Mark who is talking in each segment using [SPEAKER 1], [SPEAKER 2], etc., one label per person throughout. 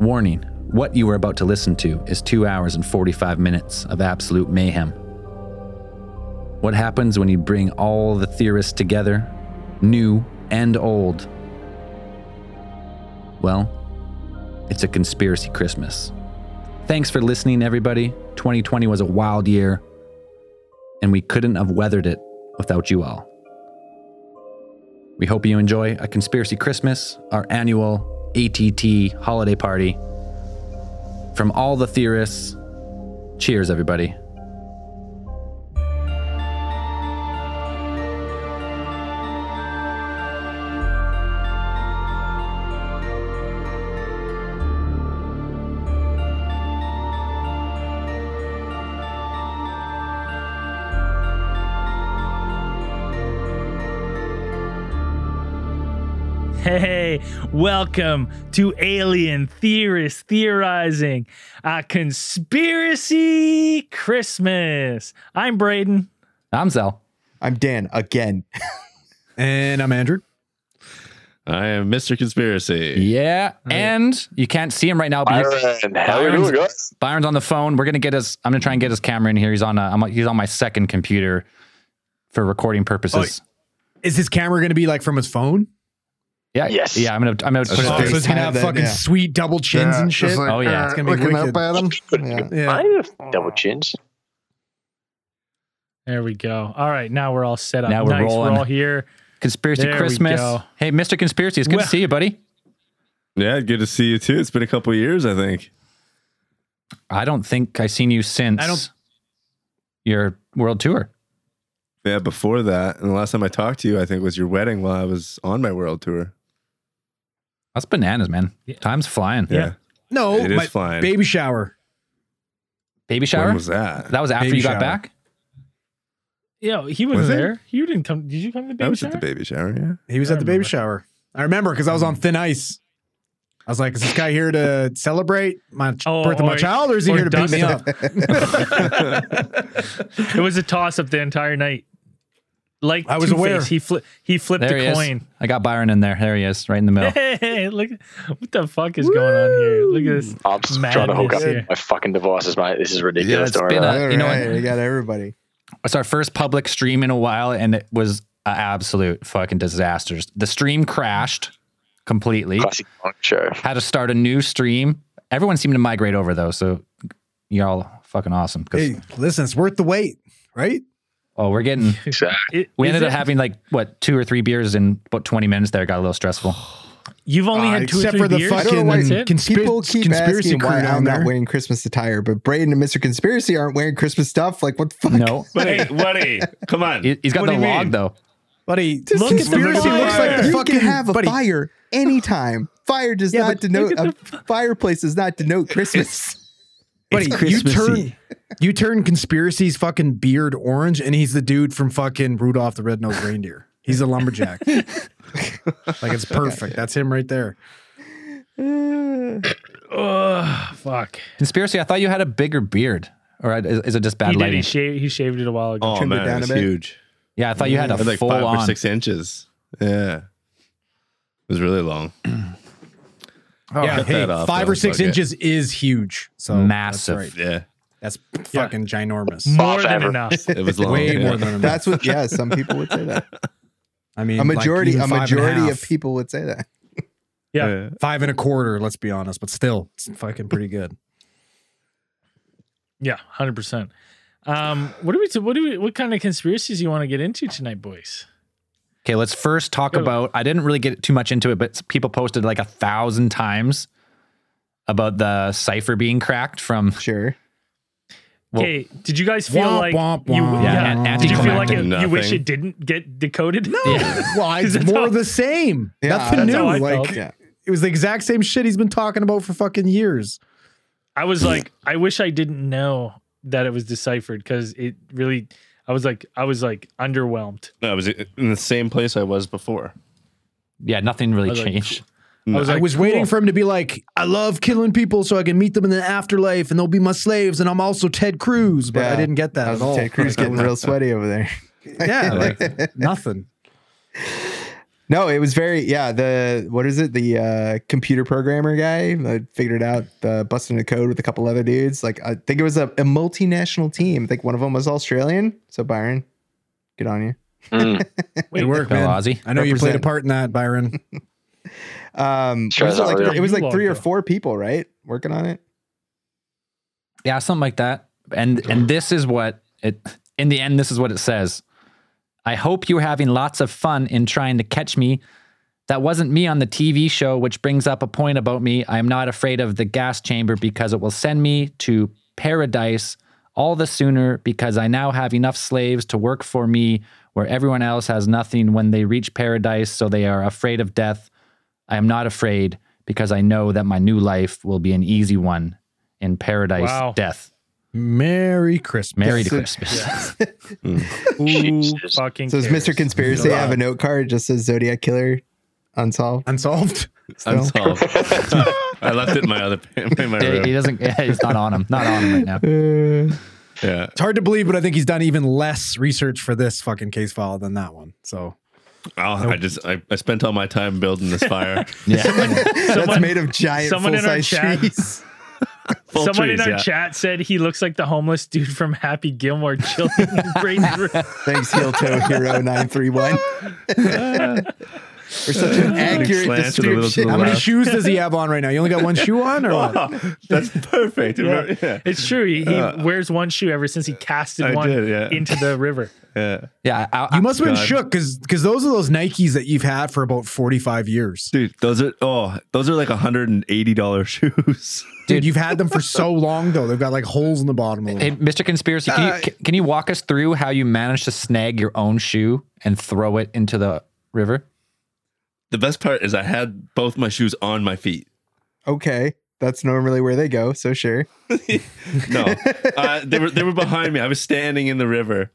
[SPEAKER 1] Warning what you are about to listen to is two hours and 45 minutes of absolute mayhem. What happens when you bring all the theorists together, new and old? Well, it's a conspiracy Christmas. Thanks for listening, everybody. 2020 was a wild year, and we couldn't have weathered it without you all. We hope you enjoy A Conspiracy Christmas, our annual ATT holiday party. From all the theorists, cheers, everybody.
[SPEAKER 2] Hey, welcome to Alien Theorist Theorizing, a conspiracy Christmas. I'm Braden.
[SPEAKER 1] I'm Zell.
[SPEAKER 3] I'm Dan again.
[SPEAKER 4] And I'm Andrew.
[SPEAKER 5] I am Mr. Conspiracy.
[SPEAKER 1] Yeah, and you can't see him right now. But you-
[SPEAKER 6] Byron, how you doing, guys?
[SPEAKER 1] Byron's on the phone. We're gonna get his. I'm gonna try and get his camera in here. He's on. A, I'm, he's on my second computer for recording purposes.
[SPEAKER 4] Is his camera going to be like from his phone?
[SPEAKER 1] yeah.
[SPEAKER 6] Yes.
[SPEAKER 1] Yeah. I'm gonna. I'm gonna. Put
[SPEAKER 4] Oh, so
[SPEAKER 1] it
[SPEAKER 3] Okay.
[SPEAKER 4] he's going to
[SPEAKER 3] FaceTime
[SPEAKER 4] have
[SPEAKER 3] then,
[SPEAKER 4] fucking
[SPEAKER 3] yeah.
[SPEAKER 4] sweet double chins and
[SPEAKER 7] just
[SPEAKER 4] shit.
[SPEAKER 7] like,
[SPEAKER 1] Oh, yeah,
[SPEAKER 7] uh,
[SPEAKER 4] it's gonna be
[SPEAKER 7] looking
[SPEAKER 4] wicked.
[SPEAKER 7] up at him.
[SPEAKER 5] Oh,
[SPEAKER 3] Yeah.
[SPEAKER 4] yeah.
[SPEAKER 6] I have double chins.
[SPEAKER 2] There we go. All right, now we're all set up.
[SPEAKER 1] Now we're
[SPEAKER 2] nice.
[SPEAKER 1] rolling.
[SPEAKER 2] We're all here.
[SPEAKER 1] conspiracy
[SPEAKER 2] There we
[SPEAKER 1] Christmas.
[SPEAKER 2] go.
[SPEAKER 1] Hey, Mr. Conspiracy, it's good
[SPEAKER 2] Well-
[SPEAKER 1] to see you, buddy.
[SPEAKER 5] Yeah, good to see you too. It's been a couple years, I think.
[SPEAKER 1] I don't think I've seen you since.
[SPEAKER 4] I don't-
[SPEAKER 1] Your world tour.
[SPEAKER 5] Yeah, before that, and the last time I talked to you, I think was your wedding while I was on my world tour.
[SPEAKER 1] That's bananas, man.
[SPEAKER 2] Yeah.
[SPEAKER 1] Time's flying.
[SPEAKER 2] Yeah.
[SPEAKER 4] No,
[SPEAKER 5] it
[SPEAKER 4] Oh,
[SPEAKER 5] is
[SPEAKER 4] my
[SPEAKER 5] fine.
[SPEAKER 4] baby shower.
[SPEAKER 1] Baby
[SPEAKER 5] when
[SPEAKER 1] shower.
[SPEAKER 5] was that?
[SPEAKER 1] That was after
[SPEAKER 4] Baby
[SPEAKER 1] you got
[SPEAKER 4] shower.
[SPEAKER 1] back.
[SPEAKER 2] Yo, he wasn't
[SPEAKER 5] Was it?
[SPEAKER 2] there. You didn't come. Did you come to the baby
[SPEAKER 5] I was
[SPEAKER 2] shower?
[SPEAKER 5] at the baby shower. Yeah.
[SPEAKER 4] He was
[SPEAKER 2] I
[SPEAKER 4] at the baby
[SPEAKER 2] remember.
[SPEAKER 4] shower. I remember because I was on thin ice. I was like, is this guy here to celebrate my ch-
[SPEAKER 2] Oh,
[SPEAKER 4] birth of my
[SPEAKER 2] or-
[SPEAKER 4] child or is he
[SPEAKER 2] or
[SPEAKER 4] here to beat me up?
[SPEAKER 2] dust It was a toss up the entire night. Like
[SPEAKER 4] I was
[SPEAKER 2] Two-Face,
[SPEAKER 4] aware.
[SPEAKER 2] he flipped. He flipped
[SPEAKER 1] There he
[SPEAKER 2] a
[SPEAKER 1] is.
[SPEAKER 2] coin.
[SPEAKER 1] I got Byron in there. There he is, right in the middle.
[SPEAKER 2] Hey, look! What the fuck is going on here? Look at this.
[SPEAKER 6] I'm just trying to hook up
[SPEAKER 2] Madness here.
[SPEAKER 6] my fucking devices, mate. This is
[SPEAKER 1] Yeah,
[SPEAKER 6] ridiculous.
[SPEAKER 1] it's
[SPEAKER 6] Don't worry
[SPEAKER 1] been
[SPEAKER 4] Uh,
[SPEAKER 6] about
[SPEAKER 1] a-
[SPEAKER 6] it.
[SPEAKER 3] All
[SPEAKER 1] you know what?
[SPEAKER 3] right, we got everybody.
[SPEAKER 1] It's our first public stream in a while, and it was an absolute fucking disaster. The stream crashed completely.
[SPEAKER 6] Classic punk show.
[SPEAKER 1] Had to start a new stream. Everyone seemed to migrate over though, so you're all fucking awesome. 'cause-
[SPEAKER 4] Hey, listen, it's worth the wait, right?
[SPEAKER 1] oh, we're getting.
[SPEAKER 2] It-
[SPEAKER 1] We
[SPEAKER 2] is
[SPEAKER 1] ended up
[SPEAKER 2] it-
[SPEAKER 1] having like what two or three beers in about 20 minutes. There, It got a little stressful.
[SPEAKER 2] You've only
[SPEAKER 4] Uh,
[SPEAKER 2] had two or
[SPEAKER 4] except
[SPEAKER 2] three
[SPEAKER 4] for the
[SPEAKER 2] beers.
[SPEAKER 4] fucking-
[SPEAKER 3] I don't know why
[SPEAKER 2] That's it?
[SPEAKER 4] Conspi-
[SPEAKER 3] People keep
[SPEAKER 4] conspiracy
[SPEAKER 3] asking why
[SPEAKER 4] crew
[SPEAKER 3] I'm
[SPEAKER 4] down
[SPEAKER 3] not
[SPEAKER 4] there.
[SPEAKER 3] wearing Christmas attire, but Braden and Mr. Conspiracy aren't wearing Christmas stuff. Like, what the fuck?
[SPEAKER 1] No,
[SPEAKER 5] Buddy, buddy, come on.
[SPEAKER 1] He- he's got
[SPEAKER 5] What
[SPEAKER 1] the
[SPEAKER 5] do you mean?
[SPEAKER 1] log though.
[SPEAKER 4] Buddy,
[SPEAKER 3] This
[SPEAKER 2] Look at the
[SPEAKER 3] conspiracy
[SPEAKER 2] fire.
[SPEAKER 3] looks like
[SPEAKER 4] You
[SPEAKER 3] you
[SPEAKER 4] fucking-
[SPEAKER 3] can have a
[SPEAKER 4] buddy.
[SPEAKER 3] fire anytime. Fire does
[SPEAKER 2] Yeah,
[SPEAKER 3] not
[SPEAKER 2] but look
[SPEAKER 3] denote
[SPEAKER 2] at
[SPEAKER 3] a fireplace does not denote Christmas.
[SPEAKER 4] buddy, you turn you turn conspiracy's fucking beard orange, and he's the dude from fucking Rudolph the Red-Nosed Reindeer. He's a lumberjack. like it's perfect. That's him right there.
[SPEAKER 2] Ugh, fuck.
[SPEAKER 1] Conspiracy. I thought you had a bigger beard, or is, is it just bad
[SPEAKER 2] he did. He
[SPEAKER 1] lighting?
[SPEAKER 2] shaved. He shaved it a while ago.
[SPEAKER 5] Oh
[SPEAKER 3] Trimmed it down
[SPEAKER 5] man,
[SPEAKER 3] a
[SPEAKER 5] it's
[SPEAKER 3] bit.
[SPEAKER 5] huge.
[SPEAKER 1] Yeah, I thought you had a
[SPEAKER 5] It's like
[SPEAKER 1] full
[SPEAKER 5] five
[SPEAKER 1] on.
[SPEAKER 5] or six inches. Yeah, it was really long. Oh,
[SPEAKER 4] yeah,
[SPEAKER 5] cut
[SPEAKER 4] hey,
[SPEAKER 5] that off,
[SPEAKER 4] five
[SPEAKER 5] though.
[SPEAKER 4] or six
[SPEAKER 5] Fuck it.
[SPEAKER 4] inches is huge. So
[SPEAKER 1] Massive.
[SPEAKER 4] That's, right.
[SPEAKER 5] Yeah,
[SPEAKER 4] That's
[SPEAKER 2] Yeah.
[SPEAKER 4] fucking ginormous.
[SPEAKER 2] More
[SPEAKER 6] Off
[SPEAKER 2] than
[SPEAKER 6] ever.
[SPEAKER 2] enough.
[SPEAKER 5] it was long.
[SPEAKER 4] Way
[SPEAKER 5] yeah.
[SPEAKER 4] more than enough.
[SPEAKER 3] That's what. Yeah, some people would say that.
[SPEAKER 4] I mean,
[SPEAKER 3] A
[SPEAKER 4] like
[SPEAKER 3] majority,
[SPEAKER 4] even
[SPEAKER 3] a
[SPEAKER 4] five and
[SPEAKER 3] majority
[SPEAKER 4] half,
[SPEAKER 3] of people would say that.
[SPEAKER 2] Yeah.
[SPEAKER 5] Yeah.
[SPEAKER 4] five and a quarter. Let's be honest, but still, it's fucking pretty good.
[SPEAKER 2] Yeah, hundred percent. Um, what do we? What do we? What kind of conspiracies you want to get into tonight, boys?
[SPEAKER 1] Okay, let's first talk
[SPEAKER 2] Go.
[SPEAKER 1] about. I didn't really get too much into it, but people posted like a thousand times about the cipher being cracked from.
[SPEAKER 3] Sure.
[SPEAKER 1] Well-
[SPEAKER 2] okay, did you guys feel
[SPEAKER 4] Womp,
[SPEAKER 2] like
[SPEAKER 4] womp,
[SPEAKER 2] you?
[SPEAKER 4] womp.
[SPEAKER 1] Yeah,
[SPEAKER 2] Yeah,
[SPEAKER 1] an-
[SPEAKER 2] did you feel like
[SPEAKER 5] anticlimactic
[SPEAKER 2] it, you wish
[SPEAKER 5] nothing.
[SPEAKER 2] it didn't get decoded? No.
[SPEAKER 4] Well,
[SPEAKER 2] Is
[SPEAKER 4] it's
[SPEAKER 2] that
[SPEAKER 4] more
[SPEAKER 2] how-
[SPEAKER 4] of the same. Nothing
[SPEAKER 2] that's
[SPEAKER 4] new.
[SPEAKER 2] how I
[SPEAKER 4] like
[SPEAKER 2] felt.
[SPEAKER 3] yeah.
[SPEAKER 4] it was the exact same shit he's been talking about for fucking years.
[SPEAKER 2] I was like, I wish I didn't know that it was deciphered because it really. I was like, I was like underwhelmed.
[SPEAKER 5] No, I was in the same place I was before.
[SPEAKER 1] Yeah, nothing really
[SPEAKER 2] I was like,
[SPEAKER 1] changed.
[SPEAKER 2] I was,
[SPEAKER 4] I
[SPEAKER 2] like,
[SPEAKER 4] was
[SPEAKER 2] cool.
[SPEAKER 4] waiting for him to be like, "I love killing people, so I can meet them in the afterlife, and they'll be my slaves, and I'm also Ted Cruz." But I
[SPEAKER 3] Yeah.
[SPEAKER 4] didn't get that at all.
[SPEAKER 3] Ted Cruz
[SPEAKER 4] Like,
[SPEAKER 3] getting real sweaty over there.
[SPEAKER 4] yeah, like, nothing.
[SPEAKER 3] No, it was very yeah. The what is it? The uh, computer programmer guy uh, figured out uh, busting a code with a couple other dudes. Like I think it was a, a multinational team. I think one of them was Australian. So Byron, good on you.
[SPEAKER 6] Mm,
[SPEAKER 4] Good work,
[SPEAKER 1] Go
[SPEAKER 4] man.
[SPEAKER 1] Ozzy.
[SPEAKER 4] I know you played a
[SPEAKER 3] Represent.
[SPEAKER 4] part in that, Byron.
[SPEAKER 3] Um,
[SPEAKER 6] Sure,
[SPEAKER 3] was it,
[SPEAKER 6] that
[SPEAKER 3] like,
[SPEAKER 6] real?
[SPEAKER 3] it was like
[SPEAKER 2] You
[SPEAKER 3] three or
[SPEAKER 2] logged off.
[SPEAKER 3] four people, right, working on it.
[SPEAKER 1] Yeah, something like that. And and this is what it in the end this is what it says. I hope you're having lots of fun in trying to catch me. That wasn't me on the TV show, which brings up a point about me. I am not afraid of the gas chamber because it will send me to paradise all the sooner because I now have enough slaves to work for me where everyone else has nothing when they reach paradise, so they are afraid of death. I am not afraid because I know that my new life will be an easy one in paradise
[SPEAKER 2] Wow.
[SPEAKER 1] death.
[SPEAKER 4] Merry Christmas.
[SPEAKER 1] Merry to
[SPEAKER 3] so-
[SPEAKER 1] Christmas.
[SPEAKER 2] Who
[SPEAKER 6] Jesus.
[SPEAKER 2] fucking
[SPEAKER 3] So does
[SPEAKER 2] cares?
[SPEAKER 3] Mr. Conspiracy have a note card that just says Zodiac Killer unsolved?
[SPEAKER 4] Unsolved.
[SPEAKER 3] Still?
[SPEAKER 5] solved. I left it in my other in my
[SPEAKER 1] He, he
[SPEAKER 5] room.
[SPEAKER 1] doesn't. Yeah, he's not on him. Not on him right now.
[SPEAKER 3] Uh,
[SPEAKER 5] Yeah,
[SPEAKER 4] It's hard to believe, but I think he's done even less research for this fucking case file than that one. So
[SPEAKER 5] oh, I just I, I spent all my time building this fire.
[SPEAKER 1] Yeah.
[SPEAKER 3] that's
[SPEAKER 2] Someone-
[SPEAKER 3] made of giant
[SPEAKER 2] someone in our
[SPEAKER 3] full-size
[SPEAKER 2] chat-
[SPEAKER 3] trees.
[SPEAKER 5] Full
[SPEAKER 2] Someone
[SPEAKER 5] trees,
[SPEAKER 2] in our
[SPEAKER 5] yeah.
[SPEAKER 2] chat said he looks like the homeless dude from Happy Gilmore chilling in Brainerd.
[SPEAKER 3] Thanks, heel toe hero nine three one. We're such an accurate
[SPEAKER 5] slanted a little to
[SPEAKER 3] description.
[SPEAKER 5] the
[SPEAKER 4] how many
[SPEAKER 5] Left.
[SPEAKER 4] shoes does he have on right now? You only got one shoe on, or what?
[SPEAKER 5] Oh, that's perfect. Yeah. Yeah.
[SPEAKER 2] It's true. He, he wears one shoe ever since he casted
[SPEAKER 5] Uh, I
[SPEAKER 2] one
[SPEAKER 5] did, yeah.
[SPEAKER 2] into the river.
[SPEAKER 1] Yeah. I, I,
[SPEAKER 4] You must have been
[SPEAKER 5] God.
[SPEAKER 4] shook because those are those Nikes that you've had for about forty five years,
[SPEAKER 5] Dude, those are oh, those are like hundred and eighty dollar shoes.
[SPEAKER 4] dude. You've had them for so long though; they've got like holes in the bottom of
[SPEAKER 1] hey,
[SPEAKER 4] them.
[SPEAKER 1] Mr. Conspiracy, can you can you walk us through how you managed to snag your own shoe and throw it into the river?
[SPEAKER 5] The best part is I had both my shoes on my feet.
[SPEAKER 3] Okay, that's normally where they go. So sure.
[SPEAKER 5] No, uh, they were they were behind me. I was standing in the river,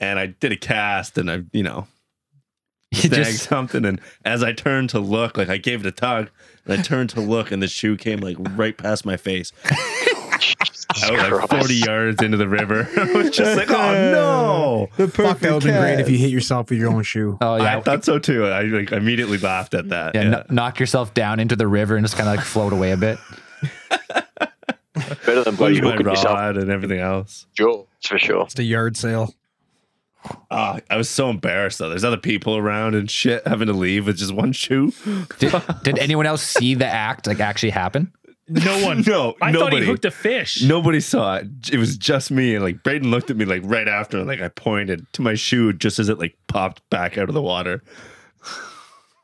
[SPEAKER 5] and I did a cast, and I you know
[SPEAKER 1] You
[SPEAKER 5] snagged
[SPEAKER 1] just
[SPEAKER 5] something. And as I turned to look, like I gave it a tug, and I turned to look, and the shoe came like right past my face. I was like
[SPEAKER 6] Christ.
[SPEAKER 5] forty yards into the river. I was just like, oh no.
[SPEAKER 3] The
[SPEAKER 4] Fuck,
[SPEAKER 3] perfect
[SPEAKER 4] that would have been great if
[SPEAKER 3] cat.
[SPEAKER 4] you hit yourself with your own shoe.
[SPEAKER 1] oh yeah.
[SPEAKER 5] I thought so too. I like immediately laughed at that.
[SPEAKER 1] yeah,
[SPEAKER 5] Yeah.
[SPEAKER 1] kno- knock yourself down into the river and just kind of like float away a bit.
[SPEAKER 6] better than bloody
[SPEAKER 5] Lose my
[SPEAKER 6] hooking yourself.
[SPEAKER 5] rod and everything else.
[SPEAKER 6] Sure, that's for sure.
[SPEAKER 4] It's a yard sale.
[SPEAKER 5] Ah, I was so embarrassed though. There's other people around and shit, having to leave with just one shoe.
[SPEAKER 1] Did, did anyone else see the act like actually happen?
[SPEAKER 2] No one.
[SPEAKER 5] No,
[SPEAKER 2] I thought he
[SPEAKER 5] nobody.
[SPEAKER 2] hooked a fish.
[SPEAKER 5] Nobody saw it. It was just me, and like Braden looked at me like right after, and like I pointed to my shoe just as it like popped back out of the water.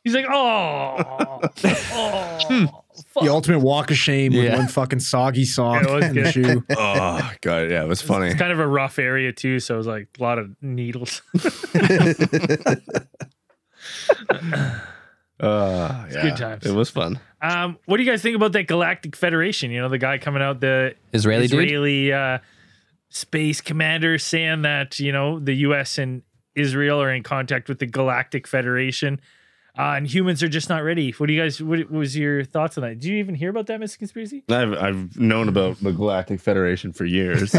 [SPEAKER 2] He's like, oh,
[SPEAKER 5] Hmm,
[SPEAKER 2] oh, fuck.
[SPEAKER 4] The ultimate walk of shame with
[SPEAKER 1] Yeah.
[SPEAKER 4] one fucking soggy sock
[SPEAKER 2] Yeah, it was
[SPEAKER 4] and a
[SPEAKER 2] good.
[SPEAKER 4] shoe.
[SPEAKER 5] Oh god, yeah, it was funny.
[SPEAKER 2] It's kind of a rough area too, so it was like a lot of needles.
[SPEAKER 5] Uh, yeah,
[SPEAKER 2] good times.
[SPEAKER 5] It was fun.
[SPEAKER 2] Um, what do you guys think about that Galactic Federation? You know, the guy coming out the
[SPEAKER 1] Israeli, dude.
[SPEAKER 2] Israeli uh, space commander saying that you know the U.S. and Israel are in contact with the Galactic Federation, uh, and humans are just not ready. What do you guys? What, what was your thoughts on that? Did you even hear about that, Mr. Conspiracy?
[SPEAKER 5] I've I've known about the Galactic Federation for years.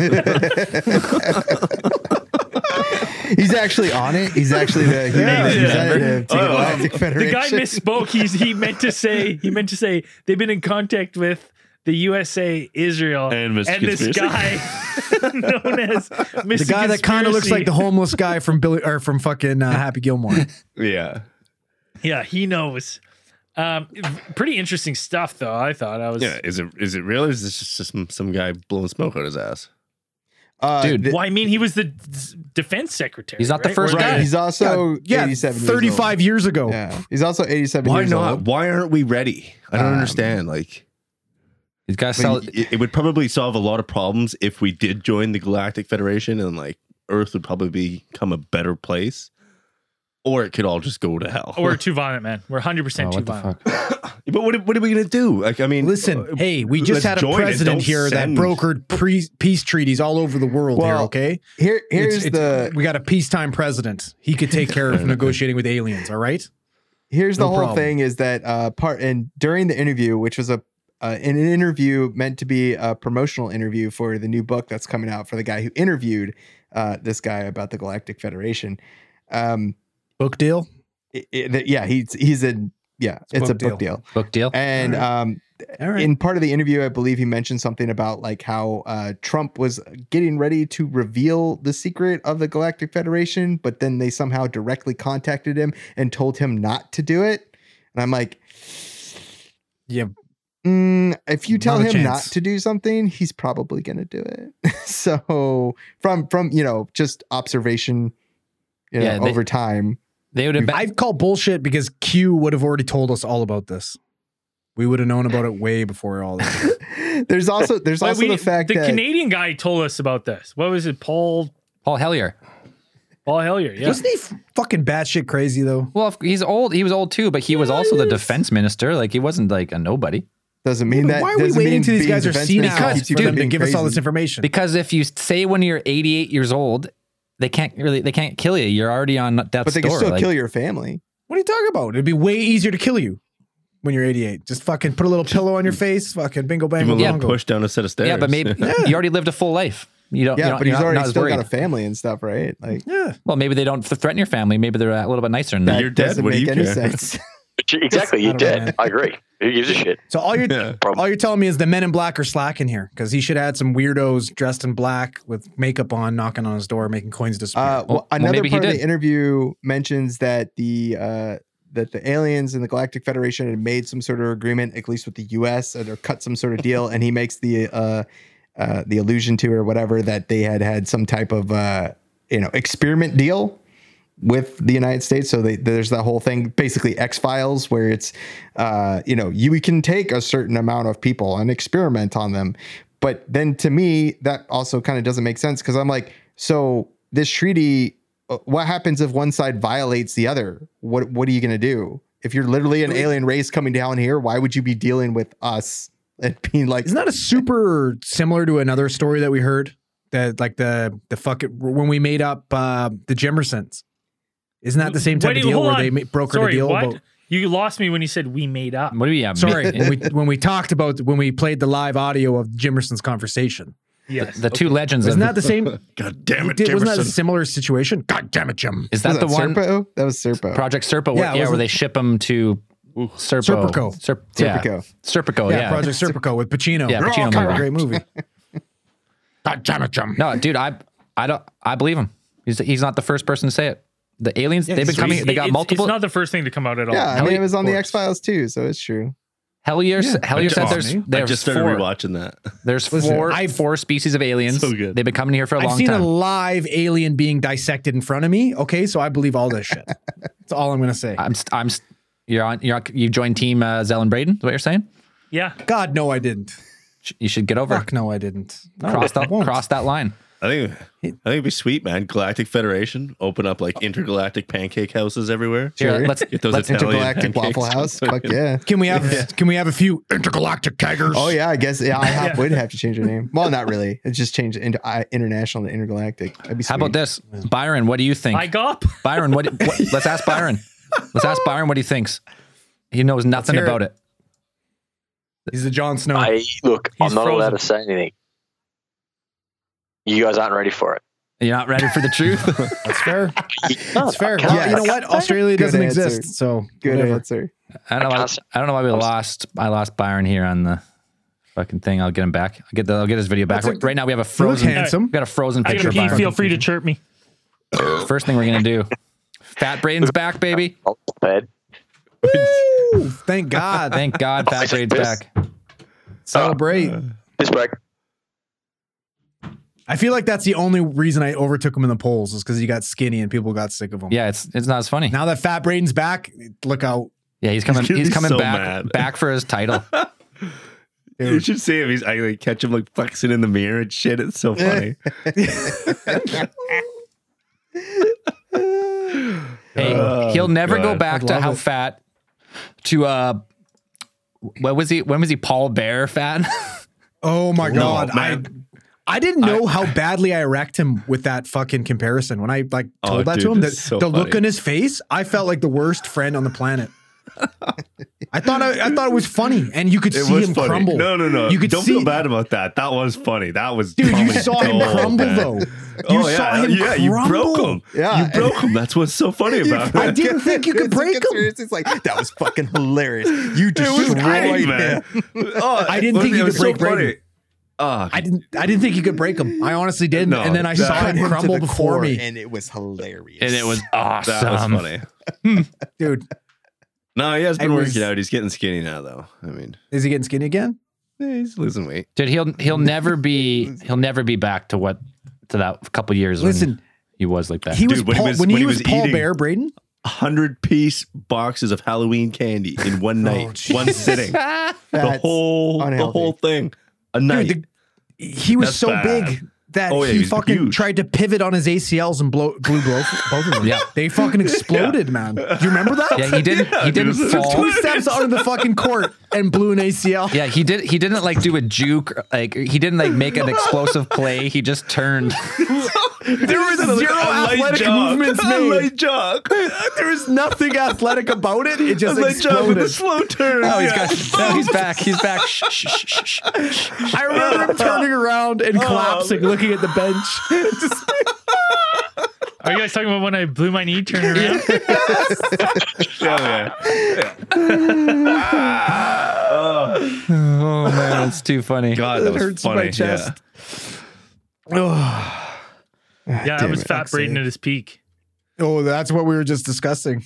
[SPEAKER 3] He's actually on it. He's actually the human
[SPEAKER 5] Yeah, yeah.
[SPEAKER 3] representative to
[SPEAKER 5] Oh,
[SPEAKER 3] Galactic Federation.
[SPEAKER 2] The guy misspoke. He's he meant to say he meant to say they've been in contact with the USA, Israel,
[SPEAKER 5] And Mr.
[SPEAKER 2] this
[SPEAKER 5] Conspiracy.
[SPEAKER 2] guy known as Mr.
[SPEAKER 4] The guy that kind of looks like the
[SPEAKER 2] Conspiracy.
[SPEAKER 4] homeless guy from Billy or from fucking uh, Happy Gilmore.
[SPEAKER 5] yeah,
[SPEAKER 2] yeah he knows. Um, pretty interesting stuff though. I thought I was
[SPEAKER 5] yeah. Is it is it real? Or is this just some some guy blowing smoke out his ass?
[SPEAKER 3] Uh,
[SPEAKER 1] Dude,
[SPEAKER 3] th-
[SPEAKER 2] Well, I mean, he was the d- defense secretary.
[SPEAKER 1] He's not the
[SPEAKER 2] right?
[SPEAKER 1] first
[SPEAKER 2] Or-
[SPEAKER 3] right.
[SPEAKER 1] guy.
[SPEAKER 3] He's also
[SPEAKER 4] yeah,
[SPEAKER 3] 87 years old.
[SPEAKER 4] 35 years ago.
[SPEAKER 3] Yeah, he's also 87
[SPEAKER 5] Why
[SPEAKER 3] years
[SPEAKER 5] not?
[SPEAKER 3] old.
[SPEAKER 5] Why aren't we ready? I don't
[SPEAKER 3] Um,
[SPEAKER 5] understand. Like,
[SPEAKER 1] He's got to
[SPEAKER 5] I mean,
[SPEAKER 1] sell.
[SPEAKER 5] it, it would probably solve a lot of problems if we did join the Galactic Federation, and like Earth would probably become a better place. Or it could all just go to hell.
[SPEAKER 2] Or too violent, man. We're
[SPEAKER 1] Oh,
[SPEAKER 2] 100% too
[SPEAKER 1] what the
[SPEAKER 2] violent.
[SPEAKER 1] fuck?
[SPEAKER 5] but what, what are we gonna do? Like, I mean, uh,
[SPEAKER 4] Listen, hey, we just
[SPEAKER 5] let's
[SPEAKER 4] had a
[SPEAKER 5] join it.
[SPEAKER 4] president
[SPEAKER 5] Don't
[SPEAKER 4] here
[SPEAKER 5] send-
[SPEAKER 4] that brokered pre- peace treaties all over the world here,
[SPEAKER 3] Well,
[SPEAKER 4] okay?
[SPEAKER 3] Here, here's
[SPEAKER 4] It's- it's-
[SPEAKER 3] the
[SPEAKER 4] we got a peacetime president. He could take care of negotiating with aliens, all right?
[SPEAKER 3] here's the
[SPEAKER 4] no
[SPEAKER 3] whole
[SPEAKER 4] problem.
[SPEAKER 3] thing is that uh, part and during the interview, which was a uh, an interview meant to be a promotional interview for the new book that's coming out for the guy who interviewed uh, this guy about the Galactic Federation. Um,
[SPEAKER 4] Book deal.
[SPEAKER 3] it- it- yeah, he's he's in yeah, it's, a
[SPEAKER 4] book
[SPEAKER 3] book
[SPEAKER 4] deal.
[SPEAKER 3] deal.
[SPEAKER 1] Book deal.
[SPEAKER 3] And um,
[SPEAKER 4] All right.
[SPEAKER 3] in part of the interview, I believe he mentioned something about like how uh, Trump was getting ready to reveal the secret of the Galactic Federation, but then they somehow directly contacted him and told him not to do it. And I'm like,
[SPEAKER 4] Yeah.
[SPEAKER 3] mm, if you tell
[SPEAKER 4] Not a
[SPEAKER 3] him not
[SPEAKER 4] chance.
[SPEAKER 3] to do something, he's probably going to do it. so from from you know just observation, you know,
[SPEAKER 1] Yeah, they-
[SPEAKER 3] over time.
[SPEAKER 1] They would have been.
[SPEAKER 4] I've called bullshit because Q would have already told us all about this. We would have known about it way before all this.
[SPEAKER 3] there's also there's
[SPEAKER 2] But
[SPEAKER 3] also
[SPEAKER 2] we-
[SPEAKER 3] the fact that
[SPEAKER 2] Canadian guy told us about this. What was it, Paul?
[SPEAKER 1] Paul Hellier.
[SPEAKER 2] Paul Hellier. Yeah.
[SPEAKER 4] Wasn't he f- fucking batshit crazy though?
[SPEAKER 1] Well, if- he's old. He was old too, but he was also the defense minister. Like he wasn't like a nobody.
[SPEAKER 3] doesn't mean that.
[SPEAKER 4] Why are we
[SPEAKER 3] doesn't
[SPEAKER 4] waiting
[SPEAKER 3] mean
[SPEAKER 4] until these
[SPEAKER 3] being
[SPEAKER 4] guys are
[SPEAKER 3] defenseman
[SPEAKER 4] senile
[SPEAKER 1] because-
[SPEAKER 4] for
[SPEAKER 3] keeps you
[SPEAKER 1] dude,
[SPEAKER 4] them
[SPEAKER 3] from
[SPEAKER 4] to
[SPEAKER 3] being
[SPEAKER 4] give us all this
[SPEAKER 3] crazy?
[SPEAKER 4] information?
[SPEAKER 1] Because if you say when you're 88 years old, they can't really they can't kill you. You're already on death's
[SPEAKER 3] But they
[SPEAKER 1] door.
[SPEAKER 3] can still
[SPEAKER 1] like,
[SPEAKER 3] kill your family.
[SPEAKER 4] What are you talking about? It'd be way easier to kill you when you're 88. Just fucking put a little pillow on your face, fucking bingo
[SPEAKER 5] Give him
[SPEAKER 4] bango
[SPEAKER 5] a little
[SPEAKER 4] bongo.
[SPEAKER 5] push down a set of stairs.
[SPEAKER 1] Yeah, but maybe you already lived a full life. You don't.
[SPEAKER 3] Yeah,
[SPEAKER 1] you don't,
[SPEAKER 3] but he's
[SPEAKER 1] you're not-
[SPEAKER 3] already
[SPEAKER 1] not as
[SPEAKER 3] still
[SPEAKER 1] worried.
[SPEAKER 3] got a family and stuff, right? Like
[SPEAKER 4] Yeah.
[SPEAKER 1] Well, maybe they don't th- threaten your family. Maybe they're a little bit nicer than that.
[SPEAKER 5] You're dead.
[SPEAKER 3] doesn't
[SPEAKER 5] What do
[SPEAKER 3] make
[SPEAKER 5] you
[SPEAKER 3] any
[SPEAKER 5] care?
[SPEAKER 3] sense. Uh,
[SPEAKER 6] Exactly. You're
[SPEAKER 4] I don't know,
[SPEAKER 6] dead.
[SPEAKER 4] man.
[SPEAKER 6] I agree. Who gives a shit?
[SPEAKER 4] So all you're
[SPEAKER 5] Yeah.
[SPEAKER 4] all you're telling me is the men in black are slacking here because he should add some weirdos dressed in black with makeup on, knocking on his door, making coins disappear.
[SPEAKER 3] Uh,
[SPEAKER 1] Well,
[SPEAKER 3] well, another
[SPEAKER 1] maybe he
[SPEAKER 3] part of the
[SPEAKER 1] did.
[SPEAKER 3] interview mentions that the uh, that the aliens and the Galactic Federation had made some sort of agreement, at least with the U.S., and- or cut some sort of deal, and he makes the uh, uh, the allusion to or whatever that they had had some type of uh, you know experiment deal with the United States. So they, there's that whole thing, basically X Files, where it's, uh, you know, you we can take a certain amount of people and experiment on them. But then to me, that also kind of doesn't make sense because I'm like, so this treaty, uh, what happens if one side violates the other? What what are you gonna do? If you're literally an alien race coming down here, why would you be dealing with us and being like,
[SPEAKER 4] Isn't that a super similar to another story that we heard that like the the fuck it, when we made up uh, the Jemersons? Isn't that the same type
[SPEAKER 2] Wait,
[SPEAKER 4] of deal
[SPEAKER 2] hold
[SPEAKER 4] where
[SPEAKER 2] on.
[SPEAKER 4] they ma- brokered
[SPEAKER 2] Sorry,
[SPEAKER 4] a deal?
[SPEAKER 2] what?
[SPEAKER 4] About,
[SPEAKER 2] You lost me when you said we made up.
[SPEAKER 1] What do you? Yeah,
[SPEAKER 4] sorry,
[SPEAKER 1] ma-
[SPEAKER 4] when we when we talked about when we played the live audio of Jemerson's conversation.
[SPEAKER 2] Yes.
[SPEAKER 1] the two legends.
[SPEAKER 4] Isn't
[SPEAKER 1] of,
[SPEAKER 4] that the same?
[SPEAKER 5] God damn it,
[SPEAKER 4] Did, wasn't that a
[SPEAKER 5] Jefferson.
[SPEAKER 4] similar situation? God damn it, Jim.
[SPEAKER 1] is that the one
[SPEAKER 3] Serpo? That was Serpo.
[SPEAKER 1] Project Serpo? Yeah,
[SPEAKER 4] Yeah,
[SPEAKER 1] yeah where
[SPEAKER 4] wasn't-
[SPEAKER 1] they ship them to Serpo.
[SPEAKER 4] Serpico.
[SPEAKER 1] Serp, yeah.
[SPEAKER 3] Serpico.
[SPEAKER 1] Serpico.
[SPEAKER 4] yeah,
[SPEAKER 1] Yeah.
[SPEAKER 4] Project Serpico with Pacino.
[SPEAKER 1] Yeah,
[SPEAKER 4] They're all
[SPEAKER 1] Pacino
[SPEAKER 4] kind of
[SPEAKER 1] movie.
[SPEAKER 4] great movie. God damn it, Jim.
[SPEAKER 1] No, dude, I I don't I believe him. He's he's not the first person to say it. The aliens they've been
[SPEAKER 4] he's
[SPEAKER 1] coming.
[SPEAKER 2] It-
[SPEAKER 1] They got
[SPEAKER 2] it's-
[SPEAKER 1] multiple.
[SPEAKER 2] It's not the first thing to come out at all.
[SPEAKER 3] yeah, I
[SPEAKER 1] Hell
[SPEAKER 3] mean,
[SPEAKER 1] yeah,
[SPEAKER 3] it was on the
[SPEAKER 1] of
[SPEAKER 3] X Files too, so it's true.
[SPEAKER 1] Hellier,
[SPEAKER 4] Yeah.
[SPEAKER 1] Hellier said there's
[SPEAKER 4] I
[SPEAKER 5] I
[SPEAKER 1] there's
[SPEAKER 5] just started
[SPEAKER 1] four.
[SPEAKER 5] rewatching that.
[SPEAKER 1] There's
[SPEAKER 4] Listen,
[SPEAKER 1] four
[SPEAKER 4] I've-
[SPEAKER 1] four species of aliens.
[SPEAKER 5] So good.
[SPEAKER 1] They've been coming here for a
[SPEAKER 4] I've
[SPEAKER 1] long
[SPEAKER 4] seen
[SPEAKER 1] time.
[SPEAKER 4] a live alien being dissected in front of me. Okay, so I believe all this shit. That's all I'm gonna say.
[SPEAKER 1] I'm st- I'm st- you're on you're on, you joined team uh, Zell and Braden. Is what you're saying?
[SPEAKER 2] Yeah.
[SPEAKER 4] God, no, I didn't.
[SPEAKER 1] Sh- You should get over it.
[SPEAKER 4] Fuck, no, I didn't. No,
[SPEAKER 1] cross
[SPEAKER 4] I
[SPEAKER 1] that
[SPEAKER 4] Oh, won't.
[SPEAKER 1] cross that line.
[SPEAKER 5] I think I think it'd be sweet, man. Galactic Federation, open up like intergalactic pancake houses everywhere.
[SPEAKER 1] Here,
[SPEAKER 3] Sure.
[SPEAKER 1] let's
[SPEAKER 5] Get those
[SPEAKER 1] let's
[SPEAKER 5] Italian
[SPEAKER 3] Intergalactic
[SPEAKER 5] pancakes.
[SPEAKER 3] Waffle House. Fuck yeah.
[SPEAKER 4] Can we have can we have a few intergalactic keggers?
[SPEAKER 3] Oh yeah, I guess yeah, IHOP
[SPEAKER 2] Yeah.
[SPEAKER 3] would have to change their name. Well, not really. It just changed into I, international to intergalactic. That'd be
[SPEAKER 1] How about
[SPEAKER 3] sweet.
[SPEAKER 1] this, Byron? What do you think?
[SPEAKER 2] I got.
[SPEAKER 1] Byron, what, what? Let's ask Byron. Let's ask Byron what he thinks. He knows nothing
[SPEAKER 4] hear
[SPEAKER 1] about it.
[SPEAKER 4] He's the Jon Snow.
[SPEAKER 6] I look.
[SPEAKER 2] He's
[SPEAKER 6] I'm not allowed
[SPEAKER 2] frozen.
[SPEAKER 6] to say anything. You guys aren't ready for it.
[SPEAKER 1] You're not ready for the truth.
[SPEAKER 4] That's fair. That's fair.
[SPEAKER 6] I can't-
[SPEAKER 4] Yeah, you know what? Australia
[SPEAKER 3] Good
[SPEAKER 4] doesn't
[SPEAKER 3] answer.
[SPEAKER 4] exist, so
[SPEAKER 3] Good
[SPEAKER 4] whatever.
[SPEAKER 3] answer.
[SPEAKER 1] I don't know. I,
[SPEAKER 6] can't-
[SPEAKER 1] I don't know why we
[SPEAKER 6] I'm s-
[SPEAKER 1] lost. I lost Byron here on the fucking thing. I'll get him back. I'll get the. I'll get his video back.
[SPEAKER 4] That's a-
[SPEAKER 1] right now we have a
[SPEAKER 4] He looks
[SPEAKER 1] frozen.
[SPEAKER 4] handsome.
[SPEAKER 1] We got a frozen
[SPEAKER 2] I
[SPEAKER 1] picture.
[SPEAKER 2] got
[SPEAKER 1] Of
[SPEAKER 2] pee.
[SPEAKER 1] Byron.
[SPEAKER 2] Feel free to chirp me.
[SPEAKER 1] First thing we're gonna do. Fat Braden's back, baby.
[SPEAKER 6] Oh, bad.
[SPEAKER 4] Woo! Thank God.
[SPEAKER 1] Thank God, Fat Braden's back.
[SPEAKER 4] Celebrate.
[SPEAKER 6] This break.
[SPEAKER 4] I feel like that's the only reason I overtook him in the polls is because he got skinny and people got sick of him.
[SPEAKER 1] Yeah, it's it's not as funny.
[SPEAKER 4] Now that Fat Braden's back, look out.
[SPEAKER 1] Yeah, he's coming.
[SPEAKER 5] He's gonna
[SPEAKER 1] He's
[SPEAKER 5] be
[SPEAKER 1] coming
[SPEAKER 5] so
[SPEAKER 1] back
[SPEAKER 5] mad.
[SPEAKER 1] back for his title.
[SPEAKER 5] You should see him. He's I like, catch him like flexing in the mirror and shit. It's so funny.
[SPEAKER 1] Hey,
[SPEAKER 5] Oh,
[SPEAKER 1] he'll never go
[SPEAKER 5] God.
[SPEAKER 1] back
[SPEAKER 4] I'd
[SPEAKER 1] to
[SPEAKER 4] love
[SPEAKER 1] how
[SPEAKER 4] it.
[SPEAKER 1] fat to uh what was he when was he Paul Bear fat?
[SPEAKER 4] Oh my god. I
[SPEAKER 5] man.
[SPEAKER 4] I didn't know how badly I wrecked him with that fucking comparison. When I like
[SPEAKER 5] Oh,
[SPEAKER 4] told that to
[SPEAKER 5] dude,
[SPEAKER 4] him, that
[SPEAKER 5] that's so
[SPEAKER 4] the look
[SPEAKER 5] funny.
[SPEAKER 4] on his face, I felt like the worst friend on the planet. I thought I, I thought it was funny, and you could see him
[SPEAKER 5] funny.
[SPEAKER 4] crumble.
[SPEAKER 5] No, no, no.
[SPEAKER 4] You could
[SPEAKER 5] Don't
[SPEAKER 4] see-
[SPEAKER 5] feel bad about that. That was funny. That was
[SPEAKER 4] Dude, you
[SPEAKER 5] comedy
[SPEAKER 4] saw him
[SPEAKER 5] gold,
[SPEAKER 4] crumble
[SPEAKER 5] man.
[SPEAKER 4] though. You
[SPEAKER 5] Oh,
[SPEAKER 4] saw
[SPEAKER 5] yeah,
[SPEAKER 4] him
[SPEAKER 5] yeah, you
[SPEAKER 4] crumble.
[SPEAKER 5] broke him.
[SPEAKER 3] Yeah.
[SPEAKER 5] you broke him. That's what's so funny about
[SPEAKER 4] I
[SPEAKER 5] it.
[SPEAKER 4] didn't think you could
[SPEAKER 3] It's a
[SPEAKER 4] break 'em.
[SPEAKER 3] conspiracy. It's like that was fucking hilarious. You
[SPEAKER 5] It was
[SPEAKER 3] destroyed
[SPEAKER 5] great,
[SPEAKER 3] him.
[SPEAKER 5] man. Oh,
[SPEAKER 4] I didn't
[SPEAKER 5] it
[SPEAKER 4] think you
[SPEAKER 5] was
[SPEAKER 4] could
[SPEAKER 5] so
[SPEAKER 4] break Brady.
[SPEAKER 5] funny. Ah,
[SPEAKER 4] I didn't. I didn't think you could break him. I honestly didn't.
[SPEAKER 5] No,
[SPEAKER 4] and then I
[SPEAKER 5] that-
[SPEAKER 4] saw
[SPEAKER 3] Cut
[SPEAKER 4] him
[SPEAKER 3] him to
[SPEAKER 4] crumble
[SPEAKER 3] the
[SPEAKER 4] before
[SPEAKER 3] core,
[SPEAKER 4] me,
[SPEAKER 3] and it was hilarious.
[SPEAKER 1] And it was awesome.
[SPEAKER 5] that was funny.
[SPEAKER 4] dude.
[SPEAKER 5] No, he has been
[SPEAKER 4] I
[SPEAKER 5] working
[SPEAKER 4] was-
[SPEAKER 5] out. He's getting skinny now, though. I mean,
[SPEAKER 4] Is he getting skinny again?
[SPEAKER 5] eh, he's losing weight.
[SPEAKER 1] Dude, he'll he'll never be he'll never be back to what to that couple years.
[SPEAKER 4] Listen,
[SPEAKER 1] when he was like that.
[SPEAKER 4] He was,
[SPEAKER 5] Dude, when he
[SPEAKER 4] Paul,
[SPEAKER 5] was-
[SPEAKER 4] when he
[SPEAKER 5] when he
[SPEAKER 4] was
[SPEAKER 5] was
[SPEAKER 4] Paul
[SPEAKER 5] eating-
[SPEAKER 4] Bear Braden.
[SPEAKER 5] hundred piece boxes of Halloween candy in one night,
[SPEAKER 4] Oh, Jesus.
[SPEAKER 5] one sitting. the
[SPEAKER 3] That's-
[SPEAKER 5] whole
[SPEAKER 3] unhealthy.
[SPEAKER 5] the whole thing. A night.
[SPEAKER 4] Dude, the, he was
[SPEAKER 5] That's
[SPEAKER 4] so
[SPEAKER 5] bad.
[SPEAKER 4] big that
[SPEAKER 5] Oh, yeah,
[SPEAKER 4] he,
[SPEAKER 5] he's
[SPEAKER 4] fucking
[SPEAKER 5] huge.
[SPEAKER 4] tried to pivot on his ACLs and blow, blew both, both of them.
[SPEAKER 1] Yeah.
[SPEAKER 4] they fucking exploded, man. Do you remember that?
[SPEAKER 1] yeah, he didn't he didn't
[SPEAKER 5] dude.
[SPEAKER 1] fall.
[SPEAKER 4] Two steps onto the fucking court and blew an ACL.
[SPEAKER 1] Yeah, he did. He didn't like do a juke. or, Like he didn't like make an explosive play. He just turned.
[SPEAKER 4] there was zero athletic movements
[SPEAKER 5] A
[SPEAKER 4] made.
[SPEAKER 5] light jog.
[SPEAKER 4] There was nothing athletic about it. It
[SPEAKER 5] A
[SPEAKER 4] just
[SPEAKER 5] light jog with a
[SPEAKER 4] exploded.
[SPEAKER 5] slow turn.
[SPEAKER 1] Oh, he's
[SPEAKER 5] Yeah.
[SPEAKER 1] got. No, he's back. He's back. Shh, shh, shh, shh, shh.
[SPEAKER 4] I remember him turning around
[SPEAKER 5] Oh,
[SPEAKER 4] and collapsing, looking at the bench. Just-
[SPEAKER 2] Are you guys talking about when I blew my knee turning around?
[SPEAKER 5] Yeah, yeah.
[SPEAKER 1] Oh man, it's too funny.
[SPEAKER 5] God, that, was
[SPEAKER 4] hurts my
[SPEAKER 5] funny.
[SPEAKER 4] chest.
[SPEAKER 5] Yeah.
[SPEAKER 2] yeah, that
[SPEAKER 3] Damn
[SPEAKER 2] was
[SPEAKER 3] it.
[SPEAKER 2] Fat
[SPEAKER 3] Fuck's
[SPEAKER 2] Braden
[SPEAKER 3] sake.
[SPEAKER 2] at his peak.
[SPEAKER 4] Oh, that's what we were just discussing.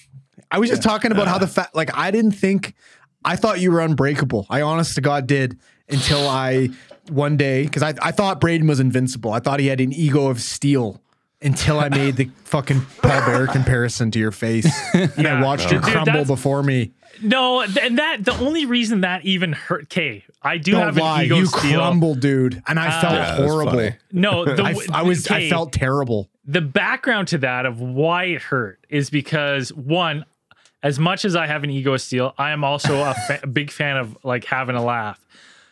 [SPEAKER 4] I was just talking about how the fact, like, I didn't think, I thought you were unbreakable. I honest to God did until I one day, because I, I thought Braden was invincible. I thought he had an ego of steel until I made the fucking Paul Bear comparison to your face. And I
[SPEAKER 2] Yeah.
[SPEAKER 4] watched you
[SPEAKER 2] Dude,
[SPEAKER 4] crumble
[SPEAKER 2] that's-
[SPEAKER 4] before me.
[SPEAKER 2] No, th- and that the only reason that even hurt. Okay, I do
[SPEAKER 4] Don't
[SPEAKER 2] have
[SPEAKER 4] lie.
[SPEAKER 2] an ego Ah.
[SPEAKER 4] You
[SPEAKER 2] steal.
[SPEAKER 4] crumbled, dude. And I felt
[SPEAKER 5] Yeah, that's
[SPEAKER 4] horrible.
[SPEAKER 5] funny.
[SPEAKER 2] No, the,
[SPEAKER 4] I, I was, I
[SPEAKER 2] okay,
[SPEAKER 4] felt terrible.
[SPEAKER 2] the background to that of why it hurt is because one, as much as I have an ego of steel, I am also a, fa- a big fan of like having a laugh.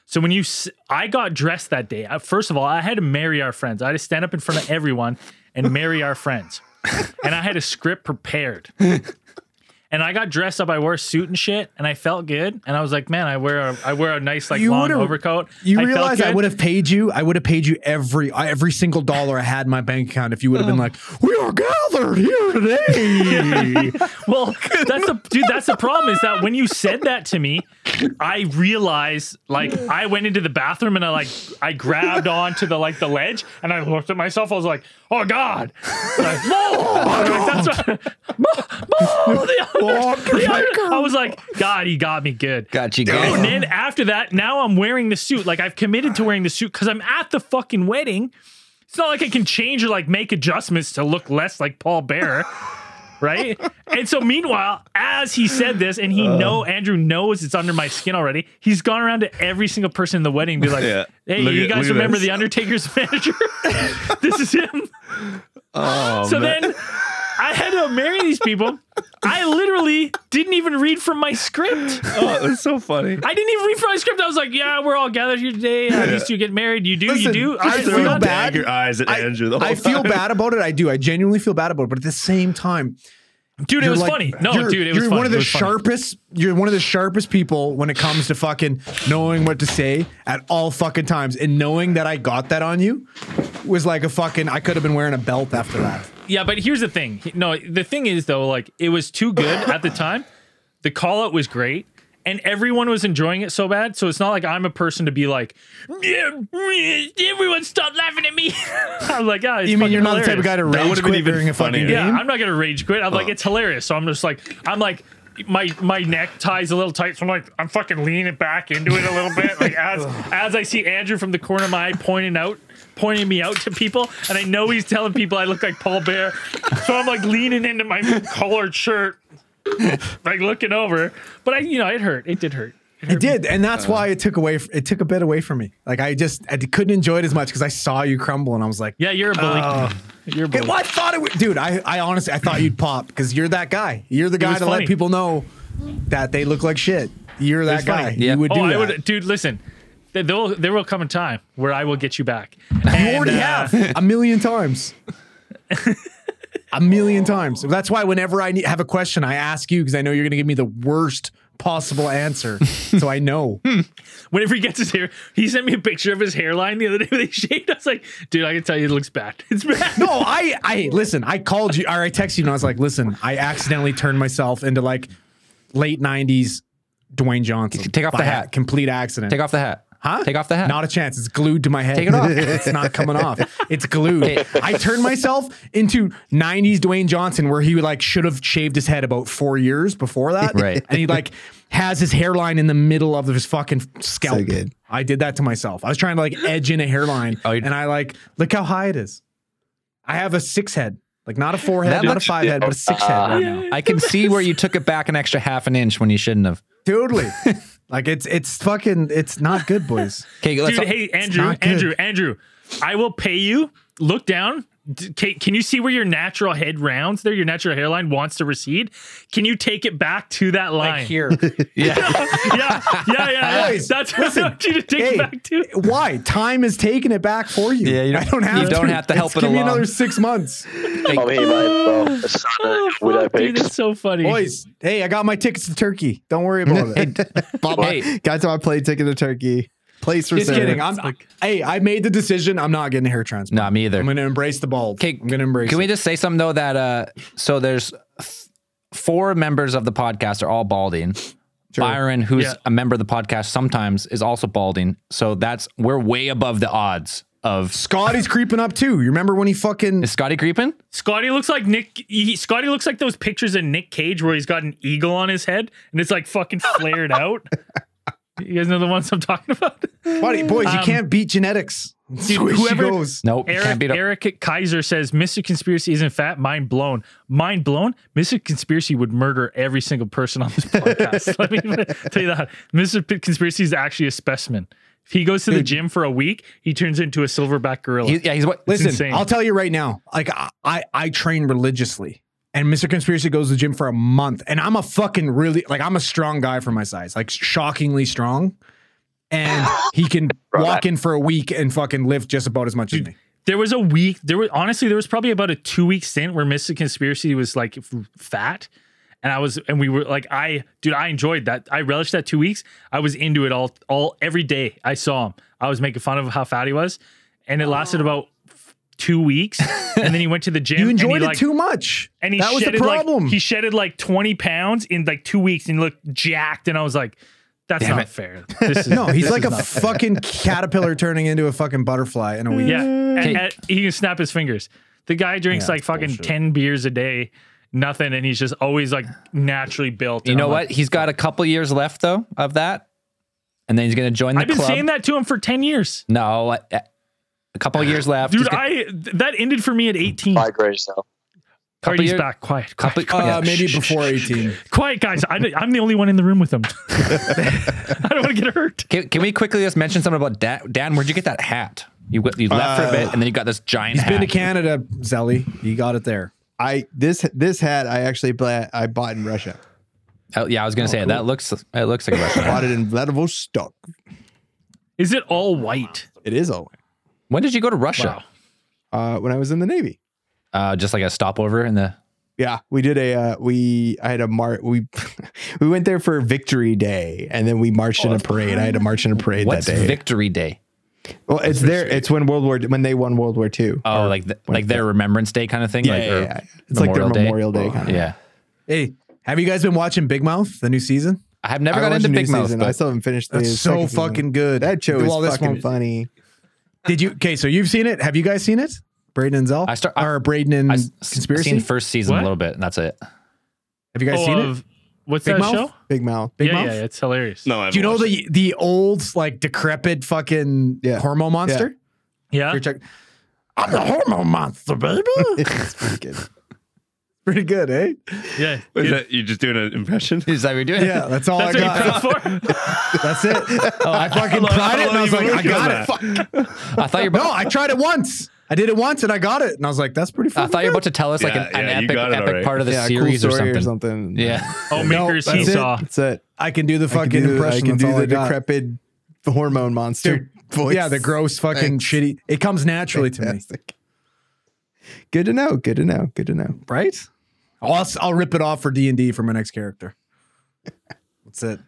[SPEAKER 2] So when you, s- I got dressed that day. I- First of all, I had to marry our friends. I had to stand up in front of everyone and marry our friends, and I had a script prepared. And I got dressed up. I wore a suit and shit, and I felt good. And I was like, man, I wear a, I wear a nice like
[SPEAKER 4] You
[SPEAKER 2] long
[SPEAKER 4] would've-
[SPEAKER 2] overcoat.
[SPEAKER 4] You
[SPEAKER 2] felt
[SPEAKER 4] realize I
[SPEAKER 2] good.
[SPEAKER 4] would have paid you. I would have paid you every uh, every single dollar I had in my bank account if you would have
[SPEAKER 2] Oh.
[SPEAKER 4] been like, "We are gathered here today."
[SPEAKER 2] Well, that's a dude. That's the problem is that when you said that to me, I realized like I went into the bathroom and I like I grabbed onto the like the ledge and I looked at myself. I was like, oh god, like, oh, that's what, Mo- Mo, the other- the other- I was like, God, he got me good.
[SPEAKER 1] Got you
[SPEAKER 2] And
[SPEAKER 1] good.
[SPEAKER 2] then after that, now I'm wearing the suit. Like I've committed to wearing the suit because I'm at the fucking wedding. It's not like I can change or like make adjustments to look less like Paul Bear. Right? and so meanwhile, as he said this, and
[SPEAKER 5] Uh.
[SPEAKER 2] he know Andrew knows it's under my skin already, he's gone around to every single person in the wedding and be like,
[SPEAKER 5] Yeah.
[SPEAKER 2] Hey,
[SPEAKER 5] Look
[SPEAKER 2] you
[SPEAKER 5] at-
[SPEAKER 2] guys
[SPEAKER 5] look at
[SPEAKER 2] remember
[SPEAKER 5] this."
[SPEAKER 2] the Undertaker's manager? this is him.
[SPEAKER 5] Oh,
[SPEAKER 2] So
[SPEAKER 5] man.
[SPEAKER 2] then I had to marry these people. I literally didn't even read from my script.
[SPEAKER 5] oh, that's so funny.
[SPEAKER 2] I didn't even read from my script. I was like, yeah, we're all gathered here today. How these two get married. You do, you
[SPEAKER 4] Listen,
[SPEAKER 2] do.
[SPEAKER 4] just
[SPEAKER 2] I
[SPEAKER 4] feel
[SPEAKER 2] forgot
[SPEAKER 4] bad.
[SPEAKER 2] that.
[SPEAKER 5] Dagger eyes at
[SPEAKER 4] I-
[SPEAKER 5] Andrew. The whole
[SPEAKER 4] I feel
[SPEAKER 5] time.
[SPEAKER 4] bad about it. I do. I genuinely feel bad about it. But at the same time,
[SPEAKER 2] Dude, it
[SPEAKER 4] you're
[SPEAKER 2] was
[SPEAKER 4] like-
[SPEAKER 2] funny. No,
[SPEAKER 4] you're-
[SPEAKER 2] dude, it was
[SPEAKER 4] you're
[SPEAKER 2] funny.
[SPEAKER 4] one of
[SPEAKER 2] It
[SPEAKER 4] the
[SPEAKER 2] was funny.
[SPEAKER 4] sharpest. You're one of the sharpest people when it comes to fucking knowing what to say at all fucking times. And knowing that I got that on you was like a fucking. I could have been wearing a belt after that.
[SPEAKER 2] Yeah, but here's the thing. He- No, the thing is though, like it was too good at the time. The call out was great, and everyone was enjoying it so bad. So it's not like I'm a person to be like, "Yeah, yeah, everyone stop laughing at me. I'm like, oh, it's
[SPEAKER 4] You mean
[SPEAKER 2] fucking
[SPEAKER 4] you're not the type
[SPEAKER 2] hilarious."
[SPEAKER 4] of guy to
[SPEAKER 5] That
[SPEAKER 4] rage
[SPEAKER 5] would've been
[SPEAKER 4] quit
[SPEAKER 5] even
[SPEAKER 4] during a fucking
[SPEAKER 5] funnier.
[SPEAKER 4] game?
[SPEAKER 2] Yeah, I'm not gonna rage quit. I'm
[SPEAKER 4] Oh.
[SPEAKER 2] like, it's hilarious. So I'm just like, I'm like, my my neck tie's a little tight, so I'm like, I'm fucking leaning back into it a little bit. Like as as I see Andrew from the corner of my eye pointing out, pointing me out to people, and I know he's telling people I look like Paul Bear, so I'm like leaning into my collared shirt, like looking over. But I, you know, it hurt. It did hurt.
[SPEAKER 4] It did, and that's
[SPEAKER 2] Uh-huh.
[SPEAKER 4] why it took away. It took a bit away from me. Like I just I couldn't enjoy it as much because I saw you crumble, and I was like,
[SPEAKER 2] Yeah, you're a bully.
[SPEAKER 4] Oh.
[SPEAKER 2] you're a bully.
[SPEAKER 4] Hey, well, I thought it would, dude. I, I honestly I thought you'd pop because you're that guy. You're the guy
[SPEAKER 2] was
[SPEAKER 4] to
[SPEAKER 2] funny.
[SPEAKER 4] let people know that they look like shit. You're that
[SPEAKER 2] was
[SPEAKER 4] guy.
[SPEAKER 2] funny.
[SPEAKER 1] Yeah.
[SPEAKER 4] You would
[SPEAKER 2] Oh,
[SPEAKER 4] do
[SPEAKER 2] I
[SPEAKER 4] that.
[SPEAKER 2] would, dude. Listen, there will there will come a time where I will get you back.
[SPEAKER 4] you already have a million times. a million times. That's why whenever I need, have a question, I ask you because I know you're going to give me the worst possible answer. so I know.
[SPEAKER 2] Whenever he gets his hair, he sent me a picture of his hairline the other day when they shaved. I was like, dude, I can tell you it looks bad. It's bad.
[SPEAKER 4] No, I, I listen. I called you or I texted you and I was like, listen, I accidentally turned myself into like late '90s Dwayne Johnson.
[SPEAKER 1] Take off the
[SPEAKER 4] by a
[SPEAKER 1] hat.
[SPEAKER 4] Complete accident.
[SPEAKER 1] Take off the hat.
[SPEAKER 4] Huh?
[SPEAKER 1] Take off the hat.
[SPEAKER 4] Not a chance. It's glued to my head.
[SPEAKER 1] Take it off.
[SPEAKER 4] it's not coming off. It's glued.
[SPEAKER 1] Hey.
[SPEAKER 4] I turned myself into 90s Dwayne Johnson where he like should have shaved his head about 4 years before that.
[SPEAKER 1] Right.
[SPEAKER 4] And he like has his hairline in the middle of his fucking scalp.
[SPEAKER 3] good.
[SPEAKER 4] I did that to myself. I was trying to like edge in a hairline
[SPEAKER 1] Oh, you-
[SPEAKER 4] and I like look how high it is. I have a 6 head. Like not a 4
[SPEAKER 1] That
[SPEAKER 4] head, not a
[SPEAKER 1] looks- Ah.
[SPEAKER 4] 5 head, but a 6 head right now.
[SPEAKER 1] I can see where you took it back an extra half an inch when you shouldn't have.
[SPEAKER 4] Totally. like it's it's fucking it's not good, boys.
[SPEAKER 1] Okay, let's.
[SPEAKER 2] Dude, hey, Andrew,
[SPEAKER 4] not good.
[SPEAKER 2] Andrew, Andrew, I will pay you. Look down. D- ca- Can you see where your natural head rounds there? Your natural hairline wants to recede. Can you take it back to that line?
[SPEAKER 4] Like here.
[SPEAKER 2] yeah, yeah, yeah, yeah.
[SPEAKER 4] Guys,
[SPEAKER 2] That's what I want you to take
[SPEAKER 4] hey,
[SPEAKER 2] it back to.
[SPEAKER 4] Why? Time is taking it back for you.
[SPEAKER 1] Yeah, you don't-
[SPEAKER 4] I don't have
[SPEAKER 1] you
[SPEAKER 4] to.
[SPEAKER 1] don't have to help
[SPEAKER 4] It's-
[SPEAKER 1] it
[SPEAKER 4] Give me
[SPEAKER 1] along.
[SPEAKER 4] another six months,
[SPEAKER 6] I'm here by myself. A son
[SPEAKER 2] Oh,
[SPEAKER 6] of widow
[SPEAKER 2] fuck, dude,
[SPEAKER 6] pigs.
[SPEAKER 2] that's so funny.
[SPEAKER 4] boys. Hey, I got my tickets to Turkey. Don't worry about it.
[SPEAKER 1] hey,
[SPEAKER 3] Got to my plane ticket to Turkey. Place
[SPEAKER 4] Just
[SPEAKER 3] reserved.
[SPEAKER 4] kidding. I'm. hey, I made the decision. I'm not getting a hair transplant.
[SPEAKER 1] no, me either.
[SPEAKER 4] I'm going to embrace the bald.
[SPEAKER 1] Okay,
[SPEAKER 4] I'm going to embrace.
[SPEAKER 1] Can we
[SPEAKER 4] it.
[SPEAKER 1] just say something though that uh so there's th- four members of the podcast are all balding. Byron, who's
[SPEAKER 2] Yeah.
[SPEAKER 1] a member of the podcast sometimes, is also balding. So that's we're way above the odds of
[SPEAKER 4] Scotty's creeping up too. You remember when he fucking?
[SPEAKER 1] is Scotty creeping?
[SPEAKER 2] Scotty looks like Nick. He, Scotty looks like those pictures of Nick Cage where he's got an eagle on his head and it's like fucking flared out. You guys know the ones I'm talking about.
[SPEAKER 4] Buddy, boys, you
[SPEAKER 2] Um,
[SPEAKER 4] can't beat genetics. Dude,
[SPEAKER 2] whoever-
[SPEAKER 4] goes.
[SPEAKER 1] Nope. you can't
[SPEAKER 2] Eric,
[SPEAKER 1] beat up.
[SPEAKER 2] Eric at Kaiser says Mr. Conspiracy isn't fat. Mind blown. Mind blown. Mr. Conspiracy would murder every single person on this podcast. Let me tell you that. Mr. P- Conspiracy is actually a specimen. If he goes to the gym for a week, he turns into a silverback gorilla.
[SPEAKER 1] He- yeah, he's what
[SPEAKER 4] Listen,
[SPEAKER 2] insane.
[SPEAKER 4] I'll tell you right now. Like I, I, I train religiously, and Mr. Conspiracy goes to the gym for a month, and I'm a fucking really like I'm a strong guy for my size, like shockingly strong, and he can
[SPEAKER 6] Bro,
[SPEAKER 4] walk in for a week and fucking lift just about as much as me.
[SPEAKER 2] there was a week. There was honestly there was probably about a two week stint where Mr. Conspiracy was like f- fat, and I was and we were like I dude I enjoyed that I relished that two weeks. I was into it all all every day. I saw him. I was making fun of how fat he was, and it lasted about f- two weeks. and then he went to the gym.
[SPEAKER 4] You
[SPEAKER 2] and
[SPEAKER 4] enjoyed
[SPEAKER 2] he
[SPEAKER 4] it
[SPEAKER 2] like,
[SPEAKER 4] too much,
[SPEAKER 2] And he
[SPEAKER 4] that was
[SPEAKER 2] shedded
[SPEAKER 4] the problem.
[SPEAKER 2] like he shedded like twenty pounds in like two weeks and he looked jacked. And I was like, that's not fair. This is,
[SPEAKER 4] no, he's
[SPEAKER 2] this
[SPEAKER 4] like
[SPEAKER 2] is
[SPEAKER 4] a
[SPEAKER 2] not fair.
[SPEAKER 4] fucking caterpillar turning into a fucking butterfly in a week.
[SPEAKER 2] Yeah, and,
[SPEAKER 1] Cake.
[SPEAKER 2] and he can snap his fingers. The guy drinks like fucking ten beers a day, nothing, and he's just always like naturally built.
[SPEAKER 1] You
[SPEAKER 2] And
[SPEAKER 1] know
[SPEAKER 2] I'm
[SPEAKER 1] what?
[SPEAKER 2] like-
[SPEAKER 1] He's got a couple years left though of that. And then he's gonna join the
[SPEAKER 2] I've been
[SPEAKER 1] club.
[SPEAKER 2] saying that to him for ten years,
[SPEAKER 1] No, uh, a couple of years left.
[SPEAKER 2] dude.
[SPEAKER 1] He's gonna-
[SPEAKER 2] I th- that ended for me at eighteen.
[SPEAKER 6] By grace, though.
[SPEAKER 1] couple
[SPEAKER 2] Cody's
[SPEAKER 1] year-
[SPEAKER 2] back. Quiet, quiet,
[SPEAKER 1] couple,
[SPEAKER 4] Uh,
[SPEAKER 1] yeah.
[SPEAKER 4] maybe before 18.
[SPEAKER 2] quiet, guys. I, am the only one in the room with him. I don't want to get hurt.
[SPEAKER 1] Can, can we quickly just mention something about Dan? Dan, where'd you get that hat? You went- you left for a
[SPEAKER 3] Uh,
[SPEAKER 1] bit, and then you got this giant
[SPEAKER 4] He's
[SPEAKER 1] hat.
[SPEAKER 4] been to Canada, Zelly. He got it there.
[SPEAKER 3] I this this hat I actually bla- I bought in Russia.
[SPEAKER 1] Oh, yeah, I was gonna say that looks it looks like a Russian. hat.
[SPEAKER 3] Bought it in Vladivostok.
[SPEAKER 2] Is it all white?
[SPEAKER 3] It is all
[SPEAKER 1] when did you go to
[SPEAKER 2] Wow.
[SPEAKER 1] Russia?
[SPEAKER 3] uh, when I was in the Navy.
[SPEAKER 1] Uh, just like a stopover in the.
[SPEAKER 3] Yeah, we did a uh, we I had a march we we went there for Victory Day and then we marched in a parade. I had to march in a parade
[SPEAKER 1] What's
[SPEAKER 3] that day.
[SPEAKER 1] Victory Day?
[SPEAKER 3] well, it's there. It's when World War when they won World War II.
[SPEAKER 1] Oh, like the, like their Remembrance Day kind of thing.
[SPEAKER 3] yeah,
[SPEAKER 1] like,
[SPEAKER 3] yeah,
[SPEAKER 1] or
[SPEAKER 3] yeah. It's like their Memorial Day. kind of.
[SPEAKER 1] Yeah,
[SPEAKER 4] Hey, have you guys been watching Big Mouth, the new season?
[SPEAKER 1] I have never
[SPEAKER 3] I
[SPEAKER 1] got
[SPEAKER 3] watched
[SPEAKER 1] into
[SPEAKER 3] a new
[SPEAKER 1] Big Mouth.
[SPEAKER 3] season.
[SPEAKER 1] but
[SPEAKER 3] I still haven't finished. the
[SPEAKER 4] That's so
[SPEAKER 3] second season.
[SPEAKER 4] fucking good.
[SPEAKER 3] That show
[SPEAKER 4] Do
[SPEAKER 3] is
[SPEAKER 4] all this
[SPEAKER 3] fucking
[SPEAKER 4] one-
[SPEAKER 3] funny.
[SPEAKER 4] Did you? Okay, so you've seen it. Have you guys seen it? Braden and Zell?
[SPEAKER 1] I start- I-
[SPEAKER 4] or Braden and
[SPEAKER 1] I s-
[SPEAKER 4] Mm, Conspiracy?
[SPEAKER 1] seen first season
[SPEAKER 2] What?
[SPEAKER 1] a little bit, and that's it.
[SPEAKER 4] Have you guys seen
[SPEAKER 2] Oh,
[SPEAKER 4] it?
[SPEAKER 2] of- What's
[SPEAKER 4] Big
[SPEAKER 2] that
[SPEAKER 4] Mouth?
[SPEAKER 2] show?
[SPEAKER 3] Big mouth.
[SPEAKER 4] Big
[SPEAKER 2] yeah,
[SPEAKER 4] Mouth?
[SPEAKER 2] yeah, it's hilarious.
[SPEAKER 5] No, I
[SPEAKER 4] Do you know
[SPEAKER 5] haven't
[SPEAKER 4] the the old like decrepit fucking
[SPEAKER 3] Yeah.
[SPEAKER 4] hormone monster?
[SPEAKER 2] Yeah,
[SPEAKER 4] You're check- I'm the hormone monster, baby.
[SPEAKER 3] It's pretty good.
[SPEAKER 4] Pretty good, eh?
[SPEAKER 2] yeah.
[SPEAKER 5] watched it. Is
[SPEAKER 2] Dude,
[SPEAKER 5] that, you just doing an impression?
[SPEAKER 1] Is that what you're doing?
[SPEAKER 4] Yeah, that's all
[SPEAKER 2] That's
[SPEAKER 4] I
[SPEAKER 2] what you
[SPEAKER 4] got.
[SPEAKER 2] cut for.
[SPEAKER 4] That's it. Oh, I fucking
[SPEAKER 5] How
[SPEAKER 4] tried it
[SPEAKER 5] long
[SPEAKER 4] and I was
[SPEAKER 5] you been
[SPEAKER 4] like, I
[SPEAKER 5] working on
[SPEAKER 4] got
[SPEAKER 5] that?
[SPEAKER 4] it. Fuck.
[SPEAKER 1] I thought you're about.
[SPEAKER 4] No, I tried it once. I did it once and I got it. And I was like, that's pretty
[SPEAKER 1] I
[SPEAKER 4] fucking
[SPEAKER 1] thought you were
[SPEAKER 4] good.
[SPEAKER 1] about to tell us like
[SPEAKER 5] Yeah,
[SPEAKER 1] an,
[SPEAKER 5] yeah,
[SPEAKER 1] an
[SPEAKER 5] you
[SPEAKER 1] epic,
[SPEAKER 5] got it
[SPEAKER 1] epic
[SPEAKER 5] already.
[SPEAKER 1] part of the
[SPEAKER 3] Yeah,
[SPEAKER 1] series
[SPEAKER 3] cool
[SPEAKER 1] or,
[SPEAKER 3] story
[SPEAKER 1] something.
[SPEAKER 3] or something.
[SPEAKER 1] Yeah,
[SPEAKER 2] Oh, Maker's
[SPEAKER 4] that's it.
[SPEAKER 2] Seesaw.
[SPEAKER 3] That's it.
[SPEAKER 4] I can do the
[SPEAKER 3] I
[SPEAKER 4] fucking
[SPEAKER 3] can do, the-
[SPEAKER 4] impression.
[SPEAKER 3] I can
[SPEAKER 4] that's
[SPEAKER 3] do
[SPEAKER 4] all
[SPEAKER 3] the
[SPEAKER 4] got.
[SPEAKER 3] decrepit hormone monster voice.
[SPEAKER 4] Yeah, the gross fucking shitty. It comes naturally to me.
[SPEAKER 3] Fantastic. Good to know. Good to know. Good to know.
[SPEAKER 4] right? I'll, I'll rip it off for D and D for my next character. That's it.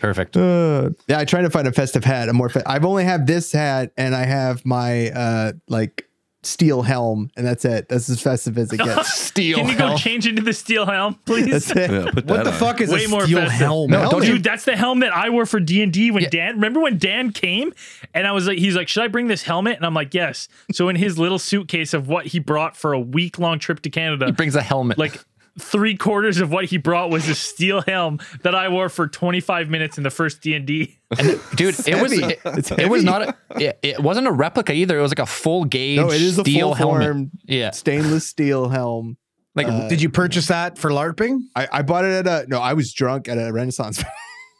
[SPEAKER 8] Perfect.
[SPEAKER 3] Uh, yeah, I tried to find a festive hat. A more. Fe- I've only have this hat, and I have my uh like steel helm, and that's it. That's as festive as it gets.
[SPEAKER 8] Steel.
[SPEAKER 2] Can you go change into the steel helm,
[SPEAKER 3] that's
[SPEAKER 2] please?
[SPEAKER 3] it.
[SPEAKER 5] Yeah, put
[SPEAKER 4] What
[SPEAKER 5] that
[SPEAKER 4] the
[SPEAKER 5] on.
[SPEAKER 4] fuck is
[SPEAKER 2] Way
[SPEAKER 4] a
[SPEAKER 2] more
[SPEAKER 4] steel
[SPEAKER 2] festive.
[SPEAKER 4] helm?
[SPEAKER 3] No,
[SPEAKER 4] Don't
[SPEAKER 3] helmet.
[SPEAKER 4] you-
[SPEAKER 2] Dude, that's the helmet I wore for D and D when Dan. Remember when Dan came and I was like, he's like, should I bring this helmet? And I'm like, yes. So in his little suitcase of what he brought for a week long trip to Canada,
[SPEAKER 1] brings a helmet.
[SPEAKER 2] like three quarters of what he brought was a steel helm that I wore for 25 minutes in the first D and D.
[SPEAKER 1] And, dude, it was
[SPEAKER 3] heavy.
[SPEAKER 1] it,
[SPEAKER 3] It's
[SPEAKER 1] it was
[SPEAKER 3] heavy.
[SPEAKER 1] not a, it, it wasn't a replica either. It was like a full gauge
[SPEAKER 3] No, it is a
[SPEAKER 1] steel
[SPEAKER 3] full
[SPEAKER 1] helmet.
[SPEAKER 3] form
[SPEAKER 1] Yeah.
[SPEAKER 3] stainless steel helm.
[SPEAKER 1] Like
[SPEAKER 3] Uh,
[SPEAKER 4] Did you purchase that for LARPing?
[SPEAKER 3] I, I bought it at a no. I was drunk at a Renaissance.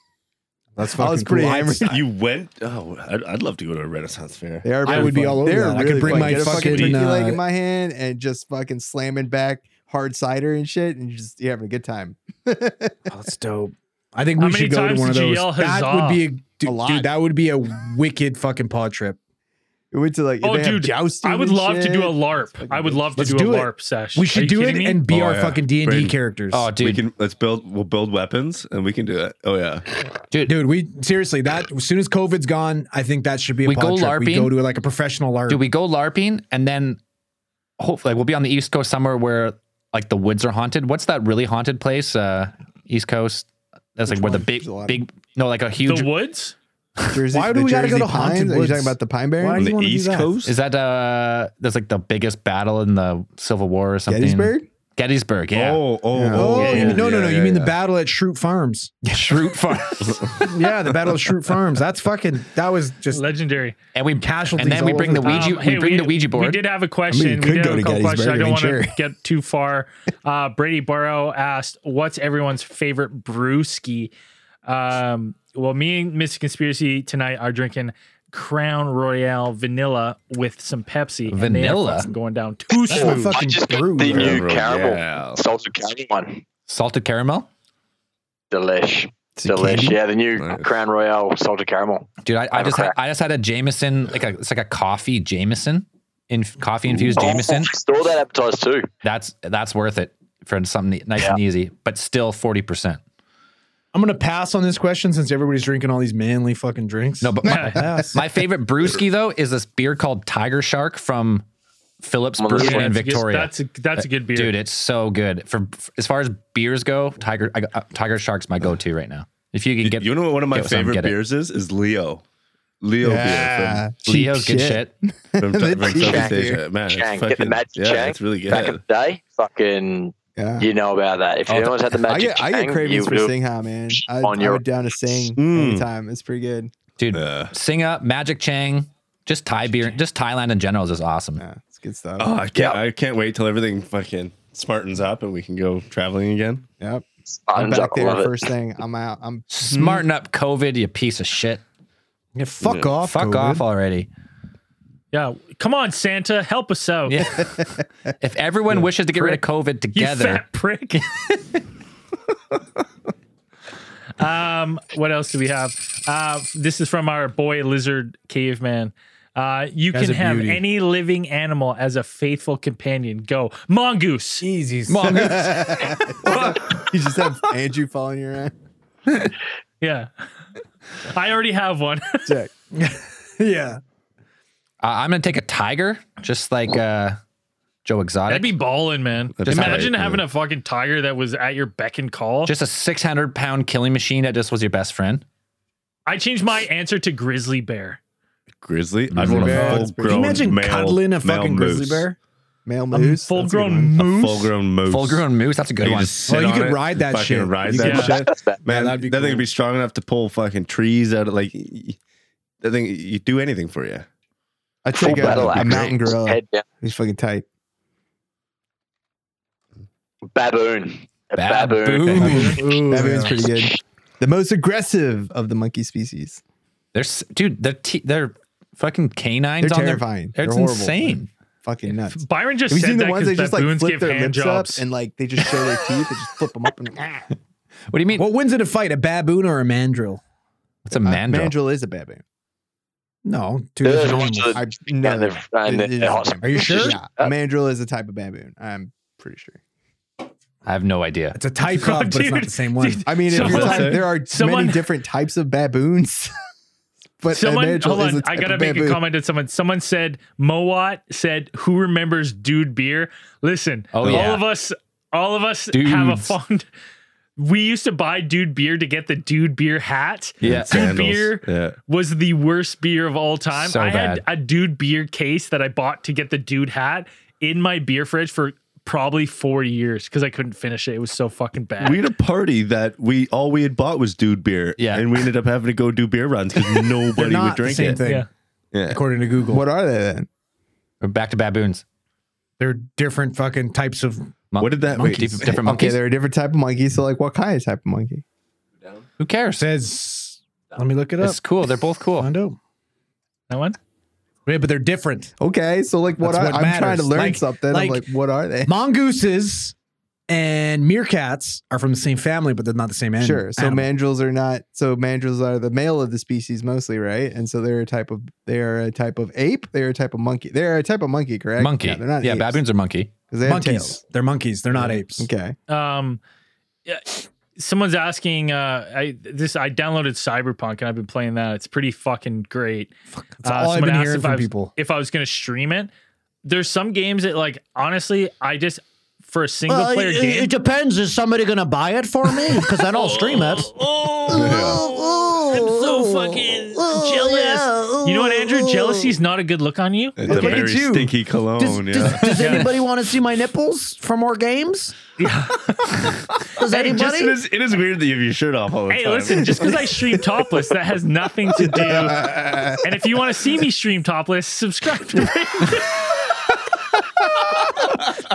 [SPEAKER 4] That's
[SPEAKER 3] I was pretty
[SPEAKER 4] cool.
[SPEAKER 3] hammered.
[SPEAKER 5] You went? Oh, I'd, I'd love to go to a Renaissance fair.
[SPEAKER 3] They are
[SPEAKER 4] I would be all over
[SPEAKER 3] They're
[SPEAKER 4] that. I could
[SPEAKER 3] really
[SPEAKER 4] bring
[SPEAKER 3] fun.
[SPEAKER 4] my
[SPEAKER 3] Get a
[SPEAKER 4] fucking,
[SPEAKER 3] turkey
[SPEAKER 4] uh,
[SPEAKER 3] leg in my hand and just fucking slamming back hard cider and shit, and you're just you're having a good time.
[SPEAKER 4] Oh, that's dope. I think
[SPEAKER 2] How
[SPEAKER 4] we
[SPEAKER 2] many
[SPEAKER 4] should go to
[SPEAKER 2] times
[SPEAKER 4] one of
[SPEAKER 2] did you
[SPEAKER 4] those.
[SPEAKER 2] yell
[SPEAKER 4] That
[SPEAKER 2] huzzah?
[SPEAKER 4] would be a, dude,
[SPEAKER 3] A lot.
[SPEAKER 4] dude, That would be a wicked fucking pod trip.
[SPEAKER 3] We went to like
[SPEAKER 2] Oh,
[SPEAKER 3] they have
[SPEAKER 2] dude,
[SPEAKER 3] jousting
[SPEAKER 2] I would
[SPEAKER 3] and
[SPEAKER 2] love to do
[SPEAKER 3] shit.
[SPEAKER 2] a LARP. I would love to
[SPEAKER 4] Let's
[SPEAKER 2] do,
[SPEAKER 4] do
[SPEAKER 2] a
[SPEAKER 4] it.
[SPEAKER 2] LARP sesh.
[SPEAKER 4] We
[SPEAKER 2] Are
[SPEAKER 4] should
[SPEAKER 2] you
[SPEAKER 4] do it
[SPEAKER 2] kidding me?
[SPEAKER 4] and be
[SPEAKER 5] Oh,
[SPEAKER 4] our
[SPEAKER 5] yeah.
[SPEAKER 4] fucking D and D
[SPEAKER 5] Brady.
[SPEAKER 4] characters.
[SPEAKER 1] Oh,
[SPEAKER 5] We
[SPEAKER 1] dude,
[SPEAKER 5] can let's build. We'll build weapons and we can do it. Oh yeah,
[SPEAKER 1] dude,
[SPEAKER 4] dude, we seriously that as soon as COVID's gone, I think that should be a
[SPEAKER 1] We go
[SPEAKER 4] pod trip. We
[SPEAKER 1] LARPing?
[SPEAKER 4] go to like a professional LARP.
[SPEAKER 1] do we go LARPing and then hopefully like, we'll be on the East Coast somewhere where like the woods are haunted? What's that really haunted place? Uh, East Coast. That's like where the big,
[SPEAKER 3] There's a lot of-
[SPEAKER 1] big, no, like a huge.
[SPEAKER 2] the woods.
[SPEAKER 3] Jersey,
[SPEAKER 4] Why
[SPEAKER 3] Why
[SPEAKER 4] do
[SPEAKER 3] do
[SPEAKER 4] we gotta
[SPEAKER 3] Jersey
[SPEAKER 4] go to
[SPEAKER 3] Pines?
[SPEAKER 4] Haunted
[SPEAKER 3] Are you
[SPEAKER 4] Woods?
[SPEAKER 3] talking about the Pine
[SPEAKER 4] Why do
[SPEAKER 5] on
[SPEAKER 3] Barrens?
[SPEAKER 4] you
[SPEAKER 5] the
[SPEAKER 4] wanna do
[SPEAKER 5] East
[SPEAKER 4] that?
[SPEAKER 5] Coast.
[SPEAKER 1] Is that uh? That's like the biggest battle in the Civil War or something.
[SPEAKER 3] Gettysburg?
[SPEAKER 1] Gettysburg. Yeah.
[SPEAKER 5] Oh, oh,
[SPEAKER 3] Yeah.
[SPEAKER 5] oh,
[SPEAKER 4] Oh,
[SPEAKER 5] yeah,
[SPEAKER 4] you mean, no, no,
[SPEAKER 5] yeah,
[SPEAKER 4] no! You
[SPEAKER 5] yeah,
[SPEAKER 4] mean
[SPEAKER 5] yeah.
[SPEAKER 4] the battle at Shroot Farms?
[SPEAKER 1] Shroot Farms.
[SPEAKER 4] yeah, the Battle of Shroot Farms. That's fucking. That was just
[SPEAKER 2] Legendary.
[SPEAKER 1] and we
[SPEAKER 4] Casualties
[SPEAKER 1] And then we
[SPEAKER 4] all
[SPEAKER 1] bring the
[SPEAKER 4] over the
[SPEAKER 1] Ouija.
[SPEAKER 2] Um,
[SPEAKER 1] we
[SPEAKER 2] hey,
[SPEAKER 1] bring the Ouija board.
[SPEAKER 2] We did have a question.
[SPEAKER 3] you
[SPEAKER 2] we
[SPEAKER 3] could
[SPEAKER 2] did have
[SPEAKER 3] go
[SPEAKER 2] a
[SPEAKER 3] to
[SPEAKER 2] couple questions. I
[SPEAKER 3] Gettysburg,
[SPEAKER 2] don't want
[SPEAKER 3] I mean,
[SPEAKER 2] to get too far. Uh, Brady Burrow asked, "What's everyone's favorite brewski?" Um, well, me and Mr. Conspiracy tonight are drinking Crown Royale vanilla with some Pepsi. and they are
[SPEAKER 1] Vanilla?
[SPEAKER 2] fucking going down too
[SPEAKER 4] That's
[SPEAKER 2] smooth.
[SPEAKER 4] not
[SPEAKER 6] I
[SPEAKER 4] fucking
[SPEAKER 6] just got
[SPEAKER 4] brew.
[SPEAKER 6] the
[SPEAKER 4] bro.
[SPEAKER 6] new
[SPEAKER 5] Royale. Oh.
[SPEAKER 6] caramel, salted caramel one.
[SPEAKER 1] salted caramel.
[SPEAKER 6] Delish,
[SPEAKER 8] Is it
[SPEAKER 6] delish.
[SPEAKER 8] candy?
[SPEAKER 6] Yeah, the new
[SPEAKER 5] Nice.
[SPEAKER 6] Crown Royale salted caramel.
[SPEAKER 1] Dude, I, I
[SPEAKER 6] Have a
[SPEAKER 1] just had,
[SPEAKER 6] crack.
[SPEAKER 1] I just had a Jameson, like a it's like a coffee Jameson, in coffee infused Jameson.
[SPEAKER 6] Oh, store that appetized too.
[SPEAKER 1] That's that's worth it for something nice and easy, but still forty percent.
[SPEAKER 4] I'm gonna pass on this question since everybody's drinking all these manly fucking drinks.
[SPEAKER 1] No, but my,
[SPEAKER 4] pass.
[SPEAKER 1] my favorite brewski though is this beer called Tiger Shark from Phillips
[SPEAKER 6] Well, this
[SPEAKER 1] Brewing
[SPEAKER 6] one-
[SPEAKER 1] in
[SPEAKER 2] That's a good-
[SPEAKER 1] Victoria.
[SPEAKER 2] That's a, that's a good beer.
[SPEAKER 1] Dude, it's so good. For, for- as far as beers go, Tiger I, uh, Tiger Shark's my go-to right now. If you can get
[SPEAKER 5] you know what one of my
[SPEAKER 1] get some,
[SPEAKER 5] favorite
[SPEAKER 1] get it.
[SPEAKER 5] beers is? Is Leo. Leo
[SPEAKER 3] Yeah.
[SPEAKER 5] beer
[SPEAKER 1] Leo's good shit.
[SPEAKER 5] from, from, from
[SPEAKER 3] The
[SPEAKER 5] Southeast
[SPEAKER 6] Chang.
[SPEAKER 5] Asia. Man, it's
[SPEAKER 6] Chang,
[SPEAKER 5] fucking,
[SPEAKER 6] get the magic
[SPEAKER 5] yeah,
[SPEAKER 6] Chang.
[SPEAKER 5] it's really
[SPEAKER 6] Back in
[SPEAKER 5] good.
[SPEAKER 6] the day, fucking,
[SPEAKER 3] Yeah.
[SPEAKER 6] you know about that. If
[SPEAKER 1] Oh,
[SPEAKER 6] anyone's had the
[SPEAKER 3] Ah. I
[SPEAKER 6] magic
[SPEAKER 3] get I get
[SPEAKER 6] Chang,
[SPEAKER 3] cravings
[SPEAKER 6] you
[SPEAKER 3] for
[SPEAKER 6] do-
[SPEAKER 3] Singha, man. I,
[SPEAKER 6] On
[SPEAKER 3] I
[SPEAKER 6] your-
[SPEAKER 3] would down to sing
[SPEAKER 5] Mm.
[SPEAKER 3] anytime. It's pretty good.
[SPEAKER 1] Dude,
[SPEAKER 5] Yeah.
[SPEAKER 1] Singa, Magic Chang, just Thai beer, just Thailand in general is just awesome.
[SPEAKER 3] Yeah, it's good stuff.
[SPEAKER 5] Oh, I can't. I can't wait till everything fucking smartens up and we can go traveling again.
[SPEAKER 3] Yep. I'm
[SPEAKER 6] buttons
[SPEAKER 3] back
[SPEAKER 6] up, I
[SPEAKER 3] there
[SPEAKER 6] love it.
[SPEAKER 3] first thing. I'm out. I'm
[SPEAKER 1] Smarten
[SPEAKER 2] Mm-hmm.
[SPEAKER 1] up COVID, you piece of shit.
[SPEAKER 4] Yeah, fuck off.
[SPEAKER 1] Fuck
[SPEAKER 4] COVID.
[SPEAKER 1] off already.
[SPEAKER 2] Yeah, come on, Santa, help us out.
[SPEAKER 1] Yeah. if everyone wishes to get rid of COVID
[SPEAKER 2] You
[SPEAKER 1] together,
[SPEAKER 2] fat prick. um, what else do we have? Uh, this is from our boy lizard caveman. Uh, you
[SPEAKER 4] Guy's
[SPEAKER 2] can
[SPEAKER 4] a
[SPEAKER 2] have
[SPEAKER 4] beauty.
[SPEAKER 2] any living animal as a faithful companion. Go mongoose.
[SPEAKER 4] Easy.
[SPEAKER 1] Mongoose.
[SPEAKER 3] you just have Andrew following you around.
[SPEAKER 2] Yeah, I already have one.
[SPEAKER 3] Check.
[SPEAKER 4] yeah.
[SPEAKER 1] Uh, I'm gonna take a tiger, just like uh, Joe Exotic.
[SPEAKER 2] That'd be ballin', man.
[SPEAKER 5] That'd be
[SPEAKER 2] Imagine
[SPEAKER 5] great,
[SPEAKER 2] having
[SPEAKER 5] yeah.
[SPEAKER 2] a fucking tiger that was at your beck and call.
[SPEAKER 1] just a 600 pound killing machine that just was your best friend.
[SPEAKER 2] I changed my answer to grizzly bear.
[SPEAKER 5] Grizzly. I'd
[SPEAKER 1] Grizzly
[SPEAKER 5] want
[SPEAKER 3] bear.
[SPEAKER 5] a
[SPEAKER 3] That's
[SPEAKER 5] full
[SPEAKER 3] pretty-
[SPEAKER 5] grown.
[SPEAKER 4] Can you imagine
[SPEAKER 5] male,
[SPEAKER 4] cuddling a
[SPEAKER 5] male
[SPEAKER 4] fucking grizzly
[SPEAKER 5] moose.
[SPEAKER 4] bear?
[SPEAKER 3] Male
[SPEAKER 2] A
[SPEAKER 3] moose.
[SPEAKER 2] full
[SPEAKER 3] That's a good
[SPEAKER 2] grown
[SPEAKER 3] one.
[SPEAKER 2] moose.
[SPEAKER 5] Full grown moose.
[SPEAKER 1] Full grown moose. That's a good
[SPEAKER 5] You
[SPEAKER 1] one.
[SPEAKER 5] just sit
[SPEAKER 4] Oh, you
[SPEAKER 5] on
[SPEAKER 4] could
[SPEAKER 5] it,
[SPEAKER 4] ride that
[SPEAKER 5] fucking
[SPEAKER 4] shit.
[SPEAKER 5] Ride
[SPEAKER 4] You
[SPEAKER 5] that
[SPEAKER 2] could-
[SPEAKER 5] shit.
[SPEAKER 6] That's bad.
[SPEAKER 5] Man,
[SPEAKER 4] Yeah,
[SPEAKER 5] that'd
[SPEAKER 4] that'd be
[SPEAKER 5] that thing
[SPEAKER 4] cool.
[SPEAKER 5] would be strong enough to pull fucking trees out of like. y- y- That thing, you do anything for you.
[SPEAKER 3] I take a,
[SPEAKER 6] battle
[SPEAKER 3] a
[SPEAKER 6] axe.
[SPEAKER 3] mountain gorilla.
[SPEAKER 6] Head down.
[SPEAKER 3] He's fucking tight.
[SPEAKER 6] Baboon. A baboon.
[SPEAKER 4] Ooh,
[SPEAKER 3] That
[SPEAKER 4] yeah.
[SPEAKER 3] man's pretty good. The most aggressive of the monkey species.
[SPEAKER 1] They're s- dude. They're te- they're fucking canines.
[SPEAKER 3] They're
[SPEAKER 1] on their-
[SPEAKER 3] terrifying. They're
[SPEAKER 1] it's
[SPEAKER 3] horrible.
[SPEAKER 1] insane.
[SPEAKER 3] Fucking nuts.
[SPEAKER 2] Byron just
[SPEAKER 3] Have you
[SPEAKER 2] said
[SPEAKER 3] seen the
[SPEAKER 2] that
[SPEAKER 3] ones
[SPEAKER 2] because
[SPEAKER 3] that just like
[SPEAKER 2] baboons
[SPEAKER 3] flip
[SPEAKER 2] give
[SPEAKER 3] their
[SPEAKER 2] hand
[SPEAKER 3] lips
[SPEAKER 2] jobs.
[SPEAKER 3] up and like they just show their teeth and just flip them up and ah.
[SPEAKER 1] What do you mean?
[SPEAKER 4] What wins in a fight, a baboon or a mandrill?
[SPEAKER 3] Uh,
[SPEAKER 1] It's a mandrill.
[SPEAKER 3] mandrill is a baboon.
[SPEAKER 4] No, two
[SPEAKER 6] They're
[SPEAKER 4] different
[SPEAKER 6] the ones
[SPEAKER 4] animals.
[SPEAKER 6] that-
[SPEAKER 3] I no.
[SPEAKER 6] and they're, and they're, they're hot.
[SPEAKER 4] Are you sure?
[SPEAKER 3] Yeah, a mandrill is a type of baboon. I'm pretty sure.
[SPEAKER 1] I have no idea.
[SPEAKER 4] It's a type
[SPEAKER 2] Oh,
[SPEAKER 4] of, but it's not
[SPEAKER 2] dude.
[SPEAKER 4] the same one.
[SPEAKER 2] Dude.
[SPEAKER 3] I mean, if you're
[SPEAKER 2] Someone-
[SPEAKER 3] talking- there are
[SPEAKER 2] someone-
[SPEAKER 3] many different types of baboons. but a
[SPEAKER 2] Someone,
[SPEAKER 3] mandrill
[SPEAKER 2] hold
[SPEAKER 3] is
[SPEAKER 2] on.
[SPEAKER 3] a
[SPEAKER 2] I
[SPEAKER 3] type
[SPEAKER 2] gotta
[SPEAKER 3] of
[SPEAKER 2] make a
[SPEAKER 3] baboon.
[SPEAKER 2] comment to someone. Someone said Mowat said, "Who remembers Dude Beer?" Listen,
[SPEAKER 1] Oh,
[SPEAKER 2] all
[SPEAKER 1] yeah.
[SPEAKER 2] of us, all of us have a
[SPEAKER 1] Dudes.
[SPEAKER 2] fond. We used to buy Dude Beer to get the Dude Beer hat.
[SPEAKER 5] Yeah,
[SPEAKER 2] Dude
[SPEAKER 5] sandals.
[SPEAKER 2] Beer
[SPEAKER 5] Yeah.
[SPEAKER 2] was the worst beer of all time.
[SPEAKER 1] So
[SPEAKER 2] I
[SPEAKER 1] bad.
[SPEAKER 2] had a Dude Beer case that I bought to get the Dude hat in my beer fridge for probably four years because I couldn't finish it. It was so fucking bad.
[SPEAKER 5] We had a party that we all we had bought was dude beer.
[SPEAKER 1] Yeah.
[SPEAKER 5] And we ended up having to go do beer runs because
[SPEAKER 4] They're
[SPEAKER 5] nobody would
[SPEAKER 4] not the
[SPEAKER 5] drink
[SPEAKER 4] same
[SPEAKER 5] it.
[SPEAKER 4] thing,
[SPEAKER 2] Yeah.
[SPEAKER 5] Yeah.
[SPEAKER 4] according to Google.
[SPEAKER 3] What are they then?
[SPEAKER 1] We're back to baboons.
[SPEAKER 4] They're different fucking types of.
[SPEAKER 1] Mon-
[SPEAKER 5] What did that- wait,
[SPEAKER 1] monkeys,
[SPEAKER 5] did-
[SPEAKER 1] different
[SPEAKER 3] Okay,
[SPEAKER 1] monkeys?
[SPEAKER 3] they're a different type of monkey. So, like, what kind of type of monkey?
[SPEAKER 1] Who cares?
[SPEAKER 4] Says, let me look it up.
[SPEAKER 1] It's cool. They're both cool.
[SPEAKER 4] Find out.
[SPEAKER 2] that one.
[SPEAKER 4] Yeah, but they're different.
[SPEAKER 3] Okay, so like, what
[SPEAKER 4] That's
[SPEAKER 3] are
[SPEAKER 4] what
[SPEAKER 3] I'm trying to
[SPEAKER 4] matters.
[SPEAKER 3] learn
[SPEAKER 4] Like-
[SPEAKER 3] something.
[SPEAKER 4] like-
[SPEAKER 3] I'm like, what are they?
[SPEAKER 4] Mongooses and meerkats are from the same family, but they're not the same animal.
[SPEAKER 3] Sure. So
[SPEAKER 4] animal.
[SPEAKER 3] mandrills are not. So mandrills are the male of the species mostly, right? And so they're a type of. They are a type of ape. They are a type of monkey. They are a type of monkey, correct?
[SPEAKER 1] Monkey.
[SPEAKER 3] Yeah, they're not.
[SPEAKER 1] yeah
[SPEAKER 3] apes,
[SPEAKER 1] baboons are monkey.
[SPEAKER 3] 'cause they have
[SPEAKER 4] monkeys.
[SPEAKER 3] tails.
[SPEAKER 4] They're monkeys. They're not apes.
[SPEAKER 3] Okay.
[SPEAKER 2] um yeah, someone's asking uh i this i downloaded cyberpunk and i've been playing that it's pretty fucking great
[SPEAKER 4] That's
[SPEAKER 2] Uh,
[SPEAKER 4] all I've
[SPEAKER 2] someone
[SPEAKER 4] been
[SPEAKER 2] asked
[SPEAKER 4] hearing
[SPEAKER 2] if
[SPEAKER 4] from
[SPEAKER 2] I've-
[SPEAKER 4] people.
[SPEAKER 2] if i was gonna stream it there's some games that like honestly i just for a single
[SPEAKER 4] Uh,
[SPEAKER 2] player
[SPEAKER 9] it,
[SPEAKER 2] game
[SPEAKER 9] it depends. Is somebody going to buy it for me? Because then I'll stream it.
[SPEAKER 2] oh, i'm so fucking jealous you know what andrew jealousy's not a good look on you
[SPEAKER 5] It's a
[SPEAKER 3] Look at
[SPEAKER 5] very
[SPEAKER 3] you.
[SPEAKER 5] stinky cologne.
[SPEAKER 9] Does,
[SPEAKER 5] yeah.
[SPEAKER 9] does, does anybody want to see my nipples for more games? does
[SPEAKER 5] Just-
[SPEAKER 9] anybody?
[SPEAKER 5] it, is, it is weird that you have your shirt off all the
[SPEAKER 2] Hey,
[SPEAKER 5] time.
[SPEAKER 2] listen, just because I stream topless, that has nothing to do. And if you want to see me stream topless, subscribe to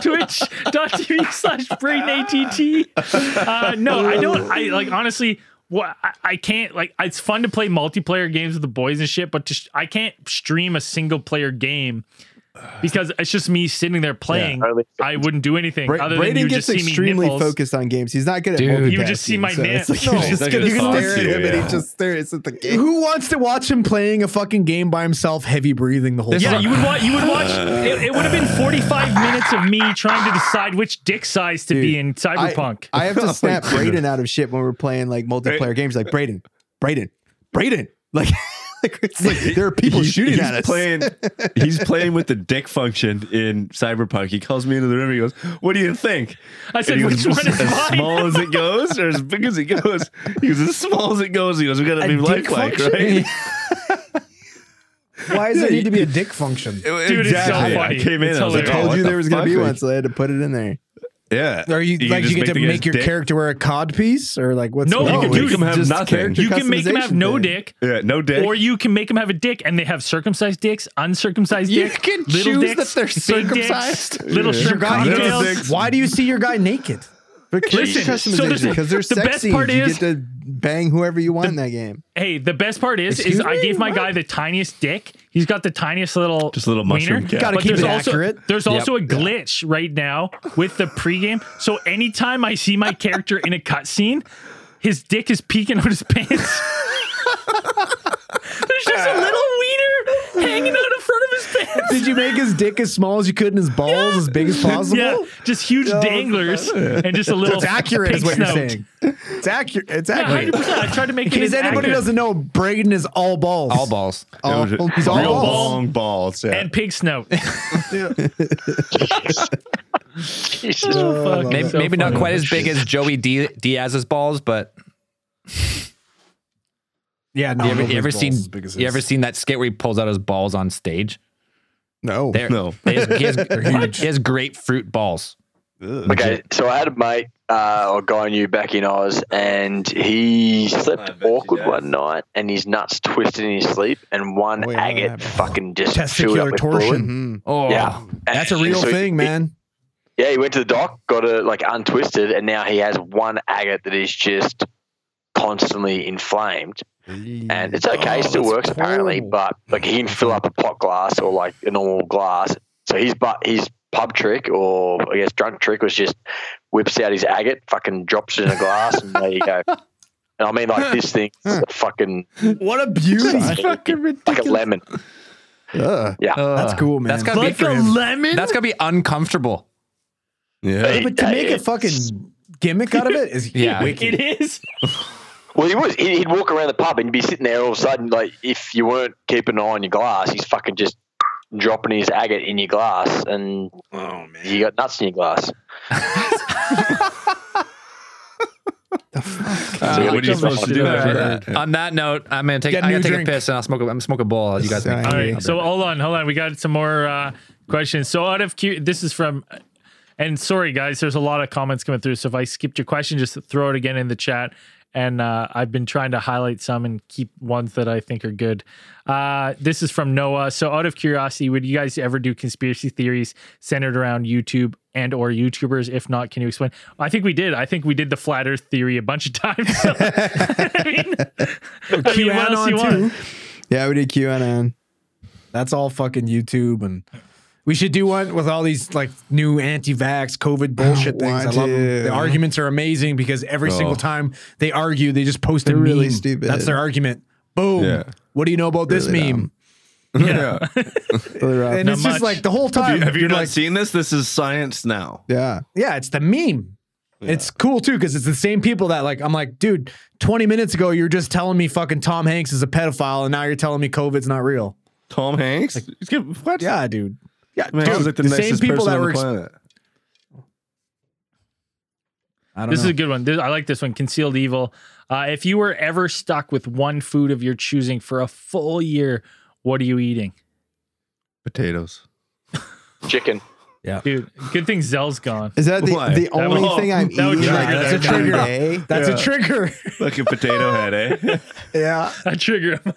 [SPEAKER 2] Twitch.tv slash brain att. Uh, no, I don't. I like honestly. What I, I can't like. It's fun to play multiplayer games with the boys and shit, but just I can't stream a single player game because it's just me sitting there playing. I wouldn't do anything
[SPEAKER 3] Bra-
[SPEAKER 2] other than
[SPEAKER 3] Braden
[SPEAKER 2] you
[SPEAKER 3] gets
[SPEAKER 2] just see me
[SPEAKER 3] extremely
[SPEAKER 2] nipples.
[SPEAKER 3] focused on games. He's not good at
[SPEAKER 1] Dude.
[SPEAKER 3] multitasking.
[SPEAKER 2] You just see my
[SPEAKER 3] so it's
[SPEAKER 2] nip.
[SPEAKER 3] like, you're
[SPEAKER 2] No,
[SPEAKER 3] just
[SPEAKER 5] he's not
[SPEAKER 3] gonna
[SPEAKER 5] gonna
[SPEAKER 3] stare
[SPEAKER 5] talk
[SPEAKER 3] at
[SPEAKER 5] to
[SPEAKER 3] him
[SPEAKER 5] you,
[SPEAKER 3] and
[SPEAKER 5] yeah.
[SPEAKER 3] he just stares at the game.
[SPEAKER 4] Who wants to watch him playing a fucking game by himself, heavy breathing the whole
[SPEAKER 2] Yeah,
[SPEAKER 4] time?
[SPEAKER 2] you would watch. You would watch. It, it would have been forty-five minutes of me trying to decide which dick size to be
[SPEAKER 3] Dude,
[SPEAKER 2] in Cyberpunk.
[SPEAKER 3] I, I have
[SPEAKER 5] Oh
[SPEAKER 3] to
[SPEAKER 5] my
[SPEAKER 3] snap
[SPEAKER 5] goodness.
[SPEAKER 3] Braden out of shit when we're playing like multiplayer games. Like Braden, Braden, Braden. Like, like, it's like there are people
[SPEAKER 5] He's-
[SPEAKER 3] shooting
[SPEAKER 5] he's
[SPEAKER 3] at us.
[SPEAKER 5] Playing, he's playing with the dick function in Cyberpunk. He calls me into the room. He goes, "What do you think?"
[SPEAKER 2] I said,
[SPEAKER 5] And he
[SPEAKER 2] "Which
[SPEAKER 5] goes,
[SPEAKER 2] one is
[SPEAKER 5] as
[SPEAKER 2] mine?"
[SPEAKER 5] small as it goes, or as big as it goes? He goes, "As small as it goes." He goes, "We got to be
[SPEAKER 4] dick
[SPEAKER 5] lifelike,
[SPEAKER 4] function?
[SPEAKER 5] right?"
[SPEAKER 4] Why does it need to be a dick function?
[SPEAKER 2] Dude, it's so funny.
[SPEAKER 5] I came in.
[SPEAKER 2] It's
[SPEAKER 5] I was like,
[SPEAKER 2] hilarious.
[SPEAKER 5] "Oh,
[SPEAKER 3] I told
[SPEAKER 5] what
[SPEAKER 3] you
[SPEAKER 5] the
[SPEAKER 3] there was gonna
[SPEAKER 5] fuck?"
[SPEAKER 3] be
[SPEAKER 5] Like,
[SPEAKER 3] one, so I had to put it in there.
[SPEAKER 5] Yeah.
[SPEAKER 4] Are you,
[SPEAKER 5] can
[SPEAKER 4] like
[SPEAKER 5] just
[SPEAKER 4] you get to
[SPEAKER 5] the guy's
[SPEAKER 4] make your
[SPEAKER 5] dick-
[SPEAKER 4] character wear a cod piece or like what's
[SPEAKER 2] No,
[SPEAKER 4] going
[SPEAKER 2] you
[SPEAKER 4] on?
[SPEAKER 2] can
[SPEAKER 5] You
[SPEAKER 2] do Dude,
[SPEAKER 5] can make him have
[SPEAKER 3] just
[SPEAKER 5] nothing.
[SPEAKER 3] character-
[SPEAKER 2] you can make them have no
[SPEAKER 3] customization thing.
[SPEAKER 2] dick,
[SPEAKER 5] Yeah, no dick.
[SPEAKER 2] or you can make them have a dick, and they have circumcised dicks, uncircumcised
[SPEAKER 1] You
[SPEAKER 2] dicks,
[SPEAKER 1] can
[SPEAKER 2] little
[SPEAKER 1] choose that
[SPEAKER 2] dicks,
[SPEAKER 1] they're
[SPEAKER 2] big dicks,
[SPEAKER 1] circumcised?
[SPEAKER 2] little
[SPEAKER 5] Yeah.
[SPEAKER 2] shrimp
[SPEAKER 5] Your guy
[SPEAKER 4] Goddamn.
[SPEAKER 5] Little
[SPEAKER 2] cocktails.
[SPEAKER 5] dicks.
[SPEAKER 4] Why do you see your guy naked?
[SPEAKER 3] For
[SPEAKER 2] Listen, so there's a-
[SPEAKER 3] because they're
[SPEAKER 2] the best
[SPEAKER 3] sexy.
[SPEAKER 2] part
[SPEAKER 3] you
[SPEAKER 2] is-
[SPEAKER 3] get to bang whoever you want in that game.
[SPEAKER 2] Hey, the best part is, is
[SPEAKER 4] Excuse
[SPEAKER 2] I
[SPEAKER 4] me?
[SPEAKER 2] gave my
[SPEAKER 4] What?
[SPEAKER 2] guy the tiniest dick. He's got the tiniest little
[SPEAKER 5] Just a little mushroom
[SPEAKER 2] wiener.
[SPEAKER 5] cap. Gotta
[SPEAKER 2] But
[SPEAKER 4] keep
[SPEAKER 2] there's
[SPEAKER 4] it
[SPEAKER 2] also,
[SPEAKER 4] accurate.
[SPEAKER 2] There's also a glitch right now with the pregame. So anytime I see my character in a cutscene, his dick is peeking out his pants. there's just a little wiener hanging out in front of his pants.
[SPEAKER 4] Did you make his dick as small as you could and his balls as big as possible?
[SPEAKER 2] Yeah, just huge danglers and just a little.
[SPEAKER 4] It's accurate,
[SPEAKER 2] pig
[SPEAKER 4] is what you're
[SPEAKER 2] snout.
[SPEAKER 4] saying. It's accurate. It's
[SPEAKER 2] Yeah,
[SPEAKER 4] accurate.
[SPEAKER 2] 100%. I tried to make
[SPEAKER 4] In
[SPEAKER 2] it.
[SPEAKER 4] case
[SPEAKER 2] as
[SPEAKER 4] anybody
[SPEAKER 2] accurate.
[SPEAKER 4] doesn't know, Braden is all balls.
[SPEAKER 1] All balls.
[SPEAKER 5] It
[SPEAKER 3] Oh,
[SPEAKER 5] was a-
[SPEAKER 3] he's all
[SPEAKER 5] real
[SPEAKER 3] balls.
[SPEAKER 5] long balls. Yeah.
[SPEAKER 2] And pig snout.
[SPEAKER 6] Jesus.
[SPEAKER 4] Oh,
[SPEAKER 2] fuck.
[SPEAKER 1] Maybe,
[SPEAKER 2] So
[SPEAKER 1] maybe not
[SPEAKER 2] funny.
[SPEAKER 1] quite as big as Joey D- Diaz's balls, but
[SPEAKER 4] Yeah, no.
[SPEAKER 1] you ever,
[SPEAKER 4] nobody's
[SPEAKER 1] you ever
[SPEAKER 4] balls
[SPEAKER 1] seen
[SPEAKER 4] is big as
[SPEAKER 1] you
[SPEAKER 4] his.
[SPEAKER 1] ever seen that skit where he pulls out his balls on stage?
[SPEAKER 3] No.
[SPEAKER 1] They're,
[SPEAKER 5] No.
[SPEAKER 1] they has- he, has,
[SPEAKER 4] huge.
[SPEAKER 1] he has grapefruit balls.
[SPEAKER 6] Okay, so I had a mate uh, or guy I knew back in Oz, and he
[SPEAKER 5] I
[SPEAKER 6] slept
[SPEAKER 5] bet you
[SPEAKER 6] awkward
[SPEAKER 5] does.
[SPEAKER 6] one night, and his nuts twisted in his sleep, and one
[SPEAKER 3] Oh, yeah, that
[SPEAKER 6] agate
[SPEAKER 3] happens.
[SPEAKER 6] fucking just filled up
[SPEAKER 4] testicular
[SPEAKER 6] with blood.
[SPEAKER 4] torsion?
[SPEAKER 3] Mhm.
[SPEAKER 1] Oh,
[SPEAKER 6] Yeah,
[SPEAKER 4] That's a
[SPEAKER 6] And
[SPEAKER 4] real
[SPEAKER 6] so he-
[SPEAKER 4] thing, man.
[SPEAKER 6] Yeah, he went to the doc, got it like untwisted, and now he has one agate that is just constantly inflamed. And it's okay,
[SPEAKER 5] Oh,
[SPEAKER 6] still
[SPEAKER 5] that's
[SPEAKER 6] works apparently,
[SPEAKER 5] horrible.
[SPEAKER 6] but like he can fill up a pot glass or like a normal glass. So his but his pub trick or I guess drunk trick was just whips out his agate, fucking drops it in a glass, and there you go. And I mean, like this thing, fucking
[SPEAKER 4] What a beauty.
[SPEAKER 6] That's fucking like a lemon.
[SPEAKER 4] Ugh.
[SPEAKER 6] Yeah.
[SPEAKER 1] Uh,
[SPEAKER 4] That's cool, man.
[SPEAKER 1] That's gotta be
[SPEAKER 2] Like a lemon?
[SPEAKER 1] That's gonna be uncomfortable.
[SPEAKER 5] Yeah.
[SPEAKER 4] but to make a fucking gimmick out of it is
[SPEAKER 1] Yeah.
[SPEAKER 4] wicked.
[SPEAKER 2] it is.
[SPEAKER 6] Well, he was. He'd he'd walk around the pub and you'd be sitting there all of a sudden, like if you weren't keeping an eye on your glass, he's fucking just dropping his agate in your glass, and
[SPEAKER 5] Oh man.
[SPEAKER 6] you got nuts in your glass.
[SPEAKER 5] So what are you supposed to do
[SPEAKER 2] All
[SPEAKER 5] after
[SPEAKER 2] right.
[SPEAKER 5] that?
[SPEAKER 1] uh, On that note, I'm gonna take.
[SPEAKER 4] Get a
[SPEAKER 1] I gotta
[SPEAKER 4] new
[SPEAKER 1] take
[SPEAKER 4] drink.
[SPEAKER 1] a piss and I'll smoke. A, I'm gonna smoke a ball. You guys. Make
[SPEAKER 2] All
[SPEAKER 4] Sorry.
[SPEAKER 2] right. So hold on, hold on. We got some more uh, questions. So out of Q, this is from, and sorry guys, there's a lot of comments coming through. So if I skipped your question, just throw it again in the chat. And uh, I've been trying to highlight some and keep ones that I think are good. Uh, this is from Noah. So out of curiosity, would you guys ever do conspiracy theories centered around YouTube and or YouTubers? If not, can you explain? I think we did. I think we did the flat Earth theory a bunch of times. So, I mean, I mean, what else you want?
[SPEAKER 3] Yeah, we did QAnon.
[SPEAKER 4] That's all fucking YouTube and we should do one with all these like new anti-vax COVID bullshit things. I
[SPEAKER 3] want
[SPEAKER 4] love 'em.
[SPEAKER 3] to.
[SPEAKER 4] The arguments are amazing because every
[SPEAKER 5] Oh.
[SPEAKER 4] single time they argue, they just post a
[SPEAKER 3] They're
[SPEAKER 4] meme.
[SPEAKER 3] really stupid.
[SPEAKER 4] That's their argument. Boom.
[SPEAKER 5] Yeah.
[SPEAKER 4] What do you know about this
[SPEAKER 3] Really
[SPEAKER 4] meme?
[SPEAKER 3] dumb.
[SPEAKER 5] Yeah.
[SPEAKER 3] Really rough.
[SPEAKER 4] And
[SPEAKER 2] Not
[SPEAKER 4] it's
[SPEAKER 2] much.
[SPEAKER 4] just like the whole time.
[SPEAKER 5] Have you, have you
[SPEAKER 4] you're
[SPEAKER 5] not
[SPEAKER 4] like,
[SPEAKER 5] seen this? This is science now.
[SPEAKER 3] yeah.
[SPEAKER 4] yeah, it's the meme. It's cool too because it's the same people that like I'm like, dude, 20 minutes ago you were just telling me fucking Tom Hanks is a pedophile, and now you're telling me COVID's not real.
[SPEAKER 5] Tom Hanks. He's good- what?
[SPEAKER 4] Yeah, dude. Yeah,
[SPEAKER 5] Man,
[SPEAKER 4] dude,
[SPEAKER 5] he's like the,
[SPEAKER 4] the, same
[SPEAKER 5] nicest
[SPEAKER 4] people
[SPEAKER 5] person
[SPEAKER 4] that
[SPEAKER 5] on
[SPEAKER 4] were
[SPEAKER 5] the
[SPEAKER 4] ex-
[SPEAKER 5] planet.
[SPEAKER 4] I don't
[SPEAKER 2] This
[SPEAKER 4] know.
[SPEAKER 2] is a good one. This, I like this one. Concealed Evil. Uh, if you were ever stuck with one food of your choosing for a full year, what are you eating,
[SPEAKER 5] Potatoes.
[SPEAKER 6] Chicken.
[SPEAKER 2] dude? Good thing Zell's gone.
[SPEAKER 3] Is that the,
[SPEAKER 5] Why?
[SPEAKER 3] the
[SPEAKER 5] That
[SPEAKER 3] only
[SPEAKER 5] would-
[SPEAKER 3] thing I'm
[SPEAKER 2] that would
[SPEAKER 3] eating?
[SPEAKER 2] trigger-
[SPEAKER 3] like,
[SPEAKER 2] that's a
[SPEAKER 3] every
[SPEAKER 4] trigger.
[SPEAKER 3] day?
[SPEAKER 4] That's
[SPEAKER 5] Yeah.
[SPEAKER 4] a trigger.
[SPEAKER 5] Fucking potato head, eh?
[SPEAKER 4] yeah,
[SPEAKER 2] I trigger him.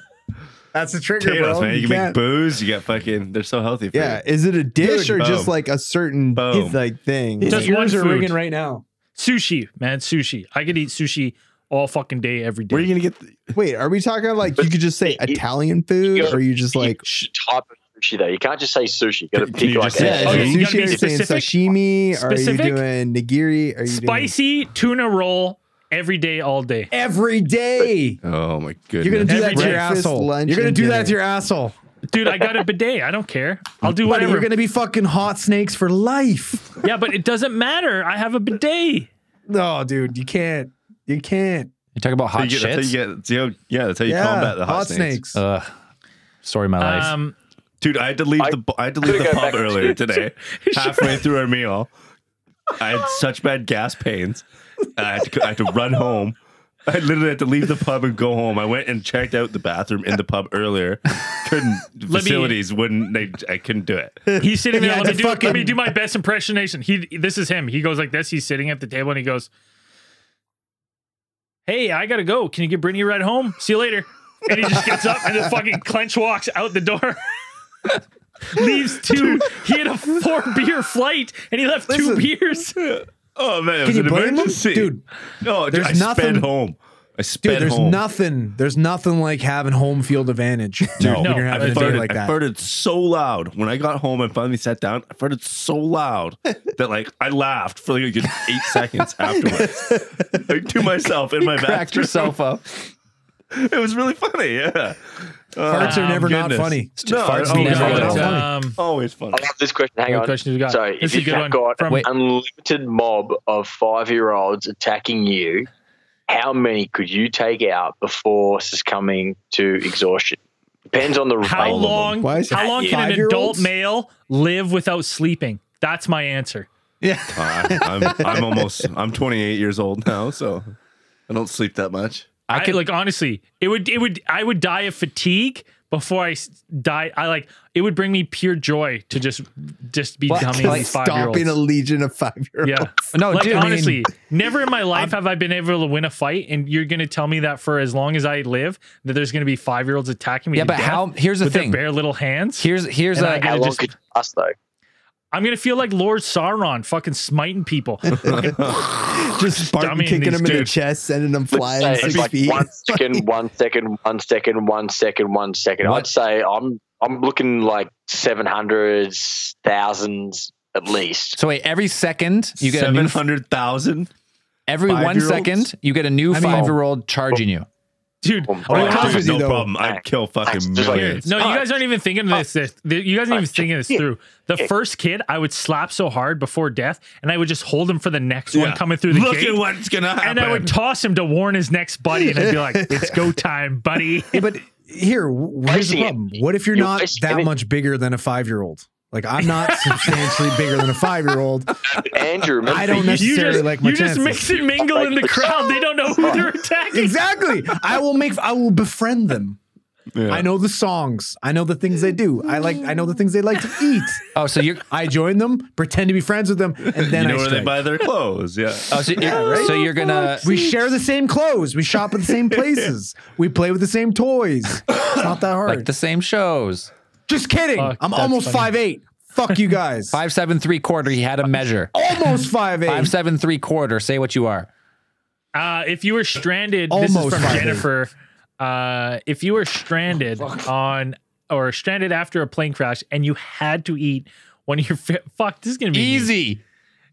[SPEAKER 4] that's a trigger,
[SPEAKER 5] Potatoes,
[SPEAKER 4] bro.
[SPEAKER 5] man. You,
[SPEAKER 4] You
[SPEAKER 5] can make
[SPEAKER 4] can't-
[SPEAKER 5] booze. You got fucking. They're so healthy. For
[SPEAKER 3] Yeah. Is it a dish
[SPEAKER 5] Dude,
[SPEAKER 3] or just
[SPEAKER 5] boom.
[SPEAKER 3] like a certain
[SPEAKER 5] Boom.
[SPEAKER 3] like thing?
[SPEAKER 4] His
[SPEAKER 2] Just
[SPEAKER 3] Like,
[SPEAKER 2] one
[SPEAKER 4] ears are
[SPEAKER 2] food.
[SPEAKER 4] ringing right now.
[SPEAKER 2] Sushi, man, sushi. I could eat sushi all fucking day, every
[SPEAKER 5] You. Where are
[SPEAKER 2] day.
[SPEAKER 5] you gonna get? The,
[SPEAKER 3] wait, are we talking like you could just say
[SPEAKER 6] But-
[SPEAKER 3] Italian food,
[SPEAKER 6] Yeah.
[SPEAKER 3] or you just like
[SPEAKER 6] Each type of sushi though. You can't just say sushi. You got to
[SPEAKER 5] Can
[SPEAKER 6] pick
[SPEAKER 5] you
[SPEAKER 6] like
[SPEAKER 5] just say-
[SPEAKER 3] yeah,
[SPEAKER 6] a,
[SPEAKER 2] Oh,
[SPEAKER 3] is it
[SPEAKER 2] you gotta
[SPEAKER 3] sushi?
[SPEAKER 2] be
[SPEAKER 3] Are you saying
[SPEAKER 2] specific.
[SPEAKER 3] sashimi? Are
[SPEAKER 2] Specific.
[SPEAKER 3] you doing nigiri? Are you
[SPEAKER 2] Spicy tuna roll every day, all day.
[SPEAKER 4] Every day,
[SPEAKER 5] oh my goodness.
[SPEAKER 4] you're gonna do that to your
[SPEAKER 3] Breakfast,
[SPEAKER 4] asshole.
[SPEAKER 3] lunch,
[SPEAKER 4] You're gonna
[SPEAKER 3] and
[SPEAKER 4] do that to
[SPEAKER 3] dinner.
[SPEAKER 4] your asshole.
[SPEAKER 2] Dude, I got a bidet. I don't care. I'll do
[SPEAKER 4] Buddy,
[SPEAKER 2] whatever.
[SPEAKER 4] you're gonna be fucking hot snakes for life.
[SPEAKER 2] Yeah, but it doesn't matter. I have a bidet.
[SPEAKER 4] No, dude, you can't. You can't.
[SPEAKER 1] You talk about
[SPEAKER 5] That's
[SPEAKER 1] hot
[SPEAKER 5] how you get-
[SPEAKER 1] shit.
[SPEAKER 5] that's how you get- that's how- yeah, that's how you
[SPEAKER 4] yeah,
[SPEAKER 5] combat the hot, snakes. Uh,
[SPEAKER 1] Ugh. Story of my life.
[SPEAKER 2] Um,
[SPEAKER 5] Dude, I had to leave
[SPEAKER 6] I-
[SPEAKER 5] the I had to leave the
[SPEAKER 6] Could've gone
[SPEAKER 5] pub
[SPEAKER 6] back to-
[SPEAKER 5] earlier today, halfway through our meal. I had such bad gas pains. I had, to, I had to run home. I literally had to leave the pub and go home. I went and checked out the bathroom in the pub earlier. Couldn't
[SPEAKER 2] me-
[SPEAKER 5] facilities wouldn't they? I couldn't do it.
[SPEAKER 2] He's sitting there.
[SPEAKER 4] Yeah,
[SPEAKER 2] let, me
[SPEAKER 4] the
[SPEAKER 2] do,
[SPEAKER 4] fucking-
[SPEAKER 2] let me do my best impersonation. He, this is him. He goes like this. He's sitting at the table and he goes, "Hey, I gotta go. Can you get Brittany a ride home? See you later." And he just gets up and the fucking clench walks out the door. Leaves two. He had a four beer flight and he left two beers.
[SPEAKER 5] Oh man, it
[SPEAKER 4] Can
[SPEAKER 5] was
[SPEAKER 4] you
[SPEAKER 5] an
[SPEAKER 4] blame 'em?
[SPEAKER 5] emergency,
[SPEAKER 4] dude?
[SPEAKER 5] No, dude,
[SPEAKER 4] there's
[SPEAKER 5] I sped
[SPEAKER 4] nothing-
[SPEAKER 5] home. I sped
[SPEAKER 4] Dude, there's
[SPEAKER 5] home.
[SPEAKER 4] nothing. There's nothing like having home field advantage. Dude,
[SPEAKER 5] No,
[SPEAKER 4] when you're
[SPEAKER 5] I
[SPEAKER 4] having a day
[SPEAKER 5] farted,
[SPEAKER 4] like
[SPEAKER 5] I
[SPEAKER 4] that.
[SPEAKER 5] farted so loud when I got home and finally sat down. I farted so loud that like I laughed for like a good eight seconds afterwards, like to myself in my
[SPEAKER 1] Cracked
[SPEAKER 5] bathroom.
[SPEAKER 1] yourself up.
[SPEAKER 5] It was really funny. Yeah, Uh,
[SPEAKER 4] Farts are
[SPEAKER 2] Um,
[SPEAKER 4] never not
[SPEAKER 5] goodness.
[SPEAKER 4] funny.
[SPEAKER 5] no,
[SPEAKER 1] farts
[SPEAKER 2] oh
[SPEAKER 3] Oh,
[SPEAKER 5] always,
[SPEAKER 1] never
[SPEAKER 5] funny.
[SPEAKER 1] get
[SPEAKER 2] But,
[SPEAKER 1] old.
[SPEAKER 2] um,
[SPEAKER 5] always funny.
[SPEAKER 6] I love this question. Hang
[SPEAKER 2] What
[SPEAKER 6] on.
[SPEAKER 2] questions we got?
[SPEAKER 6] Sorry,
[SPEAKER 2] This
[SPEAKER 6] if
[SPEAKER 2] is a
[SPEAKER 6] you
[SPEAKER 2] good
[SPEAKER 6] have
[SPEAKER 2] one.
[SPEAKER 6] got
[SPEAKER 2] From-
[SPEAKER 1] Wait.
[SPEAKER 6] an unlimited mob of five-year-olds attacking you, how many could you take out before succumbing to exhaustion? Depends on the
[SPEAKER 2] how
[SPEAKER 6] rate.
[SPEAKER 2] long?
[SPEAKER 3] Why is it
[SPEAKER 2] How long can an adult
[SPEAKER 3] five-year-olds?
[SPEAKER 2] male live without sleeping? That's my answer.
[SPEAKER 5] I, Uh, I'm, I'm almost. I'm 28 years old now, so I don't sleep that much.
[SPEAKER 2] I, like honestly, it would it would I would die of fatigue before I s- die. I like it would bring me pure joy to just just be dummy
[SPEAKER 3] like
[SPEAKER 2] like five year
[SPEAKER 3] stomping a
[SPEAKER 2] olds.
[SPEAKER 3] legion of five year olds?
[SPEAKER 2] Yeah,
[SPEAKER 1] No,
[SPEAKER 2] like
[SPEAKER 1] dude.
[SPEAKER 2] honestly, never in my life have I been able to win a fight, and you're gonna tell me that for as long as I live that there's gonna be five year olds attacking me.
[SPEAKER 1] Yeah,
[SPEAKER 2] to
[SPEAKER 1] but
[SPEAKER 2] death
[SPEAKER 1] how? Here's the
[SPEAKER 2] with
[SPEAKER 1] thing.
[SPEAKER 2] their bare little hands.
[SPEAKER 1] Here's here's
[SPEAKER 2] And I
[SPEAKER 1] a
[SPEAKER 2] get-
[SPEAKER 6] How long
[SPEAKER 2] just-
[SPEAKER 6] could you last though?
[SPEAKER 2] I'm gonna feel like Lord Sauron, fucking smiting people.
[SPEAKER 3] Just Spartan
[SPEAKER 2] dummying
[SPEAKER 3] kicking
[SPEAKER 2] these
[SPEAKER 3] them in the
[SPEAKER 2] dudes.
[SPEAKER 3] chest, sending them flying
[SPEAKER 6] Say it's
[SPEAKER 3] six
[SPEAKER 6] like
[SPEAKER 3] feet.
[SPEAKER 6] one second, one second, one second, one second, one second.
[SPEAKER 1] What?
[SPEAKER 6] I'd say I'm I'm looking like seven hundreds, thousands at least.
[SPEAKER 1] so wait, every second you get a new
[SPEAKER 5] seven hundred thousand.
[SPEAKER 1] Every one
[SPEAKER 5] Five-year-olds?
[SPEAKER 1] second, you get a new
[SPEAKER 10] mean-
[SPEAKER 1] five year old charging you.
[SPEAKER 2] dude.
[SPEAKER 6] Oh,
[SPEAKER 5] Oh,
[SPEAKER 6] my
[SPEAKER 5] dude,
[SPEAKER 6] God.
[SPEAKER 4] with you,
[SPEAKER 5] no
[SPEAKER 4] though.
[SPEAKER 5] problem. I'd kill fucking
[SPEAKER 6] Just like-
[SPEAKER 5] millions.
[SPEAKER 2] No, you guys aren't even thinking of this. this the- you guys aren't even thinking this through. The first kid, I would slap so hard before death, and I would just hold him for the next one
[SPEAKER 5] Yeah.
[SPEAKER 2] coming through the
[SPEAKER 5] Look
[SPEAKER 2] gate.
[SPEAKER 5] at what's gonna happen.
[SPEAKER 2] and I would toss him to warn his next buddy, and I'd be like, "It's go time, buddy."
[SPEAKER 10] Yeah, but here, w- here's the
[SPEAKER 6] Pricey.
[SPEAKER 10] problem. What if you're
[SPEAKER 6] You're
[SPEAKER 10] not
[SPEAKER 6] pricey. I
[SPEAKER 10] that
[SPEAKER 6] mean-
[SPEAKER 10] much bigger than a five year old? Like I'm not substantially bigger than a five year old.
[SPEAKER 6] Andrew, remember
[SPEAKER 10] I don't
[SPEAKER 6] you-
[SPEAKER 2] You
[SPEAKER 10] necessarily
[SPEAKER 2] just,
[SPEAKER 10] like my
[SPEAKER 2] you just
[SPEAKER 10] chances.
[SPEAKER 2] mix and mingle in the crowd. They don't know who they're attacking.
[SPEAKER 10] Exactly. I will make. I will befriend them.
[SPEAKER 5] Yeah.
[SPEAKER 10] I know the songs. I know the things they do. I like. I know the things they like to eat.
[SPEAKER 1] Oh, so you're
[SPEAKER 10] I join them, pretend to be friends with them, and then
[SPEAKER 5] you know
[SPEAKER 10] I
[SPEAKER 5] where they
[SPEAKER 10] strike.
[SPEAKER 5] buy their clothes. Yeah.
[SPEAKER 1] oh, so you're, so you're gonna
[SPEAKER 10] We share the same clothes. We shop at the same places. we play with the same toys. It's not that hard.
[SPEAKER 1] like the same shows.
[SPEAKER 10] Just kidding.
[SPEAKER 2] Fuck,
[SPEAKER 10] I'm
[SPEAKER 2] that's
[SPEAKER 10] almost
[SPEAKER 2] funny.
[SPEAKER 10] five eight. Fuck you guys.
[SPEAKER 1] Five seven three quarter. He had a measure.
[SPEAKER 4] Oh.
[SPEAKER 10] almost five eight.
[SPEAKER 1] Five seven three quarter. Say what you are.
[SPEAKER 2] Uh, if you were stranded, this is
[SPEAKER 10] Almost
[SPEAKER 2] from
[SPEAKER 10] five
[SPEAKER 2] Jennifer. Uh, if you were stranded on or stranded after a plane crash and you had to eat one of your fa- fuck, this is gonna be
[SPEAKER 1] Easy.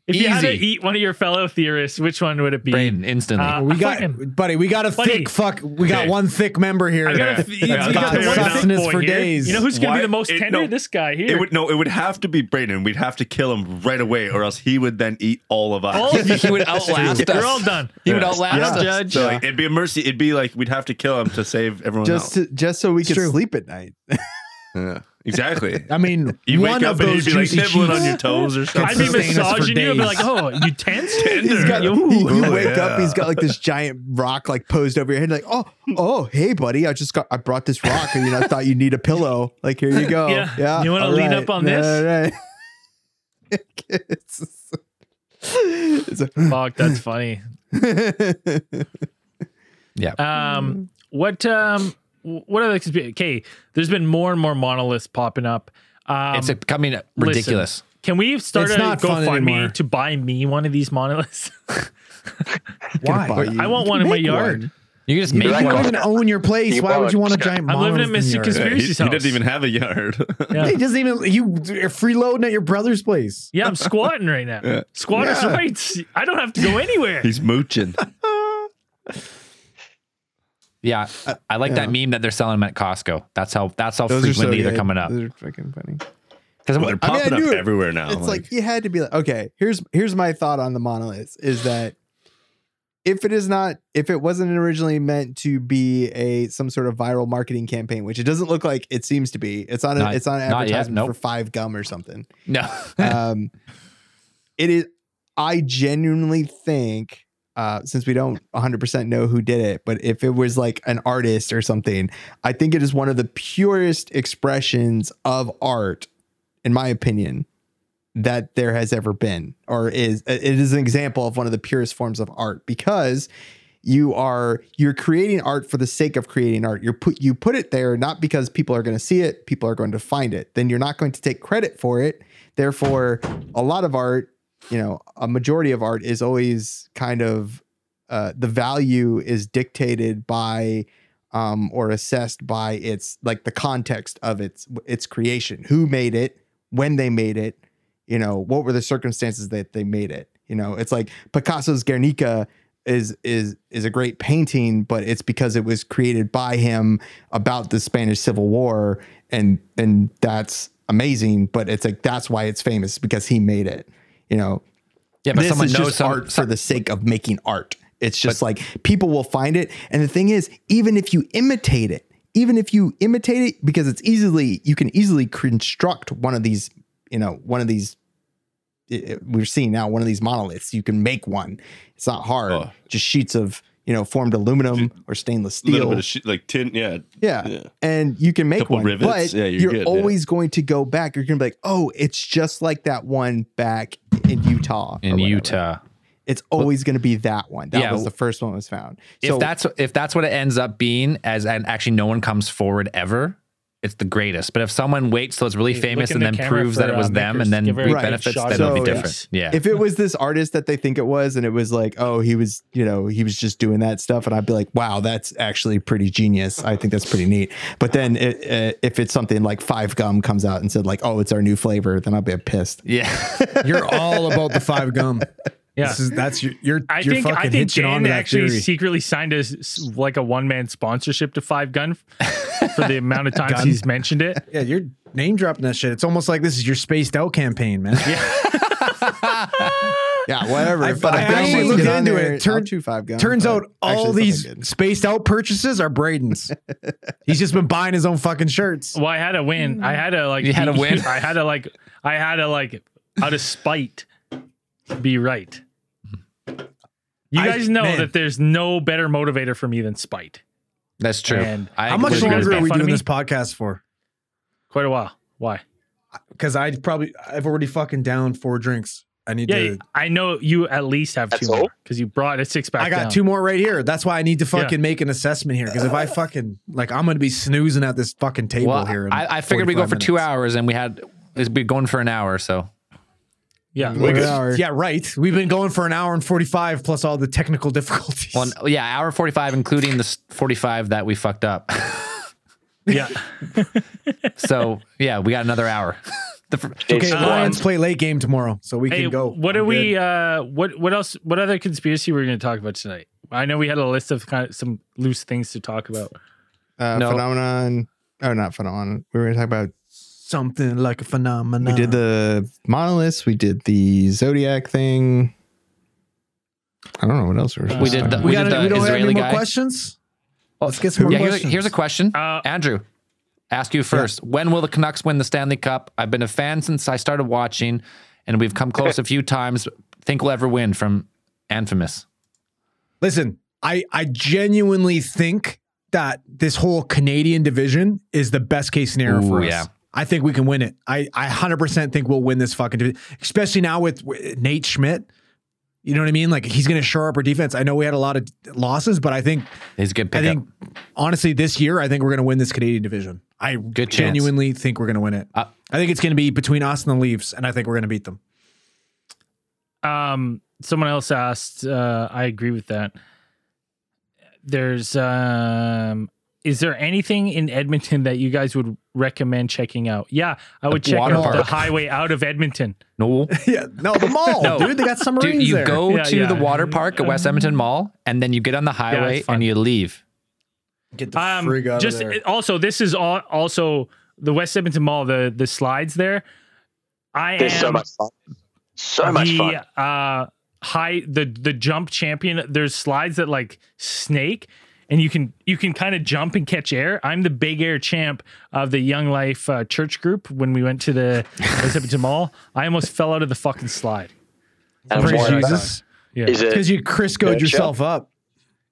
[SPEAKER 2] If you had to
[SPEAKER 1] easy.
[SPEAKER 2] eat one of your fellow theorists, which one would it be?
[SPEAKER 1] Braden instantly.
[SPEAKER 2] Uh,
[SPEAKER 10] we
[SPEAKER 2] I
[SPEAKER 10] got,
[SPEAKER 2] fucking-
[SPEAKER 10] buddy. We got a
[SPEAKER 2] Buddy.
[SPEAKER 10] thick fuck. We got
[SPEAKER 5] Okay.
[SPEAKER 10] one thick member here.
[SPEAKER 2] I got a, you
[SPEAKER 5] Yeah,
[SPEAKER 2] got the
[SPEAKER 5] that's
[SPEAKER 2] one
[SPEAKER 10] sustenance
[SPEAKER 2] boy
[SPEAKER 10] for
[SPEAKER 2] here.
[SPEAKER 10] days.
[SPEAKER 2] You know who's gonna be
[SPEAKER 5] Why-
[SPEAKER 2] the most
[SPEAKER 5] it-
[SPEAKER 2] tender?
[SPEAKER 5] no.
[SPEAKER 2] this guy here.
[SPEAKER 5] It would no. It would have to be Brayden. We'd have to kill him right away, or else he would then eat all of us.
[SPEAKER 2] all of
[SPEAKER 1] He
[SPEAKER 2] you.
[SPEAKER 1] would outlast us.
[SPEAKER 2] You're all done.
[SPEAKER 1] He would
[SPEAKER 5] Yeah.
[SPEAKER 1] outlast us.
[SPEAKER 2] Judge.
[SPEAKER 5] So like, it'd be a mercy. It'd be like we'd have to kill him to save everyone
[SPEAKER 4] just
[SPEAKER 5] else.
[SPEAKER 4] to, just so we could
[SPEAKER 10] true.
[SPEAKER 4] sleep at night.
[SPEAKER 5] yeah. Exactly.
[SPEAKER 10] I mean,
[SPEAKER 5] You
[SPEAKER 10] one
[SPEAKER 5] wake up
[SPEAKER 10] of
[SPEAKER 5] and he'd
[SPEAKER 10] those
[SPEAKER 5] be like
[SPEAKER 10] juicy
[SPEAKER 5] nibbling on
[SPEAKER 10] cheeks-
[SPEAKER 5] your toes or something.
[SPEAKER 2] I'd be
[SPEAKER 10] Sustain us for
[SPEAKER 2] massaging you and be
[SPEAKER 10] days.
[SPEAKER 2] like, "Oh, you tense?
[SPEAKER 5] Tender.
[SPEAKER 4] He's got,
[SPEAKER 5] Ooh,
[SPEAKER 4] he- you
[SPEAKER 5] oh,
[SPEAKER 4] wake up,
[SPEAKER 5] yeah.
[SPEAKER 4] he's got like this giant rock like posed over your head, like, oh, oh, hey, buddy, I just got, I brought this rock, and you know, I thought you need a pillow. Like, here you go.
[SPEAKER 2] Yeah.
[SPEAKER 4] Yeah,
[SPEAKER 2] You wanna
[SPEAKER 4] all
[SPEAKER 2] lean up on
[SPEAKER 4] All right. it's, it's a,
[SPEAKER 2] Fuck, that's funny.
[SPEAKER 1] Yeah.
[SPEAKER 2] Um, what um, w- what other conspiracy? Okay, there's been more and more monoliths popping up. Um,
[SPEAKER 1] it's becoming
[SPEAKER 2] listen,
[SPEAKER 1] ridiculous.
[SPEAKER 2] can we start
[SPEAKER 10] It's
[SPEAKER 2] a
[SPEAKER 10] not fun anymore.
[SPEAKER 2] GoFundMe to buy me one of these monoliths?
[SPEAKER 10] Why?
[SPEAKER 4] buy you.
[SPEAKER 2] I want one in my yard.
[SPEAKER 1] You can just
[SPEAKER 10] You
[SPEAKER 1] make
[SPEAKER 6] like
[SPEAKER 1] one.
[SPEAKER 4] "Oh,
[SPEAKER 10] don't even own your place.
[SPEAKER 6] You
[SPEAKER 10] Why would you want a
[SPEAKER 6] want-
[SPEAKER 10] giant?
[SPEAKER 2] I'm living in
[SPEAKER 10] monolith
[SPEAKER 2] Mystic
[SPEAKER 10] your-
[SPEAKER 5] Yeah,
[SPEAKER 2] Conspiracy
[SPEAKER 5] he, he
[SPEAKER 2] house.
[SPEAKER 5] doesn't even have a yard.
[SPEAKER 2] Yeah.
[SPEAKER 10] He doesn't even. You are freeloading at your brother's place.
[SPEAKER 2] Yeah, I'm squatting right now. Squatters'
[SPEAKER 10] Yeah.
[SPEAKER 2] rights. I don't have to go anywhere.
[SPEAKER 5] he's mooching.
[SPEAKER 1] Yeah, I like that meme that they're selling them at Costco. That's how that's how
[SPEAKER 4] Those are so
[SPEAKER 1] frequently they're
[SPEAKER 4] good.
[SPEAKER 1] coming up.
[SPEAKER 4] Those are fucking funny.
[SPEAKER 1] Because
[SPEAKER 5] They're
[SPEAKER 4] I mean, I
[SPEAKER 5] popping
[SPEAKER 4] knew
[SPEAKER 5] up
[SPEAKER 4] it.
[SPEAKER 5] everywhere now.
[SPEAKER 4] it's like, you had to be like okay here's here's my thought on the monoliths is that if it is not if it wasn't originally meant to be a some sort of viral marketing campaign which it doesn't look like it seems to be it's on a,
[SPEAKER 1] Not-
[SPEAKER 4] it's on an
[SPEAKER 1] not yet,
[SPEAKER 4] advertisement
[SPEAKER 1] nope.
[SPEAKER 4] for five gum or something
[SPEAKER 1] no,
[SPEAKER 4] um it is i genuinely think uh, since we don't 100% know who did it, but if it was like an artist or something, I think it is one of the purest expressions of art, in my opinion, that there has ever been, or is. uh, It is an example of one of the purest forms of art because you are you're creating art for the sake of creating art. You put you put it there not because people are going to see it, people are going to find it. Then you're not going to take credit for it. Therefore, a lot of art, you know, a majority of art is always kind of uh, the value is dictated by um, or assessed by its like the context of its its creation, who made it, when they made it, you know, what were the circumstances that they made it. You know, it's like Picasso's Guernica is is is a great painting, but it's because it was created by him about the Spanish Civil War, and and that's amazing. But it's like that's why it's famous because he made it. You know,
[SPEAKER 1] yeah, but
[SPEAKER 4] this
[SPEAKER 1] someone
[SPEAKER 4] is
[SPEAKER 1] knows
[SPEAKER 4] just
[SPEAKER 1] some-
[SPEAKER 4] art
[SPEAKER 1] some-
[SPEAKER 4] for the sake of making art. It's just like people will find it, and the thing is, even if you imitate it, even if you imitate it, because it's easily you can easily construct one of these, you know, one of these. i- i- we're seeing now one of these monoliths. You can make one. It's not hard.
[SPEAKER 5] Oh.
[SPEAKER 4] Just sheets of you know formed aluminum or stainless
[SPEAKER 5] a little
[SPEAKER 4] steel.
[SPEAKER 5] bit of shit, like tin. Yeah.
[SPEAKER 4] Yeah.
[SPEAKER 5] Yeah.
[SPEAKER 4] And you can make
[SPEAKER 5] Couple
[SPEAKER 4] one.
[SPEAKER 5] rivets.
[SPEAKER 4] But
[SPEAKER 5] Yeah, you're
[SPEAKER 4] you're,
[SPEAKER 5] good, yeah.
[SPEAKER 4] always going to go back. You're going to be like, oh, it's just like that one back in Utah. or
[SPEAKER 1] in
[SPEAKER 4] whatever.
[SPEAKER 1] Utah.
[SPEAKER 4] It's always going to be that one. That
[SPEAKER 1] Yeah.
[SPEAKER 4] was the first one was found.
[SPEAKER 1] If
[SPEAKER 4] so
[SPEAKER 1] that's if that's what it ends up being, as and actually no one comes forward ever, it's the greatest. But if someone waits till it's really
[SPEAKER 2] Hey,
[SPEAKER 1] famous
[SPEAKER 2] look in
[SPEAKER 1] and
[SPEAKER 2] the
[SPEAKER 1] then
[SPEAKER 2] camera
[SPEAKER 1] proves
[SPEAKER 2] for,
[SPEAKER 1] that it was
[SPEAKER 2] uh,
[SPEAKER 1] them,
[SPEAKER 2] Maker's.
[SPEAKER 1] and then
[SPEAKER 2] Give her a
[SPEAKER 1] we
[SPEAKER 4] Right.
[SPEAKER 1] benefits,
[SPEAKER 2] shot.
[SPEAKER 1] then it'll be
[SPEAKER 4] So,
[SPEAKER 1] different. Yeah,
[SPEAKER 4] if it was this artist that they think it was and it was like, oh, he was, you know, he was just doing that stuff. And I'd be like, wow, that's actually pretty genius. I think that's pretty neat. But then it, uh, if it's something like Five Gum comes out and said like, oh, it's our new flavor, then I'll be pissed.
[SPEAKER 1] yeah.
[SPEAKER 10] You're all about the five gum.
[SPEAKER 2] Yeah.
[SPEAKER 10] This is that's your you're,
[SPEAKER 2] I
[SPEAKER 10] you're
[SPEAKER 2] think
[SPEAKER 10] fucking
[SPEAKER 2] I think
[SPEAKER 10] hitching on
[SPEAKER 2] Dan
[SPEAKER 10] to that
[SPEAKER 2] actually
[SPEAKER 10] theory.
[SPEAKER 2] secretly signed a s- like a one man sponsorship to Five Gun for the amount of times
[SPEAKER 10] Gun.
[SPEAKER 2] he's mentioned it.
[SPEAKER 10] yeah, you're name dropping that shit. It's almost like this is your spaced out campaign, man.
[SPEAKER 4] Yeah, whatever.
[SPEAKER 10] I-
[SPEAKER 4] If other
[SPEAKER 10] I
[SPEAKER 4] people want
[SPEAKER 10] actually
[SPEAKER 4] to
[SPEAKER 10] looked
[SPEAKER 4] get on
[SPEAKER 10] into
[SPEAKER 4] there,
[SPEAKER 10] it. Turn-
[SPEAKER 4] I'll chew five guns.
[SPEAKER 10] Turns
[SPEAKER 4] but
[SPEAKER 10] out all
[SPEAKER 4] actually it's
[SPEAKER 10] these
[SPEAKER 4] not that good.
[SPEAKER 10] spaced out purchases are Braden's. He's just been buying his own fucking shirts.
[SPEAKER 2] Well, I had to win.
[SPEAKER 6] Mm.
[SPEAKER 2] I had to like.
[SPEAKER 1] You had to
[SPEAKER 2] be-
[SPEAKER 1] win?
[SPEAKER 2] I had to like. I had to like out of spite be right. You
[SPEAKER 10] I-
[SPEAKER 2] guys know
[SPEAKER 10] man.
[SPEAKER 2] that there's no better motivator for me than spite.
[SPEAKER 1] That's true.
[SPEAKER 2] And
[SPEAKER 1] I
[SPEAKER 10] How much
[SPEAKER 1] would agree
[SPEAKER 2] guys
[SPEAKER 1] with
[SPEAKER 10] longer are
[SPEAKER 2] make
[SPEAKER 10] we
[SPEAKER 2] fun of
[SPEAKER 10] doing
[SPEAKER 2] me?
[SPEAKER 10] this podcast for?
[SPEAKER 2] Quite a while. Why?
[SPEAKER 10] Because I probably I've already fucking downed four drinks. I need
[SPEAKER 2] Yeah,
[SPEAKER 10] to.
[SPEAKER 2] I know you at least have
[SPEAKER 6] That's
[SPEAKER 2] two more
[SPEAKER 6] all?
[SPEAKER 2] because you brought a six pack.
[SPEAKER 10] I got
[SPEAKER 2] down.
[SPEAKER 10] two more right here. That's why I need to
[SPEAKER 2] Yeah.
[SPEAKER 10] fucking make an assessment here. Because if I fucking like, I'm gonna be snoozing at this fucking
[SPEAKER 1] that.
[SPEAKER 10] table
[SPEAKER 1] Well,
[SPEAKER 10] here. in
[SPEAKER 1] I, I figured we go for
[SPEAKER 10] 45
[SPEAKER 1] two
[SPEAKER 10] minutes.
[SPEAKER 1] hours, and we had it's been going for an hour. So
[SPEAKER 2] Yeah,
[SPEAKER 4] Like an hour.
[SPEAKER 10] Yeah, right. We've been going for an hour and 45 plus all the technical difficulties.
[SPEAKER 1] one, yeah, hour forty-five, including the s- forty-five that we fucked up.
[SPEAKER 2] yeah.
[SPEAKER 1] so yeah, we got another hour. the, fir-
[SPEAKER 10] okay,
[SPEAKER 6] Um,
[SPEAKER 10] Lions play late game tomorrow, so we
[SPEAKER 2] Hey,
[SPEAKER 10] can go.
[SPEAKER 2] what are we? Uh, what what else? What other conspiracy we're going to talk about tonight? I know we had a list of kind of some loose things to talk about.
[SPEAKER 4] Uh,
[SPEAKER 1] No.
[SPEAKER 4] Phenomenon. Oh, not phenomenon. We were going to talk about.
[SPEAKER 10] Something like a phenomenon.
[SPEAKER 4] We did the monoliths. We did the zodiac thing. I don't know what else we were.
[SPEAKER 1] we
[SPEAKER 4] supposed to
[SPEAKER 1] did. The,
[SPEAKER 4] talk
[SPEAKER 1] we,
[SPEAKER 10] We,
[SPEAKER 1] did
[SPEAKER 10] got
[SPEAKER 1] the
[SPEAKER 10] we don't have
[SPEAKER 1] Israeli
[SPEAKER 10] any more
[SPEAKER 1] guy. Oh,
[SPEAKER 10] questions. Let's get some more
[SPEAKER 1] Yeah, here's,
[SPEAKER 10] questions.
[SPEAKER 1] here's a question,
[SPEAKER 2] Uh,
[SPEAKER 1] Andrew. Ask you first. When will the Canucks win the Stanley Cup? I've been a fan since I started watching, and we've come close a few times. Think we'll ever win? From Anfamous.
[SPEAKER 10] Listen, I I genuinely think that this whole Canadian division is the best case scenario for
[SPEAKER 1] Ooh,
[SPEAKER 10] us.
[SPEAKER 1] yeah.
[SPEAKER 10] I think we can win it. I I hundred percent think we'll win this fucking division, especially now with, with Nate Schmidt. You know what I mean? Like he's going to shore up our defense. I know we had a lot of losses, but I think
[SPEAKER 1] He's a good
[SPEAKER 10] I
[SPEAKER 1] pickup.
[SPEAKER 10] think honestly this year I think we're going to win this Canadian division. I
[SPEAKER 1] Good chance.
[SPEAKER 10] genuinely think we're going to win it.
[SPEAKER 1] Uh,
[SPEAKER 10] I think it's going to be between us and the Leafs, and I think we're going to beat them.
[SPEAKER 2] um someone else asked uh i agree with that there's um is there anything in edmonton that you guys would recommend checking out yeah i would check
[SPEAKER 1] water
[SPEAKER 2] out the
[SPEAKER 1] park.
[SPEAKER 2] highway out of edmonton
[SPEAKER 1] no,
[SPEAKER 10] yeah, no, the mall,
[SPEAKER 1] No.
[SPEAKER 10] dude. They got submarines
[SPEAKER 1] dude, you
[SPEAKER 10] there.
[SPEAKER 1] go
[SPEAKER 2] Yeah,
[SPEAKER 1] to the
[SPEAKER 2] yeah.
[SPEAKER 1] water park at West
[SPEAKER 10] Um,
[SPEAKER 1] Edmonton Mall, and then you get on the highway
[SPEAKER 2] fun.
[SPEAKER 1] and you leave.
[SPEAKER 10] Get the
[SPEAKER 2] um just also this is all also the west edmonton mall the the slides there i
[SPEAKER 6] There's
[SPEAKER 2] am
[SPEAKER 6] so much fun. So much
[SPEAKER 2] the,
[SPEAKER 6] fun.
[SPEAKER 2] Uh, high the the jump champion. There's slides that like snake, and you can you can kind of jump and catch air. I'm the big air champ of the Young Life uh, Church group. When we went to the West Edmonton Mall, I almost fell out of the fucking slide.
[SPEAKER 6] And
[SPEAKER 10] Praise
[SPEAKER 6] what
[SPEAKER 10] Jesus.
[SPEAKER 2] Yeah,
[SPEAKER 6] Is it
[SPEAKER 10] Because you Criscoed
[SPEAKER 6] Good
[SPEAKER 10] yourself up.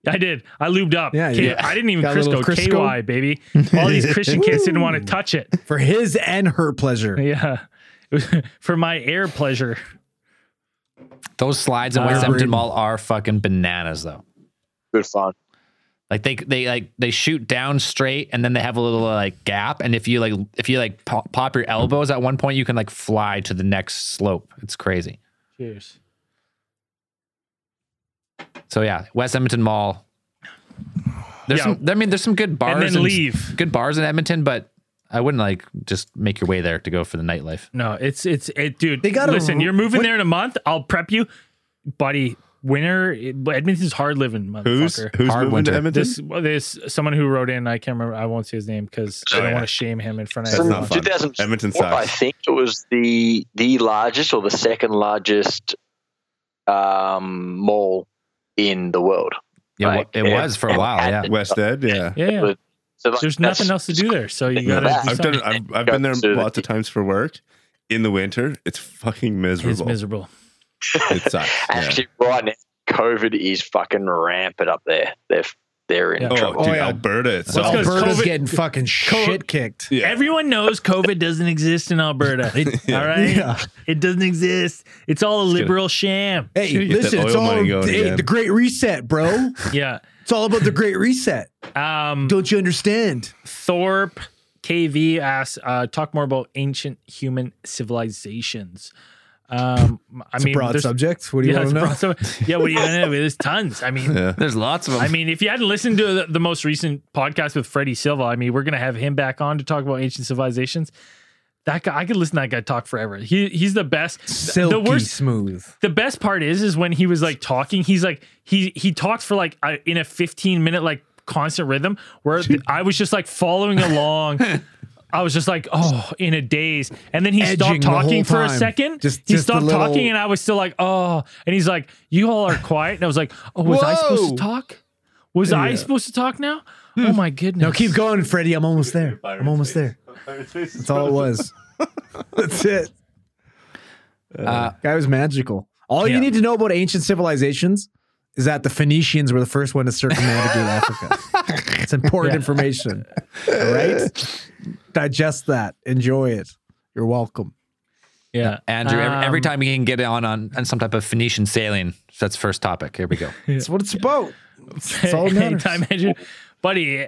[SPEAKER 2] I did. I lubed up.
[SPEAKER 10] Yeah, you
[SPEAKER 2] K-
[SPEAKER 10] did.
[SPEAKER 2] I didn't even
[SPEAKER 10] Got a little
[SPEAKER 2] Crisco,
[SPEAKER 10] Crisco.
[SPEAKER 2] KY baby. All these Christian kids didn't want to touch it.
[SPEAKER 10] for his and her pleasure.
[SPEAKER 2] Yeah, it was for my air pleasure.
[SPEAKER 1] Those slides in West
[SPEAKER 10] Agreed.
[SPEAKER 1] Edmonton Mall are fucking bananas, though.
[SPEAKER 6] good fun?
[SPEAKER 1] Like they they like they shoot down straight, and then they have a little like gap, and if you like if you like pop, pop your elbows at one point, you can like fly to the next slope. It's crazy.
[SPEAKER 2] Cheers.
[SPEAKER 1] So yeah, West Edmonton Mall. There's
[SPEAKER 2] Yeah.
[SPEAKER 1] some. I mean, there's some good bars
[SPEAKER 2] And then
[SPEAKER 1] in-
[SPEAKER 2] leave.
[SPEAKER 1] Good bars in Edmonton, but I wouldn't like just make your way there to go for the nightlife.
[SPEAKER 2] No, it's it's it, dude.
[SPEAKER 10] They gotta-
[SPEAKER 2] listen. You're moving
[SPEAKER 10] what-
[SPEAKER 2] there in a month. I'll prep you, buddy. Winter Edmonton's hard living, motherfucker.
[SPEAKER 5] Who's who's
[SPEAKER 1] Hard
[SPEAKER 5] moving
[SPEAKER 1] winter.
[SPEAKER 5] to Edmonton?
[SPEAKER 2] This this someone who wrote in. I can't remember. I won't say his name because I
[SPEAKER 5] Oh,
[SPEAKER 2] don't
[SPEAKER 5] yeah.
[SPEAKER 2] want to shame him in front of
[SPEAKER 5] That's
[SPEAKER 6] From
[SPEAKER 5] not
[SPEAKER 2] everyone.
[SPEAKER 5] fun.
[SPEAKER 6] 2004,
[SPEAKER 5] Edmonton
[SPEAKER 6] I
[SPEAKER 5] sucks.
[SPEAKER 6] think it was the the largest or the second largest um, mall in the world.
[SPEAKER 1] Yeah,
[SPEAKER 6] Like,
[SPEAKER 1] it,
[SPEAKER 6] yeah.
[SPEAKER 1] was for a while. Yeah,
[SPEAKER 5] West Ed, yeah.
[SPEAKER 2] Yeah, yeah.
[SPEAKER 6] But- So like,
[SPEAKER 2] There's
[SPEAKER 6] that's-
[SPEAKER 2] nothing else to do there, so you
[SPEAKER 6] Yeah.
[SPEAKER 2] gotta. do
[SPEAKER 5] I've
[SPEAKER 2] something.
[SPEAKER 5] done it. I've, I've been there
[SPEAKER 6] So that-
[SPEAKER 5] lots of times for work. In the winter, it's fucking miserable.
[SPEAKER 2] It's miserable.
[SPEAKER 5] It sucks. Yeah.
[SPEAKER 6] Actually, right now, COVID is fucking rampant up there. They're they're in
[SPEAKER 2] Yeah.
[SPEAKER 5] Oh,
[SPEAKER 6] trouble.
[SPEAKER 5] dude,
[SPEAKER 10] Oh, yeah.
[SPEAKER 5] Alberta
[SPEAKER 2] Well,
[SPEAKER 5] itself.
[SPEAKER 2] it's 'cause
[SPEAKER 10] Alberta's
[SPEAKER 2] COVID
[SPEAKER 10] getting fucking shit kicked.
[SPEAKER 5] Yeah.
[SPEAKER 2] Everyone knows COVID doesn't exist in Alberta. All right,
[SPEAKER 10] Yeah.
[SPEAKER 2] it doesn't exist. It's all a
[SPEAKER 5] get it.
[SPEAKER 2] liberal sham.
[SPEAKER 10] Hey,
[SPEAKER 5] Should get
[SPEAKER 10] listen,
[SPEAKER 5] that
[SPEAKER 10] it's
[SPEAKER 5] oil
[SPEAKER 10] all
[SPEAKER 5] money going
[SPEAKER 10] hey,
[SPEAKER 5] again.
[SPEAKER 10] the Great Reset, bro.
[SPEAKER 2] Yeah.
[SPEAKER 10] It's all about the Great Reset.
[SPEAKER 2] Um,
[SPEAKER 10] Don't you understand?
[SPEAKER 2] Thorpe KV asks, uh, talk more about ancient human civilizations. Um, I
[SPEAKER 10] It's
[SPEAKER 2] mean,
[SPEAKER 10] a broad
[SPEAKER 2] there's-
[SPEAKER 10] subject. What do you
[SPEAKER 2] yeah,
[SPEAKER 10] want
[SPEAKER 2] it's
[SPEAKER 10] to
[SPEAKER 2] a
[SPEAKER 10] know?
[SPEAKER 2] broad subject. yeah, what do you know? There's tons. I mean,
[SPEAKER 5] Yeah.
[SPEAKER 1] there's lots of them.
[SPEAKER 2] I mean, if you hadn't listened to the, the most recent podcast with Freddie Silva, I mean, we're gonna have him back on to talk about ancient civilizations. That guy, I could listen to that guy talk forever. He he's the best.
[SPEAKER 10] Silky
[SPEAKER 2] the worst
[SPEAKER 10] smooth.
[SPEAKER 2] the best part is is when he was like talking he's like he he talks for like a, in a 15 minute like constant rhythm where th- i was just like following along i was just like oh in a daze and then he
[SPEAKER 10] Edging
[SPEAKER 2] stopped
[SPEAKER 10] the whole
[SPEAKER 2] talking for a
[SPEAKER 10] time.
[SPEAKER 2] second
[SPEAKER 10] Just-
[SPEAKER 2] he
[SPEAKER 10] just the
[SPEAKER 2] stopped
[SPEAKER 10] little-
[SPEAKER 2] talking and i was still like oh and he's like you all are quiet and i was like oh was i supposed
[SPEAKER 10] Whoa. Hmm.
[SPEAKER 2] to talk was i supposed to talk now oh my goodness
[SPEAKER 10] No, keep going, Freddie. I'm almost there.
[SPEAKER 5] Fire
[SPEAKER 10] I'm almost
[SPEAKER 5] space.
[SPEAKER 10] there. That's all it was. That's it.
[SPEAKER 1] Uh,
[SPEAKER 10] Guy was magical. All you
[SPEAKER 2] Yeah.
[SPEAKER 10] need to know about ancient civilizations is that the Phoenicians were the first one to circumnavigate Africa. It's important
[SPEAKER 2] Yeah.
[SPEAKER 10] information. All right? Digest that. Enjoy it. You're welcome.
[SPEAKER 2] yeah
[SPEAKER 1] Andrew, every, every
[SPEAKER 2] Um,
[SPEAKER 1] time he can get on, on on some type of Phoenician sailing. So that's first topic. Here we go.
[SPEAKER 10] That's what it's about. It's all that matters.
[SPEAKER 2] anytime Andrew, buddy,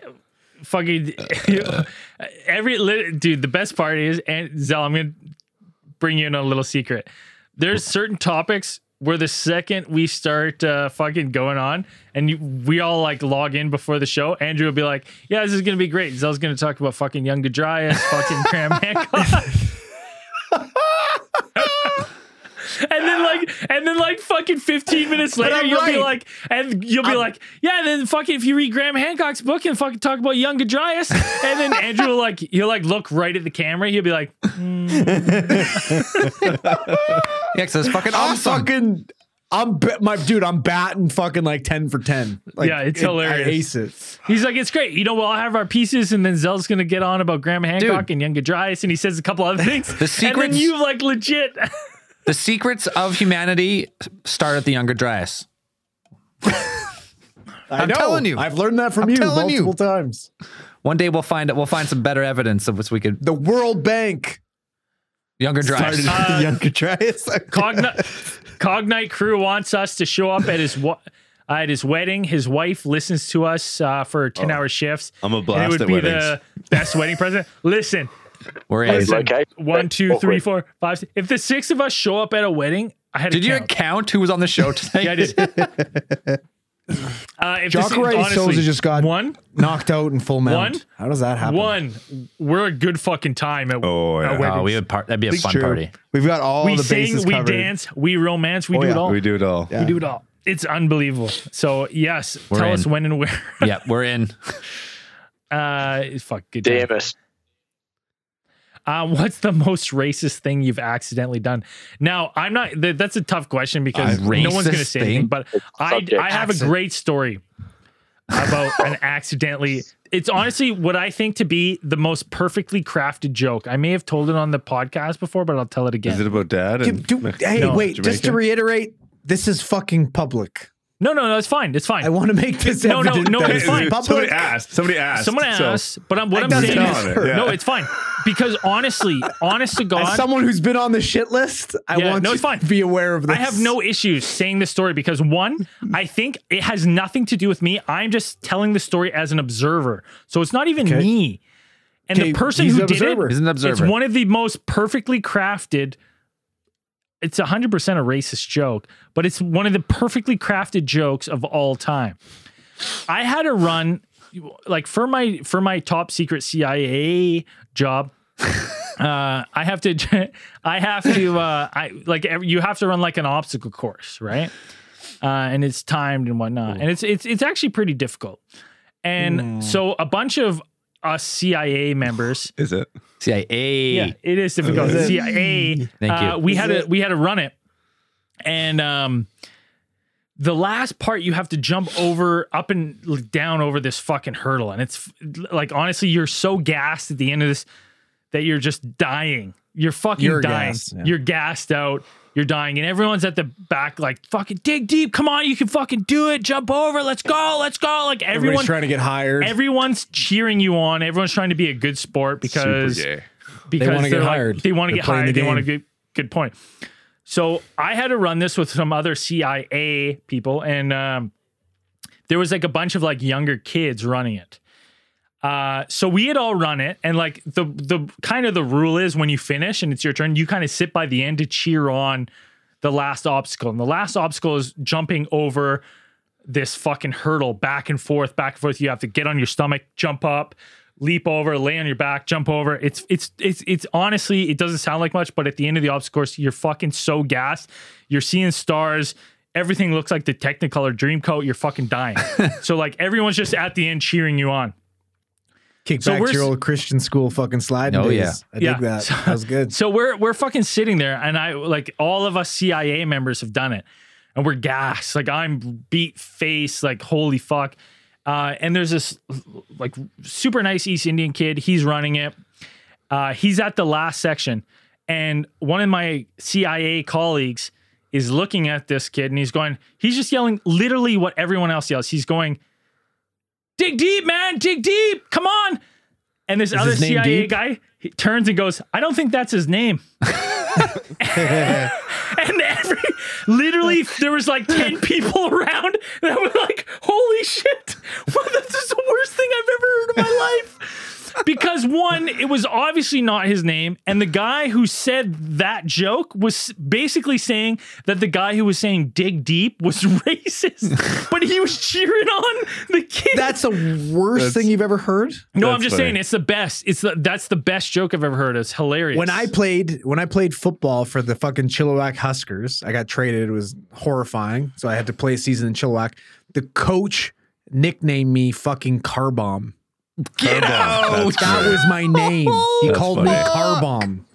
[SPEAKER 2] fucking every li- dude. The best part is, and Zell, I'm gonna bring you in on a little secret. There's certain topics where the second we start uh, fucking going on, and you, we all like log in before the show, Andrew will be like, "Yeah, this is gonna be great." Zell's gonna talk about fucking Young Gudrias, fucking Graham Hancock. And then like, and then like, fucking fifteen minutes later,
[SPEAKER 10] I'm
[SPEAKER 2] you'll be
[SPEAKER 10] right.
[SPEAKER 2] like, and you'll be like, yeah. Then fucking, if you read Graham Hancock's book and fucking talk about Young Gudrias, and then Andrew will like, he'll like look right at the camera. He'll be like,
[SPEAKER 1] Yeah, 'cause that's fucking
[SPEAKER 10] I'm
[SPEAKER 1] awesome.
[SPEAKER 10] fucking I'm ba- my dude, I'm batting fucking like 10 for 10. Like,
[SPEAKER 2] Yeah, it's
[SPEAKER 10] it-
[SPEAKER 2] hilarious.
[SPEAKER 10] I ace it.
[SPEAKER 2] He's like, it's great. You know, we'll all have our pieces, and then Zell's gonna get on about Graham Hancock and Young Gudrias, and he says a couple other things.
[SPEAKER 1] The
[SPEAKER 2] And
[SPEAKER 1] secrets-
[SPEAKER 2] then you like legit.
[SPEAKER 1] The secrets of humanity start at the Younger Dryas.
[SPEAKER 10] I
[SPEAKER 1] I'm telling you.
[SPEAKER 10] I've learned that from
[SPEAKER 1] I'm
[SPEAKER 10] you
[SPEAKER 1] telling you.
[SPEAKER 10] multiple times.
[SPEAKER 1] One day we'll find we'll find some better evidence of which we could
[SPEAKER 10] The World Bank.
[SPEAKER 1] Younger Dryas.
[SPEAKER 10] Started
[SPEAKER 2] Uh,
[SPEAKER 10] the young Contreras.
[SPEAKER 2] Cognite, Cognite crew wants us to show up at his wa- uh, at his wedding. His wife listens to us uh, for ten hour shifts.
[SPEAKER 5] I'm a
[SPEAKER 2] and it
[SPEAKER 5] blast
[SPEAKER 2] would
[SPEAKER 5] at
[SPEAKER 2] be
[SPEAKER 5] weddings.
[SPEAKER 2] the best wedding present. Listen,
[SPEAKER 1] We're in.
[SPEAKER 2] listen.
[SPEAKER 6] Okay.
[SPEAKER 2] One, two,
[SPEAKER 6] Oh,
[SPEAKER 2] three,
[SPEAKER 6] wait.
[SPEAKER 2] four, five. six- If the six of us show up at a wedding, I had to
[SPEAKER 1] Did you
[SPEAKER 2] count.
[SPEAKER 1] count who was on the show today?
[SPEAKER 2] Yeah, I did. uh, if this,
[SPEAKER 10] Jacare Souza
[SPEAKER 2] honestly,
[SPEAKER 10] just got-
[SPEAKER 2] one,
[SPEAKER 10] knocked out in full mount.
[SPEAKER 2] One?
[SPEAKER 10] How does that happen?
[SPEAKER 2] one. We're a good fucking time at,
[SPEAKER 5] Oh,
[SPEAKER 2] at
[SPEAKER 5] yeah.
[SPEAKER 2] weddings.
[SPEAKER 1] Oh, we would part. That'd be a
[SPEAKER 4] It's
[SPEAKER 1] fun
[SPEAKER 4] true.
[SPEAKER 1] party.
[SPEAKER 4] We've got all
[SPEAKER 2] we
[SPEAKER 4] the
[SPEAKER 2] sing,
[SPEAKER 4] bases
[SPEAKER 2] we
[SPEAKER 4] covered.
[SPEAKER 2] dance, we romance, we
[SPEAKER 4] Oh,
[SPEAKER 2] do
[SPEAKER 4] yeah.
[SPEAKER 2] it all.
[SPEAKER 5] We do it all.
[SPEAKER 2] We do it all. It's unbelievable. So yes,
[SPEAKER 1] We're
[SPEAKER 2] tell
[SPEAKER 1] in.
[SPEAKER 2] us when and where.
[SPEAKER 1] yeah, we're in.
[SPEAKER 2] Uh, fuck, good time.
[SPEAKER 6] Damn us.
[SPEAKER 2] Um, what's the most racist thing you've accidentally done? Now, I'm not. Th- that's a tough question because
[SPEAKER 1] A
[SPEAKER 2] no one's going to
[SPEAKER 1] racist
[SPEAKER 2] say
[SPEAKER 1] thing?
[SPEAKER 2] anything. But I,
[SPEAKER 6] Subject.
[SPEAKER 2] I have a
[SPEAKER 1] Accent.
[SPEAKER 2] great story about an accidentally. It's honestly what I think to be the most perfectly crafted joke. I may have told it on the podcast before, but I'll tell it again.
[SPEAKER 5] Is it about dad?
[SPEAKER 10] Do-
[SPEAKER 5] And
[SPEAKER 10] do- hey,
[SPEAKER 2] No,
[SPEAKER 10] wait, just to
[SPEAKER 5] Jamaican?
[SPEAKER 10] reiterate, this is fucking public.
[SPEAKER 2] no, no, no. It's fine. It's fine.
[SPEAKER 10] I want to make this
[SPEAKER 2] No, no,
[SPEAKER 10] evident
[SPEAKER 2] no,
[SPEAKER 10] that
[SPEAKER 2] it's fine.
[SPEAKER 5] Somebody
[SPEAKER 10] public.
[SPEAKER 5] asked. Somebody asked.
[SPEAKER 2] Someone
[SPEAKER 5] so-
[SPEAKER 2] asked, but I'm, what
[SPEAKER 10] I
[SPEAKER 2] I'm
[SPEAKER 10] got
[SPEAKER 2] saying
[SPEAKER 10] it
[SPEAKER 2] is,
[SPEAKER 5] on it, yeah.
[SPEAKER 2] no, it's fine because honestly, honest to God,
[SPEAKER 10] As someone who's been on the shit list, I
[SPEAKER 2] Yeah,
[SPEAKER 10] want
[SPEAKER 2] no,
[SPEAKER 10] you
[SPEAKER 2] it's fine.
[SPEAKER 10] to be aware of this.
[SPEAKER 2] I have no issues saying this story because one, I think it has nothing to do with me. I'm just telling the story as an observer. So it's not even
[SPEAKER 10] Okay.
[SPEAKER 2] me. And
[SPEAKER 10] Okay,
[SPEAKER 2] the person
[SPEAKER 10] he's
[SPEAKER 2] who
[SPEAKER 10] an
[SPEAKER 2] did
[SPEAKER 10] observer.
[SPEAKER 2] it
[SPEAKER 1] He's an
[SPEAKER 2] it's
[SPEAKER 1] observer.
[SPEAKER 2] one of the most perfectly crafted. It's 100% a racist joke, but it's one of the perfectly crafted jokes of all time. I had to run like for my for my top secret CIA job uh, I have to, I have to, uh, I like ev- you have to run like an obstacle course, right? Uh, and it's timed and whatnot, and it's it's it's actually pretty difficult. And
[SPEAKER 10] Hmm.
[SPEAKER 2] so a bunch of us CIA members,
[SPEAKER 5] Is it?
[SPEAKER 1] CIA.
[SPEAKER 2] yeah, it is difficult.
[SPEAKER 10] Is it?
[SPEAKER 2] CIA,
[SPEAKER 1] Thank
[SPEAKER 2] uh,
[SPEAKER 1] you.
[SPEAKER 2] we had to we had to run it, and um, the last part you have to jump over up and down over this fucking hurdle and it's like honestly you're so gassed at the end of this that you're just dying you're fucking
[SPEAKER 10] You're
[SPEAKER 2] dying
[SPEAKER 10] gassed, yeah.
[SPEAKER 2] you're gassed out you're dying and everyone's at the back like fucking dig deep come on you can fucking do it jump over let's go let's go like everyone
[SPEAKER 10] Everybody's trying to get hired.
[SPEAKER 2] everyone's cheering you on everyone's trying to be a good sport because
[SPEAKER 5] Super gay.
[SPEAKER 2] because
[SPEAKER 10] wanna get
[SPEAKER 2] they're like-
[SPEAKER 10] hired.
[SPEAKER 2] they want to
[SPEAKER 10] They're
[SPEAKER 2] get
[SPEAKER 10] playing
[SPEAKER 2] hired.
[SPEAKER 10] the
[SPEAKER 2] they want to
[SPEAKER 10] game.
[SPEAKER 2] get good point. So I had to run this with some other CIA people, and um, there was like a bunch of like younger kids running it. Uh, so we had all run it, and like the the kind of the rule is when you finish and it's your turn, you kind of sit by the end to cheer on the last obstacle, and the last obstacle is jumping over this fucking hurdle back and forth, back and forth. You have to get on your stomach, jump up, leap over, lay on your back, jump over. It's it's it's it's honestly, it doesn't sound like much, but at the end of the obstacle course, you're fucking so gassed. You're seeing stars. Everything looks like the Technicolor Dreamcoat. You're fucking dying. so like everyone's just at the end cheering you on.
[SPEAKER 10] Kick
[SPEAKER 2] So
[SPEAKER 10] back
[SPEAKER 2] we're
[SPEAKER 10] to your
[SPEAKER 2] s-
[SPEAKER 10] old Christian school fucking sliding.
[SPEAKER 3] Oh,
[SPEAKER 10] days.
[SPEAKER 3] yeah.
[SPEAKER 10] I
[SPEAKER 2] Yeah.
[SPEAKER 10] dig that. That was good.
[SPEAKER 2] So we're we're fucking sitting there, and I like all of us CIA members have done it, and we're gassed. Like I'm beat face, like holy fuck. Uh, and there's this like super nice East Indian kid. He's running it. Uh, he's at the last section, and one of my CIA colleagues is looking at this kid, and he's going, he's just yelling literally what everyone else yells. He's going, "Dig deep, man! Dig deep! Come on!" And this other
[SPEAKER 10] his name
[SPEAKER 2] CIA
[SPEAKER 10] Deep?
[SPEAKER 2] guy he turns and goes, "I don't think that's his name." and every literally there was like 10 people around and I was like, holy shit, well, this is the worst thing I've ever heard in my life. Because one, it was obviously not his name, and the guy who said that joke was basically saying that the guy who was saying dig deep was racist, but he was cheering on the kid.
[SPEAKER 10] That's the worst thing you've ever heard.
[SPEAKER 2] no, I'm
[SPEAKER 5] that's
[SPEAKER 2] just
[SPEAKER 5] funny.
[SPEAKER 2] saying it's the best. It's the, that's the best joke I've ever heard. It's hilarious.
[SPEAKER 10] When I played when I played football for the fucking Chilliwack Huskers, I got traded. It was horrifying. So I had to play a season in Chilliwack. The coach nicknamed me fucking car bomb.
[SPEAKER 5] Get out.
[SPEAKER 10] That was my name. He called me
[SPEAKER 5] funny.
[SPEAKER 10] car bomb.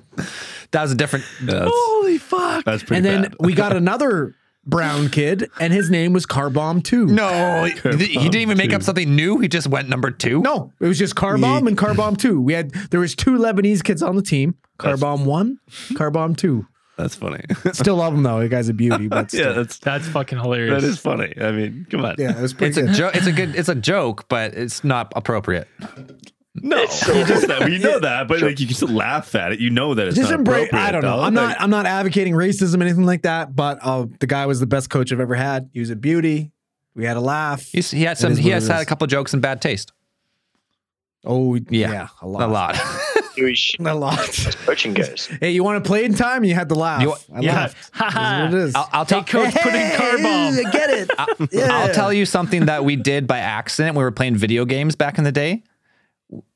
[SPEAKER 3] That was a different.
[SPEAKER 1] Oh,
[SPEAKER 5] That's,
[SPEAKER 10] Holy fuck.
[SPEAKER 5] that's pretty
[SPEAKER 10] and then
[SPEAKER 5] bad.
[SPEAKER 10] we got another brown kid, and his name was Car Bomb too.
[SPEAKER 1] No, he, he didn't even make up something new. He just went number two.
[SPEAKER 10] No, it was just Car Bomb and Car Bomb two. We had there was two Lebanese kids on the team. Car Bomb one, Car Bomb two.
[SPEAKER 5] that's funny.
[SPEAKER 10] Still love him though. The guy's a beauty, but still.
[SPEAKER 5] yeah,
[SPEAKER 10] yeah,
[SPEAKER 5] that's
[SPEAKER 2] that's fucking hilarious.
[SPEAKER 5] that is funny. I mean, come on.
[SPEAKER 10] it was pretty
[SPEAKER 1] it's
[SPEAKER 10] good.
[SPEAKER 1] a joke. It's a good. It's a joke, but it's not appropriate.
[SPEAKER 5] No, you just that we know that, but like you can still laugh at it. You know that it's
[SPEAKER 10] just
[SPEAKER 5] not
[SPEAKER 10] embrace.
[SPEAKER 5] appropriate,
[SPEAKER 10] I don't know.
[SPEAKER 5] though.
[SPEAKER 10] I'm
[SPEAKER 5] Like,
[SPEAKER 10] not. I'm not advocating racism or anything like that. But uh, the guy was the best coach I've ever had. He was a beauty. We had a laugh.
[SPEAKER 1] He's, he had
[SPEAKER 10] It
[SPEAKER 1] some.
[SPEAKER 10] is
[SPEAKER 1] He
[SPEAKER 10] what
[SPEAKER 1] has
[SPEAKER 10] it
[SPEAKER 1] had
[SPEAKER 10] is.
[SPEAKER 1] a couple jokes in bad taste.
[SPEAKER 10] oh
[SPEAKER 1] Yeah.
[SPEAKER 10] yeah, a lot.
[SPEAKER 1] A lot.
[SPEAKER 6] Jewish
[SPEAKER 10] A lot.
[SPEAKER 6] coaching goes.
[SPEAKER 10] hey, you want to play in time? You had to laugh.
[SPEAKER 1] You-
[SPEAKER 10] I
[SPEAKER 2] yeah.
[SPEAKER 10] laughed. That's what it is.
[SPEAKER 1] I'll, I'll
[SPEAKER 2] Hey,
[SPEAKER 1] tell
[SPEAKER 2] coach, put in car bomb.
[SPEAKER 11] I get it.
[SPEAKER 1] I'll tell you something that we did by accident. We were playing video games back in the day.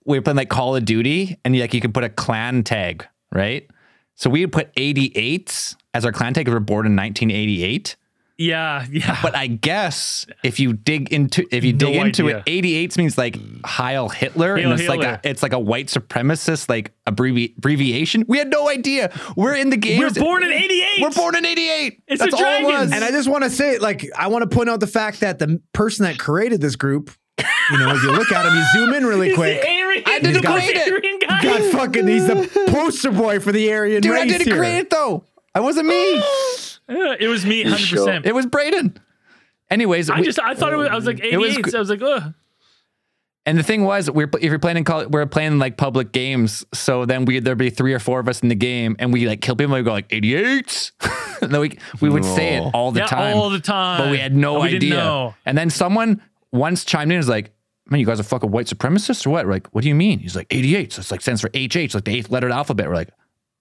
[SPEAKER 1] We were playing like Call of Duty, and you, like you could put a clan tag, right? So we would put 88s as our clan tag. 'cause We were born in 1988.
[SPEAKER 2] Yeah, yeah.
[SPEAKER 1] But I guess if you dig into if you
[SPEAKER 2] No
[SPEAKER 1] dig into
[SPEAKER 2] idea.
[SPEAKER 1] it, 88s means like Heil Hitler,
[SPEAKER 2] Heil
[SPEAKER 1] and it's
[SPEAKER 2] Hitler.
[SPEAKER 1] like a, it's like a white supremacist like abbrevi- abbreviation. We had no idea. We're in the game.
[SPEAKER 2] we're born in 88.
[SPEAKER 1] We're born in 88.
[SPEAKER 2] It's
[SPEAKER 1] That's
[SPEAKER 2] a
[SPEAKER 1] all it
[SPEAKER 2] dragon.
[SPEAKER 1] was.
[SPEAKER 10] And I just want to say, like, I want to point out the fact that the person that created this group, you know, if you look at him, you zoom in really
[SPEAKER 2] He's
[SPEAKER 10] quick.
[SPEAKER 2] the Aryan,
[SPEAKER 1] I didn't
[SPEAKER 2] he's the
[SPEAKER 1] create it.
[SPEAKER 2] Aryan guy.
[SPEAKER 10] God fucking, he's the poster boy for the Aryan
[SPEAKER 1] Dude,
[SPEAKER 10] race
[SPEAKER 1] I didn't
[SPEAKER 10] here.
[SPEAKER 1] create it though. I wasn't me.
[SPEAKER 2] Uh, It was me, hundred percent.
[SPEAKER 1] It was Braden. Anyways,
[SPEAKER 2] I
[SPEAKER 1] we-
[SPEAKER 2] just I thought it was. I was like
[SPEAKER 1] was
[SPEAKER 2] 88.
[SPEAKER 1] gr-
[SPEAKER 2] so I was like, ugh.
[SPEAKER 1] and the thing was, we're pl- if you're playing in college, we're playing like public games. So then we there'd be three or four of us in the game, and we like kill people. We go like 88s. and then we we would say it all the
[SPEAKER 2] Yeah,
[SPEAKER 1] time,
[SPEAKER 2] all the time.
[SPEAKER 1] but we had no
[SPEAKER 2] We
[SPEAKER 1] idea.
[SPEAKER 2] didn't know.
[SPEAKER 1] And then someone once chimed in, and was like. Man, you guys are fucking white supremacists or what? We're like, what do you mean? He's like, 88. So it's like stands for HH, like the eighth letter of the alphabet. We're like,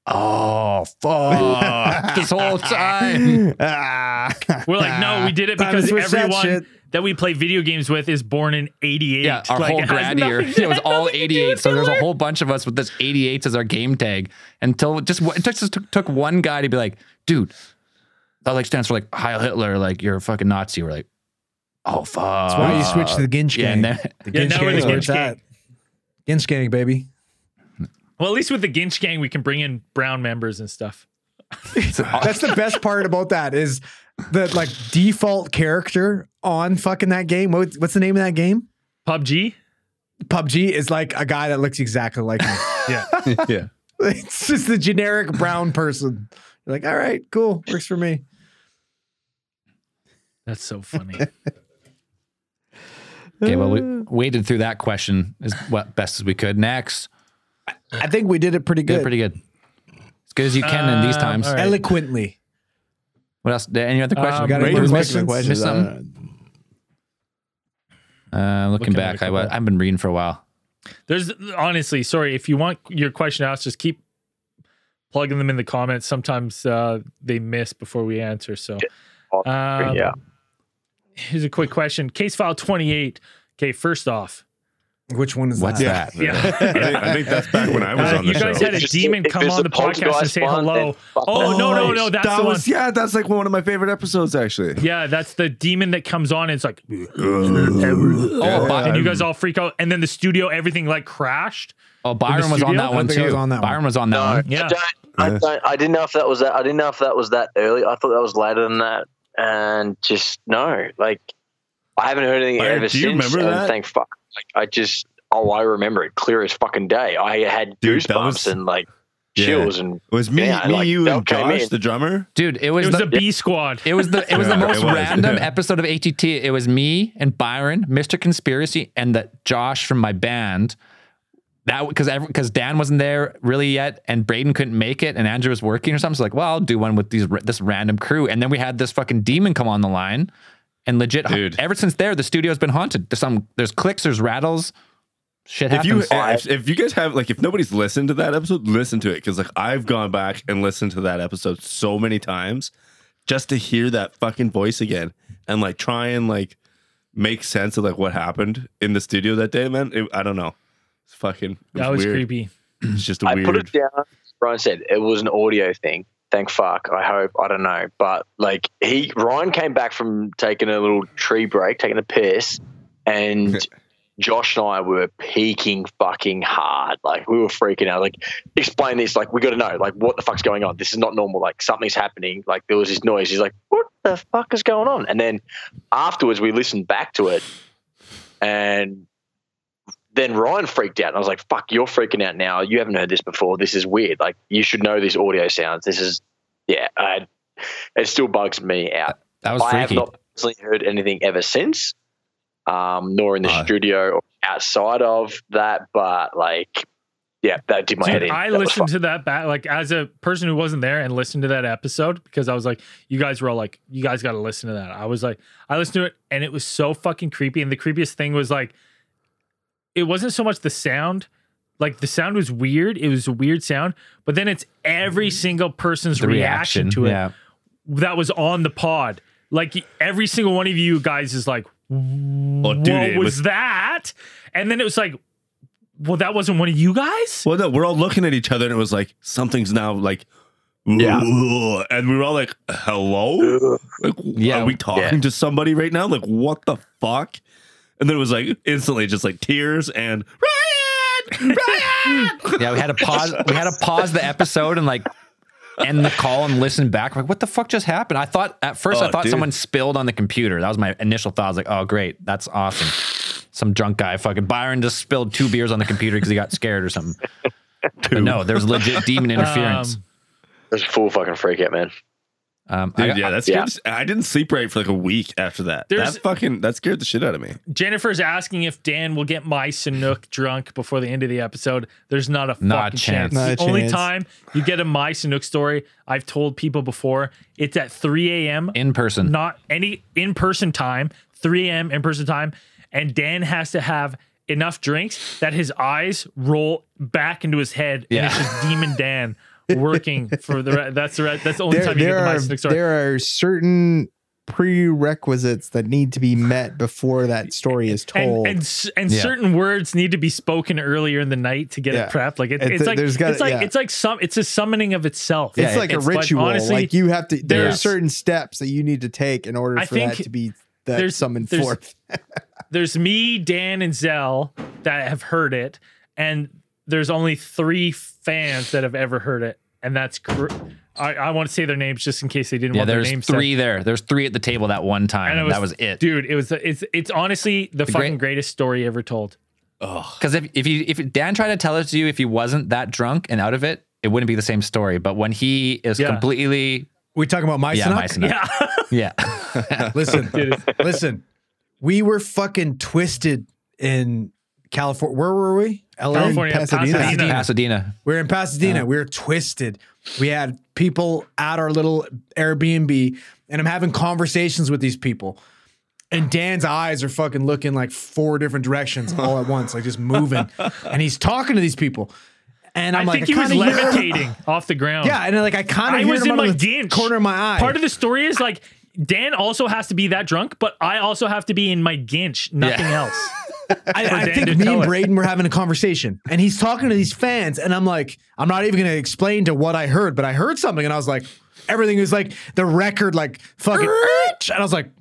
[SPEAKER 1] oh, fuck. this whole time.
[SPEAKER 2] We're like, no, we did it
[SPEAKER 10] Time to
[SPEAKER 2] because
[SPEAKER 10] switch that
[SPEAKER 2] everyone
[SPEAKER 10] shit.
[SPEAKER 2] that, we play video games with is born in 88.
[SPEAKER 1] Yeah, our
[SPEAKER 2] Like,
[SPEAKER 1] whole
[SPEAKER 2] it has
[SPEAKER 1] grad year.
[SPEAKER 2] nothing-
[SPEAKER 1] It was all
[SPEAKER 2] nothing to do
[SPEAKER 1] 88.
[SPEAKER 2] with
[SPEAKER 1] So there's a
[SPEAKER 2] color.
[SPEAKER 1] whole bunch of us with this 88s as our game tag until just it just took, took one guy to be like, dude, that like stands for like Heil Hitler, like you're a fucking Nazi. We're like, oh fuck.
[SPEAKER 10] That's why you switch to the Ginch
[SPEAKER 1] yeah,
[SPEAKER 10] gang.
[SPEAKER 1] and then,
[SPEAKER 10] the
[SPEAKER 2] Yeah, now we're the
[SPEAKER 10] gang's where
[SPEAKER 2] Ginch
[SPEAKER 10] it's at.
[SPEAKER 2] gang.
[SPEAKER 10] Ginch gang, baby.
[SPEAKER 2] Well, at least with the Ginch gang, we can bring in brown members and stuff.
[SPEAKER 10] That's the best part about that is the like default character on fucking that game. What, what's the name of that game?
[SPEAKER 2] PUBG.
[SPEAKER 10] PUBG is like a guy that looks exactly like me.
[SPEAKER 2] Yeah.
[SPEAKER 5] yeah.
[SPEAKER 10] It's just the generic brown person. You're like, all right, cool, works for me.
[SPEAKER 2] That's so funny.
[SPEAKER 1] okay, well, we waded through that question as what best as we could. Next,
[SPEAKER 10] I think we did it pretty
[SPEAKER 1] good,
[SPEAKER 10] good,
[SPEAKER 1] pretty good. As good as you can in
[SPEAKER 10] Uh,
[SPEAKER 1] these
[SPEAKER 2] Um,
[SPEAKER 1] times.
[SPEAKER 2] all right.
[SPEAKER 10] eloquently.
[SPEAKER 1] What else? Any other questions?
[SPEAKER 2] Um,
[SPEAKER 10] Uh, Got any
[SPEAKER 1] Wait,
[SPEAKER 10] more
[SPEAKER 1] who's
[SPEAKER 10] questions?
[SPEAKER 1] missing- missed something? Uh, looking,
[SPEAKER 2] Looking at
[SPEAKER 1] back,
[SPEAKER 2] a
[SPEAKER 1] I, wa-
[SPEAKER 2] couple. I've
[SPEAKER 1] I've been reading for a while.
[SPEAKER 2] There's honestly, sorry, if you want your question asked, just keep plugging them in the comments. Sometimes uh, they miss before we answer. So, um,
[SPEAKER 6] yeah.
[SPEAKER 2] Here's a quick question. Case file 28. Okay, first off,
[SPEAKER 10] Uh, Which one is
[SPEAKER 1] What's
[SPEAKER 10] that?
[SPEAKER 1] that?
[SPEAKER 2] Yeah.
[SPEAKER 5] I think, I think that's back when I was
[SPEAKER 2] Uh,
[SPEAKER 5] on the
[SPEAKER 2] you
[SPEAKER 5] show.
[SPEAKER 2] guys had a
[SPEAKER 6] Just-
[SPEAKER 2] demon
[SPEAKER 6] if
[SPEAKER 2] come
[SPEAKER 6] there's
[SPEAKER 2] on
[SPEAKER 6] a
[SPEAKER 2] the podcast and
[SPEAKER 6] poltergeist
[SPEAKER 2] say
[SPEAKER 6] one, then
[SPEAKER 2] hello.
[SPEAKER 6] fuck
[SPEAKER 2] Oh, no, no, no. That's
[SPEAKER 5] that
[SPEAKER 2] the one.
[SPEAKER 5] was yeah, that's like one of my favorite episodes actually.
[SPEAKER 2] Yeah, that's the demon that comes on. And it's like,
[SPEAKER 5] Uh,
[SPEAKER 1] Oh, Bi-
[SPEAKER 2] and you guys all freak out. And then the studio, everything like crashed.
[SPEAKER 1] oh, Byron was on
[SPEAKER 2] studio?
[SPEAKER 1] that one
[SPEAKER 10] think I
[SPEAKER 1] too.
[SPEAKER 10] was on that one.
[SPEAKER 1] Byron was on that one.
[SPEAKER 2] Yeah.
[SPEAKER 6] I don't, I don't. I didn't know if that was that. I didn't know if that was that early. I thought that was later than that, and just no. Like I haven't heard anything
[SPEAKER 5] Byron,
[SPEAKER 6] ever
[SPEAKER 5] do you
[SPEAKER 6] since.
[SPEAKER 5] remember
[SPEAKER 6] and
[SPEAKER 5] that?
[SPEAKER 6] Thank fuck. Like I just. Oh, I remember it clear as fucking day. I had
[SPEAKER 5] Dude, that
[SPEAKER 6] goosebumps
[SPEAKER 5] was-
[SPEAKER 6] and like
[SPEAKER 5] Yeah.
[SPEAKER 6] chills and
[SPEAKER 5] It was me,
[SPEAKER 6] Yeah,
[SPEAKER 5] me,
[SPEAKER 6] like,
[SPEAKER 5] you,
[SPEAKER 6] that
[SPEAKER 5] and
[SPEAKER 6] came
[SPEAKER 5] Josh,
[SPEAKER 6] in.
[SPEAKER 5] the drummer.
[SPEAKER 1] Dude, it was,
[SPEAKER 2] It was
[SPEAKER 1] the,
[SPEAKER 2] a B squad.
[SPEAKER 1] it was the it was the
[SPEAKER 5] Yeah,
[SPEAKER 1] most
[SPEAKER 5] it was,
[SPEAKER 1] random
[SPEAKER 5] yeah.
[SPEAKER 1] episode of ATT. It was me and Byron, Mr. Conspiracy, and that Josh from my band. That because because Dan wasn't there really yet, and Braden couldn't make it, and Andrew was working or something. So like, well, I'll do one with these ra- this random crew, and then we had this fucking demon come on the line, and legit.
[SPEAKER 5] Dude.
[SPEAKER 1] Ever since there, the studio's been haunted. There's some there's clicks, there's rattles, shit
[SPEAKER 5] If
[SPEAKER 1] happens.
[SPEAKER 5] you if, if you guys have like if nobody's listened to that episode, listen to it because like I've gone back and listened to that episode so many times just to hear that fucking voice again and like try and like make sense of like what happened in the studio that day, man. It, I don't know. It's fucking. It
[SPEAKER 2] That was
[SPEAKER 5] weird.
[SPEAKER 2] creepy.
[SPEAKER 5] It's just a
[SPEAKER 6] I
[SPEAKER 5] weird.
[SPEAKER 6] put it down. Ryan said it was an audio thing. Thank fuck. I hope. I don't know. But like he, Ryan came back from taking a little tree break, taking a piss, and Josh and I were peaking fucking hard. Like we were freaking out. Like explain this. Like we got to know. Like what the fuck's going on? This is not normal. Like something's happening. Like there was this noise. He's like, what the fuck is going on? And then afterwards, we listened back to it, and then Ryan freaked out. And I was like, fuck, you're freaking out now. You haven't heard this before. This is weird. Like, you should know these audio sounds. This is, yeah, I, it still bugs me out.
[SPEAKER 1] that was
[SPEAKER 6] I have
[SPEAKER 1] freaky.
[SPEAKER 6] not personally heard anything ever since, um, nor in the
[SPEAKER 5] Uh.
[SPEAKER 6] studio or outside of that. But, like, yeah, that did my head
[SPEAKER 2] Dude,
[SPEAKER 6] in.
[SPEAKER 2] I
[SPEAKER 6] That was
[SPEAKER 2] listened to that back, like as a person who wasn't there and listened to that episode because I was like, you guys were all like, you guys got to listen to that. I was like, I listened to it and it was so fucking creepy. And the creepiest thing was like, it wasn't so much the sound, like the sound was weird. It was a weird sound, but then it's every single person's
[SPEAKER 1] The
[SPEAKER 2] reaction,
[SPEAKER 1] reaction
[SPEAKER 2] to it
[SPEAKER 1] Yeah.
[SPEAKER 2] that was on the pod. Like every single one of you guys is like, what
[SPEAKER 5] dude, it
[SPEAKER 2] was
[SPEAKER 5] was-
[SPEAKER 2] that? And then it was like, well, that wasn't one of you guys.
[SPEAKER 5] Well, no, we're all looking at each other, and it was like something's now like,
[SPEAKER 6] Yeah.
[SPEAKER 5] "Ooh," and we were all like, "Hello, like,
[SPEAKER 1] Yeah.
[SPEAKER 5] are we talking to somebody right now? Like, what the fuck?" And then it was like instantly just like tears and Ryan, Ryan.
[SPEAKER 1] Yeah, we had to pause. We had to pause the episode and like end the call and listen back. Like, what the fuck just happened? I thought at first I
[SPEAKER 5] Oh,
[SPEAKER 1] thought
[SPEAKER 5] dude.
[SPEAKER 1] someone spilled on the computer. That was my initial thought. I was like, oh great, that's awesome. Some drunk guy, fucking Byron, just spilled two beers on the computer because he got scared or something. But no, there was legit demon interference.
[SPEAKER 2] Um,
[SPEAKER 6] it was a full fucking freak out, man.
[SPEAKER 1] Um, I
[SPEAKER 5] Dude,
[SPEAKER 1] got-
[SPEAKER 5] yeah, that
[SPEAKER 6] yeah.
[SPEAKER 5] scared. the- I didn't sleep right for like a week after that.
[SPEAKER 2] There's-
[SPEAKER 5] that fucking that scared the shit out of me.
[SPEAKER 2] Jennifer's asking if Dan will get my Sanook drunk before the end of the episode. There's not a
[SPEAKER 1] Not a
[SPEAKER 2] fucking
[SPEAKER 1] chance.
[SPEAKER 2] chance.
[SPEAKER 4] Not a
[SPEAKER 2] the only
[SPEAKER 4] chance.
[SPEAKER 2] time you get a my Sanook story, I've told people before, it's at 3 a.m.
[SPEAKER 1] in person.
[SPEAKER 2] not any in person time, 3 a.m. in person time. And Dan has to have enough drinks that his eyes roll back into his head. And it's
[SPEAKER 1] Yeah.
[SPEAKER 2] just Demon Dan working for the re- That's the re- That's the only
[SPEAKER 4] There,
[SPEAKER 2] time you get
[SPEAKER 4] there
[SPEAKER 2] the
[SPEAKER 4] are
[SPEAKER 2] My Sinook story.
[SPEAKER 4] there are certain prerequisites that need to be met before that story is
[SPEAKER 2] and
[SPEAKER 4] told.
[SPEAKER 2] and, s- and
[SPEAKER 1] Yeah.
[SPEAKER 2] certain words need to be spoken earlier in the night to get
[SPEAKER 4] Yeah.
[SPEAKER 2] it prepped. Like it,
[SPEAKER 4] It's-
[SPEAKER 2] it's, like
[SPEAKER 4] there's gotta-
[SPEAKER 2] it's like
[SPEAKER 4] yeah.
[SPEAKER 2] it's like some it's a summoning of itself.
[SPEAKER 4] it's like a ritual.
[SPEAKER 2] honestly,
[SPEAKER 4] like you have to. There are
[SPEAKER 2] there's-
[SPEAKER 4] certain steps that you need to take in order
[SPEAKER 2] I
[SPEAKER 4] for that
[SPEAKER 2] think
[SPEAKER 4] to be that
[SPEAKER 2] there's-
[SPEAKER 4] summoned
[SPEAKER 2] there's-
[SPEAKER 4] forth.
[SPEAKER 2] there's me, Dan, and Zell that have heard it, and there's only three fans that have ever heard it, and that's cr- I, I want to say their names just in case they didn't
[SPEAKER 1] yeah,
[SPEAKER 2] want their
[SPEAKER 1] there's
[SPEAKER 2] names. said.
[SPEAKER 1] three there. There's three at the table that one time.
[SPEAKER 2] And it
[SPEAKER 1] and
[SPEAKER 2] was-
[SPEAKER 1] that was it.
[SPEAKER 2] Dude, it was it's it's honestly the,
[SPEAKER 1] great-
[SPEAKER 2] fucking greatest story ever told.
[SPEAKER 1] Because if if you if Dan tried to tell it to you if he wasn't that drunk and out of it, it wouldn't be the same story. But when he is
[SPEAKER 2] Yeah.
[SPEAKER 1] completely
[SPEAKER 10] We talking about my
[SPEAKER 1] yeah,
[SPEAKER 10] Sinoc?
[SPEAKER 1] my Sinoc.
[SPEAKER 2] Yeah,
[SPEAKER 1] yeah.
[SPEAKER 10] Listen,
[SPEAKER 2] Dude, it's-
[SPEAKER 10] listen. We were fucking twisted in California. Where were we? LA?
[SPEAKER 2] California,
[SPEAKER 4] Pasadena.
[SPEAKER 2] Pasadena.
[SPEAKER 1] Pasadena.
[SPEAKER 10] We were in Pasadena. We were twisted. We had people at our little Airbnb, and I'm having conversations with these people. And Dan's eyes are fucking looking like four different directions all at once, like just moving. and he's talking to these people. And
[SPEAKER 2] i
[SPEAKER 10] I'm like,
[SPEAKER 2] think he was
[SPEAKER 10] kinda hear him.
[SPEAKER 2] levitating off the ground.
[SPEAKER 10] Yeah, and like I kind
[SPEAKER 2] I
[SPEAKER 10] of
[SPEAKER 2] was in my
[SPEAKER 10] the
[SPEAKER 2] ditch.
[SPEAKER 10] corner of my eye.
[SPEAKER 2] Part of the story is like Dan also has to be that drunk, but I also have to be in my ginch, nothing else.
[SPEAKER 10] I,
[SPEAKER 2] For
[SPEAKER 10] I
[SPEAKER 2] Dan to
[SPEAKER 10] think me
[SPEAKER 2] tell
[SPEAKER 10] and
[SPEAKER 2] it.
[SPEAKER 10] Braden were having a conversation, and he's talking to these fans, and I'm like, I'm not even going to explain to what I heard, but I heard something, and I was like, everything was like the record, like fucking, and I was like,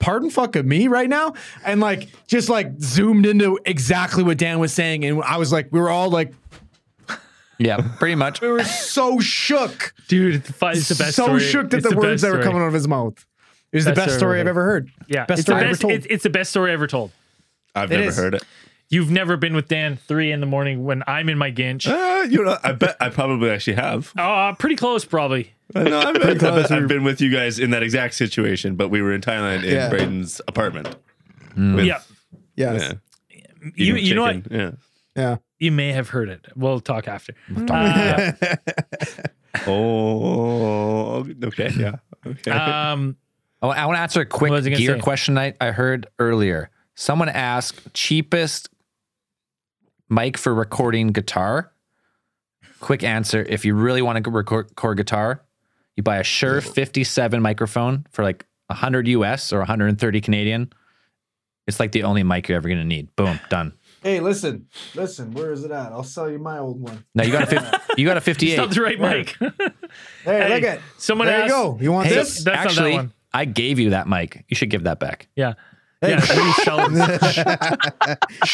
[SPEAKER 10] pardon fucking me right now, and like just like zoomed into exactly what Dan was saying, and I was like, we were all like,
[SPEAKER 1] Yeah, pretty much.
[SPEAKER 10] we were so shook,
[SPEAKER 2] dude. It's the fu- it's the best.
[SPEAKER 10] so
[SPEAKER 2] story.
[SPEAKER 10] shook at
[SPEAKER 2] It's
[SPEAKER 10] the,
[SPEAKER 2] best
[SPEAKER 10] words that were
[SPEAKER 2] story.
[SPEAKER 10] coming out of his mouth. It was the best story I've ever heard.
[SPEAKER 2] Yeah,
[SPEAKER 10] best
[SPEAKER 2] it's the
[SPEAKER 10] story
[SPEAKER 2] best-
[SPEAKER 10] ever told.
[SPEAKER 2] It's, it's the best story ever told.
[SPEAKER 5] I've
[SPEAKER 10] It
[SPEAKER 5] never
[SPEAKER 10] is.
[SPEAKER 5] heard it.
[SPEAKER 2] You've never been with Dan three in the morning when I'm in my ginch.
[SPEAKER 5] Uh, you know, I bet I probably actually have.
[SPEAKER 2] Uh, pretty close, probably.
[SPEAKER 5] I know, I've, I've- I've been with you guys in that exact situation, but we were in Thailand in
[SPEAKER 4] Yeah.
[SPEAKER 5] Braden's apartment.
[SPEAKER 2] Yeah,
[SPEAKER 4] Yes.
[SPEAKER 5] Yeah.
[SPEAKER 2] Mm. you
[SPEAKER 5] Eating
[SPEAKER 2] you know what?
[SPEAKER 5] chicken, Yeah.
[SPEAKER 2] You may have heard it. We'll talk after.
[SPEAKER 5] Oh, okay. Yeah. Okay.
[SPEAKER 2] Uh, um,
[SPEAKER 1] Oh, I want to answer a quick
[SPEAKER 2] was I gonna
[SPEAKER 1] gear
[SPEAKER 2] say?
[SPEAKER 1] question I, I heard earlier. Someone asked cheapest mic for recording guitar. Quick answer: If you really want to record, record guitar, you buy a Shure 57 microphone for like 100 US or 130 Canadian. It's like the only mic you're ever going to need. Boom, done.
[SPEAKER 10] hey, listen, listen, where is it at? I'll sell you my old one.
[SPEAKER 1] Now you got a fif- you got a
[SPEAKER 2] it's
[SPEAKER 1] 58.
[SPEAKER 2] not the right mic.
[SPEAKER 10] Hey,
[SPEAKER 2] Hey,
[SPEAKER 10] look at
[SPEAKER 2] Someone
[SPEAKER 10] there
[SPEAKER 2] asked.
[SPEAKER 10] you go. You want
[SPEAKER 1] Hey,
[SPEAKER 2] that's
[SPEAKER 10] this?
[SPEAKER 2] not that
[SPEAKER 1] actually,
[SPEAKER 2] one.
[SPEAKER 1] I gave you that mic. You should give that back.
[SPEAKER 2] Yeah. Yeah,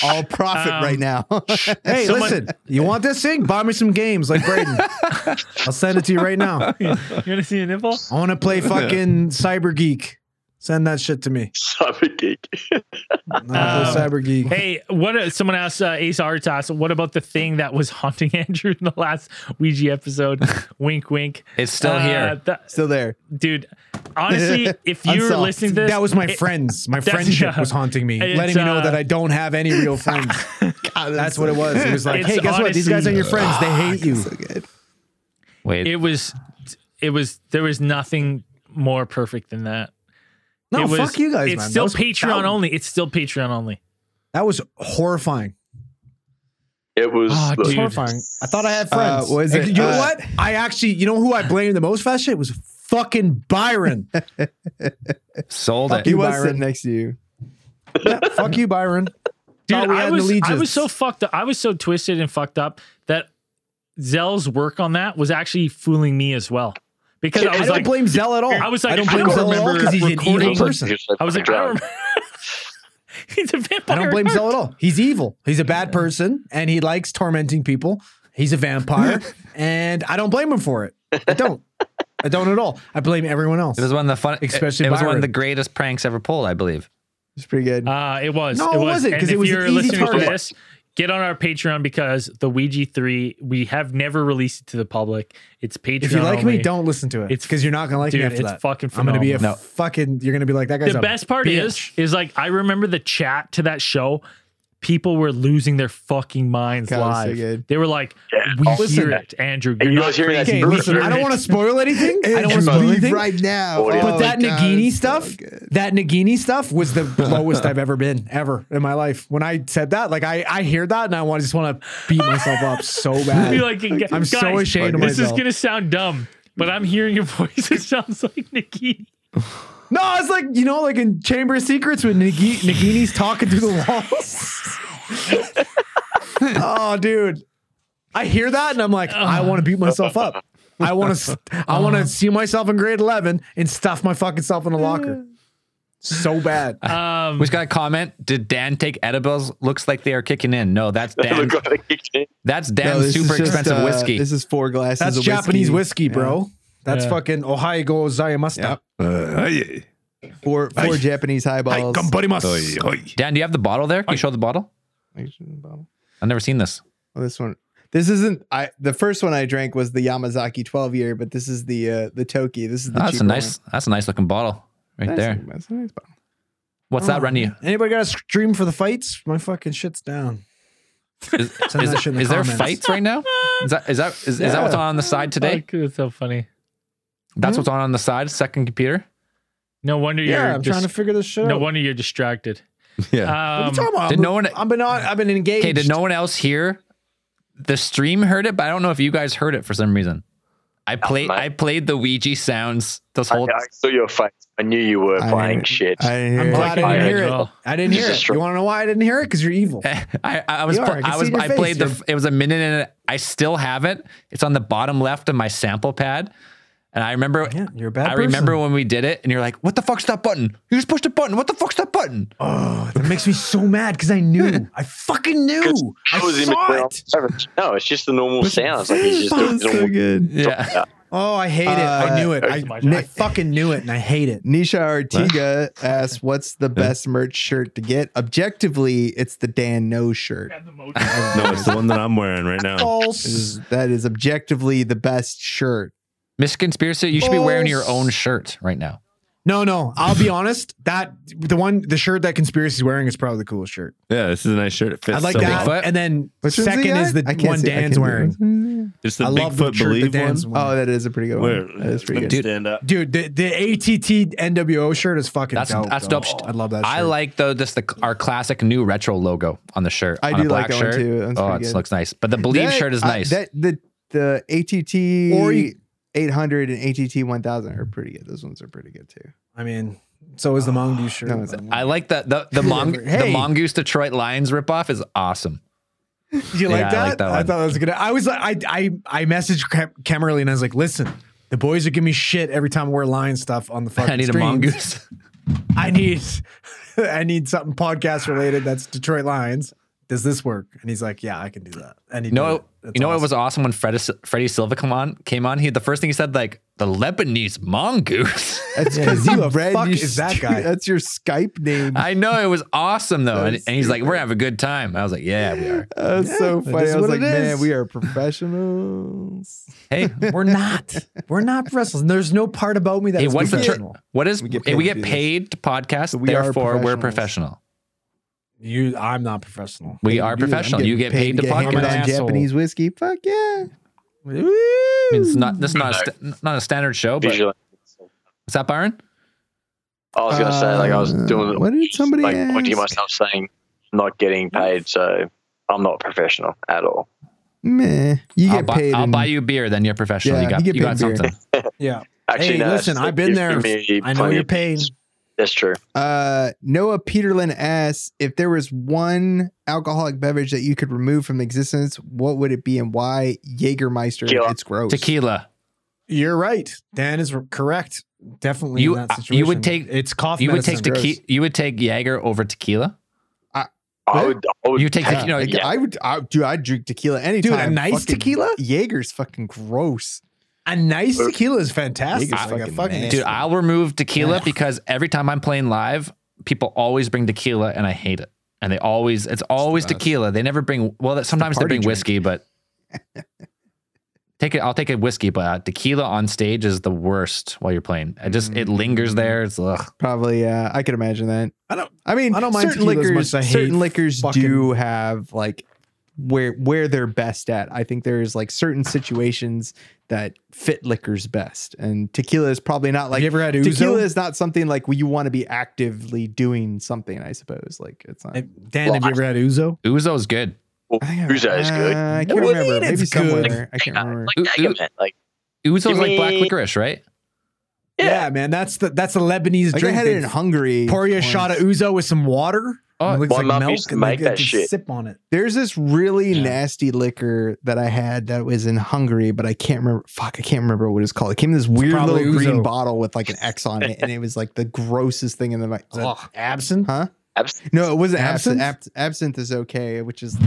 [SPEAKER 4] All profit
[SPEAKER 2] Um,
[SPEAKER 4] right now.
[SPEAKER 10] Hey,
[SPEAKER 2] Someone-
[SPEAKER 10] listen. You want this thing? Buy me some games like Braden. I'll send it to you right now. I
[SPEAKER 2] you want to see a nipple?
[SPEAKER 10] want to play fucking Cyber Geek. Send that shit to me.
[SPEAKER 6] Cyber geek.
[SPEAKER 10] I wanna play
[SPEAKER 2] Um,
[SPEAKER 10] Cyber Geek.
[SPEAKER 2] Hey, what? uh, Someone asked uh, Ace Arts asked, "What about the thing that was haunting Andrew in the last Ouija episode?" wink, wink.
[SPEAKER 1] It's still
[SPEAKER 2] Uh,
[SPEAKER 1] here.
[SPEAKER 2] that-
[SPEAKER 4] Still there.
[SPEAKER 2] dude. Honestly, if you're
[SPEAKER 4] Unsolved.
[SPEAKER 2] listening to this,
[SPEAKER 10] that was my
[SPEAKER 2] it-
[SPEAKER 10] friends. My
[SPEAKER 2] that's-
[SPEAKER 10] friendship
[SPEAKER 2] yeah.
[SPEAKER 10] was haunting me,
[SPEAKER 2] It's,
[SPEAKER 10] letting me know
[SPEAKER 2] uh,
[SPEAKER 10] that I don't have any real friends. that's what it was. It was like,
[SPEAKER 2] It's
[SPEAKER 10] hey, guess what? These guys are
[SPEAKER 2] honestly-
[SPEAKER 10] your friends. They hate you.
[SPEAKER 1] Wait,
[SPEAKER 2] It was, it was. There was nothing more perfect than that.
[SPEAKER 10] No,
[SPEAKER 2] it was,
[SPEAKER 10] fuck you guys,
[SPEAKER 2] It's
[SPEAKER 10] man. That
[SPEAKER 2] still
[SPEAKER 10] was-
[SPEAKER 2] Patreon
[SPEAKER 10] that-
[SPEAKER 2] only. It's still Patreon only.
[SPEAKER 10] That was horrifying.
[SPEAKER 6] It was.
[SPEAKER 10] Oh, dude.
[SPEAKER 2] dude.
[SPEAKER 10] horrifying. I thought I had
[SPEAKER 4] Uh,
[SPEAKER 10] friends.
[SPEAKER 4] what is
[SPEAKER 10] And
[SPEAKER 4] it?
[SPEAKER 10] You know
[SPEAKER 4] Uh,
[SPEAKER 10] what? I actually, you know who I blamed the most for that shit was fucking Byron.
[SPEAKER 1] sold
[SPEAKER 10] fuck
[SPEAKER 1] it.
[SPEAKER 4] He
[SPEAKER 10] you,
[SPEAKER 4] was
[SPEAKER 10] Byron.
[SPEAKER 4] sitting next to you.
[SPEAKER 10] Yeah, fuck you, Byron.
[SPEAKER 2] Dude,
[SPEAKER 10] Thought we
[SPEAKER 2] I
[SPEAKER 10] had an
[SPEAKER 2] was I
[SPEAKER 10] allegiance.
[SPEAKER 2] was so fucked up. I was so twisted and fucked up that Zell's work on that was actually fooling me as well. Because
[SPEAKER 10] I,
[SPEAKER 2] I was
[SPEAKER 10] don't
[SPEAKER 2] like,
[SPEAKER 10] blame Zell at all.
[SPEAKER 2] I was like,
[SPEAKER 10] I don't
[SPEAKER 2] I
[SPEAKER 10] blame
[SPEAKER 2] don't
[SPEAKER 10] Zell at all
[SPEAKER 2] remember
[SPEAKER 10] because he's an evil
[SPEAKER 2] recording-
[SPEAKER 10] person.
[SPEAKER 2] I was like, I don't remember. He's a vampire.
[SPEAKER 10] I don't blame
[SPEAKER 2] at
[SPEAKER 10] Zell
[SPEAKER 2] heart.
[SPEAKER 10] at all. He's evil. He's a bad person, and he likes tormenting people. He's a vampire, and I don't blame him for it. I don't. I don't at all. I blame everyone else.
[SPEAKER 1] It was one of the fun,
[SPEAKER 10] Especially
[SPEAKER 1] It, it was one
[SPEAKER 10] Byron.
[SPEAKER 1] of the greatest pranks ever pulled, I believe.
[SPEAKER 4] It's pretty good.
[SPEAKER 2] Uh, it was.
[SPEAKER 10] No,
[SPEAKER 2] it
[SPEAKER 10] it
[SPEAKER 2] was.
[SPEAKER 10] wasn't,
[SPEAKER 2] And
[SPEAKER 10] 'cause it
[SPEAKER 2] if
[SPEAKER 10] was an
[SPEAKER 2] you're
[SPEAKER 10] easy
[SPEAKER 2] listening to
[SPEAKER 10] target.
[SPEAKER 2] this, get on our Patreon because the Ouija three we have never released it to the public. It's Patreon.
[SPEAKER 10] if you like
[SPEAKER 2] only.
[SPEAKER 10] me, don't listen to it.
[SPEAKER 2] It's-
[SPEAKER 10] It's because you're not gonna like
[SPEAKER 2] dude,
[SPEAKER 10] me after
[SPEAKER 2] it's
[SPEAKER 10] that.
[SPEAKER 2] fucking
[SPEAKER 10] I'm gonna be a
[SPEAKER 1] phenomenal.
[SPEAKER 10] fucking. You're gonna be like that guy's
[SPEAKER 2] The
[SPEAKER 10] a
[SPEAKER 2] best part
[SPEAKER 10] bitch."
[SPEAKER 2] is, is like I remember the chat to that show. People were losing their fucking minds
[SPEAKER 4] God, it was so
[SPEAKER 2] live.
[SPEAKER 4] good.
[SPEAKER 2] They were like, "We hear it, Andrew.
[SPEAKER 6] And
[SPEAKER 2] you're
[SPEAKER 6] you
[SPEAKER 2] not
[SPEAKER 6] guys hear that?
[SPEAKER 2] crazy.
[SPEAKER 10] Okay,
[SPEAKER 6] Burn
[SPEAKER 10] listen.
[SPEAKER 6] it.
[SPEAKER 10] I don't want to spoil anything. I don't want to
[SPEAKER 4] It's
[SPEAKER 10] spoil
[SPEAKER 4] believe
[SPEAKER 10] anything.
[SPEAKER 4] right now.
[SPEAKER 6] Audio.
[SPEAKER 10] But
[SPEAKER 4] Oh,
[SPEAKER 10] that
[SPEAKER 4] God,
[SPEAKER 10] Nagini
[SPEAKER 4] it's so
[SPEAKER 10] stuff,
[SPEAKER 4] good.
[SPEAKER 10] that Nagini stuff was the lowest I've ever been ever in my life. When I said that, like I, I hear that and I want just want to beat myself up so
[SPEAKER 2] Be
[SPEAKER 10] bad.
[SPEAKER 2] like, guys,
[SPEAKER 10] I'm so ashamed of
[SPEAKER 2] This is
[SPEAKER 10] myself.
[SPEAKER 2] gonna sound dumb, but I'm hearing your voice. It sounds like Nikki.
[SPEAKER 10] no, it's like you know, like in Chamber of Secrets when Nagi- Nagini's talking through the walls. oh, dude, I hear that and I'm like, I want to beat myself up. I want to, I want to see myself in grade eleven and stuff my fucking self in a locker. So bad.
[SPEAKER 2] Um,
[SPEAKER 1] We just got a comment. Did Dan take edibles? Looks like they are kicking in. No, that's Dan.
[SPEAKER 6] Look what I kicked in.
[SPEAKER 1] that's
[SPEAKER 4] No,
[SPEAKER 1] Dan's
[SPEAKER 4] this is
[SPEAKER 1] super
[SPEAKER 4] just,
[SPEAKER 1] expensive
[SPEAKER 4] uh,
[SPEAKER 1] whiskey.
[SPEAKER 4] This is four glasses.
[SPEAKER 10] That's
[SPEAKER 4] of
[SPEAKER 10] Japanese whiskey, bro. That's
[SPEAKER 2] Yeah.
[SPEAKER 10] fucking Ohio Zayamasta.
[SPEAKER 4] Yeah.
[SPEAKER 5] Uh, hey,
[SPEAKER 4] Four four Japanese highballs.
[SPEAKER 5] hey, hey.
[SPEAKER 1] Dan, do you have the bottle there? Can you show the bottle?
[SPEAKER 4] Oh,
[SPEAKER 1] I've never seen this.
[SPEAKER 4] this one. This isn't. I the first one I drank was the Yamazaki 12 year, but this is the uh, the Toki. This is the.
[SPEAKER 1] Oh, that's a
[SPEAKER 4] cheaper
[SPEAKER 1] nice. That's a nice looking bottle right
[SPEAKER 4] one. Nice Oh.
[SPEAKER 1] there.
[SPEAKER 4] one, that's a nice bottle.
[SPEAKER 1] What's that run you?
[SPEAKER 10] Anybody got a stream for the fights? My fucking shit's down.
[SPEAKER 1] Is, is,
[SPEAKER 10] that shit in the
[SPEAKER 1] is there
[SPEAKER 10] comments.
[SPEAKER 1] fights right now? Is that is that is, is that what's on on the side today?
[SPEAKER 2] fuck, That's so funny.
[SPEAKER 4] hmm?
[SPEAKER 1] That's what's on on the side. Second computer.
[SPEAKER 2] No wonder you're.
[SPEAKER 10] Yeah, I'm
[SPEAKER 2] dis-
[SPEAKER 10] trying to figure this shit
[SPEAKER 2] no
[SPEAKER 10] out.
[SPEAKER 2] wonder you're distracted.
[SPEAKER 5] Yeah.
[SPEAKER 10] What are
[SPEAKER 2] Um,
[SPEAKER 10] you talking about?
[SPEAKER 1] Did
[SPEAKER 10] I'm-
[SPEAKER 1] no one-
[SPEAKER 10] I've been on. I've been engaged.
[SPEAKER 1] Okay, did no one else hear? The stream heard it, but I don't know if you guys heard it for some reason. I played
[SPEAKER 6] mate.
[SPEAKER 1] I played the Ouija sounds this
[SPEAKER 6] I,
[SPEAKER 1] whole
[SPEAKER 6] I saw your face. I knew you were
[SPEAKER 4] I-
[SPEAKER 6] playing shit.
[SPEAKER 4] I didn't
[SPEAKER 10] I'm
[SPEAKER 4] hear
[SPEAKER 10] glad
[SPEAKER 4] it.
[SPEAKER 10] I
[SPEAKER 2] Fire
[SPEAKER 10] didn't hear
[SPEAKER 2] as
[SPEAKER 10] it.
[SPEAKER 2] well.
[SPEAKER 10] I didn't hear it.
[SPEAKER 6] Destroy-
[SPEAKER 10] You want to know why I didn't hear it? Because you're evil.
[SPEAKER 1] Eh, I, I was
[SPEAKER 10] You are,
[SPEAKER 1] pl-
[SPEAKER 10] I can
[SPEAKER 1] I
[SPEAKER 10] see
[SPEAKER 1] was
[SPEAKER 10] it in
[SPEAKER 1] I
[SPEAKER 10] your
[SPEAKER 1] played
[SPEAKER 10] face.
[SPEAKER 1] the it was a minute and I still have it. It's on the bottom left of my sample pad, and I remember
[SPEAKER 10] Yeah, you're a bad
[SPEAKER 1] I remember
[SPEAKER 10] person.
[SPEAKER 1] when we did it, and you're like, "What the fuck's that button? You just pushed a button. What the fuck's that button?"
[SPEAKER 10] Oh, that makes me so mad because I knew. I fucking knew. I saw
[SPEAKER 6] well,
[SPEAKER 10] it.
[SPEAKER 6] No, it's just the normal sounds. Like he's just doing normal.
[SPEAKER 4] good.
[SPEAKER 1] Yeah,
[SPEAKER 10] Oh, I hate it.
[SPEAKER 4] Uh,
[SPEAKER 10] I knew it. I,
[SPEAKER 2] my
[SPEAKER 10] I fucking knew it, and I hate it.
[SPEAKER 4] Nisha Artiga asks, "What's the best merch shirt to get?" Objectively, it's the Dan No shirt.
[SPEAKER 2] Um,
[SPEAKER 5] No, it's the one that I'm wearing right
[SPEAKER 10] Oh.
[SPEAKER 5] now.
[SPEAKER 4] This is- that is objectively the best shirt.
[SPEAKER 1] Miss Conspiracy, you should be wearing your
[SPEAKER 10] Oh,
[SPEAKER 1] own shirt right now.
[SPEAKER 10] No, no. I'll be honest. That the one, the shirt that conspiracy's wearing is probably the coolest shirt.
[SPEAKER 5] Yeah, this is a nice shirt. It fits.
[SPEAKER 10] I like
[SPEAKER 5] so
[SPEAKER 10] that.
[SPEAKER 5] well.
[SPEAKER 1] Bigfoot?
[SPEAKER 10] And then
[SPEAKER 4] Which one's
[SPEAKER 10] second
[SPEAKER 4] guy?
[SPEAKER 10] is the
[SPEAKER 4] I can't
[SPEAKER 10] one
[SPEAKER 4] see- I
[SPEAKER 10] Dan's
[SPEAKER 4] can't-
[SPEAKER 10] wearing.
[SPEAKER 5] It's
[SPEAKER 10] I
[SPEAKER 5] the
[SPEAKER 10] love the
[SPEAKER 5] Bigfoot
[SPEAKER 10] shirt that
[SPEAKER 5] believe one.
[SPEAKER 10] Dan's
[SPEAKER 4] Oh,
[SPEAKER 10] wearing.
[SPEAKER 4] that is a pretty good
[SPEAKER 5] Where,
[SPEAKER 4] one. That is pretty good.
[SPEAKER 5] Stand up.
[SPEAKER 10] Dude, the, the ATT NWO shirt is fucking
[SPEAKER 1] That's
[SPEAKER 10] dope.
[SPEAKER 1] that's
[SPEAKER 10] though.
[SPEAKER 1] dope. sh-
[SPEAKER 10] I love that shirt.
[SPEAKER 1] I like though just the our classic new retro logo on the shirt.
[SPEAKER 4] I
[SPEAKER 1] on a
[SPEAKER 4] do
[SPEAKER 1] black
[SPEAKER 4] like that one,
[SPEAKER 1] shirt.
[SPEAKER 4] too. That's
[SPEAKER 1] oh,
[SPEAKER 4] pretty
[SPEAKER 1] it
[SPEAKER 4] good.
[SPEAKER 1] looks nice. But the believe
[SPEAKER 4] That-
[SPEAKER 1] shirt is
[SPEAKER 4] I-
[SPEAKER 1] nice.
[SPEAKER 4] that the the ATT
[SPEAKER 10] Or you-
[SPEAKER 4] 800 and ATT 1000 are pretty good. Those ones are pretty good too.
[SPEAKER 10] I mean, so
[SPEAKER 4] Oh,
[SPEAKER 10] is the Mongoose shirt.
[SPEAKER 4] No, it's not.
[SPEAKER 1] I like that the the, mong- the
[SPEAKER 10] Hey.
[SPEAKER 1] mongoose Detroit Lions ripoff is awesome.
[SPEAKER 10] You
[SPEAKER 1] Yeah,
[SPEAKER 10] like that?
[SPEAKER 1] I
[SPEAKER 10] I,
[SPEAKER 1] like that one.
[SPEAKER 10] thought that was good. I was like, I I I messaged Cam- Cam early and I was like, listen, the boys are giving me shit every time I wear lion stuff on the fucking.
[SPEAKER 1] I need a
[SPEAKER 10] streams.
[SPEAKER 1] mongoose.
[SPEAKER 10] I need I need something podcast related that's Detroit Lions. Does this work? And he's like, yeah, I can do that. And he
[SPEAKER 1] You know,
[SPEAKER 10] did it. That's
[SPEAKER 1] you know, it was
[SPEAKER 10] awesome.
[SPEAKER 1] awesome when Fred, Freddie Silva come on, came on. He the first thing he said like the Lebanese mongoose.
[SPEAKER 4] That's
[SPEAKER 10] Yeah,
[SPEAKER 4] because
[SPEAKER 10] who
[SPEAKER 4] you
[SPEAKER 10] the
[SPEAKER 4] read
[SPEAKER 10] fuck
[SPEAKER 4] your
[SPEAKER 10] is that
[SPEAKER 4] stu-
[SPEAKER 10] guy?
[SPEAKER 4] That's your Skype name.
[SPEAKER 1] I know it was awesome though, and,
[SPEAKER 4] That's
[SPEAKER 1] and he's like, "We're having a good time." I was like, "Yeah, we are."
[SPEAKER 4] That's so
[SPEAKER 10] that
[SPEAKER 4] funny.
[SPEAKER 10] is
[SPEAKER 4] I was
[SPEAKER 10] what
[SPEAKER 4] like,
[SPEAKER 10] it
[SPEAKER 4] man,
[SPEAKER 10] is."
[SPEAKER 4] we are professionals.
[SPEAKER 1] Hey,
[SPEAKER 10] We're not. We're not wrestlers. And There's no part about me that
[SPEAKER 1] hey
[SPEAKER 10] is
[SPEAKER 1] what's the
[SPEAKER 10] professional.
[SPEAKER 1] tur- what is we
[SPEAKER 4] We get
[SPEAKER 1] get
[SPEAKER 4] paid
[SPEAKER 1] paid, we
[SPEAKER 4] to do
[SPEAKER 1] get
[SPEAKER 4] this.
[SPEAKER 1] paid to podcast?
[SPEAKER 4] So we are
[SPEAKER 1] therefore, we're
[SPEAKER 4] professionals.
[SPEAKER 1] professional.
[SPEAKER 10] you, I'm not professional.
[SPEAKER 1] We are professional. You get paid, to
[SPEAKER 4] get hammered
[SPEAKER 1] podcast.
[SPEAKER 10] I'm an
[SPEAKER 4] on
[SPEAKER 10] asshole.
[SPEAKER 4] Japanese whiskey. Fuck yeah.
[SPEAKER 1] I mean, it's not this is not a st- not a standard show, but
[SPEAKER 6] Visual.
[SPEAKER 1] what's that, Byron?
[SPEAKER 6] I was gonna say like I was
[SPEAKER 4] Uh,
[SPEAKER 6] doing.
[SPEAKER 4] what did somebody
[SPEAKER 6] like pointing at
[SPEAKER 4] ask?
[SPEAKER 6] myself saying, "Not getting paid," so I'm not professional at all.
[SPEAKER 4] Meh. You get
[SPEAKER 1] I'll, buy,
[SPEAKER 4] paid.
[SPEAKER 1] I'll
[SPEAKER 4] in-
[SPEAKER 1] buy you a beer. Then you're professional.
[SPEAKER 4] Yeah,
[SPEAKER 1] you got you,
[SPEAKER 4] you get
[SPEAKER 1] got
[SPEAKER 4] paid beer.
[SPEAKER 1] something.
[SPEAKER 10] Yeah.
[SPEAKER 6] Actually,
[SPEAKER 10] Hey,
[SPEAKER 6] no,
[SPEAKER 10] listen,
[SPEAKER 6] that's-
[SPEAKER 10] I've been
[SPEAKER 6] you've
[SPEAKER 10] there.
[SPEAKER 6] given me
[SPEAKER 10] I know
[SPEAKER 6] plenty
[SPEAKER 10] your
[SPEAKER 6] of-
[SPEAKER 10] pain.
[SPEAKER 6] That's true.
[SPEAKER 4] Uh, Noah Peterlin asks if there was one alcoholic beverage that you could remove from existence, what would it be and why? Jägermeister.
[SPEAKER 6] Tequila.
[SPEAKER 4] It's gross.
[SPEAKER 1] Tequila.
[SPEAKER 10] You're right. Dan is r- correct. Definitely.
[SPEAKER 1] You-
[SPEAKER 10] in that
[SPEAKER 1] uh,
[SPEAKER 10] situation.
[SPEAKER 1] you would take-
[SPEAKER 10] it's cough.
[SPEAKER 1] You would take
[SPEAKER 10] medicine.
[SPEAKER 1] tequila. You would take Jaeger over tequila.
[SPEAKER 6] I would. I would
[SPEAKER 1] You take
[SPEAKER 4] Yeah,
[SPEAKER 1] tequila. no,
[SPEAKER 4] like,
[SPEAKER 6] yeah.
[SPEAKER 4] I would, I, dude, I'd drink tequila anytime.
[SPEAKER 10] Dude, a nice
[SPEAKER 4] Fucking
[SPEAKER 10] tequila?
[SPEAKER 4] Jaeger's fucking gross.
[SPEAKER 10] A nice tequila is fantastic.
[SPEAKER 4] Niggas
[SPEAKER 10] Like a
[SPEAKER 4] fucking
[SPEAKER 10] fucking-
[SPEAKER 4] nasty.
[SPEAKER 1] Dude, I'll remove tequila
[SPEAKER 10] Yeah.
[SPEAKER 1] because every time I'm playing live, people always bring tequila and I hate it. And they always, it's always
[SPEAKER 4] best.
[SPEAKER 1] tequila. They never bring, well, that sometimes they
[SPEAKER 4] party
[SPEAKER 1] bring
[SPEAKER 4] drink.
[SPEAKER 1] whiskey, but take it, I'll take a whiskey, but uh, tequila on stage is the worst while you're playing. It just,
[SPEAKER 4] Mm.
[SPEAKER 1] it lingers there. It's, ugh.
[SPEAKER 4] Probably, uh, I could imagine that.
[SPEAKER 10] I don't.
[SPEAKER 4] I mean,
[SPEAKER 10] I don't mind
[SPEAKER 4] certain
[SPEAKER 10] tequila as
[SPEAKER 4] liquors.
[SPEAKER 10] much as I hate
[SPEAKER 4] certain liquors
[SPEAKER 10] fucking-
[SPEAKER 4] do have like where where they're best at. I think there's like certain situations that fit liquors best, and tequila is probably not
[SPEAKER 10] Like,
[SPEAKER 4] like
[SPEAKER 10] you ever had Uzo?
[SPEAKER 4] tequila is not something like you want to be actively doing something. I suppose like it's not.
[SPEAKER 10] Uh, Dan,
[SPEAKER 6] Well,
[SPEAKER 10] have you ever had Uzo?
[SPEAKER 1] Uzo's good.
[SPEAKER 6] Well,
[SPEAKER 4] I think I-
[SPEAKER 6] Uzo is good.
[SPEAKER 4] uh, I
[SPEAKER 10] What
[SPEAKER 4] can't
[SPEAKER 10] do you
[SPEAKER 4] remember.
[SPEAKER 10] mean
[SPEAKER 4] Maybe
[SPEAKER 10] it's good?
[SPEAKER 4] somewhere. I can't remember.
[SPEAKER 6] Like,
[SPEAKER 1] Ooh, ooh.
[SPEAKER 6] Jaeger, man, like
[SPEAKER 1] Uzo's like black
[SPEAKER 6] Gimme-
[SPEAKER 1] licorice, right?
[SPEAKER 6] yeah,
[SPEAKER 10] man. That's the that's the Lebanese
[SPEAKER 4] Like I
[SPEAKER 10] drink.
[SPEAKER 4] had it in
[SPEAKER 10] They
[SPEAKER 4] Hungary.
[SPEAKER 10] pour you a
[SPEAKER 4] once.
[SPEAKER 10] shot of Uzo with some water.
[SPEAKER 1] Oh,
[SPEAKER 10] and it looks
[SPEAKER 6] my
[SPEAKER 10] like
[SPEAKER 6] mom
[SPEAKER 10] milk,
[SPEAKER 6] used to
[SPEAKER 10] and they
[SPEAKER 6] make
[SPEAKER 10] get
[SPEAKER 6] that
[SPEAKER 10] to
[SPEAKER 6] shit.
[SPEAKER 10] Sip on it.
[SPEAKER 4] There's this really
[SPEAKER 10] Yeah.
[SPEAKER 4] nasty liquor that I had that was in Hungary, but I can't remember. Fuck, I can't remember what it's called. It came in this weird
[SPEAKER 10] probably
[SPEAKER 4] little green
[SPEAKER 10] Ouzo.
[SPEAKER 4] bottle with like an X on it, and it was like the grossest thing in the. Like,
[SPEAKER 10] Is that
[SPEAKER 4] ugh.
[SPEAKER 10] absinthe?
[SPEAKER 4] Huh?
[SPEAKER 6] abs-
[SPEAKER 4] No, it wasn't absinthe.
[SPEAKER 10] Absinthe?
[SPEAKER 4] Ab- absinthe is okay, which is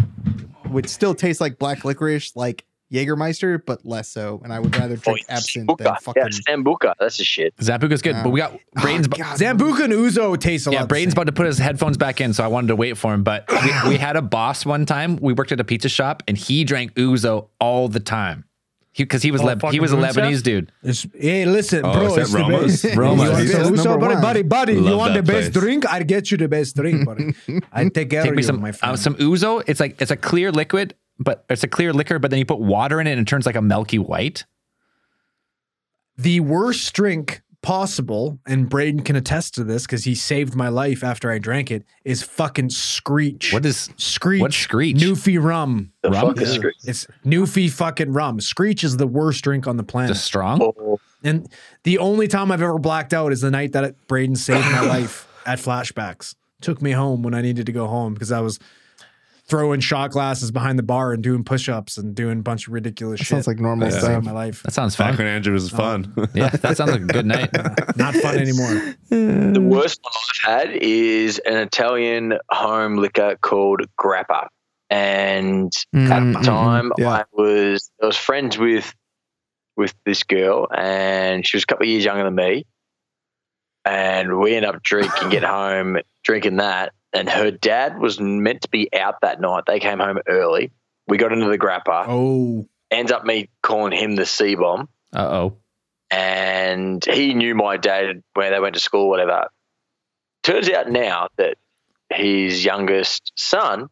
[SPEAKER 4] which still tastes like black licorice, like Jägermeister, but less so. And I would rather
[SPEAKER 6] oh,
[SPEAKER 4] drink absinthe than
[SPEAKER 6] Sambuca.
[SPEAKER 4] fucking.
[SPEAKER 6] Yeah, Sambuca. That's the shit.
[SPEAKER 1] Zambuca's good,
[SPEAKER 4] Yeah.
[SPEAKER 1] but we got Braden's,
[SPEAKER 4] Oh God.
[SPEAKER 10] Zambuca and Uzo taste a
[SPEAKER 1] Yeah,
[SPEAKER 10] lot.
[SPEAKER 1] Braden's
[SPEAKER 10] the
[SPEAKER 1] about to put his headphones back in, so I wanted to wait for him. But we, we had a boss one time. We worked at a pizza shop, and he drank Uzo all the time. Because he, was
[SPEAKER 2] Oh,
[SPEAKER 1] Leb- he
[SPEAKER 2] fucking
[SPEAKER 1] was a
[SPEAKER 2] Moonshot?
[SPEAKER 1] Lebanese dude.
[SPEAKER 10] same. It's- hey, listen,
[SPEAKER 5] Oh,
[SPEAKER 10] bro.
[SPEAKER 5] is that
[SPEAKER 10] it's the
[SPEAKER 5] Roma's?
[SPEAKER 10] best.
[SPEAKER 5] Roma's.
[SPEAKER 10] You want
[SPEAKER 4] Yes,
[SPEAKER 10] some Uzo,
[SPEAKER 4] number
[SPEAKER 10] buddy,
[SPEAKER 4] one.
[SPEAKER 10] buddy, buddy. You
[SPEAKER 5] Love
[SPEAKER 10] want the
[SPEAKER 5] that
[SPEAKER 10] best
[SPEAKER 5] place.
[SPEAKER 10] drink? I'll get you the best drink, buddy. I take care
[SPEAKER 1] Take
[SPEAKER 10] of
[SPEAKER 1] me
[SPEAKER 10] you,
[SPEAKER 1] some
[SPEAKER 10] my
[SPEAKER 1] uh,
[SPEAKER 10] friend.
[SPEAKER 1] some Uzo. It's like it's a clear liquid, but it's a clear liquor. But then you put water in it, and it turns like a milky white.
[SPEAKER 10] the worst drink possible, and Braden can attest to this because he saved my life after I drank it, is fucking Screech.
[SPEAKER 1] What is
[SPEAKER 10] Screech?
[SPEAKER 1] what's Screech?
[SPEAKER 10] Newfie rum.
[SPEAKER 6] The
[SPEAKER 1] Rum?
[SPEAKER 6] fuck is
[SPEAKER 1] Yeah.
[SPEAKER 6] screw-
[SPEAKER 10] It's Newfie fucking rum. Screech is the worst drink on the planet.
[SPEAKER 1] just strong?
[SPEAKER 6] Oh,
[SPEAKER 10] and the only time I've ever blacked out is the night that it- Braden saved my life at flashbacks. Took me home when I needed to go home because I was throwing shot glasses behind the bar and doing push ups and doing a bunch of ridiculous shit.
[SPEAKER 4] Sounds like normal
[SPEAKER 10] Saved
[SPEAKER 4] stuff.
[SPEAKER 10] my life.
[SPEAKER 1] That sounds
[SPEAKER 5] Back
[SPEAKER 1] fun.
[SPEAKER 5] when Andrew was fun.
[SPEAKER 10] Oh.
[SPEAKER 1] Yeah, that sounds like a good night.
[SPEAKER 10] Not fun anymore.
[SPEAKER 6] the
[SPEAKER 4] Mm.
[SPEAKER 6] worst one I've had is an Italian home liquor called Grappa. And at the
[SPEAKER 4] Mm,
[SPEAKER 6] time
[SPEAKER 4] yeah.
[SPEAKER 6] I was I was friends with with this girl and she was a couple of years younger than me. And we end up drinking, get home, drinking that. And her dad was meant to be out that night. They came home early. We got into the grappa.
[SPEAKER 10] Oh,
[SPEAKER 6] Ends up me calling him the C bomb.
[SPEAKER 1] Uh oh.
[SPEAKER 6] And he knew my dad where they went to school, whatever. Turns out now that his youngest son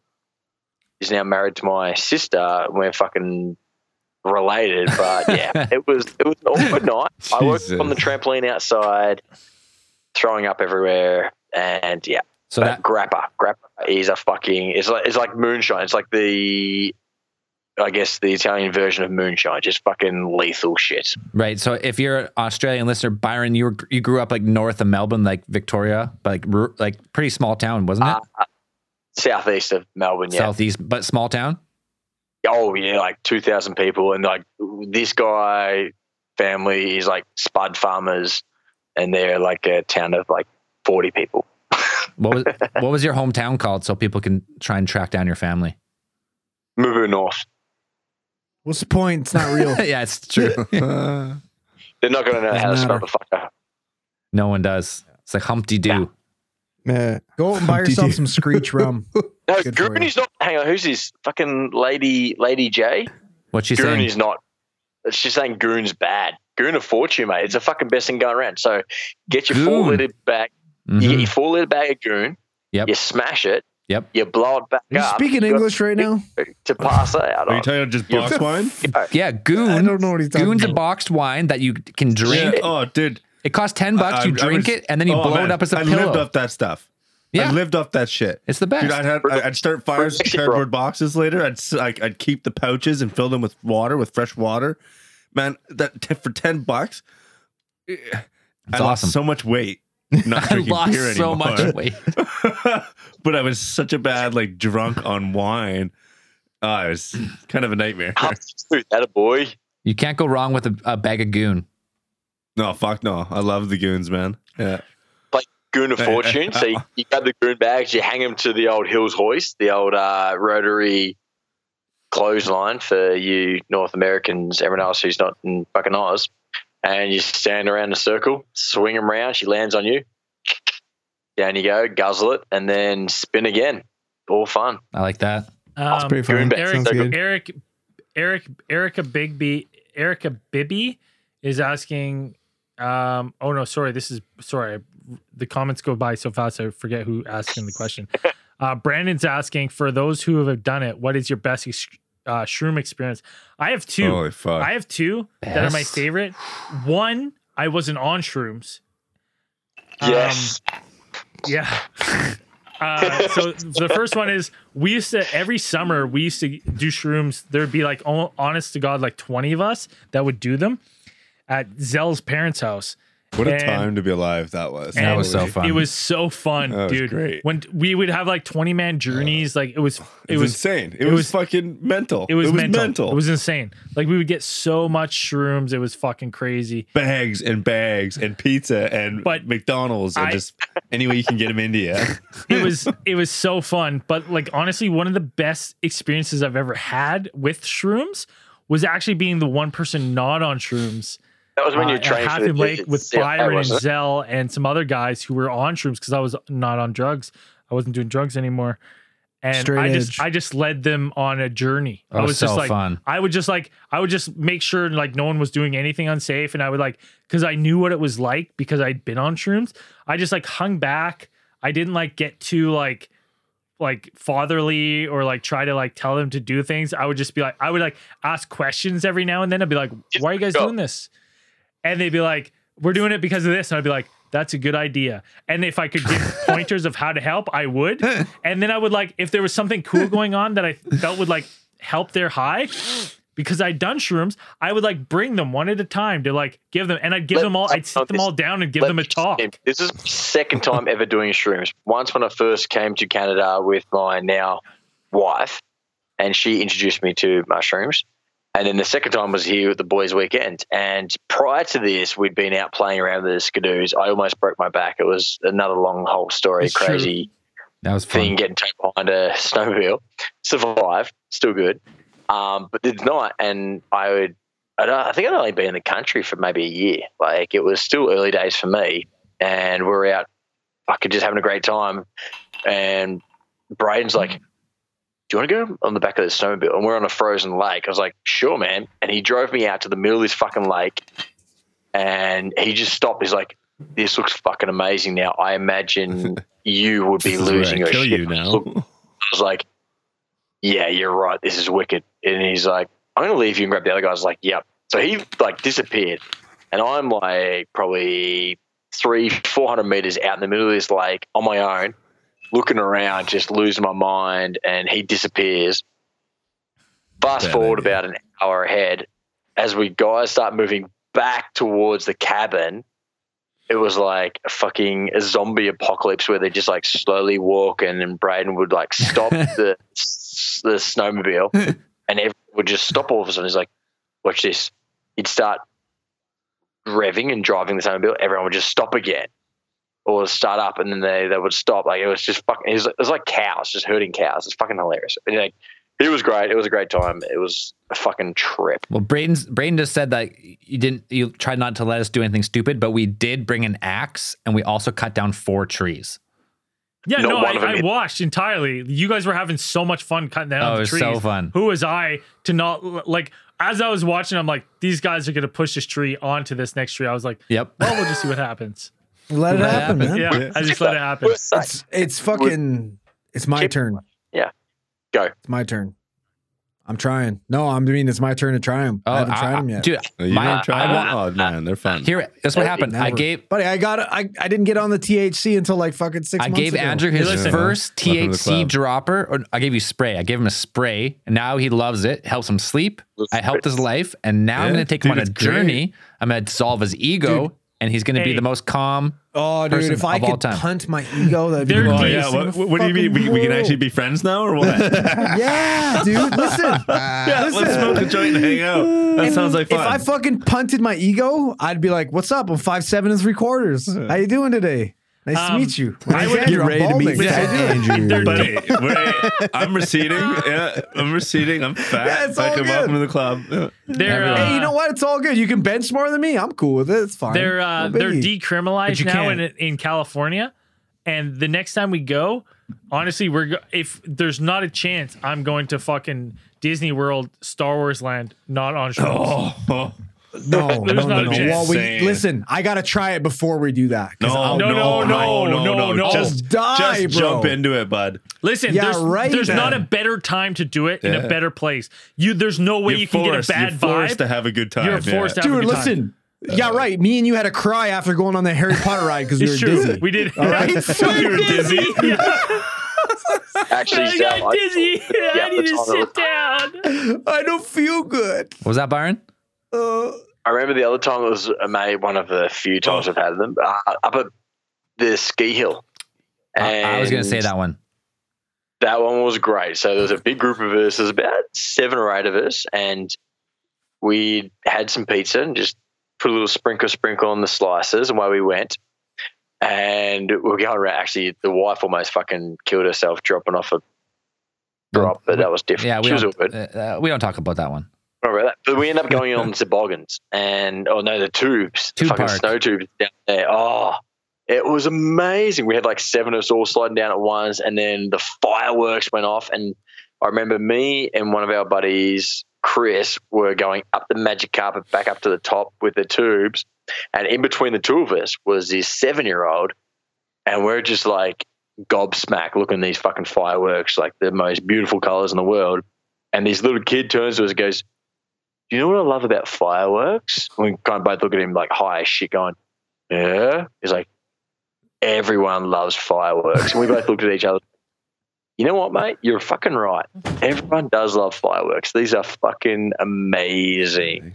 [SPEAKER 6] is now married to my sister. We're fucking related, but yeah, it was it was an awkward night. I worked on the trampoline outside, throwing up everywhere, and yeah,
[SPEAKER 1] So
[SPEAKER 6] but
[SPEAKER 1] that
[SPEAKER 6] grappa, grappa is a fucking. It's like it's like moonshine. It's like the, I guess the Italian version of moonshine, just fucking lethal shit.
[SPEAKER 1] right. So if you're an Australian listener, Byron, you were you grew up like north of Melbourne, like Victoria, but like ru- like pretty small town, wasn't it?
[SPEAKER 6] Uh, southeast of Melbourne, yeah.
[SPEAKER 1] Southeast, but small town.
[SPEAKER 6] Oh yeah, like two thousand people, and like this guy family is like spud farmers, and they're like a town of like forty people.
[SPEAKER 1] What was what was your hometown called so people can try and track down your family?
[SPEAKER 6] Mubu North.
[SPEAKER 10] what's the point? It's not real.
[SPEAKER 1] yeah, it's true.
[SPEAKER 4] Uh,
[SPEAKER 6] They're not going to know how to
[SPEAKER 10] Doesn't
[SPEAKER 6] spell
[SPEAKER 10] matter.
[SPEAKER 6] the fucker.
[SPEAKER 1] no one does. It's like Humpty Doo.
[SPEAKER 4] Yeah.
[SPEAKER 10] Go out and buy
[SPEAKER 4] Did
[SPEAKER 10] yourself
[SPEAKER 4] you-
[SPEAKER 10] some Screech rum.
[SPEAKER 6] No,
[SPEAKER 10] Good for
[SPEAKER 6] Gurney's not. Hang on, who's this fucking lady? Lady J.
[SPEAKER 1] What she
[SPEAKER 6] Goon
[SPEAKER 1] saying?
[SPEAKER 6] is not. She's saying Goon's bad. Goon of fortune, mate. It's the fucking best thing going around. So get your four
[SPEAKER 1] Goon.
[SPEAKER 6] liter bag. You
[SPEAKER 10] Mm-hmm.
[SPEAKER 6] get
[SPEAKER 1] Mhm.
[SPEAKER 6] your four liter bag of Goon.
[SPEAKER 1] Yep.
[SPEAKER 6] You smash it.
[SPEAKER 1] Yep.
[SPEAKER 6] You blow it back
[SPEAKER 10] Are you
[SPEAKER 6] up.
[SPEAKER 10] speaking
[SPEAKER 6] You got
[SPEAKER 10] English right now?
[SPEAKER 6] to pass it out.
[SPEAKER 5] Are
[SPEAKER 6] on.
[SPEAKER 5] you talking about just
[SPEAKER 6] You're-
[SPEAKER 5] box wine?
[SPEAKER 1] Yeah, goon.
[SPEAKER 10] I don't know what he's talking
[SPEAKER 1] Goon's a
[SPEAKER 10] about.
[SPEAKER 1] boxed wine that you can drink.
[SPEAKER 5] Yeah. Oh, dude.
[SPEAKER 1] It costs ten bucks. you
[SPEAKER 5] I- I
[SPEAKER 1] drink
[SPEAKER 5] was-
[SPEAKER 1] it and then you
[SPEAKER 5] oh,
[SPEAKER 1] blow
[SPEAKER 5] man,
[SPEAKER 1] it up as a
[SPEAKER 5] I
[SPEAKER 1] pillow.
[SPEAKER 5] lived off that stuff.
[SPEAKER 1] Yeah.
[SPEAKER 5] I lived off that shit.
[SPEAKER 1] it's the best.
[SPEAKER 5] Dude, I'd, have, I'd start fires with
[SPEAKER 6] Perfect, bro.
[SPEAKER 5] cardboard boxes later. I'd, s- like, I'd keep the pouches and fill them with water, with fresh water. Man, that t- for 10 bucks, eh,
[SPEAKER 1] it's
[SPEAKER 5] I
[SPEAKER 1] awesome.
[SPEAKER 5] lost so much weight. Not
[SPEAKER 1] I
[SPEAKER 5] drinking
[SPEAKER 1] lost
[SPEAKER 5] beer
[SPEAKER 1] so
[SPEAKER 5] anymore.
[SPEAKER 1] much weight.
[SPEAKER 5] but I was such a bad, like, drunk on wine. Uh, it was kind of a nightmare.
[SPEAKER 6] that a boy.
[SPEAKER 1] You can't go wrong with a, a bag of goon.
[SPEAKER 5] No, fuck no. I love the goons, man. Yeah.
[SPEAKER 6] Goon of
[SPEAKER 5] Hey, hey,
[SPEAKER 6] fortune. so you, you grab the goon bags, you hang them to the old Hills hoist, the old uh, rotary clothesline for you North Americans, everyone else who's not in fucking Oz. And you stand around in a circle, swing them around. She lands on you. Down you go, guzzle it, and then spin again. All fun.
[SPEAKER 1] I like that.
[SPEAKER 4] That's
[SPEAKER 2] Um,
[SPEAKER 4] pretty fun.
[SPEAKER 6] Goonback.
[SPEAKER 2] Eric,
[SPEAKER 4] Sounds good.
[SPEAKER 2] Eric, Eric, Erica Bigby, Erica Bibby is asking. Um, oh no, sorry. This is sorry. The comments go by so fast. I forget who asked him the question. Uh, Brandon's asking for those who have done it. What is your best ex- uh, shroom experience? I have two.
[SPEAKER 4] Oh,
[SPEAKER 5] Holy fuck.
[SPEAKER 2] I have two that are my
[SPEAKER 1] Best?
[SPEAKER 2] favorite. One, I wasn't on shrooms. Um,
[SPEAKER 6] Yes.
[SPEAKER 2] Yeah. Uh, so the first one is we used to every summer we used to do shrooms. There'd be like oh, honest to god like twenty of us that would do them at Zell's parents' house.
[SPEAKER 5] what a
[SPEAKER 2] and-
[SPEAKER 5] time to be alive that was.
[SPEAKER 2] That
[SPEAKER 1] was so
[SPEAKER 5] Holy-
[SPEAKER 1] fun.
[SPEAKER 2] It was so fun,
[SPEAKER 5] That was
[SPEAKER 2] dude.
[SPEAKER 5] great.
[SPEAKER 2] When we would have like twenty man journeys, like it was it
[SPEAKER 5] It's
[SPEAKER 2] was
[SPEAKER 5] insane. It,
[SPEAKER 2] it
[SPEAKER 5] was,
[SPEAKER 2] was-
[SPEAKER 5] fucking mental.
[SPEAKER 2] it was, mental.
[SPEAKER 5] mental.
[SPEAKER 2] It was insane. Like we would get so much shrooms, it was fucking crazy.
[SPEAKER 5] bags and bags and pizza and
[SPEAKER 2] But
[SPEAKER 5] McDonald's and
[SPEAKER 2] I-
[SPEAKER 5] just any way you can get them India.
[SPEAKER 2] it was it was so fun but like honestly one of the best experiences i've ever had with shrooms was actually being the one person not on shrooms
[SPEAKER 6] That was when
[SPEAKER 2] uh,
[SPEAKER 6] you
[SPEAKER 2] at
[SPEAKER 6] trained for the
[SPEAKER 2] Halfway Lake
[SPEAKER 6] digits.
[SPEAKER 2] with
[SPEAKER 6] Yeah, that
[SPEAKER 2] byron and
[SPEAKER 6] was it.
[SPEAKER 2] zell and some other guys who were on shrooms because i was not on drugs i wasn't doing drugs anymore and
[SPEAKER 10] Straight
[SPEAKER 2] i just
[SPEAKER 10] edge. Oh,
[SPEAKER 2] i just led them on a journey
[SPEAKER 1] That
[SPEAKER 2] i
[SPEAKER 1] was
[SPEAKER 2] was just
[SPEAKER 1] so
[SPEAKER 2] like
[SPEAKER 1] fun.
[SPEAKER 2] I would just like I would just make sure like no one was doing anything unsafe, and I would like because I knew what it was like because I'd been on shrooms. I just like hung back. I didn't like get too like like fatherly or like try to like tell them to do things. I would just be like I would like ask questions every now and then. I'd be like, "Why are you guys
[SPEAKER 6] go.
[SPEAKER 2] doing this?" And they'd be like, we're doing it because of this. And I'd be like, that's a good idea. And if I could give pointers of how to help, I would. And then I would like, if there was something cool going on that I felt would like help their high, because I'd done shrooms, I would like bring them one at a time to like give them, and I'd give
[SPEAKER 6] Let-
[SPEAKER 2] them all, I'd sit them all down and give
[SPEAKER 6] Let
[SPEAKER 2] them a
[SPEAKER 6] me just
[SPEAKER 2] talk.
[SPEAKER 6] name- This is my second time ever doing shrooms. Once when I first came to Canada with my now wife, and she introduced me to mushrooms. And then the second time was here at the boys' weekend. And prior to this, we'd been out playing around with the skidoos. I almost broke my back. It was another long whole story,
[SPEAKER 2] It's true.
[SPEAKER 6] crazy
[SPEAKER 3] That was
[SPEAKER 6] thing
[SPEAKER 3] fun.
[SPEAKER 6] getting towed behind a snowmobile. Survived, still good. Um, but did not, and I would. I, don't, I think I'd only been in the country for maybe a year. Like it was still early days for me, and we we're out. I could just having a great time, and Braden's like, "Do you want to go on the back of the snowmobile?" And we're on a frozen lake. I was like, "Sure, man." And he drove me out to the middle of this fucking lake, and he just stopped. He's like, "This looks fucking amazing." Now I imagine you would be
[SPEAKER 5] This is where
[SPEAKER 6] losing
[SPEAKER 5] I
[SPEAKER 6] your
[SPEAKER 5] kill
[SPEAKER 6] shit.
[SPEAKER 5] you now.
[SPEAKER 6] Look, I was like, "Yeah, you're right. This is wicked." And he's like, "I'm gonna leave you and grab the other guy." I was like, "Yep." So he like disappeared, and I'm like probably three, four hundred meters out in the middle of this lake on my own, looking around, just losing my mind, and he disappears. Fast
[SPEAKER 5] Bad
[SPEAKER 6] forward
[SPEAKER 5] idea.
[SPEAKER 6] about an hour ahead, as we guys start moving back towards the cabin, it was like a fucking zombie apocalypse where they just like slowly walking, and Braden would like stop the the snowmobile, and everyone would just stop all of a sudden. He's like, "Watch this!" He'd start revving and driving the snowmobile. Everyone would just stop again, or start up, and then they they would stop. Like it was just fucking. It was, it was like cows, just herding cows. It's fucking hilarious. And, like it was great. It was a great time. It was a fucking trip.
[SPEAKER 1] Well, Braden's Braden just said that you didn't you tried not to let us do anything stupid, but we did bring an axe and we also cut down four trees.
[SPEAKER 2] Yeah,
[SPEAKER 6] Not
[SPEAKER 2] no,
[SPEAKER 6] one of them
[SPEAKER 2] I, I
[SPEAKER 6] is-
[SPEAKER 2] watched entirely. You guys were having so much fun cutting down
[SPEAKER 1] Oh, it
[SPEAKER 2] the
[SPEAKER 1] was
[SPEAKER 2] trees.
[SPEAKER 1] so fun.
[SPEAKER 2] Who was I to not like? As I was watching, I'm like, these guys are gonna push this tree onto this next tree. I was like,
[SPEAKER 1] Yep.
[SPEAKER 2] well, we'll just see what happens.
[SPEAKER 10] Let it
[SPEAKER 1] Let it
[SPEAKER 10] happen, man.
[SPEAKER 2] Yeah, I just let it happen.
[SPEAKER 6] We're safe.
[SPEAKER 10] It's it's fucking it's my
[SPEAKER 6] Keep-
[SPEAKER 10] turn.
[SPEAKER 6] Yeah. Go.
[SPEAKER 10] It's my turn. I'm trying. No, I'm I mean it's my turn to try them. I haven't tried them yet.
[SPEAKER 1] Oh, dude.
[SPEAKER 5] You
[SPEAKER 1] my-
[SPEAKER 5] don't try
[SPEAKER 1] I
[SPEAKER 5] them?
[SPEAKER 1] want-
[SPEAKER 5] Oh man, they're fun.
[SPEAKER 1] Here, that's what happened. I
[SPEAKER 10] Never.
[SPEAKER 1] gave
[SPEAKER 10] buddy, I got I I didn't get on the THC until like fucking six.
[SPEAKER 1] I
[SPEAKER 10] months
[SPEAKER 1] gave
[SPEAKER 10] ago.
[SPEAKER 1] Andrew his
[SPEAKER 2] Hey, listen.
[SPEAKER 1] first
[SPEAKER 5] Welcome to the
[SPEAKER 1] THC
[SPEAKER 5] club.
[SPEAKER 1] dropper. Or I gave you spray. I gave him a spray. And now he loves it. Helps him sleep. I helped his life. And now I'm
[SPEAKER 5] Yeah,
[SPEAKER 1] going to take him on
[SPEAKER 5] dude,
[SPEAKER 1] a
[SPEAKER 5] it's great.
[SPEAKER 1] journey. I'm going to solve his ego. and he's going to be
[SPEAKER 2] hey.
[SPEAKER 1] the most calm.
[SPEAKER 10] Oh, dude,
[SPEAKER 1] person
[SPEAKER 10] if I
[SPEAKER 1] of all
[SPEAKER 10] could
[SPEAKER 1] time.
[SPEAKER 10] punt my ego, that'd be
[SPEAKER 2] There
[SPEAKER 10] the
[SPEAKER 2] it
[SPEAKER 5] Oh, yeah.
[SPEAKER 10] greatest thing in
[SPEAKER 5] What,
[SPEAKER 10] the
[SPEAKER 5] what, do you mean? We,
[SPEAKER 10] fucking
[SPEAKER 5] we can
[SPEAKER 10] world.
[SPEAKER 5] actually be friends now, or what?
[SPEAKER 10] Yeah, dude. Listen,
[SPEAKER 5] yeah, let's smoke a joint and hang out. That sounds like
[SPEAKER 10] if
[SPEAKER 5] fun.
[SPEAKER 10] I fucking punted my ego, I'd be like, "What's up? I'm five seven and three quarters. How you doing today? Nice to
[SPEAKER 2] Um,
[SPEAKER 10] meet you.
[SPEAKER 2] I
[SPEAKER 10] Nice
[SPEAKER 2] would-
[SPEAKER 10] Andrew,
[SPEAKER 2] You're
[SPEAKER 10] I'm
[SPEAKER 2] ready
[SPEAKER 10] balding. How you doing?
[SPEAKER 2] They're-
[SPEAKER 5] Buddy, wait, I'm receding. Yeah, I'm receding. I'm fat.
[SPEAKER 10] Yeah, it's all
[SPEAKER 5] Like, I'm
[SPEAKER 10] good.
[SPEAKER 5] welcome to the club. Yeah.
[SPEAKER 2] They're, uh,
[SPEAKER 10] Hey, you know what? It's all good. You can bench more than me. I'm cool with it. It's fine.
[SPEAKER 2] They're uh,
[SPEAKER 10] No
[SPEAKER 2] they're
[SPEAKER 10] biggie.
[SPEAKER 2] decriminalized
[SPEAKER 10] you
[SPEAKER 2] now in,
[SPEAKER 10] can't.
[SPEAKER 2] in California, and the next time we go, honestly, we're go- if there's not a chance, I'm going to fucking Disney World, Star Wars Land, not on shrooms.
[SPEAKER 5] Oh, oh.
[SPEAKER 10] No, no,
[SPEAKER 2] There's
[SPEAKER 10] no,
[SPEAKER 2] not a
[SPEAKER 10] no.
[SPEAKER 2] chance.
[SPEAKER 10] Well, we,
[SPEAKER 5] Saying.
[SPEAKER 10] listen, I gotta try it before we do that. 'cause
[SPEAKER 5] No,
[SPEAKER 10] I'll-
[SPEAKER 5] no, no, no, no, no,
[SPEAKER 2] no.
[SPEAKER 5] Just,
[SPEAKER 10] Die,
[SPEAKER 5] just
[SPEAKER 10] bro.
[SPEAKER 5] jump into it, bud.
[SPEAKER 2] Listen,
[SPEAKER 10] Yeah,
[SPEAKER 2] there's,
[SPEAKER 10] right
[SPEAKER 2] there's
[SPEAKER 10] then.
[SPEAKER 2] not a better time to do it in a
[SPEAKER 5] Yeah.
[SPEAKER 2] better place. You there's no way
[SPEAKER 5] You're
[SPEAKER 2] you can
[SPEAKER 5] forced-
[SPEAKER 2] get a bad
[SPEAKER 5] you're forced
[SPEAKER 2] vibe.
[SPEAKER 5] to have a good time.
[SPEAKER 2] You're forced
[SPEAKER 5] yeah.
[SPEAKER 2] to have
[SPEAKER 10] dude,
[SPEAKER 2] a good time.
[SPEAKER 10] listen. Yeah, right. Me and you had a cry after going on the Harry Potter ride because we were
[SPEAKER 2] It's true.
[SPEAKER 10] dizzy.
[SPEAKER 2] We did.
[SPEAKER 10] All right, so
[SPEAKER 5] You were dizzy.
[SPEAKER 2] Yeah,
[SPEAKER 6] Actually,
[SPEAKER 2] I
[SPEAKER 6] Sam,
[SPEAKER 2] got dizzy. I
[SPEAKER 6] Yeah,
[SPEAKER 2] need
[SPEAKER 6] that's
[SPEAKER 2] to
[SPEAKER 6] all
[SPEAKER 2] sit down.
[SPEAKER 10] I don't feel good.
[SPEAKER 1] What was that, Byron?
[SPEAKER 10] Uh,
[SPEAKER 6] I remember the other time it was uh, mate, one of the few times I've had them uh, up at the ski hill.
[SPEAKER 1] I, I was going to
[SPEAKER 6] And
[SPEAKER 1] say that one.
[SPEAKER 6] That one was great. So there was a big group of us. There's about seven or eight of us, and we had some pizza and just put a little sprinkle sprinkle on the slices, and away we went. And we were going around. Actually, the wife almost fucking killed herself dropping off a drop, but that was different.
[SPEAKER 1] Yeah, we
[SPEAKER 6] she was all
[SPEAKER 1] don't,
[SPEAKER 6] good.
[SPEAKER 1] uh, uh, we don't talk about that one.
[SPEAKER 6] Don't worry about that. But we end up going on toboggans and oh no, the tubes, the
[SPEAKER 1] Tube
[SPEAKER 6] fucking
[SPEAKER 1] park.
[SPEAKER 6] snow tubes down there. Oh, it was amazing. We had like seven of us all sliding down at once, and then the fireworks went off. And I remember me and one of our buddies, Chris, were going up the magic carpet back up to the top with the tubes, and in between the two of us was this seven-year-old, and we're just like gobsmacked looking at these fucking fireworks, like the most beautiful colors in the world. And this little kid turns to us and goes, do you know what I love about fireworks? And we kind of both look at him like high as shit, going, yeah. He's like, everyone loves fireworks. And we both looked at each other. You know what, mate? You're fucking right. Everyone does love fireworks. These are fucking amazing.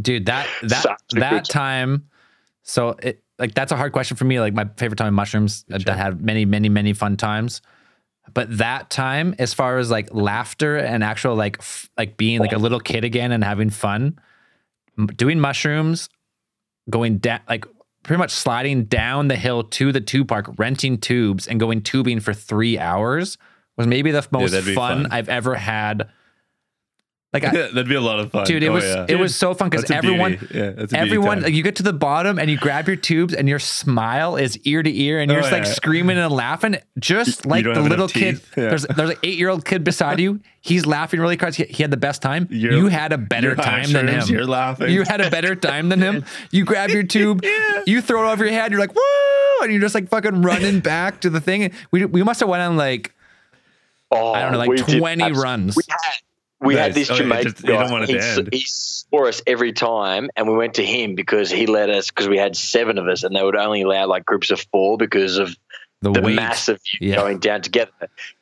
[SPEAKER 1] dude that that
[SPEAKER 6] Sucks.
[SPEAKER 1] that time so it like that's a hard question for me like my favorite time of mushrooms I- i had many many many fun times but that time as far as like laughter and actual like f- like being like a little kid again and having fun m- doing mushrooms going down like pretty much sliding down the hill to the tube park renting tubes and going tubing for three hours was maybe the most
[SPEAKER 5] that'd be
[SPEAKER 1] fun,
[SPEAKER 5] fun.
[SPEAKER 1] i've ever had like I,
[SPEAKER 5] That'd be a lot of fun,
[SPEAKER 1] dude it
[SPEAKER 5] Oh,
[SPEAKER 1] was
[SPEAKER 5] yeah.
[SPEAKER 1] it was so fun because
[SPEAKER 5] That's a
[SPEAKER 1] everyone
[SPEAKER 5] beauty. Yeah, that's a beauty
[SPEAKER 1] everyone
[SPEAKER 5] time.
[SPEAKER 1] like you get to the bottom and you grab your tubes and your smile is ear to ear and you're
[SPEAKER 5] Oh,
[SPEAKER 1] just like
[SPEAKER 5] yeah.
[SPEAKER 1] screaming and laughing just like
[SPEAKER 5] don't
[SPEAKER 1] the
[SPEAKER 5] have
[SPEAKER 1] little
[SPEAKER 5] enough
[SPEAKER 1] kid
[SPEAKER 5] teeth. Yeah.
[SPEAKER 1] there's there's an eight-year-old kid beside you he's laughing really hard he, he had the best time
[SPEAKER 5] You're-
[SPEAKER 1] you had a better
[SPEAKER 5] you're high
[SPEAKER 1] time than him
[SPEAKER 5] shrooms, You're laughing.
[SPEAKER 1] you had a better time than him you grab your tube you throw it over your head you're like woo and you're just like fucking running back to the thing we, we must have went on like
[SPEAKER 6] Oh,
[SPEAKER 1] I don't know, like
[SPEAKER 6] we did
[SPEAKER 1] 20
[SPEAKER 6] abs-
[SPEAKER 1] runs.
[SPEAKER 6] We had, we had
[SPEAKER 5] Nice.
[SPEAKER 6] this
[SPEAKER 5] Oh, yeah,
[SPEAKER 6] Jamaican
[SPEAKER 5] just- you don't
[SPEAKER 6] guy.
[SPEAKER 5] want it
[SPEAKER 6] he,
[SPEAKER 5] to
[SPEAKER 6] s-
[SPEAKER 5] end.
[SPEAKER 6] he saw us every time, and we went to him because he let us because we had seven of us, and they would only allow like groups of four because of
[SPEAKER 1] the,
[SPEAKER 6] the
[SPEAKER 1] weight
[SPEAKER 6] mass of you
[SPEAKER 1] Yeah.
[SPEAKER 6] going down together.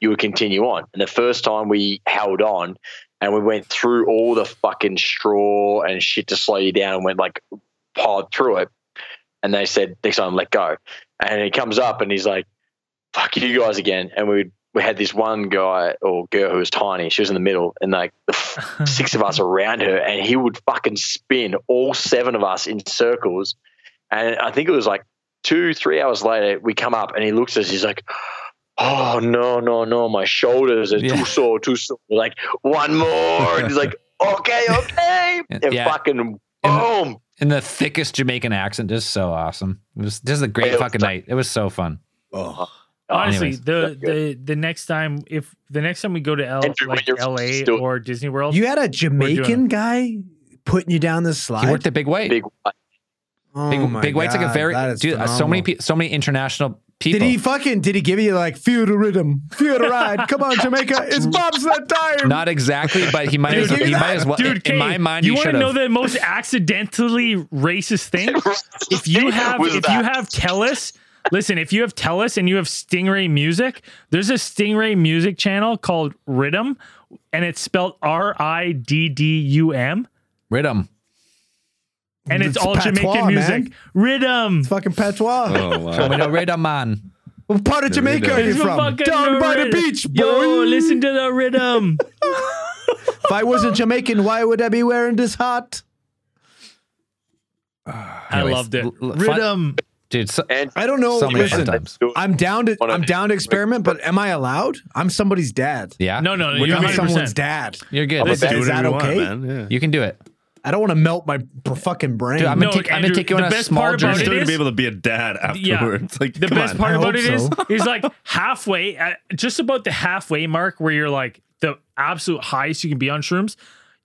[SPEAKER 6] You would continue on, and the first time we held on, and we went through all the fucking straw and shit to slow you down, and went like piled through it. And they said next time let go, and he comes up and he's like, "Fuck you guys again," and we. We had this one guy or girl who was tiny. She was in the middle, and like the
[SPEAKER 2] Hmm.
[SPEAKER 6] f- six of us around her, and he would fucking spin all seven of us in circles. And I think it was like two, three hours later, we come up and he looks at us. He's like, "Oh no, no, no! My shoulders are
[SPEAKER 1] Yeah.
[SPEAKER 6] too sore, too sore." We're like one more, and he's like, "Okay, okay," and
[SPEAKER 1] Yeah.
[SPEAKER 6] fucking
[SPEAKER 1] And the-
[SPEAKER 6] boom.
[SPEAKER 1] in the thickest Jamaican accent just so awesome it was just a great
[SPEAKER 6] It was
[SPEAKER 1] fucking
[SPEAKER 6] so-
[SPEAKER 1] night it was so fun
[SPEAKER 6] Oh,
[SPEAKER 2] Honestly,
[SPEAKER 1] Anyways.
[SPEAKER 2] the,
[SPEAKER 6] That's
[SPEAKER 2] the the next time if the next time we go to L
[SPEAKER 6] Andrew, when
[SPEAKER 2] like
[SPEAKER 6] you're
[SPEAKER 2] LA
[SPEAKER 6] still-
[SPEAKER 2] or Disney World,
[SPEAKER 10] You had a
[SPEAKER 2] doing
[SPEAKER 10] Jamaican guy putting you down this slide.
[SPEAKER 1] he worked at Big White
[SPEAKER 6] Big
[SPEAKER 10] oh
[SPEAKER 1] Big,
[SPEAKER 10] my
[SPEAKER 1] Big White's like a
[SPEAKER 10] God,
[SPEAKER 1] very
[SPEAKER 10] that is
[SPEAKER 1] dude. uh, So many
[SPEAKER 10] phenomenal.
[SPEAKER 1] pe- so many international people.
[SPEAKER 10] Did he fucking? Did he give you like feel the rhythm, feel the ride? Come on, Jamaica, it's bobsled time.
[SPEAKER 1] Not exactly, but he might. as,
[SPEAKER 2] Dude,
[SPEAKER 1] he might as well. in,
[SPEAKER 2] dude,
[SPEAKER 1] in
[SPEAKER 2] Kay,
[SPEAKER 1] my mind,
[SPEAKER 2] you
[SPEAKER 1] he
[SPEAKER 2] want
[SPEAKER 1] should
[SPEAKER 2] to know
[SPEAKER 1] have.
[SPEAKER 2] the most accidentally racist thing? if you have
[SPEAKER 6] Was
[SPEAKER 2] if
[SPEAKER 6] that-
[SPEAKER 2] you have Telus, listen, if you have Telus and you have Stingray Music, there's a Stingray Music channel called Rhythm, and it's spelled R I D D U M,
[SPEAKER 1] Rhythm.
[SPEAKER 2] and it's,
[SPEAKER 10] It's
[SPEAKER 2] all Jamaican
[SPEAKER 10] patois,
[SPEAKER 2] music.
[SPEAKER 10] man.
[SPEAKER 2] Rhythm.
[SPEAKER 10] fucking patois.
[SPEAKER 5] oh wow.
[SPEAKER 1] We know rhythm man.
[SPEAKER 10] What part of Jamaica are you
[SPEAKER 2] It's a
[SPEAKER 10] from?
[SPEAKER 2] fucking
[SPEAKER 10] Down by the
[SPEAKER 2] rhythm.
[SPEAKER 10] beach, boy.
[SPEAKER 2] Yo, listen to the rhythm.
[SPEAKER 10] If I wasn't Jamaican, why would I be wearing this hat?
[SPEAKER 2] I loved it.
[SPEAKER 1] l- l- fun-
[SPEAKER 2] Rhythm.
[SPEAKER 1] dude. So,
[SPEAKER 6] and
[SPEAKER 10] I don't know.
[SPEAKER 1] so many fun
[SPEAKER 10] Listen,
[SPEAKER 1] times.
[SPEAKER 10] I'm down to
[SPEAKER 6] Wanna-
[SPEAKER 10] I'm down to experiment, but am I allowed? I'm somebody's dad.
[SPEAKER 1] Yeah,
[SPEAKER 2] No, no, no.
[SPEAKER 10] When
[SPEAKER 2] You're
[SPEAKER 10] I'm
[SPEAKER 2] 100%.
[SPEAKER 10] someone's dad,
[SPEAKER 1] you're good.
[SPEAKER 10] Listen,
[SPEAKER 5] Do
[SPEAKER 10] is that
[SPEAKER 5] whatever you
[SPEAKER 10] okay?
[SPEAKER 5] Want, man. Yeah.
[SPEAKER 1] you can do it.
[SPEAKER 10] I don't want to melt my b- fucking brain.
[SPEAKER 1] Dude, I'm gonna
[SPEAKER 2] No,
[SPEAKER 1] take. I'm gonna
[SPEAKER 2] Andrew,
[SPEAKER 1] take you on
[SPEAKER 2] the
[SPEAKER 1] a
[SPEAKER 2] best
[SPEAKER 1] small
[SPEAKER 2] part about
[SPEAKER 1] journey.
[SPEAKER 2] it
[SPEAKER 5] You're gonna
[SPEAKER 2] is-
[SPEAKER 5] be able to be a dad
[SPEAKER 2] Yeah.
[SPEAKER 5] afterwards. Like
[SPEAKER 2] the
[SPEAKER 5] come
[SPEAKER 2] best
[SPEAKER 5] on.
[SPEAKER 2] part
[SPEAKER 10] I
[SPEAKER 2] about it
[SPEAKER 10] hope
[SPEAKER 2] is,
[SPEAKER 10] so.
[SPEAKER 2] is like halfway at just about the halfway mark where you're like the absolute highest you can be on shrooms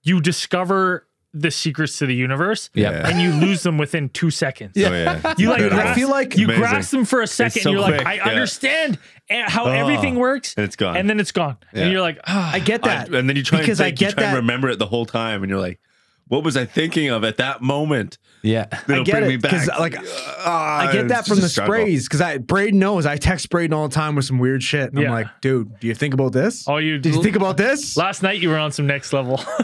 [SPEAKER 2] you discover the secrets to the universe
[SPEAKER 1] Yeah.
[SPEAKER 2] and you lose them within two seconds
[SPEAKER 5] Yeah. Oh, yeah.
[SPEAKER 2] you like
[SPEAKER 5] Incredible.
[SPEAKER 2] grasp,
[SPEAKER 10] feel like-
[SPEAKER 2] you
[SPEAKER 5] Amazing.
[SPEAKER 2] grasp them for a second
[SPEAKER 5] so
[SPEAKER 2] and you're
[SPEAKER 5] quick,
[SPEAKER 2] like i
[SPEAKER 5] yeah.
[SPEAKER 2] understand a- how
[SPEAKER 5] Oh,
[SPEAKER 2] everything works
[SPEAKER 5] and it's gone.
[SPEAKER 2] and then it's gone
[SPEAKER 5] Yeah.
[SPEAKER 2] and you're like ah,
[SPEAKER 10] I get that.
[SPEAKER 5] I- and then you try
[SPEAKER 10] because
[SPEAKER 5] and
[SPEAKER 10] I
[SPEAKER 5] think, you
[SPEAKER 10] get
[SPEAKER 5] try and
[SPEAKER 10] that.
[SPEAKER 5] remember it the whole time, and you're like, "What was I thinking of at that moment?"
[SPEAKER 1] Yeah,
[SPEAKER 5] That'll
[SPEAKER 10] I get
[SPEAKER 5] bring
[SPEAKER 10] it
[SPEAKER 5] me back.
[SPEAKER 10] because like I get
[SPEAKER 5] it's
[SPEAKER 10] that from
[SPEAKER 5] just a
[SPEAKER 10] the
[SPEAKER 5] struggle.
[SPEAKER 10] sprays because I Braden knows I text Braden all the time with some weird shit. And
[SPEAKER 2] Yeah.
[SPEAKER 10] I'm like, dude, do you think about this?
[SPEAKER 2] all you
[SPEAKER 10] Did you think about this?
[SPEAKER 2] last night you were on some next level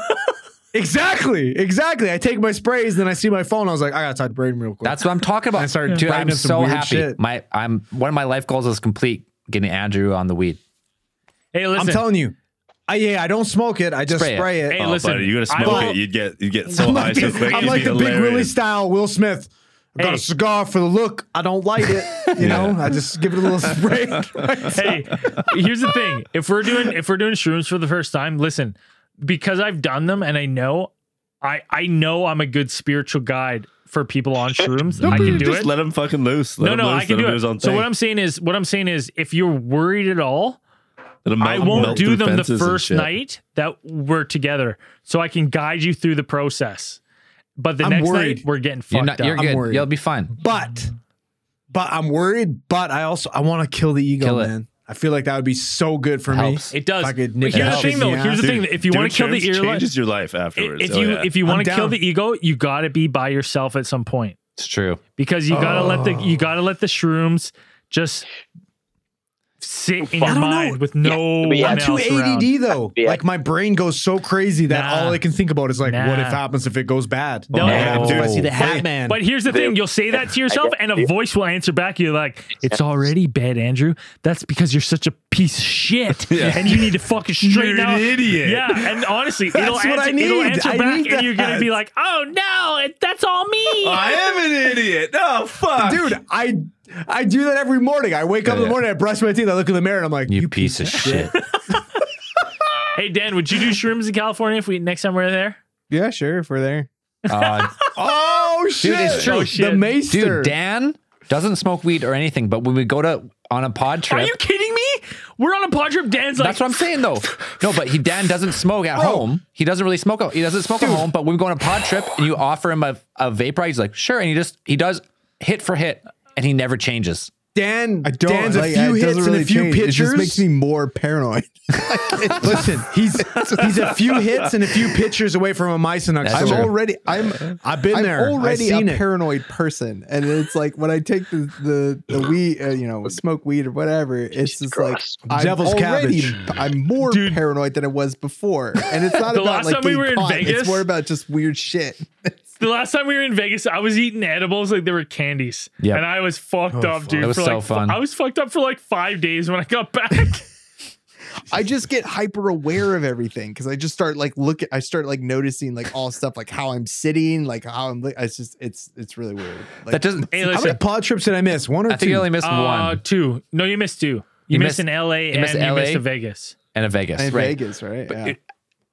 [SPEAKER 10] Exactly, exactly. I take my sprays, then I see my phone. I was like, I gotta talk to Braden real quick.
[SPEAKER 1] that's what I'm talking about.
[SPEAKER 10] I started
[SPEAKER 1] dude,
[SPEAKER 10] writing
[SPEAKER 1] I'm
[SPEAKER 10] up some
[SPEAKER 1] so
[SPEAKER 10] weird
[SPEAKER 1] happy.
[SPEAKER 10] shit.
[SPEAKER 1] My, I'm one of my life goals is complete getting Andrew on the weed.
[SPEAKER 2] hey listen
[SPEAKER 10] I'm telling you. I, yeah, I don't smoke it. I just
[SPEAKER 1] Spray it.
[SPEAKER 10] spray, it.
[SPEAKER 2] Hey,
[SPEAKER 5] Oh,
[SPEAKER 2] listen,
[SPEAKER 5] buddy, you gotta smoke
[SPEAKER 2] I-
[SPEAKER 5] it. You'd get you get so
[SPEAKER 10] I'm
[SPEAKER 5] high
[SPEAKER 10] like,
[SPEAKER 5] so
[SPEAKER 10] the,
[SPEAKER 5] quick.
[SPEAKER 10] I'm
[SPEAKER 5] it'd
[SPEAKER 10] like
[SPEAKER 5] be
[SPEAKER 10] the Big Willie
[SPEAKER 5] hilarious.
[SPEAKER 10] style, Will Smith. I got
[SPEAKER 2] Hey.
[SPEAKER 10] a cigar for the look. I don't light it. You know, I just give it a little spray.
[SPEAKER 2] hey, here's the thing. If we're doing if we're doing shrooms for the first time, listen, because I've done them and I know I I know I'm a good spiritual guide for people on shrooms. I can do
[SPEAKER 5] Just
[SPEAKER 2] it.
[SPEAKER 5] let him fucking loose. Let
[SPEAKER 2] no,
[SPEAKER 5] him
[SPEAKER 2] no,
[SPEAKER 5] loose.
[SPEAKER 2] I can
[SPEAKER 5] let him
[SPEAKER 2] do it.
[SPEAKER 5] his own
[SPEAKER 2] so
[SPEAKER 5] thing.
[SPEAKER 2] what I'm saying is what I'm saying is if you're worried at all,
[SPEAKER 5] Let him melt-
[SPEAKER 2] I won't
[SPEAKER 5] melt
[SPEAKER 2] do
[SPEAKER 5] through
[SPEAKER 2] them the
[SPEAKER 5] fences and
[SPEAKER 2] first
[SPEAKER 5] shit.
[SPEAKER 2] night that we're together. So I can guide you through the process. But the
[SPEAKER 10] I'm
[SPEAKER 2] next
[SPEAKER 10] worried.
[SPEAKER 2] night we're getting fucked
[SPEAKER 1] You're not.
[SPEAKER 2] up.
[SPEAKER 1] You're
[SPEAKER 10] I'm
[SPEAKER 1] good.
[SPEAKER 10] worried.
[SPEAKER 1] You'll be fine.
[SPEAKER 10] But, but I'm worried. But I also I want to kill the ego,
[SPEAKER 1] Kill it.
[SPEAKER 10] man. I feel like that would be so good for
[SPEAKER 1] Helps.
[SPEAKER 10] me.
[SPEAKER 2] It does.
[SPEAKER 10] If I could nip
[SPEAKER 2] Here's the
[SPEAKER 10] that shit
[SPEAKER 2] thing
[SPEAKER 10] in
[SPEAKER 2] though. Here's the
[SPEAKER 5] Dude,
[SPEAKER 2] thing. If you
[SPEAKER 5] doing
[SPEAKER 2] want to kill the
[SPEAKER 5] shrooms
[SPEAKER 2] ear
[SPEAKER 5] changes your life afterwards.
[SPEAKER 2] if
[SPEAKER 5] Oh,
[SPEAKER 2] you
[SPEAKER 5] yeah.
[SPEAKER 2] if you
[SPEAKER 10] I'm
[SPEAKER 2] want to
[SPEAKER 10] down.
[SPEAKER 2] kill the ego, you got to be by yourself at some point.
[SPEAKER 1] It's true.
[SPEAKER 2] because you gotta let the you gotta let the shrooms just sit in your
[SPEAKER 10] I don't
[SPEAKER 2] mind
[SPEAKER 10] know.
[SPEAKER 2] with no
[SPEAKER 6] but yeah,
[SPEAKER 2] one
[SPEAKER 10] I'm too
[SPEAKER 2] else around.
[SPEAKER 10] ADD though.
[SPEAKER 6] Yeah.
[SPEAKER 10] Like my brain goes so crazy that
[SPEAKER 2] Nah.
[SPEAKER 10] all I can think about is like, what
[SPEAKER 2] Nah.
[SPEAKER 10] if happens if it goes bad?
[SPEAKER 2] No.
[SPEAKER 10] What happens if I see the
[SPEAKER 2] But-
[SPEAKER 10] Hat Man?
[SPEAKER 2] But here's the thing:
[SPEAKER 6] They-
[SPEAKER 2] you'll say that to yourself,
[SPEAKER 6] get-
[SPEAKER 2] and a voice will answer back. You're like, "It's already bad, Andrew. That's because you're such a piece of shit, and you need to fucking straighten
[SPEAKER 5] You're an
[SPEAKER 2] out."
[SPEAKER 5] idiot.
[SPEAKER 2] Yeah, and honestly, it'll
[SPEAKER 10] That's what I
[SPEAKER 2] answer, it'll
[SPEAKER 10] need.
[SPEAKER 2] answer
[SPEAKER 10] I
[SPEAKER 2] back,
[SPEAKER 10] need
[SPEAKER 2] and you're gonna
[SPEAKER 10] that.
[SPEAKER 2] be like, "Oh no, it- that's all me."
[SPEAKER 5] I am an idiot. No, fuck.
[SPEAKER 10] Dude, I I do that every morning. I wake up in the morning, I brush my teeth, I look in the mirror, and I'm like,
[SPEAKER 1] You, piece, of shit.
[SPEAKER 2] hey Dan, would you do shrooms in California if we next time we're there?
[SPEAKER 4] Yeah, sure. If we're there,
[SPEAKER 1] Uh,
[SPEAKER 10] Oh shit!
[SPEAKER 1] it's true.
[SPEAKER 10] The
[SPEAKER 2] Shit.
[SPEAKER 10] Maester.
[SPEAKER 1] dude, Dan doesn't smoke weed or anything, but when we go to on a pod
[SPEAKER 2] Are
[SPEAKER 1] trip,
[SPEAKER 2] you kidding me? We're on a pod trip. Dan's like,
[SPEAKER 1] that's what I'm saying though. No, but he Dan doesn't smoke at home. He doesn't really smoke. He doesn't smoke at home. But when we go on a pod trip and you offer him a, a vapor, he's like, sure, and he just he does hit for hit, and he never changes.
[SPEAKER 10] Dan,
[SPEAKER 4] I don't.
[SPEAKER 10] Dan's
[SPEAKER 4] like,
[SPEAKER 10] a few
[SPEAKER 4] it doesn't
[SPEAKER 10] hits and
[SPEAKER 4] really
[SPEAKER 10] a few
[SPEAKER 4] change. It
[SPEAKER 10] pictures.
[SPEAKER 4] just makes me more paranoid.
[SPEAKER 10] Listen, he's he's a few hits and a few pictures away from a Mycenuck.
[SPEAKER 1] That's
[SPEAKER 10] I'm
[SPEAKER 1] true.
[SPEAKER 10] already. I'm. I've been
[SPEAKER 4] I'm
[SPEAKER 10] there.
[SPEAKER 4] already
[SPEAKER 10] I've seen
[SPEAKER 4] a
[SPEAKER 10] it.
[SPEAKER 4] paranoid person, and it's like when I take the the, the weed, uh, you know, smoke weed or whatever, it's just
[SPEAKER 6] Christ.
[SPEAKER 4] like I'm
[SPEAKER 10] Devil's
[SPEAKER 4] already,
[SPEAKER 10] cabbage.
[SPEAKER 4] I'm more paranoid than I was before, and it's not
[SPEAKER 2] The last
[SPEAKER 4] about like
[SPEAKER 2] time we
[SPEAKER 4] being
[SPEAKER 2] were in
[SPEAKER 4] caught,
[SPEAKER 2] Vegas-
[SPEAKER 4] It's more about just weird shit.
[SPEAKER 2] The last time we were in Vegas, I was eating edibles like they were candies.
[SPEAKER 1] Yep.
[SPEAKER 2] And I was fucked up, dude.
[SPEAKER 1] It was
[SPEAKER 2] for
[SPEAKER 1] so
[SPEAKER 2] like,
[SPEAKER 1] fun.
[SPEAKER 2] I was fucked up for like five days when I got back.
[SPEAKER 4] I just get hyper aware of everything because I just start like look. I start like noticing like all stuff like how I'm sitting, like how I'm. Li- it's just it's it's really weird. Like,
[SPEAKER 1] That doesn't.
[SPEAKER 2] hey,
[SPEAKER 10] How many
[SPEAKER 2] listen.
[SPEAKER 10] pod trips did I miss? One or
[SPEAKER 1] I think you
[SPEAKER 10] two?
[SPEAKER 1] only missed
[SPEAKER 2] Uh,
[SPEAKER 1] one
[SPEAKER 2] two. No, you missed two. You, missed
[SPEAKER 1] missed-
[SPEAKER 2] an LA and
[SPEAKER 1] missed
[SPEAKER 2] you
[SPEAKER 1] LA?
[SPEAKER 2] missed a Vegas.
[SPEAKER 1] and a Vegas,
[SPEAKER 4] in
[SPEAKER 1] right?
[SPEAKER 4] Vegas, right? Yeah.
[SPEAKER 1] it-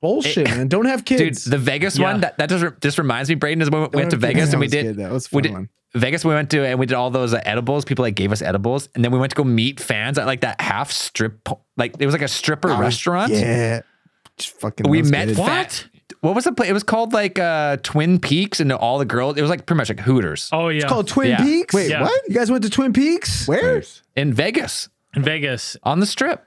[SPEAKER 10] Bullshit, man. Don't have
[SPEAKER 1] Dude,
[SPEAKER 10] kids.
[SPEAKER 1] the Vegas
[SPEAKER 2] Yeah.
[SPEAKER 1] one that, that just re- just reminds me, Braden, is when we went to
[SPEAKER 4] That
[SPEAKER 1] Vegas and we
[SPEAKER 4] was
[SPEAKER 1] did
[SPEAKER 4] good, That was a
[SPEAKER 1] we
[SPEAKER 4] fun
[SPEAKER 1] did-
[SPEAKER 4] one.
[SPEAKER 1] Vegas we went to and we did all those uh, edibles. People like gave us edibles, and then we went to go meet fans at like that half strip, po- like it was like a stripper restaurant.
[SPEAKER 4] Oh, Yeah. Just fucking
[SPEAKER 1] We
[SPEAKER 4] that was
[SPEAKER 1] met
[SPEAKER 4] good.
[SPEAKER 1] What? What was the place? It was called like uh, Twin Peaks, and all the girls. It was like pretty much like Hooters
[SPEAKER 2] Oh yeah.
[SPEAKER 10] it's called Twin
[SPEAKER 1] Yeah.
[SPEAKER 10] Peaks.
[SPEAKER 4] Wait,
[SPEAKER 2] Yeah.
[SPEAKER 4] what?
[SPEAKER 10] You guys went to Twin Peaks?
[SPEAKER 4] Where?
[SPEAKER 1] in Vegas
[SPEAKER 2] in Vegas.
[SPEAKER 1] on the strip.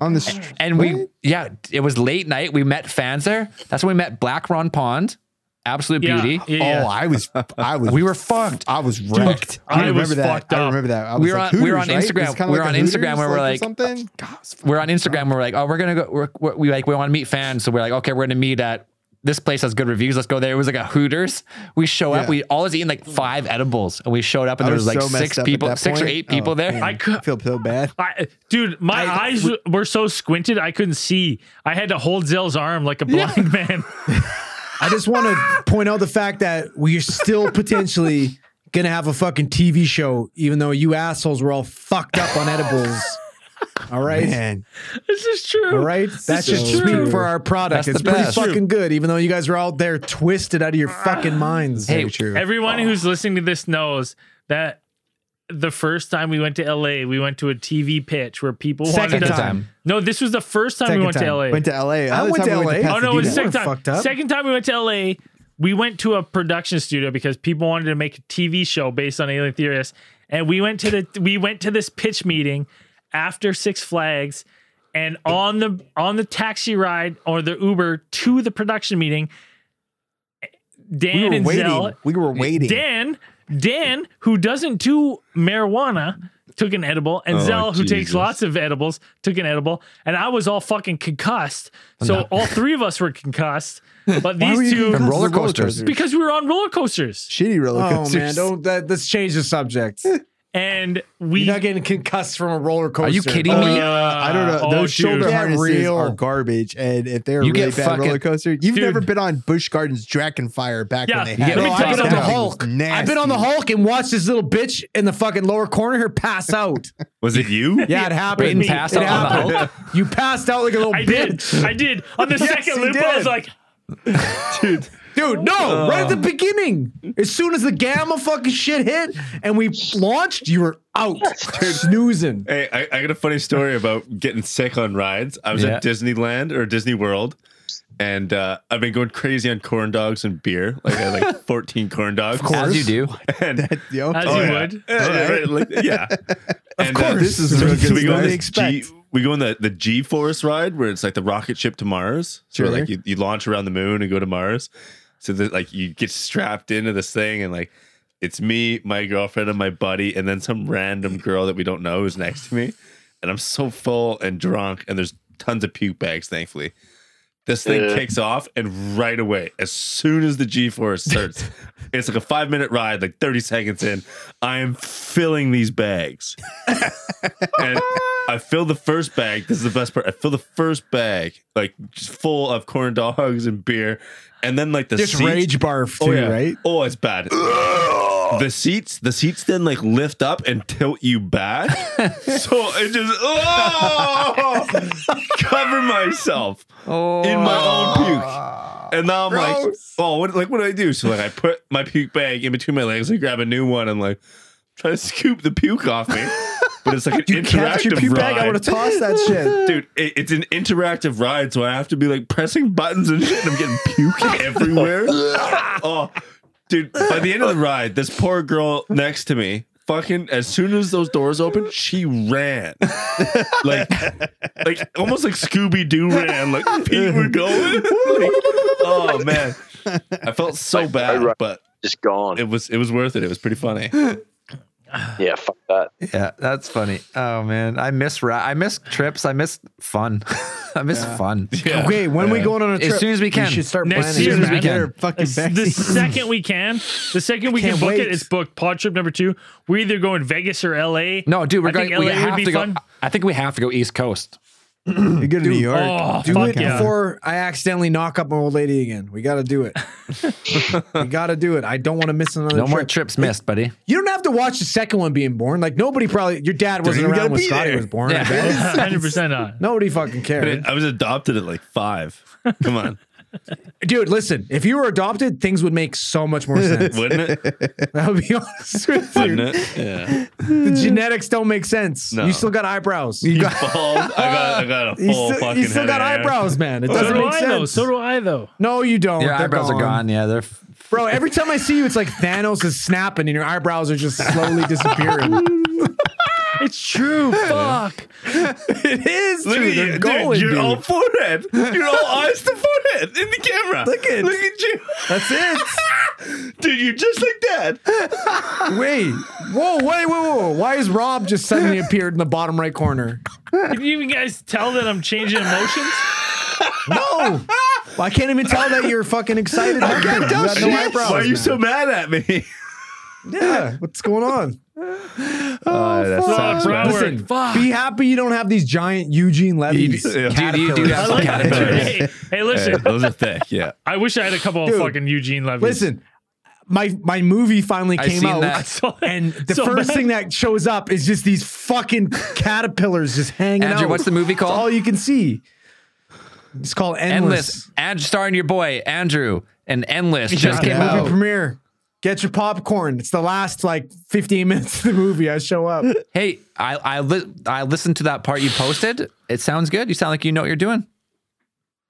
[SPEAKER 4] On the street.
[SPEAKER 1] And we, yeah, it was late night. We met fans there. That's when we met Black Ron Pond, Absolute
[SPEAKER 2] Yeah.
[SPEAKER 1] Beauty.
[SPEAKER 2] Yeah, yeah.
[SPEAKER 4] Oh, I was, I was,
[SPEAKER 1] We were fucked.
[SPEAKER 4] I was wrecked.
[SPEAKER 2] I
[SPEAKER 4] remember
[SPEAKER 2] was
[SPEAKER 4] that.
[SPEAKER 2] fucked
[SPEAKER 4] I
[SPEAKER 2] up.
[SPEAKER 4] remember that. I was
[SPEAKER 1] We were
[SPEAKER 4] like,
[SPEAKER 1] on- we were
[SPEAKER 4] Hooters,
[SPEAKER 1] on
[SPEAKER 4] right? It's
[SPEAKER 1] Instagram-
[SPEAKER 4] kinda
[SPEAKER 1] we were
[SPEAKER 4] like
[SPEAKER 1] on
[SPEAKER 4] a
[SPEAKER 1] Instagram
[SPEAKER 4] Hooters,
[SPEAKER 1] where we're
[SPEAKER 4] or
[SPEAKER 1] like-
[SPEAKER 4] something. God, it's fucking-
[SPEAKER 1] we're on Instagram. We're like, oh, we're gonna go. We're, we're, we like we want to meet fans, so we're like, okay, we're gonna meet at this place has good reviews. Let's go there. It was like a Hooters. We show up.
[SPEAKER 4] Yeah.
[SPEAKER 1] We all was eating like five edibles, and we showed up, and
[SPEAKER 4] I
[SPEAKER 1] there was, like
[SPEAKER 4] so messed
[SPEAKER 1] six
[SPEAKER 4] up at
[SPEAKER 1] people,
[SPEAKER 4] that
[SPEAKER 1] six or
[SPEAKER 4] point.
[SPEAKER 1] eight people
[SPEAKER 4] Oh,
[SPEAKER 1] there.
[SPEAKER 4] man.
[SPEAKER 2] I cou-
[SPEAKER 4] feel feel bad.
[SPEAKER 2] I, dude, my eyes were so squinted I couldn't see. I had to hold Zell's arm like a blind man.
[SPEAKER 10] I just want to point out the fact that we're still potentially gonna have a fucking TV show, even though you assholes were all fucked up on edibles. All right.
[SPEAKER 4] Man,
[SPEAKER 2] this is true.
[SPEAKER 10] All right. That's
[SPEAKER 2] is
[SPEAKER 10] just
[SPEAKER 2] true.
[SPEAKER 10] speaking for our product.
[SPEAKER 1] That's
[SPEAKER 10] it's
[SPEAKER 1] the
[SPEAKER 10] pretty
[SPEAKER 1] best.
[SPEAKER 10] fucking good, even though you guys were out there twisted out of your fucking minds.
[SPEAKER 1] Hey,
[SPEAKER 10] Very true.
[SPEAKER 2] Everyone who's listening to this knows that the first time we went to LA, we went to a TV pitch where people
[SPEAKER 10] Second
[SPEAKER 2] wanted to,
[SPEAKER 10] time.
[SPEAKER 2] No, this was the first time we
[SPEAKER 10] Second
[SPEAKER 2] went
[SPEAKER 10] time.
[SPEAKER 2] to LA.
[SPEAKER 4] went to LA.
[SPEAKER 10] I
[SPEAKER 4] Other
[SPEAKER 10] went
[SPEAKER 4] time
[SPEAKER 10] to
[SPEAKER 4] we
[SPEAKER 10] LA.
[SPEAKER 2] oh no, it was the
[SPEAKER 10] Pasadena.
[SPEAKER 2] second time.
[SPEAKER 10] Fucked up.
[SPEAKER 2] Second time we went to LA, we went to a production studio because people wanted to make a TV show based on Alien Theorists, and we went to the we went to this pitch meeting after Six Flags, and on the on the taxi ride or the Uber to the production meeting, Dan
[SPEAKER 4] We were
[SPEAKER 2] and
[SPEAKER 4] waiting.
[SPEAKER 2] Zell
[SPEAKER 4] We were waiting.
[SPEAKER 2] Dan, Dan, who doesn't do marijuana, took an edible, and
[SPEAKER 5] Oh,
[SPEAKER 2] Zell, who takes
[SPEAKER 5] Jesus.
[SPEAKER 2] lots of edibles, took an edible, and I was all fucking concussed. So all three of us were concussed, but these two
[SPEAKER 1] And roller coasters.
[SPEAKER 2] because we were on roller coasters,
[SPEAKER 4] Shitty roller
[SPEAKER 10] Oh
[SPEAKER 4] coasters.
[SPEAKER 10] man, don't that, let's change the subject. You're
[SPEAKER 2] and we.
[SPEAKER 10] not getting concussed from a roller coaster. Uh,
[SPEAKER 1] Are you kidding
[SPEAKER 2] Oh,
[SPEAKER 1] me?
[SPEAKER 2] yeah.
[SPEAKER 4] I don't know.
[SPEAKER 2] Oh,
[SPEAKER 4] Those shoulder
[SPEAKER 2] dude.
[SPEAKER 10] Yeah,
[SPEAKER 4] harnesses
[SPEAKER 10] real.
[SPEAKER 4] are garbage, and if they're a
[SPEAKER 1] You
[SPEAKER 4] really
[SPEAKER 1] get
[SPEAKER 4] bad
[SPEAKER 1] fucking-
[SPEAKER 4] roller coaster, you've
[SPEAKER 2] Dude.
[SPEAKER 4] never been on Busch Gardens Dragonfire back
[SPEAKER 2] Yeah,
[SPEAKER 4] when
[SPEAKER 2] you
[SPEAKER 4] they
[SPEAKER 2] get
[SPEAKER 4] had.
[SPEAKER 2] me
[SPEAKER 10] No, I've
[SPEAKER 2] fucked
[SPEAKER 10] been on
[SPEAKER 2] up.
[SPEAKER 10] the Hulk. I've been on the Hulk and watched this little bitch in the fucking lower corner here pass out.
[SPEAKER 5] Was it you?
[SPEAKER 10] Yeah, it happened.
[SPEAKER 1] Brayden passed
[SPEAKER 10] It
[SPEAKER 1] out on the
[SPEAKER 10] happened. You passed out like a little
[SPEAKER 2] I did.
[SPEAKER 10] bitch.
[SPEAKER 2] I did. On the
[SPEAKER 10] Yes,
[SPEAKER 2] second
[SPEAKER 10] he
[SPEAKER 2] loop, I was
[SPEAKER 10] did.
[SPEAKER 2] like,
[SPEAKER 10] Dude, no, right at the beginning. As soon as the gamma fucking shit hit and we launched, you were out snoozing.
[SPEAKER 5] Hey, I, I got a funny story about getting sick on rides. I was at
[SPEAKER 1] Yeah.
[SPEAKER 5] Disneyland or Disney World, and uh, I've been going crazy on corn dogs and beer. Like I had like 14 corn dogs. Of
[SPEAKER 1] As you do.
[SPEAKER 5] And,
[SPEAKER 4] Yo,
[SPEAKER 2] as
[SPEAKER 5] Oh,
[SPEAKER 2] you
[SPEAKER 5] yeah.
[SPEAKER 2] would.
[SPEAKER 5] Yeah, yeah, right, like, yeah. And, uh,
[SPEAKER 4] course. This is a
[SPEAKER 5] so-
[SPEAKER 4] really
[SPEAKER 5] so
[SPEAKER 4] good
[SPEAKER 5] we go on
[SPEAKER 4] story.
[SPEAKER 5] this
[SPEAKER 4] Expect.
[SPEAKER 5] G- we go on the, the G Force ride where it's like the rocket ship to Mars. So
[SPEAKER 4] Sure.
[SPEAKER 5] like you, you launch around the moon and go to Mars. So that like you get strapped into this thing and like It's me, my girlfriend, and my buddy, and then some random girl that we don't know is next to me. And I'm so full and drunk, and there's tons of puke bags, thankfully. This thing
[SPEAKER 6] Yeah.
[SPEAKER 5] kicks off, and right away, as soon as the G force starts, it's like a five minute ride, like 30 seconds in, I am filling these bags. and I filled the first bag. This is the best part. I filled the first bag, like just full of corn dogs and beer. And then, like, the
[SPEAKER 10] Just
[SPEAKER 5] seats-
[SPEAKER 10] rage barf,
[SPEAKER 5] Oh,
[SPEAKER 10] too,
[SPEAKER 5] yeah.
[SPEAKER 10] right?
[SPEAKER 5] Oh, it's bad. the seats, the seats then like lift up and tilt you back. so it just oh cover myself in
[SPEAKER 10] Oh.
[SPEAKER 5] my own puke. And now I'm like, oh, what like what do I do? So like I put my puke bag in between my legs and grab a new one and like try to scoop the puke off me. But it's like an
[SPEAKER 10] Catch your
[SPEAKER 5] interactive
[SPEAKER 10] puke bag. I would
[SPEAKER 5] ride.
[SPEAKER 10] have tossed that shit.
[SPEAKER 5] Dude, it, it's an interactive ride, so I have to be like pressing buttons and shit. And I'm getting puke everywhere. oh, dude! By the end of the ride, this poor girl next to me, fucking, as soon as those doors opened, she ran, like, like almost like Scooby Doo ran, like Pete, we're going. Like, oh man, I felt so bad, but
[SPEAKER 6] Just gone.
[SPEAKER 5] it was it was worth it. It was pretty funny.
[SPEAKER 6] yeah, fuck that.
[SPEAKER 1] Yeah, that's funny. Oh man, I miss ra- I miss trips. I miss fun. I miss fun.
[SPEAKER 5] Yeah.
[SPEAKER 10] Okay, when we
[SPEAKER 5] Yeah.
[SPEAKER 10] going on a
[SPEAKER 1] As
[SPEAKER 10] trip?
[SPEAKER 1] soon as we can.
[SPEAKER 10] We should start
[SPEAKER 2] Next
[SPEAKER 10] planning.
[SPEAKER 2] year,
[SPEAKER 10] As soon as we
[SPEAKER 2] man.
[SPEAKER 10] get our fucking
[SPEAKER 2] As- the
[SPEAKER 10] vaccine.
[SPEAKER 2] second we can, the second we can
[SPEAKER 10] can't
[SPEAKER 2] book
[SPEAKER 10] wait.
[SPEAKER 2] it, it's booked. Pod trip number two. We're either going Vegas or LA.
[SPEAKER 1] No, dude, we're
[SPEAKER 2] I think
[SPEAKER 1] going. We
[SPEAKER 2] LA would
[SPEAKER 1] have
[SPEAKER 2] be
[SPEAKER 1] to go.
[SPEAKER 2] fun.
[SPEAKER 1] I think we have to go East Coast.
[SPEAKER 10] You go to New York.
[SPEAKER 2] oh,
[SPEAKER 10] do
[SPEAKER 2] fuck
[SPEAKER 10] it
[SPEAKER 2] yeah.
[SPEAKER 10] before I accidentally knock up an old lady again. We got to do it. we got to do it. I don't want to miss another
[SPEAKER 1] No
[SPEAKER 10] trip.
[SPEAKER 1] more trips missed, buddy.
[SPEAKER 10] You don't have to watch the second one being born. Like nobody probably your dad wasn't
[SPEAKER 5] even
[SPEAKER 10] around
[SPEAKER 5] gotta
[SPEAKER 10] when
[SPEAKER 5] be
[SPEAKER 10] Scotty
[SPEAKER 5] there.
[SPEAKER 10] was born. I
[SPEAKER 1] Yeah.
[SPEAKER 10] bet.
[SPEAKER 2] hundred percent on.
[SPEAKER 10] Nobody fucking cared.
[SPEAKER 5] I was adopted at like five. Come on,
[SPEAKER 10] Dude, listen, if you were adopted, things would make so much more sense.
[SPEAKER 5] wouldn't it?
[SPEAKER 10] I'll be honest with you.
[SPEAKER 5] Wouldn't it? Yeah.
[SPEAKER 10] The genetics don't make sense.
[SPEAKER 5] No.
[SPEAKER 10] You still got eyebrows.
[SPEAKER 5] You got, I got I got a
[SPEAKER 10] You
[SPEAKER 5] full
[SPEAKER 10] still,
[SPEAKER 5] fucking
[SPEAKER 10] you still
[SPEAKER 5] head
[SPEAKER 10] got
[SPEAKER 5] of hair.
[SPEAKER 10] eyebrows, man. It
[SPEAKER 2] So
[SPEAKER 10] doesn't
[SPEAKER 2] do
[SPEAKER 10] make
[SPEAKER 2] I though.
[SPEAKER 10] sense.
[SPEAKER 2] So do I though.
[SPEAKER 10] no, you don't.
[SPEAKER 1] Your
[SPEAKER 10] They're
[SPEAKER 1] eyebrows are gone. Yeah, they're. f-
[SPEAKER 10] Bro, every time I see you, it's like Thanos is snapping and your eyebrows are just slowly disappearing.
[SPEAKER 2] It's true. Fuck.
[SPEAKER 10] it is,
[SPEAKER 5] Look
[SPEAKER 10] dude.
[SPEAKER 5] at
[SPEAKER 10] They're
[SPEAKER 5] you,
[SPEAKER 10] going,
[SPEAKER 5] dude. Your
[SPEAKER 10] dude.
[SPEAKER 5] all forehead. Your all eyes to forehead in the camera.
[SPEAKER 10] Look at-
[SPEAKER 5] look at you,
[SPEAKER 10] That's it.
[SPEAKER 5] dude. You're just like that.
[SPEAKER 10] Wait, whoa, wait, whoa, whoa. Why is Rob just suddenly appeared in the bottom right corner?
[SPEAKER 2] Can you even guys tell that I'm changing emotions?
[SPEAKER 10] No. Well, I can't even tell that you're fucking excited. I can't tell
[SPEAKER 5] Shit, Why are you so mad at me?
[SPEAKER 10] Yeah, what's going on? Oh,
[SPEAKER 2] Fuck, Broward.
[SPEAKER 10] Listen,
[SPEAKER 2] Fuck.
[SPEAKER 10] Be happy you don't have these giant Eugene Levy's.
[SPEAKER 5] Yeah.
[SPEAKER 1] Dude, you do have
[SPEAKER 2] I like that.
[SPEAKER 1] caterpillars.
[SPEAKER 2] Hey, hey, listen.
[SPEAKER 5] Those are thick. Yeah.
[SPEAKER 2] I wish I had a couple
[SPEAKER 10] Dude.
[SPEAKER 2] of fucking Eugene Levy's.
[SPEAKER 10] Listen, my my movie finally
[SPEAKER 1] I
[SPEAKER 10] came
[SPEAKER 1] seen
[SPEAKER 10] out.
[SPEAKER 1] that.
[SPEAKER 2] So-
[SPEAKER 10] And the
[SPEAKER 2] so
[SPEAKER 10] first
[SPEAKER 2] bad.
[SPEAKER 10] thing that shows up is just these fucking caterpillars just hanging out.
[SPEAKER 1] Andrew, what's the movie
[SPEAKER 10] It's
[SPEAKER 1] called?
[SPEAKER 10] all you can see. It's called
[SPEAKER 1] Endless.
[SPEAKER 10] Endless.
[SPEAKER 1] And starring your boy Andrew and Endless just
[SPEAKER 10] Movie
[SPEAKER 1] came out.
[SPEAKER 10] premiere. Get your popcorn. It's the last like 15 minutes of the movie. I show up.
[SPEAKER 1] Hey, I I li- I listened to that part you posted. It sounds good. You sound like you know what you're doing.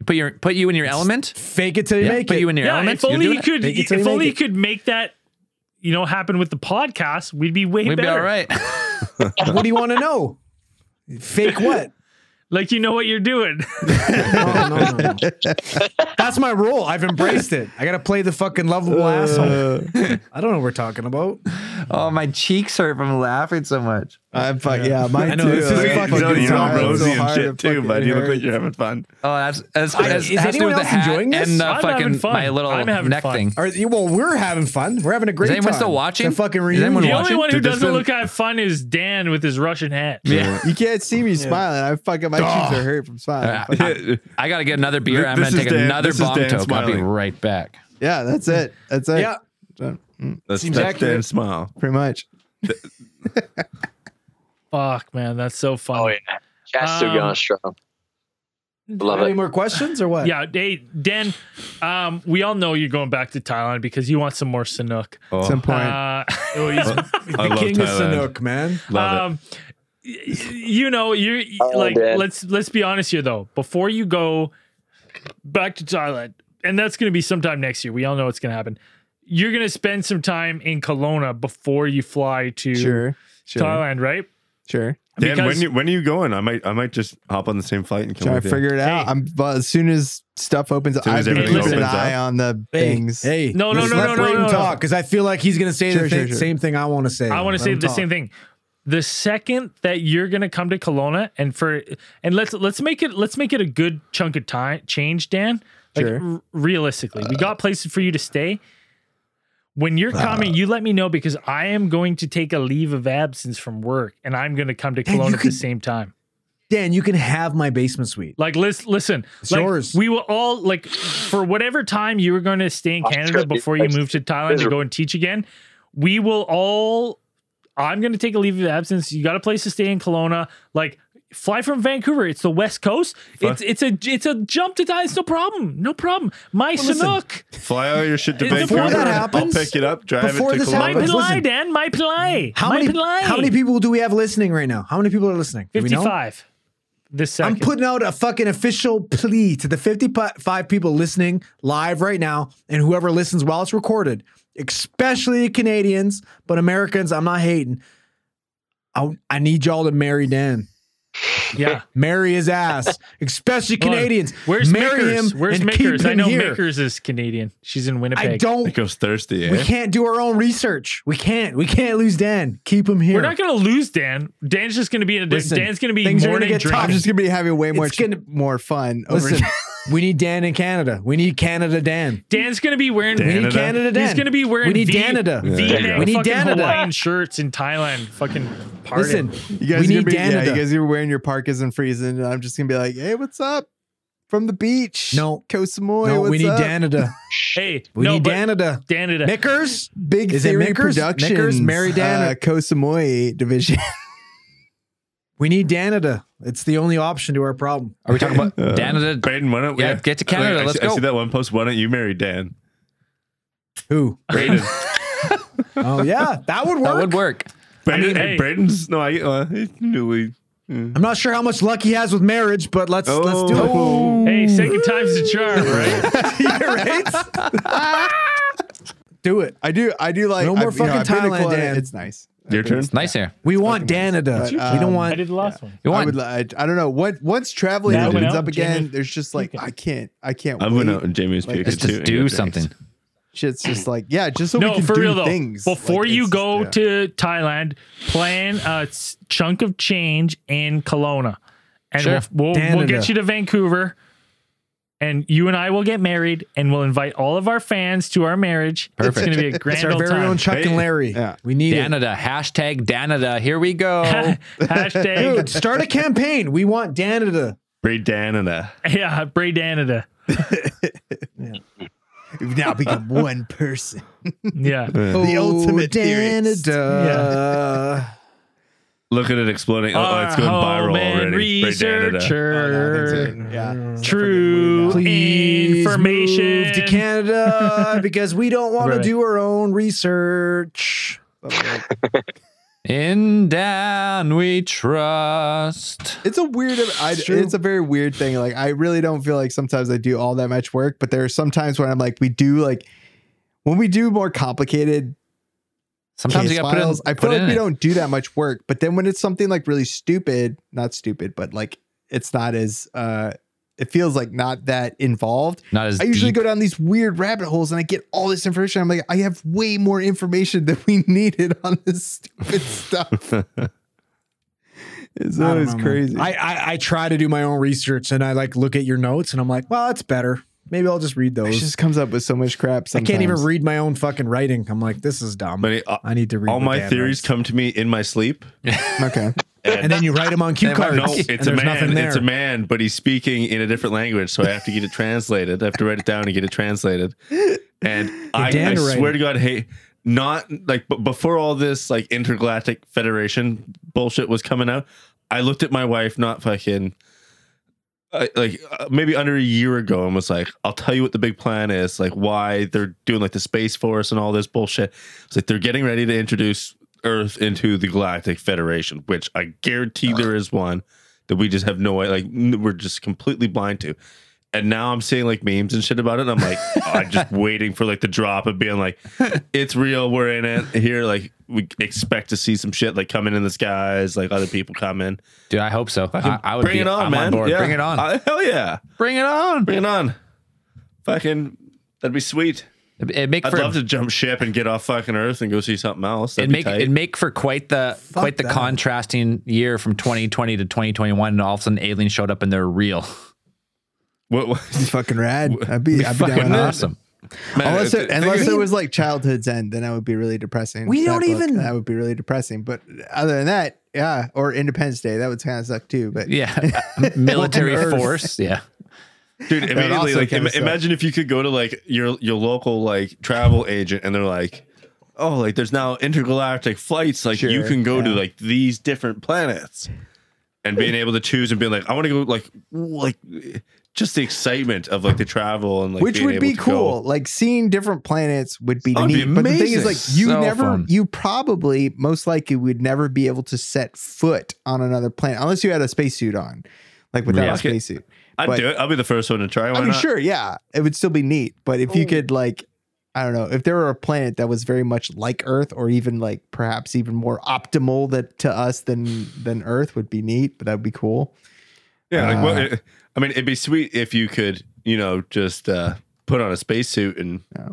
[SPEAKER 1] Put your put you in your element.
[SPEAKER 10] Fake it till you
[SPEAKER 1] Yeah,
[SPEAKER 10] make
[SPEAKER 1] put
[SPEAKER 10] it.
[SPEAKER 1] you in your
[SPEAKER 2] yeah,
[SPEAKER 1] element.
[SPEAKER 2] if only
[SPEAKER 1] you're
[SPEAKER 2] you
[SPEAKER 1] doing it.
[SPEAKER 2] could,
[SPEAKER 10] Make it till
[SPEAKER 2] if
[SPEAKER 10] you
[SPEAKER 2] only
[SPEAKER 10] make
[SPEAKER 2] you could make that, you know, happen with the podcast, we'd be way
[SPEAKER 1] We'd be
[SPEAKER 2] better.
[SPEAKER 1] all right.
[SPEAKER 10] what do you want to know? Fake what?
[SPEAKER 2] Like you know what you're doing.
[SPEAKER 10] No, no, no, no. That's my role. I've embraced it. I gotta play the fucking lovable asshole. I don't know what we're talking about.
[SPEAKER 1] oh, my cheeks hurt from laughing so much.
[SPEAKER 4] I'm fuck yeah, mine
[SPEAKER 10] I know,
[SPEAKER 4] too.
[SPEAKER 10] this is
[SPEAKER 4] I
[SPEAKER 5] Look at-
[SPEAKER 10] fucking
[SPEAKER 5] no,
[SPEAKER 10] good
[SPEAKER 5] you're all
[SPEAKER 10] time.
[SPEAKER 5] rosy
[SPEAKER 4] So
[SPEAKER 5] and
[SPEAKER 4] hard
[SPEAKER 5] shit
[SPEAKER 4] to
[SPEAKER 5] too,
[SPEAKER 4] fucking
[SPEAKER 5] bud. You look
[SPEAKER 4] hurt.
[SPEAKER 5] like you're having fun.
[SPEAKER 1] Oh, that's that's
[SPEAKER 10] I-
[SPEAKER 1] that's-
[SPEAKER 10] is
[SPEAKER 1] has to do
[SPEAKER 10] anyone
[SPEAKER 1] with the
[SPEAKER 10] else
[SPEAKER 1] hat
[SPEAKER 10] enjoying this?
[SPEAKER 1] and the
[SPEAKER 2] I'm having
[SPEAKER 1] fucking
[SPEAKER 2] fun.
[SPEAKER 1] my little
[SPEAKER 2] I'm having
[SPEAKER 1] neck
[SPEAKER 2] fun.
[SPEAKER 1] thing.
[SPEAKER 10] Are you, well, we're having fun. We're having a great
[SPEAKER 1] Is anyone
[SPEAKER 10] time.
[SPEAKER 1] still watching?
[SPEAKER 10] The fucking
[SPEAKER 1] Is
[SPEAKER 10] reunion.
[SPEAKER 1] anyone
[SPEAKER 2] the
[SPEAKER 1] watching?
[SPEAKER 2] only one who
[SPEAKER 5] Dude, that's
[SPEAKER 2] doesn't
[SPEAKER 5] been-
[SPEAKER 2] look at fun is Dan with his Russian hat.
[SPEAKER 1] Yeah.
[SPEAKER 4] You can't see me smiling. I fucking my
[SPEAKER 10] Duh.
[SPEAKER 4] cheeks are hurt from smiling.
[SPEAKER 1] Uh,
[SPEAKER 4] Fuck.
[SPEAKER 1] I, I gotta get another beer.
[SPEAKER 5] Th-
[SPEAKER 1] I'm gonna
[SPEAKER 5] this is
[SPEAKER 1] take
[SPEAKER 5] Dan-
[SPEAKER 1] another
[SPEAKER 5] this is
[SPEAKER 1] bomb
[SPEAKER 5] Dan
[SPEAKER 1] toke. I'll be
[SPEAKER 5] smiling.
[SPEAKER 1] right back.
[SPEAKER 4] yeah, that's it. That's it.
[SPEAKER 10] Yeah.
[SPEAKER 4] So, mm,
[SPEAKER 5] That's
[SPEAKER 10] Seems
[SPEAKER 5] that
[SPEAKER 10] accurate.
[SPEAKER 5] damn smile.
[SPEAKER 4] pretty much.
[SPEAKER 2] Fuck, man, that's so funny.
[SPEAKER 6] Oh yeah, chat's still
[SPEAKER 2] Um,
[SPEAKER 6] going strong. Love
[SPEAKER 10] Any
[SPEAKER 6] it.
[SPEAKER 10] more questions or what?
[SPEAKER 2] Yeah, hey, Dan, um, we all know you're going back to Thailand because you want some more Sanuk.
[SPEAKER 5] Oh,
[SPEAKER 4] At some point.
[SPEAKER 2] Uh,
[SPEAKER 5] I
[SPEAKER 10] The
[SPEAKER 5] love
[SPEAKER 10] king of
[SPEAKER 5] Thailand.
[SPEAKER 10] Sanook, man.
[SPEAKER 5] Love
[SPEAKER 2] um, y- you know, you're
[SPEAKER 6] Oh,
[SPEAKER 2] like,
[SPEAKER 6] man.
[SPEAKER 2] let's let's be honest here though. Before you go back to Thailand, and that's going to be sometime next year. We all know it's going to happen. You're going to spend some time in Kelowna before you fly to
[SPEAKER 4] Sure. Sure.
[SPEAKER 2] Thailand, right?
[SPEAKER 4] Sure.
[SPEAKER 5] Dan,
[SPEAKER 2] Because-
[SPEAKER 5] when you, when are you going? I might I might just hop on the same flight and come
[SPEAKER 4] Try to
[SPEAKER 5] with you.
[SPEAKER 4] figure it out.
[SPEAKER 2] Hey.
[SPEAKER 4] I'm well, as soon as stuff opens up,
[SPEAKER 5] Soon as
[SPEAKER 4] I've been
[SPEAKER 5] everything
[SPEAKER 4] keeping an
[SPEAKER 5] opens
[SPEAKER 4] eye
[SPEAKER 5] up.
[SPEAKER 4] on the
[SPEAKER 10] Hey,
[SPEAKER 4] things.
[SPEAKER 10] Hey,
[SPEAKER 2] No, no,
[SPEAKER 10] let's
[SPEAKER 2] no,
[SPEAKER 10] let
[SPEAKER 2] no, no,
[SPEAKER 10] Brayden
[SPEAKER 2] no, no.
[SPEAKER 10] talk because I feel like he's gonna say
[SPEAKER 4] Sure,
[SPEAKER 10] the
[SPEAKER 4] sure,
[SPEAKER 10] thi-
[SPEAKER 4] sure.
[SPEAKER 10] same thing I want to say.
[SPEAKER 2] I want to
[SPEAKER 10] Let
[SPEAKER 2] say
[SPEAKER 10] him
[SPEAKER 2] the
[SPEAKER 10] talk.
[SPEAKER 2] same thing. The second that you're gonna come to Kelowna and for and let's let's make it let's make it a good chunk of time change, Dan. Like
[SPEAKER 4] Sure.
[SPEAKER 2] r- realistically, we
[SPEAKER 10] Uh,
[SPEAKER 2] got places for you to stay. When you're coming, you let me know because I am going to take a leave of absence from work and I'm going to come to
[SPEAKER 10] Dan, you
[SPEAKER 2] Kelowna at the
[SPEAKER 10] can-
[SPEAKER 2] same time.
[SPEAKER 10] Dan. You can have my basement suite.
[SPEAKER 2] Like, lis- listen,
[SPEAKER 10] It's
[SPEAKER 2] like,
[SPEAKER 10] yours.
[SPEAKER 2] we will all like for whatever time you were going to stay in
[SPEAKER 6] Oh,
[SPEAKER 2] Canada
[SPEAKER 6] sure.
[SPEAKER 2] before you moved to Thailand to go and teach again. We will all. I'm going to take a leave of absence. You got a place to stay in Kelowna. Like, fly from Vancouver. It's the West Coast. It's it's a it's a jump to die. It's no problem. No problem. My Sanook.
[SPEAKER 5] Fly all your shit to
[SPEAKER 2] Before
[SPEAKER 5] Vancouver.
[SPEAKER 10] that
[SPEAKER 5] I'll
[SPEAKER 10] happens-
[SPEAKER 5] pick it up, drive
[SPEAKER 10] before
[SPEAKER 5] it to
[SPEAKER 10] this
[SPEAKER 2] My
[SPEAKER 10] happens-
[SPEAKER 5] Columbus.
[SPEAKER 2] Pillai,
[SPEAKER 10] listen.
[SPEAKER 2] Dan. My Pillai.
[SPEAKER 10] How
[SPEAKER 2] my
[SPEAKER 10] many?
[SPEAKER 2] Pillai.
[SPEAKER 10] How many people do we have listening right now? How many people are listening? Do we know?
[SPEAKER 2] 55. This second.
[SPEAKER 10] I'm putting out a fucking official plea to the 55 people listening live right now and whoever listens while it's recorded, especially Canadians, but Americans, I'm not hating. I, I need y'all to marry Dan.
[SPEAKER 2] yeah.
[SPEAKER 10] Marry his ass, especially
[SPEAKER 2] Come on.
[SPEAKER 10] Canadians.
[SPEAKER 2] Where's
[SPEAKER 10] marry
[SPEAKER 2] Makers?
[SPEAKER 10] him
[SPEAKER 2] Where's
[SPEAKER 10] and
[SPEAKER 2] Makers?
[SPEAKER 10] keep him
[SPEAKER 2] I know
[SPEAKER 10] here.
[SPEAKER 2] Makers is Canadian. She's in Winnipeg.
[SPEAKER 10] I don't.
[SPEAKER 5] It goes thirsty,
[SPEAKER 10] We
[SPEAKER 5] eh?
[SPEAKER 10] can't do our own research. We can't. We can't lose Dan. Keep him here.
[SPEAKER 2] We're not going to lose Dan. Dan's just going to be in a
[SPEAKER 10] Hmm. Listen,
[SPEAKER 2] Dan's going to be
[SPEAKER 10] things are gonna
[SPEAKER 2] morning
[SPEAKER 10] get
[SPEAKER 2] drink.
[SPEAKER 10] tough.
[SPEAKER 4] I'm just gonna be having way
[SPEAKER 10] It's
[SPEAKER 4] much
[SPEAKER 10] gonna-
[SPEAKER 4] more fun. Over
[SPEAKER 10] Listen, we need Dan in Canada. We need Canada Dan.
[SPEAKER 2] Dan's going to be wearing
[SPEAKER 10] We need
[SPEAKER 5] Canada?
[SPEAKER 10] Canada Dan.
[SPEAKER 2] He's going to be wearing
[SPEAKER 10] We need
[SPEAKER 2] v,
[SPEAKER 10] Canada.
[SPEAKER 2] V
[SPEAKER 5] Yeah.
[SPEAKER 10] We need
[SPEAKER 2] fucking
[SPEAKER 10] Canada.
[SPEAKER 2] Hawaiian shirts in Thailand fucking party.
[SPEAKER 10] Listen,
[SPEAKER 4] you guys
[SPEAKER 10] we
[SPEAKER 4] are gonna
[SPEAKER 10] need
[SPEAKER 4] be, yeah,
[SPEAKER 10] Canada.
[SPEAKER 4] you guys are wearing your parkas and freezing. And I'm just gonna be like, hey, what's up? From the beach.
[SPEAKER 10] No.
[SPEAKER 4] Koh Samui.
[SPEAKER 10] no,
[SPEAKER 4] what's
[SPEAKER 10] we need
[SPEAKER 4] up?
[SPEAKER 10] Canada.
[SPEAKER 2] hey,
[SPEAKER 10] We
[SPEAKER 2] no,
[SPEAKER 10] need
[SPEAKER 2] but
[SPEAKER 10] Canada.
[SPEAKER 2] Danada.
[SPEAKER 10] Mickers?
[SPEAKER 4] Big
[SPEAKER 10] Is it
[SPEAKER 4] Theory
[SPEAKER 10] Mickers?
[SPEAKER 4] Productions.
[SPEAKER 10] Mickers, Mary Dan,
[SPEAKER 4] uh,
[SPEAKER 10] or-
[SPEAKER 4] Koh Samui division.
[SPEAKER 10] We need Canada. It's the only option to our problem.
[SPEAKER 1] Are we talking about
[SPEAKER 5] Uh,
[SPEAKER 1] Canada?
[SPEAKER 5] Braden, why don't
[SPEAKER 1] Yeah, get to Canada,
[SPEAKER 5] I, see-
[SPEAKER 1] let's
[SPEAKER 5] I
[SPEAKER 1] go.
[SPEAKER 5] see that one post. Why don't you marry Dan?
[SPEAKER 10] Who?
[SPEAKER 5] Braden.
[SPEAKER 10] Oh yeah, that would work.
[SPEAKER 1] That would work.
[SPEAKER 5] Braden,
[SPEAKER 2] mean, hey.
[SPEAKER 5] hey, Braden's no, I uh, he knew we.
[SPEAKER 10] I'm not sure how much luck he has with marriage, but let's
[SPEAKER 5] Oh.
[SPEAKER 10] let's do it.
[SPEAKER 2] Hey, second time's the charm, right?
[SPEAKER 10] Yeah, right? do it.
[SPEAKER 4] I do. I do like.
[SPEAKER 10] No
[SPEAKER 4] I-
[SPEAKER 10] more
[SPEAKER 4] you know,
[SPEAKER 10] fucking
[SPEAKER 4] I've been to
[SPEAKER 10] Thailand,
[SPEAKER 4] Kelowna,
[SPEAKER 10] Dan.
[SPEAKER 4] It's nice.
[SPEAKER 5] Your turn.
[SPEAKER 1] It's nice here.
[SPEAKER 10] We want Canada.
[SPEAKER 4] But,
[SPEAKER 10] we don't
[SPEAKER 4] um,
[SPEAKER 2] I
[SPEAKER 10] want.
[SPEAKER 2] did the last one.
[SPEAKER 1] You
[SPEAKER 4] I
[SPEAKER 1] want?
[SPEAKER 4] would. li- I, I don't know. What once traveling
[SPEAKER 2] Yeah, I went
[SPEAKER 4] opens
[SPEAKER 2] out
[SPEAKER 4] up
[SPEAKER 2] with
[SPEAKER 4] again,
[SPEAKER 2] Jamie.
[SPEAKER 4] there's just like I can't. I can't.
[SPEAKER 5] I
[SPEAKER 4] wait.
[SPEAKER 5] went out and Jamie's
[SPEAKER 4] Like,
[SPEAKER 5] puking
[SPEAKER 1] Let's
[SPEAKER 5] too.
[SPEAKER 1] just
[SPEAKER 5] and
[SPEAKER 1] do
[SPEAKER 5] got
[SPEAKER 1] something.
[SPEAKER 5] drinks.
[SPEAKER 4] Shit's just like yeah, just so we
[SPEAKER 2] no,
[SPEAKER 4] can
[SPEAKER 2] for
[SPEAKER 4] do
[SPEAKER 2] real though.
[SPEAKER 4] things.
[SPEAKER 2] Before
[SPEAKER 4] Like,
[SPEAKER 2] you
[SPEAKER 4] it's-
[SPEAKER 2] go
[SPEAKER 4] yeah.
[SPEAKER 2] to Thailand, plan a s- chunk of change in Kelowna, and
[SPEAKER 1] Sure.
[SPEAKER 2] we'll, we'll, we'll get
[SPEAKER 10] Canada.
[SPEAKER 2] you to Vancouver, and you and I will get married, and we'll invite all of our fans to our marriage. It's
[SPEAKER 1] Perfect.
[SPEAKER 2] going to be a
[SPEAKER 10] It's
[SPEAKER 2] grand
[SPEAKER 10] our
[SPEAKER 2] old
[SPEAKER 10] very
[SPEAKER 2] time.
[SPEAKER 10] own Chuck and Larry.
[SPEAKER 4] Yeah.
[SPEAKER 10] We need it.
[SPEAKER 1] Canada. Hashtag Canada. Here we go.
[SPEAKER 2] Hashtag
[SPEAKER 10] Dude, start a campaign. We want Canada.
[SPEAKER 5] Braid Dan and a.
[SPEAKER 2] yeah, Bray Danada.
[SPEAKER 4] We've now become one person.
[SPEAKER 2] Yeah,
[SPEAKER 5] Oh.
[SPEAKER 4] The ultimate theorist.
[SPEAKER 10] Canada.
[SPEAKER 5] Look at it exploding. Oh,
[SPEAKER 10] Ah,
[SPEAKER 5] oh, it's going
[SPEAKER 2] Our
[SPEAKER 5] viral
[SPEAKER 2] home and
[SPEAKER 5] already. Braid Dan and a.
[SPEAKER 2] researcher.
[SPEAKER 4] Yeah.
[SPEAKER 2] True
[SPEAKER 10] Please
[SPEAKER 2] information
[SPEAKER 10] move to Canada because we don't want
[SPEAKER 2] Right.
[SPEAKER 10] to do our own research.
[SPEAKER 1] In Dan we trust.
[SPEAKER 4] It's a weird. I,
[SPEAKER 10] It's true.
[SPEAKER 4] it's a very weird thing. Like I really don't feel like sometimes I do all that much work, but there are some times when I'm like, we do like when we do more complicated
[SPEAKER 1] Sometimes
[SPEAKER 4] case
[SPEAKER 1] you got to put in.
[SPEAKER 4] files, I
[SPEAKER 1] put
[SPEAKER 4] feel
[SPEAKER 1] in
[SPEAKER 4] like we
[SPEAKER 1] it.
[SPEAKER 4] don't do that much work, but then when it's something like really stupid, not stupid, but like it's not as uh, it feels like not that involved.
[SPEAKER 1] Not as
[SPEAKER 4] I usually
[SPEAKER 1] deep.
[SPEAKER 4] go down these weird rabbit holes and I get all this information. I'm like, I have way more information than we needed on this stupid stuff. it's
[SPEAKER 10] I don't
[SPEAKER 4] always
[SPEAKER 10] know, man.
[SPEAKER 4] crazy.
[SPEAKER 10] I, I I try to do my own research and I like look at your notes and I'm like, well, that's better. Maybe I'll just read
[SPEAKER 4] it
[SPEAKER 10] those.
[SPEAKER 4] just comes up with so much crap.
[SPEAKER 10] I
[SPEAKER 4] Sometimes.
[SPEAKER 10] can't even read my own fucking writing. I'm like, this is dumb.
[SPEAKER 5] But it- uh, all-
[SPEAKER 10] I need to read
[SPEAKER 5] all
[SPEAKER 10] what
[SPEAKER 5] my
[SPEAKER 10] Dan
[SPEAKER 5] theories
[SPEAKER 10] writes.
[SPEAKER 5] come to me in my sleep.
[SPEAKER 4] Okay.
[SPEAKER 10] and then you write them on cue cards.
[SPEAKER 5] No,
[SPEAKER 10] and
[SPEAKER 5] it's a
[SPEAKER 10] there's nothing
[SPEAKER 5] man.
[SPEAKER 10] there.
[SPEAKER 5] It's a man, but he's speaking in a different language, so I have to get it translated. I have to write it down and get it translated. And I, I
[SPEAKER 10] Dan to write
[SPEAKER 5] swear
[SPEAKER 10] it.
[SPEAKER 5] to God, hey, not like but before all this like intergalactic federation bullshit was coming out, I looked at my wife, not fucking. I, like uh, maybe under a year ago, and was like, "I'll tell you what the big plan is, like why they're doing like the space force and all this bullshit." It's like they're getting ready to introduce Earth into the Galactic Federation, which I guarantee there is one that we just have no way, like n- we're just completely blind to. And now I'm seeing like memes and shit about it. And I'm like, I'm just waiting for like the drop of being like, it's real. We're in it here. Like we expect to see some shit like coming in the skies, like other people coming.
[SPEAKER 1] Dude, I hope so. I, I would
[SPEAKER 5] Bring
[SPEAKER 1] be,
[SPEAKER 5] it on,
[SPEAKER 1] I'm
[SPEAKER 5] man.
[SPEAKER 1] on board.
[SPEAKER 5] Yeah.
[SPEAKER 1] Bring it on.
[SPEAKER 5] Uh, hell yeah.
[SPEAKER 1] Bring it on.
[SPEAKER 5] Bring it on. Fucking, that'd be sweet.
[SPEAKER 1] It it'd make
[SPEAKER 5] I'd
[SPEAKER 1] for
[SPEAKER 5] love to jump ship and get off fucking Earth and go see something else.
[SPEAKER 1] it
[SPEAKER 5] That'd be
[SPEAKER 1] make
[SPEAKER 5] tight.
[SPEAKER 1] it make for quite the quite the
[SPEAKER 10] that.
[SPEAKER 1] contrasting year from 2020 to 2021, and all of a sudden aliens showed up and they're real.
[SPEAKER 5] What- what-
[SPEAKER 10] It's fucking rad.
[SPEAKER 4] I'd be, I'd be down with
[SPEAKER 1] Fucking
[SPEAKER 4] that.
[SPEAKER 1] awesome.
[SPEAKER 5] man,
[SPEAKER 4] Unless,
[SPEAKER 5] the
[SPEAKER 4] it,
[SPEAKER 5] thing
[SPEAKER 4] unless
[SPEAKER 5] is-
[SPEAKER 4] it was like childhood's end, then that would be really depressing.
[SPEAKER 10] We
[SPEAKER 4] That
[SPEAKER 10] don't
[SPEAKER 4] book,
[SPEAKER 10] even-
[SPEAKER 4] that would be really depressing. But other than that, yeah, or Independence Day, that would kind of suck too. But
[SPEAKER 1] Yeah, military
[SPEAKER 4] Earth.
[SPEAKER 1] force. Yeah,
[SPEAKER 5] dude immediately
[SPEAKER 4] also
[SPEAKER 5] like
[SPEAKER 4] kinda
[SPEAKER 5] im-
[SPEAKER 4] sucked.
[SPEAKER 5] imagine if you could go to like your your local like travel agent and they're like oh like there's now intergalactic flights like you
[SPEAKER 4] Sure,
[SPEAKER 5] can go to
[SPEAKER 4] yeah.
[SPEAKER 5] like these different planets and being able to choose and being like i want to go like like just the excitement of like the travel and like
[SPEAKER 4] which
[SPEAKER 5] being
[SPEAKER 4] would
[SPEAKER 5] able
[SPEAKER 4] be
[SPEAKER 5] to
[SPEAKER 4] cool.
[SPEAKER 5] go.
[SPEAKER 4] Like seeing different planets would be
[SPEAKER 5] That'd
[SPEAKER 4] neat.
[SPEAKER 5] be
[SPEAKER 4] but the thing is,
[SPEAKER 5] amazing.
[SPEAKER 4] like you
[SPEAKER 1] So
[SPEAKER 4] never,
[SPEAKER 1] fun.
[SPEAKER 4] you probably most likely would never be able to set foot on another planet unless you had a spacesuit on, like without
[SPEAKER 5] Yeah.
[SPEAKER 4] a spacesuit.
[SPEAKER 5] i'd
[SPEAKER 4] but-
[SPEAKER 5] do it i'll be the first one to try Why
[SPEAKER 4] I mean,
[SPEAKER 5] not?
[SPEAKER 4] sure, yeah, it would still be neat. But if you could, like, I don't know, if there were a planet that was very much like Earth, or even like perhaps even more optimal that to us than than Earth would be neat. But that would be cool.
[SPEAKER 5] yeah like
[SPEAKER 4] Uh,
[SPEAKER 5] what i mean it'd be sweet if you could you know just uh put on a spacesuit and
[SPEAKER 4] Yeah.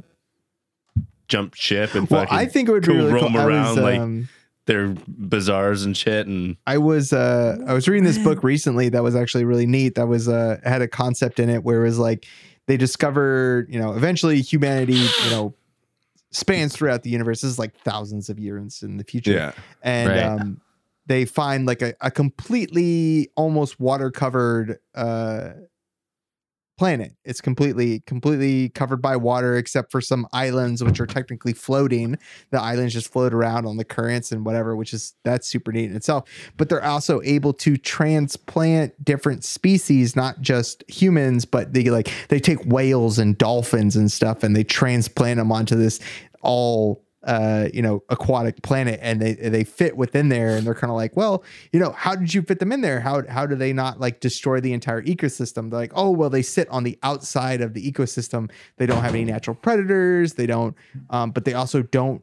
[SPEAKER 5] jump ship and
[SPEAKER 4] Well,
[SPEAKER 5] fucking
[SPEAKER 4] I think it would
[SPEAKER 5] cool
[SPEAKER 4] be really
[SPEAKER 5] roam
[SPEAKER 4] cool. I
[SPEAKER 5] around,
[SPEAKER 4] was,
[SPEAKER 5] like,
[SPEAKER 4] um,
[SPEAKER 5] their bazaars and shit and
[SPEAKER 4] I was uh I was reading this book recently that was actually really neat. That was uh had a concept in it where it was like they discovered, you know, eventually humanity, you know, spans throughout the universe. This is like thousands of years in the future. And
[SPEAKER 1] Right.
[SPEAKER 4] um they find like a, a completely almost water covered uh planet. It's completely completely covered by water except for some islands which are technically floating. The islands just float around on the currents and whatever, which is that's super neat in itself. But they're also able to transplant different species, not just humans, but they like they take whales and dolphins and stuff and they transplant them onto this all uh, you know, aquatic planet, and they they fit within there, and they're kind of like, well, you know, how did you fit them in there? How how do they not like destroy the entire ecosystem? They're like, oh, well, they sit on the outside of the ecosystem. They don't have any natural predators. They don't, um, but they also don't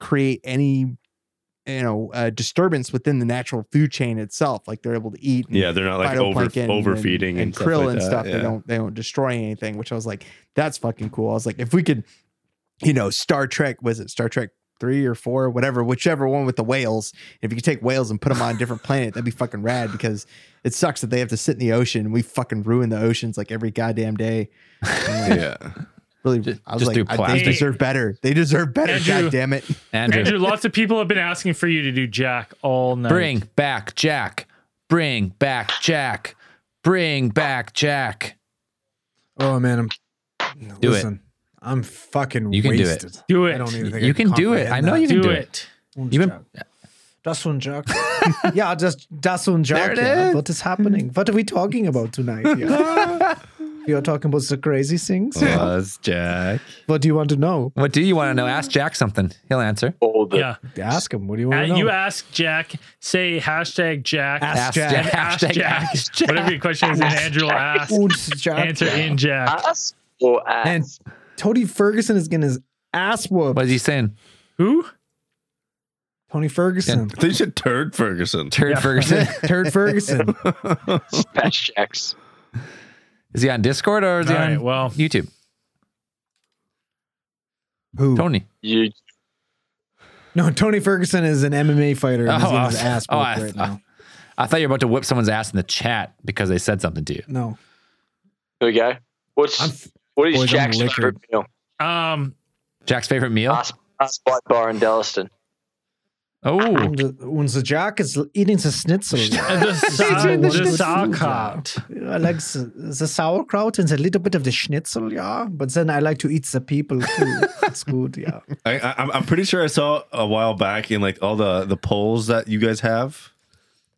[SPEAKER 4] create any, you know, uh, disturbance within the natural food chain itself. Like they're able to eat. and
[SPEAKER 5] Yeah, they're not like over
[SPEAKER 4] phytoplankton
[SPEAKER 5] overfeeding and,
[SPEAKER 4] krill
[SPEAKER 5] stuff like
[SPEAKER 4] and
[SPEAKER 5] that,
[SPEAKER 4] stuff.
[SPEAKER 5] Yeah.
[SPEAKER 4] They don't they don't destroy anything, which I was like, that's fucking cool. I was like, if we could, you know, Star Trek was it Star Trek three or four, whatever, whichever one with the whales. If you could take whales and put them on a different planet, that'd be fucking rad because it sucks that they have to sit in the ocean. and We fucking ruin the oceans like every goddamn day. I'm like,
[SPEAKER 5] yeah.
[SPEAKER 4] Really, I was
[SPEAKER 1] just do
[SPEAKER 4] like, I- they
[SPEAKER 1] plastic.
[SPEAKER 4] deserve better. They deserve better.
[SPEAKER 2] Andrew.
[SPEAKER 4] God damn it.
[SPEAKER 1] Andrew,
[SPEAKER 2] Andrew, lots of people have been asking for you to do Jack all night.
[SPEAKER 1] bring back Jack. Bring back Jack. Bring back Jack.
[SPEAKER 10] Oh man, I'm
[SPEAKER 1] Do it.
[SPEAKER 10] listen, I'm fucking
[SPEAKER 1] You can do it.
[SPEAKER 10] wasted.
[SPEAKER 2] Do it.
[SPEAKER 10] I don't even think
[SPEAKER 1] You
[SPEAKER 10] I
[SPEAKER 1] can do it. I
[SPEAKER 10] comprehend
[SPEAKER 1] know
[SPEAKER 10] that.
[SPEAKER 1] you can
[SPEAKER 2] do
[SPEAKER 1] do
[SPEAKER 2] it.
[SPEAKER 1] it.
[SPEAKER 10] Even
[SPEAKER 1] Even-
[SPEAKER 10] das und Jack. yeah, just das und Jack.
[SPEAKER 1] it
[SPEAKER 10] yeah.
[SPEAKER 1] is.
[SPEAKER 10] What is happening? What are we talking about tonight? Yeah. we are talking about the crazy things.
[SPEAKER 5] Was Jack.
[SPEAKER 10] What do you want to know?
[SPEAKER 1] What do you want to know? Ask Jack something. He'll answer.
[SPEAKER 6] All the
[SPEAKER 2] Yeah.
[SPEAKER 10] Ask him. What do you
[SPEAKER 2] Uh,
[SPEAKER 10] want to know?
[SPEAKER 2] You ask Jack, say hashtag Jack.
[SPEAKER 10] Ask Jack.
[SPEAKER 2] and Ask
[SPEAKER 1] Hashtag
[SPEAKER 2] Jack.
[SPEAKER 1] ask Jack.
[SPEAKER 2] Whatever your question is, and Andrew will ask.
[SPEAKER 10] Und Jack.
[SPEAKER 2] Answer in Jack.
[SPEAKER 6] ass or ass.
[SPEAKER 10] And Tony Ferguson is getting his ass whooped.
[SPEAKER 1] What is he saying?
[SPEAKER 2] Who?
[SPEAKER 10] Tony Ferguson.
[SPEAKER 5] They should turd Ferguson.
[SPEAKER 1] Turd Ferguson.
[SPEAKER 10] Turd Ferguson.
[SPEAKER 6] That's Jack's.
[SPEAKER 1] Is he on Discord or is he
[SPEAKER 2] All
[SPEAKER 1] on
[SPEAKER 2] right, well.
[SPEAKER 1] YouTube?
[SPEAKER 10] Who?
[SPEAKER 1] Tony.
[SPEAKER 6] You
[SPEAKER 10] No, Tony Ferguson is an MMA fighter. and he's
[SPEAKER 1] Oh,
[SPEAKER 5] uh,
[SPEAKER 10] getting his
[SPEAKER 1] oh,
[SPEAKER 10] ass
[SPEAKER 1] oh,
[SPEAKER 10] whooped
[SPEAKER 1] I-
[SPEAKER 10] right now.
[SPEAKER 1] I thought you were about to whip someone's ass in the chat because they said something to you.
[SPEAKER 10] No.
[SPEAKER 6] there we go. What's
[SPEAKER 10] I'm,
[SPEAKER 6] what is
[SPEAKER 10] boys, I'm
[SPEAKER 6] Jack's
[SPEAKER 10] liquored.
[SPEAKER 6] favorite meal?
[SPEAKER 2] Um,
[SPEAKER 1] Jack's favorite meal?
[SPEAKER 6] Ass, ass bite Byron Dallaston.
[SPEAKER 1] Oh,
[SPEAKER 10] und, und the Jack is eating the schnitzel.
[SPEAKER 2] uh, the sa-
[SPEAKER 10] doing the
[SPEAKER 2] the
[SPEAKER 10] schnitzel.
[SPEAKER 2] sauerkraut.
[SPEAKER 10] I like the, the sauerkraut and a little bit of the schnitzel, yeah. But then I like to eat the people too. it's good, yeah.
[SPEAKER 5] I, I, I'm- I'm pretty sure I saw a while back in like all the, the polls that you guys have.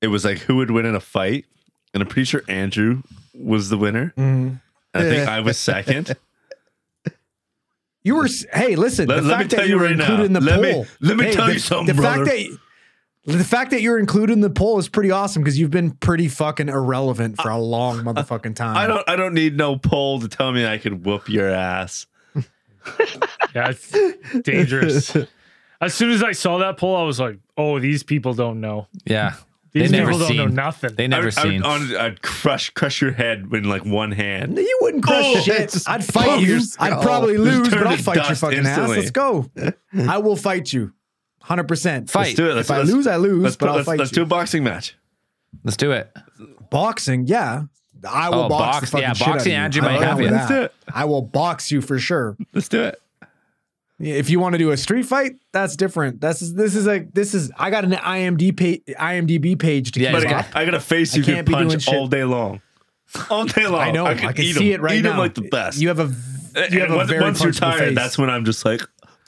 [SPEAKER 5] It was like who would win in a fight. And I'm pretty sure Andrew was the winner.
[SPEAKER 10] Mm-hmm.
[SPEAKER 5] And I think I was second.
[SPEAKER 10] You were s- hey, listen.
[SPEAKER 5] Let-
[SPEAKER 10] the
[SPEAKER 5] let
[SPEAKER 10] fact
[SPEAKER 5] me tell
[SPEAKER 10] that
[SPEAKER 5] you
[SPEAKER 10] were
[SPEAKER 5] right now.
[SPEAKER 10] included in the
[SPEAKER 5] Let me-
[SPEAKER 10] poll.
[SPEAKER 5] let me
[SPEAKER 10] hey,
[SPEAKER 5] tell
[SPEAKER 10] the,
[SPEAKER 5] you something,
[SPEAKER 10] The
[SPEAKER 5] brother.
[SPEAKER 10] fact that The fact that you're included in the poll is pretty awesome because you've been pretty fucking irrelevant for a long motherfucking time.
[SPEAKER 5] I don't I don't need no poll to tell me I could whoop your ass.
[SPEAKER 2] Yeah, it's dangerous. As soon as I saw that poll, I was like, "Oh, these people don't know.
[SPEAKER 1] Yeah.
[SPEAKER 2] These
[SPEAKER 1] They never
[SPEAKER 2] people don't know
[SPEAKER 1] seen.
[SPEAKER 2] nothing."
[SPEAKER 1] They
[SPEAKER 5] I
[SPEAKER 1] never
[SPEAKER 5] would, I
[SPEAKER 1] seen.
[SPEAKER 5] would, honestly, I'd crush crush your head with like one hand.
[SPEAKER 10] You wouldn't crush
[SPEAKER 5] Oh,
[SPEAKER 10] shit.
[SPEAKER 4] it's-
[SPEAKER 10] I'd fight you.
[SPEAKER 4] Just
[SPEAKER 10] I'd
[SPEAKER 4] go.
[SPEAKER 10] probably
[SPEAKER 5] Just
[SPEAKER 10] lose,
[SPEAKER 5] turn
[SPEAKER 10] but I'll
[SPEAKER 5] to
[SPEAKER 10] fight your
[SPEAKER 5] dust
[SPEAKER 10] fucking
[SPEAKER 5] instantly.
[SPEAKER 10] ass. Let's go. I will fight you. 100%.
[SPEAKER 1] Fight.
[SPEAKER 5] Let's do it. Let's,
[SPEAKER 10] If I
[SPEAKER 5] let's-
[SPEAKER 10] lose, I lose,
[SPEAKER 5] Let's,
[SPEAKER 10] but
[SPEAKER 5] put-
[SPEAKER 10] I'll
[SPEAKER 5] let's,
[SPEAKER 10] fight
[SPEAKER 5] let's do
[SPEAKER 10] you.
[SPEAKER 5] a boxing match.
[SPEAKER 1] Let's do it.
[SPEAKER 10] Boxing, yeah. I will
[SPEAKER 1] Oh,
[SPEAKER 10] box,
[SPEAKER 1] box-
[SPEAKER 10] the fucking
[SPEAKER 1] yeah,
[SPEAKER 10] shit out
[SPEAKER 1] boxing
[SPEAKER 10] of
[SPEAKER 1] Andrew
[SPEAKER 10] you.
[SPEAKER 1] might
[SPEAKER 10] I'm down
[SPEAKER 1] have
[SPEAKER 10] with
[SPEAKER 1] you.
[SPEAKER 5] Let's do
[SPEAKER 10] that.
[SPEAKER 5] it.
[SPEAKER 10] I will box you for sure.
[SPEAKER 5] Let's do it.
[SPEAKER 10] Yeah, If you want to do a street fight, that's different. That's this is like this is I got an IMD pa- IMDb page to
[SPEAKER 1] Yeah,
[SPEAKER 10] keep
[SPEAKER 5] But
[SPEAKER 1] he's
[SPEAKER 10] up.
[SPEAKER 5] I, I got a face
[SPEAKER 10] I
[SPEAKER 5] you can
[SPEAKER 10] can't be doing
[SPEAKER 5] punch
[SPEAKER 10] shit.
[SPEAKER 5] all day long. All day long.
[SPEAKER 10] I know. I
[SPEAKER 5] Oh, could
[SPEAKER 10] can,
[SPEAKER 5] eat
[SPEAKER 10] see
[SPEAKER 5] 'em.
[SPEAKER 10] it right
[SPEAKER 5] eat
[SPEAKER 10] now.
[SPEAKER 5] 'em like the best.
[SPEAKER 10] You have a you have
[SPEAKER 5] And
[SPEAKER 10] a
[SPEAKER 5] once,
[SPEAKER 10] very
[SPEAKER 5] once you're
[SPEAKER 10] punchable
[SPEAKER 5] tired,
[SPEAKER 10] face.
[SPEAKER 5] that's when I'm just like,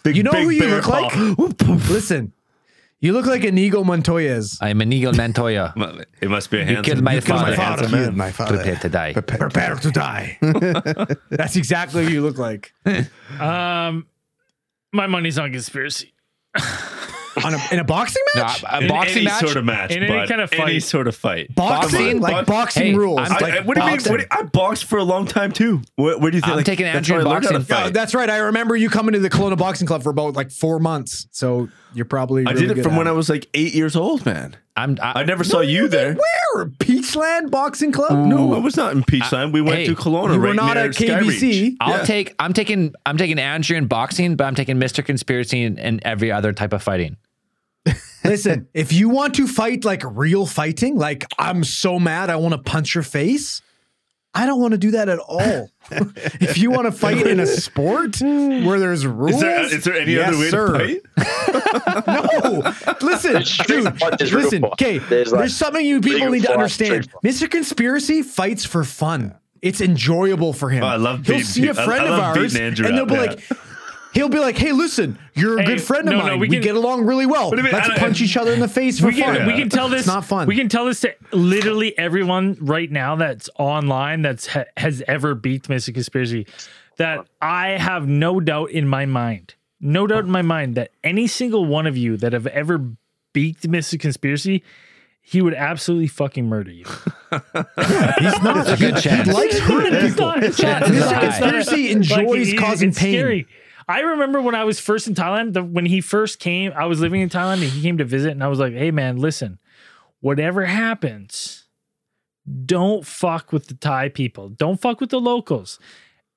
[SPEAKER 5] big,
[SPEAKER 10] You know
[SPEAKER 5] big
[SPEAKER 10] who you
[SPEAKER 5] bear
[SPEAKER 10] look like?
[SPEAKER 5] paw.
[SPEAKER 10] Listen, you look like Inigo Montoyez.
[SPEAKER 1] I'm Inigo Montoya.
[SPEAKER 5] It must be a
[SPEAKER 1] You
[SPEAKER 5] handsome.
[SPEAKER 1] killed my
[SPEAKER 10] my
[SPEAKER 1] father.
[SPEAKER 10] father.
[SPEAKER 5] handsome
[SPEAKER 4] Killed
[SPEAKER 5] man.
[SPEAKER 4] my father.
[SPEAKER 1] Prepare to die.
[SPEAKER 4] Prepare.
[SPEAKER 10] Prepare to die. that's exactly who you look like.
[SPEAKER 2] Um, my money's on conspiracy.
[SPEAKER 10] On a, in a boxing
[SPEAKER 1] No,
[SPEAKER 10] match?
[SPEAKER 1] a- a
[SPEAKER 5] In
[SPEAKER 1] boxing
[SPEAKER 5] any
[SPEAKER 1] match.
[SPEAKER 5] sort of match,
[SPEAKER 2] In any
[SPEAKER 5] bud.
[SPEAKER 2] kind of
[SPEAKER 5] any
[SPEAKER 2] fight.
[SPEAKER 5] sort of fight.
[SPEAKER 10] boxing?
[SPEAKER 1] Boxing?
[SPEAKER 10] Like boxing
[SPEAKER 1] Hey,
[SPEAKER 10] rules.
[SPEAKER 1] I'm
[SPEAKER 5] I,
[SPEAKER 1] like
[SPEAKER 5] I- what do you mean?
[SPEAKER 10] boxing.
[SPEAKER 5] What do you- I boxed for a long time too. Where, where do you think?
[SPEAKER 1] I'm
[SPEAKER 5] like,
[SPEAKER 1] taking
[SPEAKER 5] that's
[SPEAKER 1] Andrew
[SPEAKER 5] how I
[SPEAKER 1] in
[SPEAKER 5] learned how to
[SPEAKER 1] boxing.
[SPEAKER 10] Yeah,
[SPEAKER 5] fight.
[SPEAKER 10] that's right. I remember you coming to the Kelowna Boxing Club for about like four months. So you're probably.
[SPEAKER 5] I
[SPEAKER 10] really
[SPEAKER 5] did it
[SPEAKER 10] good
[SPEAKER 5] from
[SPEAKER 10] at
[SPEAKER 5] when I was like eight years old, man.
[SPEAKER 1] I'm,
[SPEAKER 5] I
[SPEAKER 1] I,
[SPEAKER 5] never saw you there.
[SPEAKER 10] Where? Peachland Boxing Club?
[SPEAKER 5] No, I was not in Peachland. We went
[SPEAKER 1] hey,
[SPEAKER 5] to Kelowna.
[SPEAKER 10] You were
[SPEAKER 5] right
[SPEAKER 10] not
[SPEAKER 5] near
[SPEAKER 10] at
[SPEAKER 5] Skyreach.
[SPEAKER 10] KBC.
[SPEAKER 1] I'll
[SPEAKER 5] Yeah.
[SPEAKER 1] take. I'm taking. I'm taking Andrew in boxing, but I'm taking Mr. Conspiracy in, in every other type of fighting.
[SPEAKER 10] Listen, if you want to fight like real fighting, like I'm so mad I want to punch your face, I don't want to do that at all. if you want to fight in a sport where there's rules,
[SPEAKER 5] Is there, is there any
[SPEAKER 10] yes,
[SPEAKER 5] other way
[SPEAKER 10] sir.
[SPEAKER 5] to fight?
[SPEAKER 10] No, listen,
[SPEAKER 6] There's street
[SPEAKER 10] dude.
[SPEAKER 6] fight, there's real
[SPEAKER 10] Listen,
[SPEAKER 6] fight.
[SPEAKER 10] okay. There's,
[SPEAKER 6] There's, like,
[SPEAKER 10] something you people
[SPEAKER 6] legal
[SPEAKER 10] need to
[SPEAKER 6] fight,
[SPEAKER 10] understand.
[SPEAKER 6] street fight.
[SPEAKER 10] Mr. Conspiracy fights for fun. It's enjoyable for him.
[SPEAKER 5] Oh, I love
[SPEAKER 10] He'll
[SPEAKER 5] beating
[SPEAKER 10] see a
[SPEAKER 5] people. I-
[SPEAKER 10] friend
[SPEAKER 5] I love
[SPEAKER 10] of
[SPEAKER 5] beating
[SPEAKER 10] ours, and
[SPEAKER 5] Andrew
[SPEAKER 10] they'll
[SPEAKER 5] up,
[SPEAKER 10] be
[SPEAKER 5] yeah.
[SPEAKER 10] like, he'll be like, "Hey, listen, you're a
[SPEAKER 2] Hey,
[SPEAKER 10] good friend of
[SPEAKER 2] no, no,
[SPEAKER 10] mine. we
[SPEAKER 2] we can-
[SPEAKER 10] get along really well.
[SPEAKER 5] do you mean?
[SPEAKER 10] Let's
[SPEAKER 5] I don't-
[SPEAKER 10] punch each other in the face for
[SPEAKER 2] We
[SPEAKER 10] fun.
[SPEAKER 2] can, we can tell this.
[SPEAKER 10] It's not fun.
[SPEAKER 2] We can tell this to literally everyone right now that's online that's ha- has ever beat Mr. Conspiracy. That I have no doubt in my mind, no doubt in my mind that any single one of you that have ever beat Mr. Conspiracy, he would absolutely fucking murder you.
[SPEAKER 10] He's not.
[SPEAKER 1] That's a good
[SPEAKER 10] he,
[SPEAKER 1] chance.
[SPEAKER 10] he likes hurting
[SPEAKER 2] It's
[SPEAKER 10] people.
[SPEAKER 2] not- it's not-
[SPEAKER 1] Chances
[SPEAKER 2] it's
[SPEAKER 10] Mr.
[SPEAKER 1] are
[SPEAKER 2] not-
[SPEAKER 1] high.
[SPEAKER 10] Conspiracy enjoys
[SPEAKER 2] Like, it-
[SPEAKER 10] causing
[SPEAKER 2] it's
[SPEAKER 10] pain.
[SPEAKER 2] scary. I remember when I was first in Thailand, the, when he first came, I was living in Thailand and he came to visit, and I was like, hey, man, listen, whatever happens, don't fuck with the Thai people, don't fuck with the locals.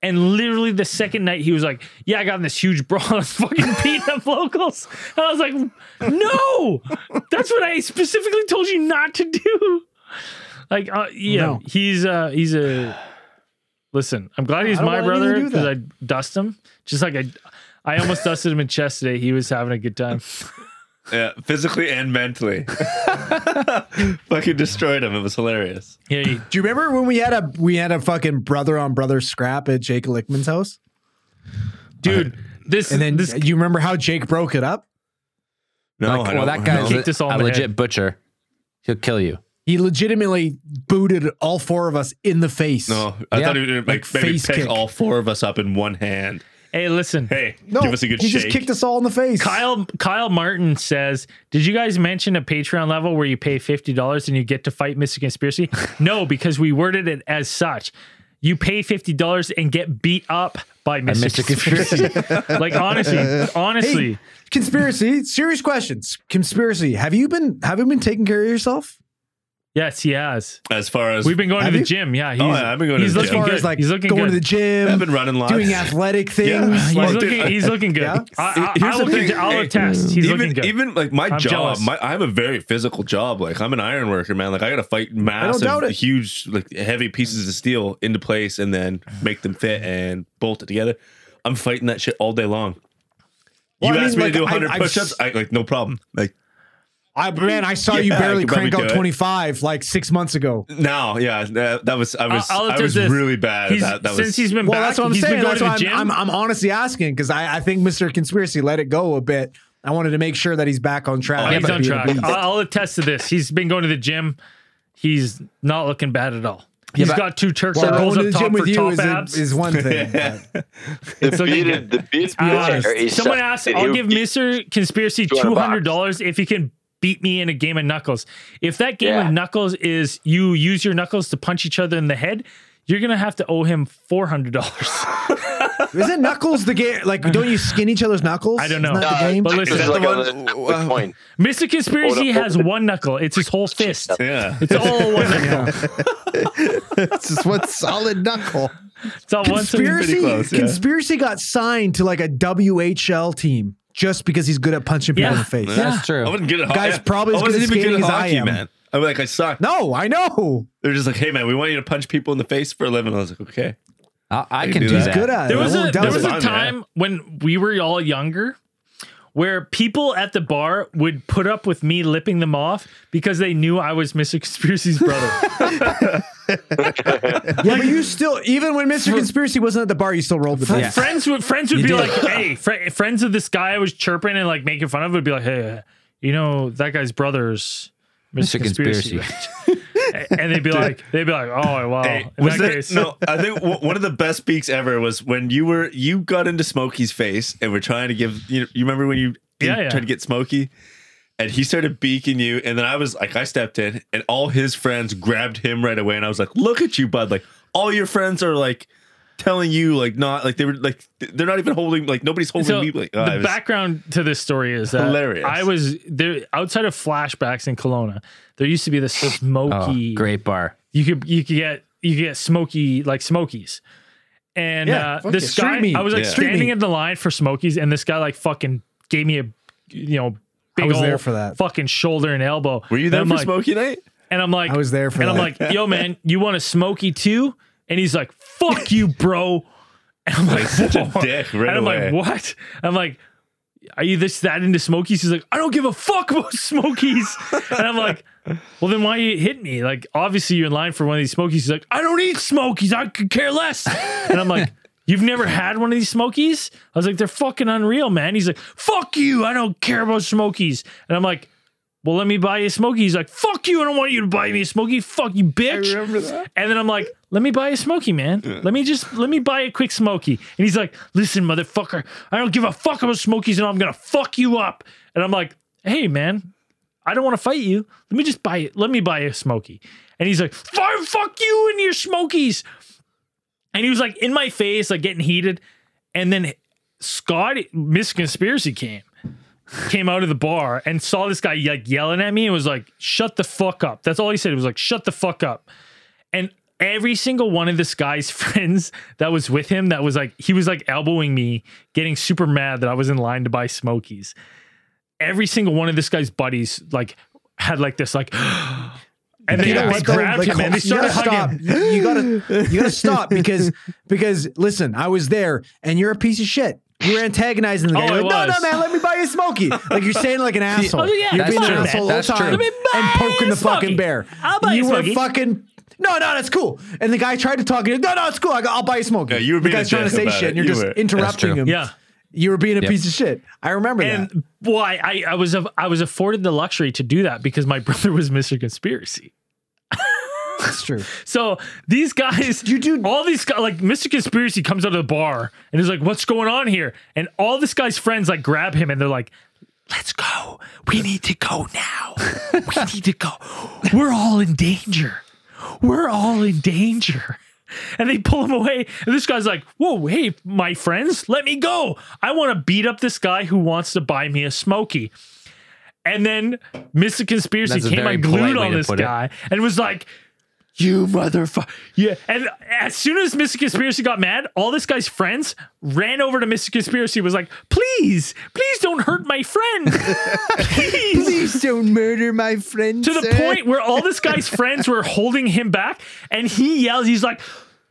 [SPEAKER 2] And literally the second night, he was like, Yeah, I got in this huge brawl and I was fucking beating up locals. And I was like, No, that's what I specifically told you not to do. Like, uh, yeah,
[SPEAKER 10] No.
[SPEAKER 2] he's uh, he's a Listen, I'm glad he's
[SPEAKER 10] I don't
[SPEAKER 2] my
[SPEAKER 10] want anything to
[SPEAKER 2] brother
[SPEAKER 10] do with
[SPEAKER 2] because I dust him. Just like I, I almost dusted him in chess today. He was having a good time.
[SPEAKER 5] Yeah, physically and mentally. Fucking destroyed him. It was hilarious.
[SPEAKER 2] Yeah, he,
[SPEAKER 10] Do you remember when we had a we had a fucking brother on brother scrap at Jake Lickman's house?
[SPEAKER 2] dude, this
[SPEAKER 10] And then
[SPEAKER 2] this
[SPEAKER 10] you remember how Jake broke it up?
[SPEAKER 5] No,
[SPEAKER 1] Like,
[SPEAKER 5] I
[SPEAKER 1] well,
[SPEAKER 5] don't-
[SPEAKER 1] that guy's
[SPEAKER 2] no. Kicked us all
[SPEAKER 1] a,
[SPEAKER 2] in the
[SPEAKER 1] legit
[SPEAKER 2] head.
[SPEAKER 1] butcher. He'll kill you.
[SPEAKER 10] He legitimately booted all four of us in the face.
[SPEAKER 5] No, I
[SPEAKER 1] Yeah.
[SPEAKER 5] thought he would
[SPEAKER 10] Like
[SPEAKER 5] like, maybe
[SPEAKER 10] face
[SPEAKER 5] pick
[SPEAKER 10] kick.
[SPEAKER 5] all four of us up in one hand.
[SPEAKER 2] hey, listen,
[SPEAKER 5] Hey,
[SPEAKER 10] No,
[SPEAKER 5] give us a good
[SPEAKER 10] he
[SPEAKER 5] shake.
[SPEAKER 10] just kicked us all in the face.
[SPEAKER 2] Kyle Kyle Martin says, did you guys mention a Patreon level where you pay fifty dollars and you get to fight Mr. Conspiracy? no, because we worded it as such. You pay fifty dollars and get beat up by Mr.
[SPEAKER 1] Mr.
[SPEAKER 2] Conspiracy. like honestly, honestly,
[SPEAKER 10] Hey, conspiracy. serious questions. Conspiracy. Have you been have you been taking care of yourself?
[SPEAKER 2] yes, he has.
[SPEAKER 5] As far as
[SPEAKER 2] We've been going to
[SPEAKER 10] Have
[SPEAKER 2] the
[SPEAKER 10] you?
[SPEAKER 2] gym. Yeah, he's,
[SPEAKER 5] yeah, I've been going to
[SPEAKER 2] he's
[SPEAKER 5] the
[SPEAKER 10] As
[SPEAKER 5] gym.
[SPEAKER 2] looking
[SPEAKER 10] far
[SPEAKER 2] good.
[SPEAKER 10] as like
[SPEAKER 2] he's looking
[SPEAKER 10] going
[SPEAKER 2] good.
[SPEAKER 10] to the gym,
[SPEAKER 5] I've been running lots.
[SPEAKER 10] doing athletic things.
[SPEAKER 5] He's
[SPEAKER 10] like-
[SPEAKER 2] He's
[SPEAKER 5] Well, dude,
[SPEAKER 2] looking.
[SPEAKER 5] I-
[SPEAKER 2] He's looking good.
[SPEAKER 10] Yeah.
[SPEAKER 2] I, I,
[SPEAKER 5] Here's
[SPEAKER 2] I
[SPEAKER 5] the
[SPEAKER 2] will,
[SPEAKER 5] thing.
[SPEAKER 2] con- I will
[SPEAKER 5] Hey,
[SPEAKER 2] attest. He's
[SPEAKER 5] even,
[SPEAKER 2] looking good.
[SPEAKER 5] Even like my
[SPEAKER 2] I'm
[SPEAKER 5] job,
[SPEAKER 2] jealous.
[SPEAKER 5] my, I have a very physical job. Like I'm an iron worker, man. Like I got to fight
[SPEAKER 10] doubt
[SPEAKER 5] massive,
[SPEAKER 10] it.
[SPEAKER 5] huge, like heavy pieces of steel into place and then make them fit and bolt it together. I'm fighting that shit all day long.
[SPEAKER 10] Well,
[SPEAKER 5] you
[SPEAKER 10] I
[SPEAKER 5] asked
[SPEAKER 10] mean,
[SPEAKER 5] me to do
[SPEAKER 10] like, I-
[SPEAKER 5] 100
[SPEAKER 10] I've
[SPEAKER 5] push-ups,
[SPEAKER 10] s-
[SPEAKER 5] I, like no problem. Like
[SPEAKER 10] I man, I saw you
[SPEAKER 5] Yeah, I
[SPEAKER 10] barely
[SPEAKER 5] could probably
[SPEAKER 10] crank out
[SPEAKER 5] do it.
[SPEAKER 10] 25 like six months ago.
[SPEAKER 5] now, yeah, that, that was I was
[SPEAKER 2] I'll- I'll
[SPEAKER 5] I
[SPEAKER 2] attest
[SPEAKER 5] was
[SPEAKER 2] this.
[SPEAKER 5] really bad. At
[SPEAKER 2] He's-
[SPEAKER 5] that. that
[SPEAKER 2] since
[SPEAKER 5] was,
[SPEAKER 2] he's been
[SPEAKER 10] Well,
[SPEAKER 2] back,
[SPEAKER 10] that's what I'm
[SPEAKER 2] he's
[SPEAKER 10] saying.
[SPEAKER 2] been going
[SPEAKER 10] That's
[SPEAKER 2] to
[SPEAKER 10] why
[SPEAKER 2] the
[SPEAKER 10] I'm,
[SPEAKER 2] gym.
[SPEAKER 10] I'm, I'm honestly asking because I, I think Mr. Conspiracy let it go a bit. I wanted to make sure that he's back on track.
[SPEAKER 5] Yeah,
[SPEAKER 2] Oh, he's
[SPEAKER 5] but
[SPEAKER 2] on
[SPEAKER 10] Being a
[SPEAKER 2] track.
[SPEAKER 10] beast.
[SPEAKER 2] I'll, I'll attest to this. He's been going to the gym. He's not looking bad at all. He's
[SPEAKER 1] but-
[SPEAKER 2] got two Turks
[SPEAKER 10] Well,
[SPEAKER 2] circles
[SPEAKER 10] going to the
[SPEAKER 2] up top
[SPEAKER 10] gym
[SPEAKER 2] for
[SPEAKER 10] with you
[SPEAKER 2] top
[SPEAKER 10] is, a,
[SPEAKER 2] abs.
[SPEAKER 10] is one thing. but
[SPEAKER 2] It's looking
[SPEAKER 6] Bearded-
[SPEAKER 2] good.
[SPEAKER 6] the bearded
[SPEAKER 2] Honest.
[SPEAKER 6] military is
[SPEAKER 2] Someone
[SPEAKER 6] such
[SPEAKER 2] asked,
[SPEAKER 6] that
[SPEAKER 2] I'll
[SPEAKER 6] he'll
[SPEAKER 2] give
[SPEAKER 6] get-
[SPEAKER 2] Mr. Conspiracy
[SPEAKER 6] 200
[SPEAKER 2] $200 if he can beat me in a game of knuckles. If that game
[SPEAKER 6] Yeah.
[SPEAKER 2] of knuckles is you use your knuckles to punch each other in the head, you're gonna have to owe him four hundred dollars.
[SPEAKER 10] Isn't knuckles the game? Like, don't you skin each other's knuckles?
[SPEAKER 2] I don't know.
[SPEAKER 10] Isn't that the
[SPEAKER 6] No,
[SPEAKER 10] game?
[SPEAKER 2] Uh, But
[SPEAKER 6] Is
[SPEAKER 2] listen,
[SPEAKER 6] that like
[SPEAKER 5] the
[SPEAKER 6] a
[SPEAKER 5] one-
[SPEAKER 6] little- which point?
[SPEAKER 2] Mr. Conspiracy
[SPEAKER 6] Hold up,
[SPEAKER 2] has
[SPEAKER 6] hold up.
[SPEAKER 2] one knuckle. It's his whole fist.
[SPEAKER 5] Yeah.
[SPEAKER 2] It's all one.
[SPEAKER 4] it's just one solid knuckle.
[SPEAKER 2] It's all one.
[SPEAKER 10] conspiracy.
[SPEAKER 5] Pretty close, yeah.
[SPEAKER 10] Conspiracy got signed to like a WHL team just because he's good at punching people in
[SPEAKER 2] Yeah.
[SPEAKER 10] the face.
[SPEAKER 1] That's true.
[SPEAKER 5] I wouldn't get it.
[SPEAKER 10] Guy's probably as
[SPEAKER 5] I
[SPEAKER 10] good
[SPEAKER 5] wasn't even
[SPEAKER 10] at
[SPEAKER 5] good
[SPEAKER 10] skating
[SPEAKER 5] at
[SPEAKER 10] as I
[SPEAKER 5] hockey,
[SPEAKER 10] am.
[SPEAKER 5] man. I was like, I suck.
[SPEAKER 10] No, I know.
[SPEAKER 5] They're just like, hey, man, we want you to punch people in the face for a living. I was like, okay.
[SPEAKER 1] I, I
[SPEAKER 5] can
[SPEAKER 1] can
[SPEAKER 5] do
[SPEAKER 1] do
[SPEAKER 5] that.
[SPEAKER 1] that.
[SPEAKER 10] Good at
[SPEAKER 2] There
[SPEAKER 10] it. I
[SPEAKER 2] was a
[SPEAKER 10] won't
[SPEAKER 2] there
[SPEAKER 10] doubt
[SPEAKER 2] was
[SPEAKER 10] it.
[SPEAKER 2] a
[SPEAKER 5] fun, man.
[SPEAKER 2] time when we were all younger where people at the bar would put up with me lipping them off because they knew I was Mr. Conspiracy's brother.
[SPEAKER 10] yeah, but you still, even when Mr. Conspiracy wasn't at the bar, you still rolled with
[SPEAKER 2] Fr-
[SPEAKER 10] him.
[SPEAKER 2] Friends would friends would
[SPEAKER 10] You
[SPEAKER 2] be
[SPEAKER 10] did.
[SPEAKER 2] like, hey, fr- friends of this guy I was chirping and like making fun of would be like, hey, uh, you know that guy's brother's Mr.
[SPEAKER 1] Mr.
[SPEAKER 2] Conspiracy, right?" and they'd be like, they'd be like, oh wow,
[SPEAKER 5] Hey,
[SPEAKER 2] in
[SPEAKER 5] was
[SPEAKER 2] that,
[SPEAKER 5] that-
[SPEAKER 2] case,
[SPEAKER 5] no, I think w- one of the best beaks ever was when you were you got into Smokey's face and were trying to give you. You remember when you, you
[SPEAKER 2] Yeah, yeah.
[SPEAKER 5] tried to get Smokey, and he started beaking you, and then I was like, I stepped in, and all his friends grabbed him right away, and I was like, look at you, bud! Like all your friends are like telling you like not like they were like th- they're not even holding like nobody's holding
[SPEAKER 2] So,
[SPEAKER 5] me like oh,
[SPEAKER 2] the
[SPEAKER 5] it was-
[SPEAKER 2] background to this story is that
[SPEAKER 5] Hilarious.
[SPEAKER 2] I was there outside of flashbacks in Kelowna. There used to be this
[SPEAKER 1] Oh,
[SPEAKER 2] smoky
[SPEAKER 1] great bar.
[SPEAKER 2] you could you could get you could get smoky like smokies and
[SPEAKER 10] Yeah,
[SPEAKER 2] uh
[SPEAKER 10] fuck
[SPEAKER 2] this
[SPEAKER 10] yeah, street
[SPEAKER 2] guy
[SPEAKER 10] meat.
[SPEAKER 2] i was like
[SPEAKER 5] Yeah.
[SPEAKER 10] Street
[SPEAKER 2] standing
[SPEAKER 10] meat.
[SPEAKER 2] in the line for smokies and this guy like fucking gave me a you know big
[SPEAKER 10] was
[SPEAKER 2] ol'
[SPEAKER 10] there for that.
[SPEAKER 2] fucking shoulder and elbow
[SPEAKER 5] Were you there
[SPEAKER 2] and
[SPEAKER 5] for
[SPEAKER 2] I'm like,
[SPEAKER 5] Smokey night?
[SPEAKER 2] and i'm like
[SPEAKER 10] I was there for
[SPEAKER 2] and i'm
[SPEAKER 10] that.
[SPEAKER 2] like yo man you want a smoky too and he's like fuck you bro and i'm like
[SPEAKER 5] Such a
[SPEAKER 2] "Whoa."
[SPEAKER 5] dick right
[SPEAKER 2] and i'm
[SPEAKER 5] away.
[SPEAKER 2] like what i'm like are you this that into smokies he's like i don't give a fuck about smokies and i'm like well, then why you hit me? Like, obviously you're in line for one of these smokies. He's like, I don't eat smokies. I could care less. And I'm like, you've never had one of these smokies? I was like, they're fucking unreal, man. He's like, fuck you. I don't care about smokies. And I'm like, well, let me buy you a smoky. He's like, fuck you. I don't want you to buy me a smoky. Fuck you, bitch. And then I'm like, let me buy a smoky, man. Let me just let me buy a quick smoky. And he's like, listen, motherfucker, I don't give a fuck about smokies, and I'm gonna fuck you up. And I'm like, hey, man, I don't want to fight you. Let me just buy it. Let me buy a smoky. And he's like, "Fuck, fuck you and your smokies." And he was like in my face, like getting heated. And then Scotty, Miss Conspiracy came, came out of the bar and saw this guy like yelling at me and was like, "Shut the fuck up." That's all he said. It was like, "Shut the fuck up." And every single one of this guy's friends that was with him, that was like, he was like elbowing me, getting super mad that I was in line to buy smokies every single one of this guy's buddies like had like this like and they,
[SPEAKER 10] You know
[SPEAKER 2] they
[SPEAKER 10] what, though?
[SPEAKER 2] grabbed
[SPEAKER 10] Like,
[SPEAKER 2] him and they
[SPEAKER 10] you gotta
[SPEAKER 2] started
[SPEAKER 10] stop.
[SPEAKER 2] hugging
[SPEAKER 10] You gotta, you gotta stop because, because listen, I was there, and you're a piece of shit. You were antagonizing the guy.
[SPEAKER 2] Oh,
[SPEAKER 10] You're
[SPEAKER 2] I
[SPEAKER 10] like, no, no,
[SPEAKER 2] was.
[SPEAKER 10] man, let me buy you a smoky. Like you're saying like an asshole.
[SPEAKER 2] oh, yeah,
[SPEAKER 10] you're
[SPEAKER 2] that's
[SPEAKER 10] being an
[SPEAKER 2] true.
[SPEAKER 10] asshole the whole
[SPEAKER 1] That's true.
[SPEAKER 10] time
[SPEAKER 1] Let
[SPEAKER 2] me buy
[SPEAKER 10] and poking
[SPEAKER 2] you
[SPEAKER 10] the
[SPEAKER 2] a smoky.
[SPEAKER 10] fucking bear.
[SPEAKER 2] I'll buy
[SPEAKER 10] you
[SPEAKER 2] you a
[SPEAKER 10] were
[SPEAKER 2] smoky.
[SPEAKER 10] fucking. No, no, that's cool. And the guy tried to talk. and he- No, no, it's cool. I go, I'll buy you a smoky.
[SPEAKER 5] Yeah, you were
[SPEAKER 10] the
[SPEAKER 5] being
[SPEAKER 10] guy's
[SPEAKER 5] a
[SPEAKER 10] trying to
[SPEAKER 5] dick
[SPEAKER 10] say
[SPEAKER 5] about
[SPEAKER 10] shit.
[SPEAKER 5] it.
[SPEAKER 10] and You're
[SPEAKER 5] You
[SPEAKER 10] just
[SPEAKER 5] were.
[SPEAKER 10] interrupting him.
[SPEAKER 2] yeah
[SPEAKER 10] you were being a piece of shit. I remember that.
[SPEAKER 2] and well I, I i was a- i was afforded the luxury to do that because my brother was mr conspiracy
[SPEAKER 10] That's true.
[SPEAKER 2] so these guys
[SPEAKER 10] You do-
[SPEAKER 2] all these guys like mr conspiracy comes out of the bar and is like what's going on here and all this guy's friends like grab him and they're like let's go we need to go now we need to go we're all in danger we're all in danger. And they pull him away. And this guy's like, Whoa, hey, my friends, let me go. I want to beat up this guy who wants to buy me a smoky. And then Mr. Conspiracy
[SPEAKER 1] That's a
[SPEAKER 2] came
[SPEAKER 1] very
[SPEAKER 2] unglued
[SPEAKER 1] polite way
[SPEAKER 2] on
[SPEAKER 1] to
[SPEAKER 2] this
[SPEAKER 1] put it.
[SPEAKER 2] guy and was like, You motherfucker. Yeah. And as soon as Mr. Conspiracy got mad, all this guy's friends ran over to Mr. Conspiracy, was like, Please, please don't hurt my friend. Please
[SPEAKER 4] Please don't murder my friend.
[SPEAKER 2] to the
[SPEAKER 4] sir.
[SPEAKER 2] point where all this guy's friends were holding him back and he yells he's like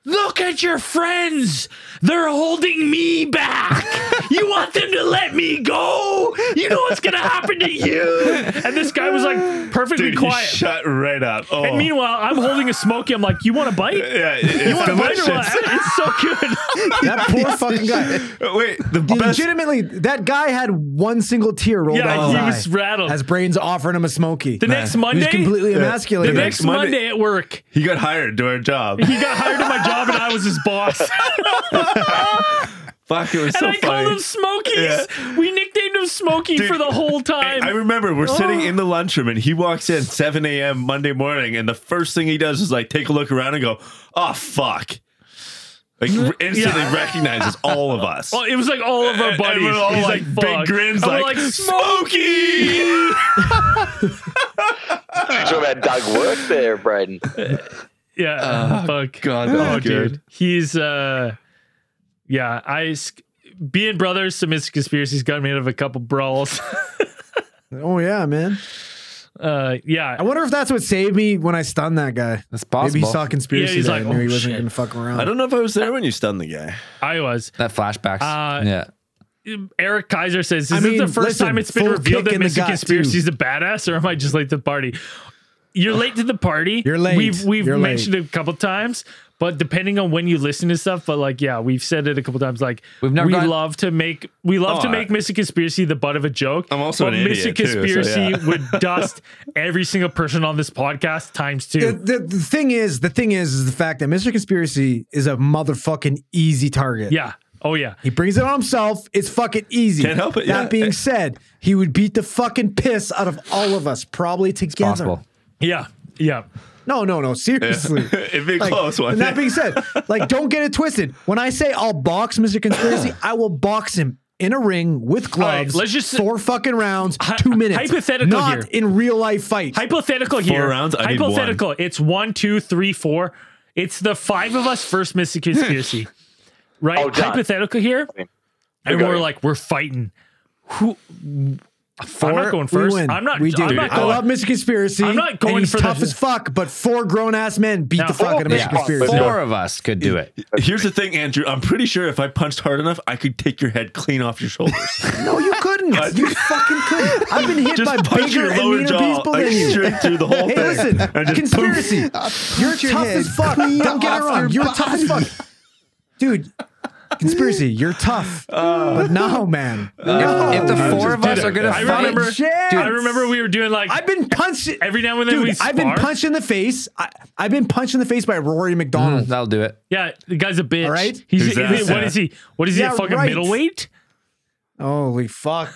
[SPEAKER 2] look at your friends they're holding me back you want them to let me go you know what's gonna happen to you and this guy was like perfectly
[SPEAKER 5] Dude, he
[SPEAKER 2] quiet
[SPEAKER 5] shut right up. Oh.
[SPEAKER 2] and meanwhile i'm holding a smoky i'm like you want a bite
[SPEAKER 5] yeah, it- it's
[SPEAKER 2] you want a bite or what
[SPEAKER 5] delicious.
[SPEAKER 2] it's so good
[SPEAKER 10] That poor fucking guy.
[SPEAKER 5] Wait, the
[SPEAKER 10] Dude,
[SPEAKER 5] best
[SPEAKER 10] legitimately, that guy had one single tear roll
[SPEAKER 2] Yeah,
[SPEAKER 10] down his
[SPEAKER 2] he
[SPEAKER 10] eye
[SPEAKER 2] was rattled.
[SPEAKER 10] As brains offering him a smoky.
[SPEAKER 2] The next
[SPEAKER 10] he
[SPEAKER 2] Monday-
[SPEAKER 10] was completely
[SPEAKER 2] the
[SPEAKER 10] emasculated.
[SPEAKER 2] next monday,
[SPEAKER 5] Monday-
[SPEAKER 2] at work
[SPEAKER 5] He got hired to our job.
[SPEAKER 2] he got hired to my job and i was his boss
[SPEAKER 5] Fuck, it was so
[SPEAKER 2] and I
[SPEAKER 5] funny.
[SPEAKER 2] called him Smokies. We nicknamed him Smokey
[SPEAKER 5] Dude,
[SPEAKER 2] for the whole time.
[SPEAKER 5] I remember we're sitting in the lunchroom and he walks in 7 a.m. Monday morning, and the first thing he does is like take a look around and go, "Oh fuck!" Like r- instantly recognizes all of us.
[SPEAKER 2] well, it was like all of our
[SPEAKER 5] And- and
[SPEAKER 2] buddies.
[SPEAKER 5] we're all
[SPEAKER 2] He's
[SPEAKER 5] like,
[SPEAKER 2] "Fuck."
[SPEAKER 5] big grins,
[SPEAKER 2] And we're
[SPEAKER 5] like, Smokey.
[SPEAKER 6] You talk about Doug work there, Braden.
[SPEAKER 2] Yeah, fuck.
[SPEAKER 5] Ah, God, that
[SPEAKER 2] oh,
[SPEAKER 5] was good.
[SPEAKER 2] dude, he's uh, yeah. I sc- being brothers, some conspiracies got me out of a couple brawls.
[SPEAKER 10] Oh yeah, man.
[SPEAKER 2] uh,
[SPEAKER 10] I
[SPEAKER 2] yeah,
[SPEAKER 10] wonder if that's what saved me when I stunned that guy.
[SPEAKER 1] That's
[SPEAKER 10] Maybe
[SPEAKER 1] possible.
[SPEAKER 10] he saw conspiracy.
[SPEAKER 2] Yeah, he's
[SPEAKER 10] there
[SPEAKER 2] like,
[SPEAKER 10] and knew
[SPEAKER 2] "Oh,
[SPEAKER 10] he wasn't
[SPEAKER 2] shit."
[SPEAKER 10] gonna fuck around.
[SPEAKER 5] I don't know if I was there when you stunned the guy.
[SPEAKER 2] I was.
[SPEAKER 1] that flashbacks.
[SPEAKER 2] Uh,
[SPEAKER 1] yeah.
[SPEAKER 2] Eric Kaiser says, "Is
[SPEAKER 10] I
[SPEAKER 2] this
[SPEAKER 10] mean,
[SPEAKER 2] the first
[SPEAKER 10] listen,
[SPEAKER 2] time it's been
[SPEAKER 10] full
[SPEAKER 2] revealed
[SPEAKER 10] kick
[SPEAKER 2] that
[SPEAKER 10] in the
[SPEAKER 2] Mystic
[SPEAKER 10] gut,
[SPEAKER 2] Conspiracy is a badass, or am I just late to the party?" You're late to the party.
[SPEAKER 10] You're late.
[SPEAKER 2] We've we've
[SPEAKER 10] You're late.
[SPEAKER 2] mentioned it a couple times, but depending on when you listen to stuff, but like yeah, we've said it a couple times. Like
[SPEAKER 1] We've never
[SPEAKER 2] we
[SPEAKER 1] gotten-
[SPEAKER 2] love to make we love to
[SPEAKER 5] Oh,
[SPEAKER 2] make
[SPEAKER 5] I-
[SPEAKER 2] Mystic Conspiracy the butt of a joke.
[SPEAKER 5] I'm also
[SPEAKER 2] but
[SPEAKER 5] an idiot,
[SPEAKER 2] Mystic
[SPEAKER 5] too, so
[SPEAKER 2] Conspiracy
[SPEAKER 5] yeah.
[SPEAKER 2] would dust every single person on this podcast times two.
[SPEAKER 10] The, the, the thing is, the thing is, is the fact that Mr. Conspiracy is a motherfucking easy target.
[SPEAKER 2] yeah. Oh yeah.
[SPEAKER 10] He brings it on himself. It's fucking easy.
[SPEAKER 5] Can't help it,
[SPEAKER 10] That
[SPEAKER 5] yeah.
[SPEAKER 10] being said, he would beat the fucking piss out of all of us, probably together.
[SPEAKER 1] Possible.
[SPEAKER 2] Yeah. Yeah.
[SPEAKER 10] No, no, no. Seriously.
[SPEAKER 5] It'd be a
[SPEAKER 10] Like,
[SPEAKER 5] close one.
[SPEAKER 10] and that being said, like, don't get it twisted. When I say I'll box Mr. Conspiracy, I will box him in a ring with gloves.
[SPEAKER 2] let's just-
[SPEAKER 10] four fucking rounds,
[SPEAKER 2] Hy-
[SPEAKER 10] two minutes.
[SPEAKER 2] hypothetical
[SPEAKER 10] not
[SPEAKER 2] here.
[SPEAKER 10] in real life fight.
[SPEAKER 2] Hypothetical here.
[SPEAKER 5] rounds? I need
[SPEAKER 2] Hypothetical. It's one, two, three, four. It's the five of us first Mystic Conspiracy. right?
[SPEAKER 6] Oh, done.
[SPEAKER 2] Hypothetical here. And
[SPEAKER 6] got
[SPEAKER 2] we're
[SPEAKER 6] you.
[SPEAKER 2] like, we're fighting. Who i I'm
[SPEAKER 10] Four,
[SPEAKER 2] not going
[SPEAKER 10] we
[SPEAKER 2] first.
[SPEAKER 10] win.
[SPEAKER 2] I'm not
[SPEAKER 10] We do.
[SPEAKER 2] I'm not
[SPEAKER 10] I
[SPEAKER 2] going.
[SPEAKER 10] love Mr. Conspiracy.
[SPEAKER 2] I'm not going
[SPEAKER 10] and he's
[SPEAKER 2] for the-
[SPEAKER 10] tough as fuck, but four grown ass men beat
[SPEAKER 2] Now,
[SPEAKER 10] the fuck out of Mr.
[SPEAKER 2] yeah.
[SPEAKER 10] Conspiracy.
[SPEAKER 1] Four of us could do it.
[SPEAKER 5] Here's the thing, Andrew. I'm pretty sure if I punched hard enough, I could take your head clean off your shoulders.
[SPEAKER 10] No, you couldn't. you fucking couldn't. I've been hit
[SPEAKER 5] just
[SPEAKER 10] by
[SPEAKER 5] punch
[SPEAKER 10] bigger
[SPEAKER 5] your
[SPEAKER 10] and
[SPEAKER 5] lower
[SPEAKER 10] meaner
[SPEAKER 5] jaw
[SPEAKER 10] people
[SPEAKER 5] like,
[SPEAKER 10] than you.
[SPEAKER 5] straight through the whole
[SPEAKER 10] Hey,
[SPEAKER 5] thing.
[SPEAKER 10] listen,
[SPEAKER 5] and just
[SPEAKER 10] conspiracy. You're
[SPEAKER 4] your
[SPEAKER 10] tough
[SPEAKER 4] head
[SPEAKER 10] as fuck.
[SPEAKER 4] clean
[SPEAKER 10] Don't get
[SPEAKER 4] off
[SPEAKER 10] it wrong.
[SPEAKER 4] your
[SPEAKER 10] You're tough as fuck. Dude, conspiracy, you're tough. but no, man. No.
[SPEAKER 1] if the four of
[SPEAKER 2] did
[SPEAKER 1] us
[SPEAKER 2] it.
[SPEAKER 1] are gonna
[SPEAKER 2] I
[SPEAKER 1] fight,
[SPEAKER 2] remember-
[SPEAKER 10] Shit.
[SPEAKER 2] I remember we were doing like
[SPEAKER 10] I've been punched.
[SPEAKER 2] every now and then we
[SPEAKER 10] Dude,
[SPEAKER 2] spar.
[SPEAKER 10] I've been punched in the face. I, I've been punched in the face by Rory McDonald.
[SPEAKER 1] that'll do it.
[SPEAKER 2] Yeah, the guy's a bitch.
[SPEAKER 10] All right.
[SPEAKER 2] He's is
[SPEAKER 5] Who's that?
[SPEAKER 2] it- what is he? What is
[SPEAKER 10] Yeah,
[SPEAKER 2] he? A fucking
[SPEAKER 10] right.
[SPEAKER 2] middleweight?
[SPEAKER 10] Holy fuck.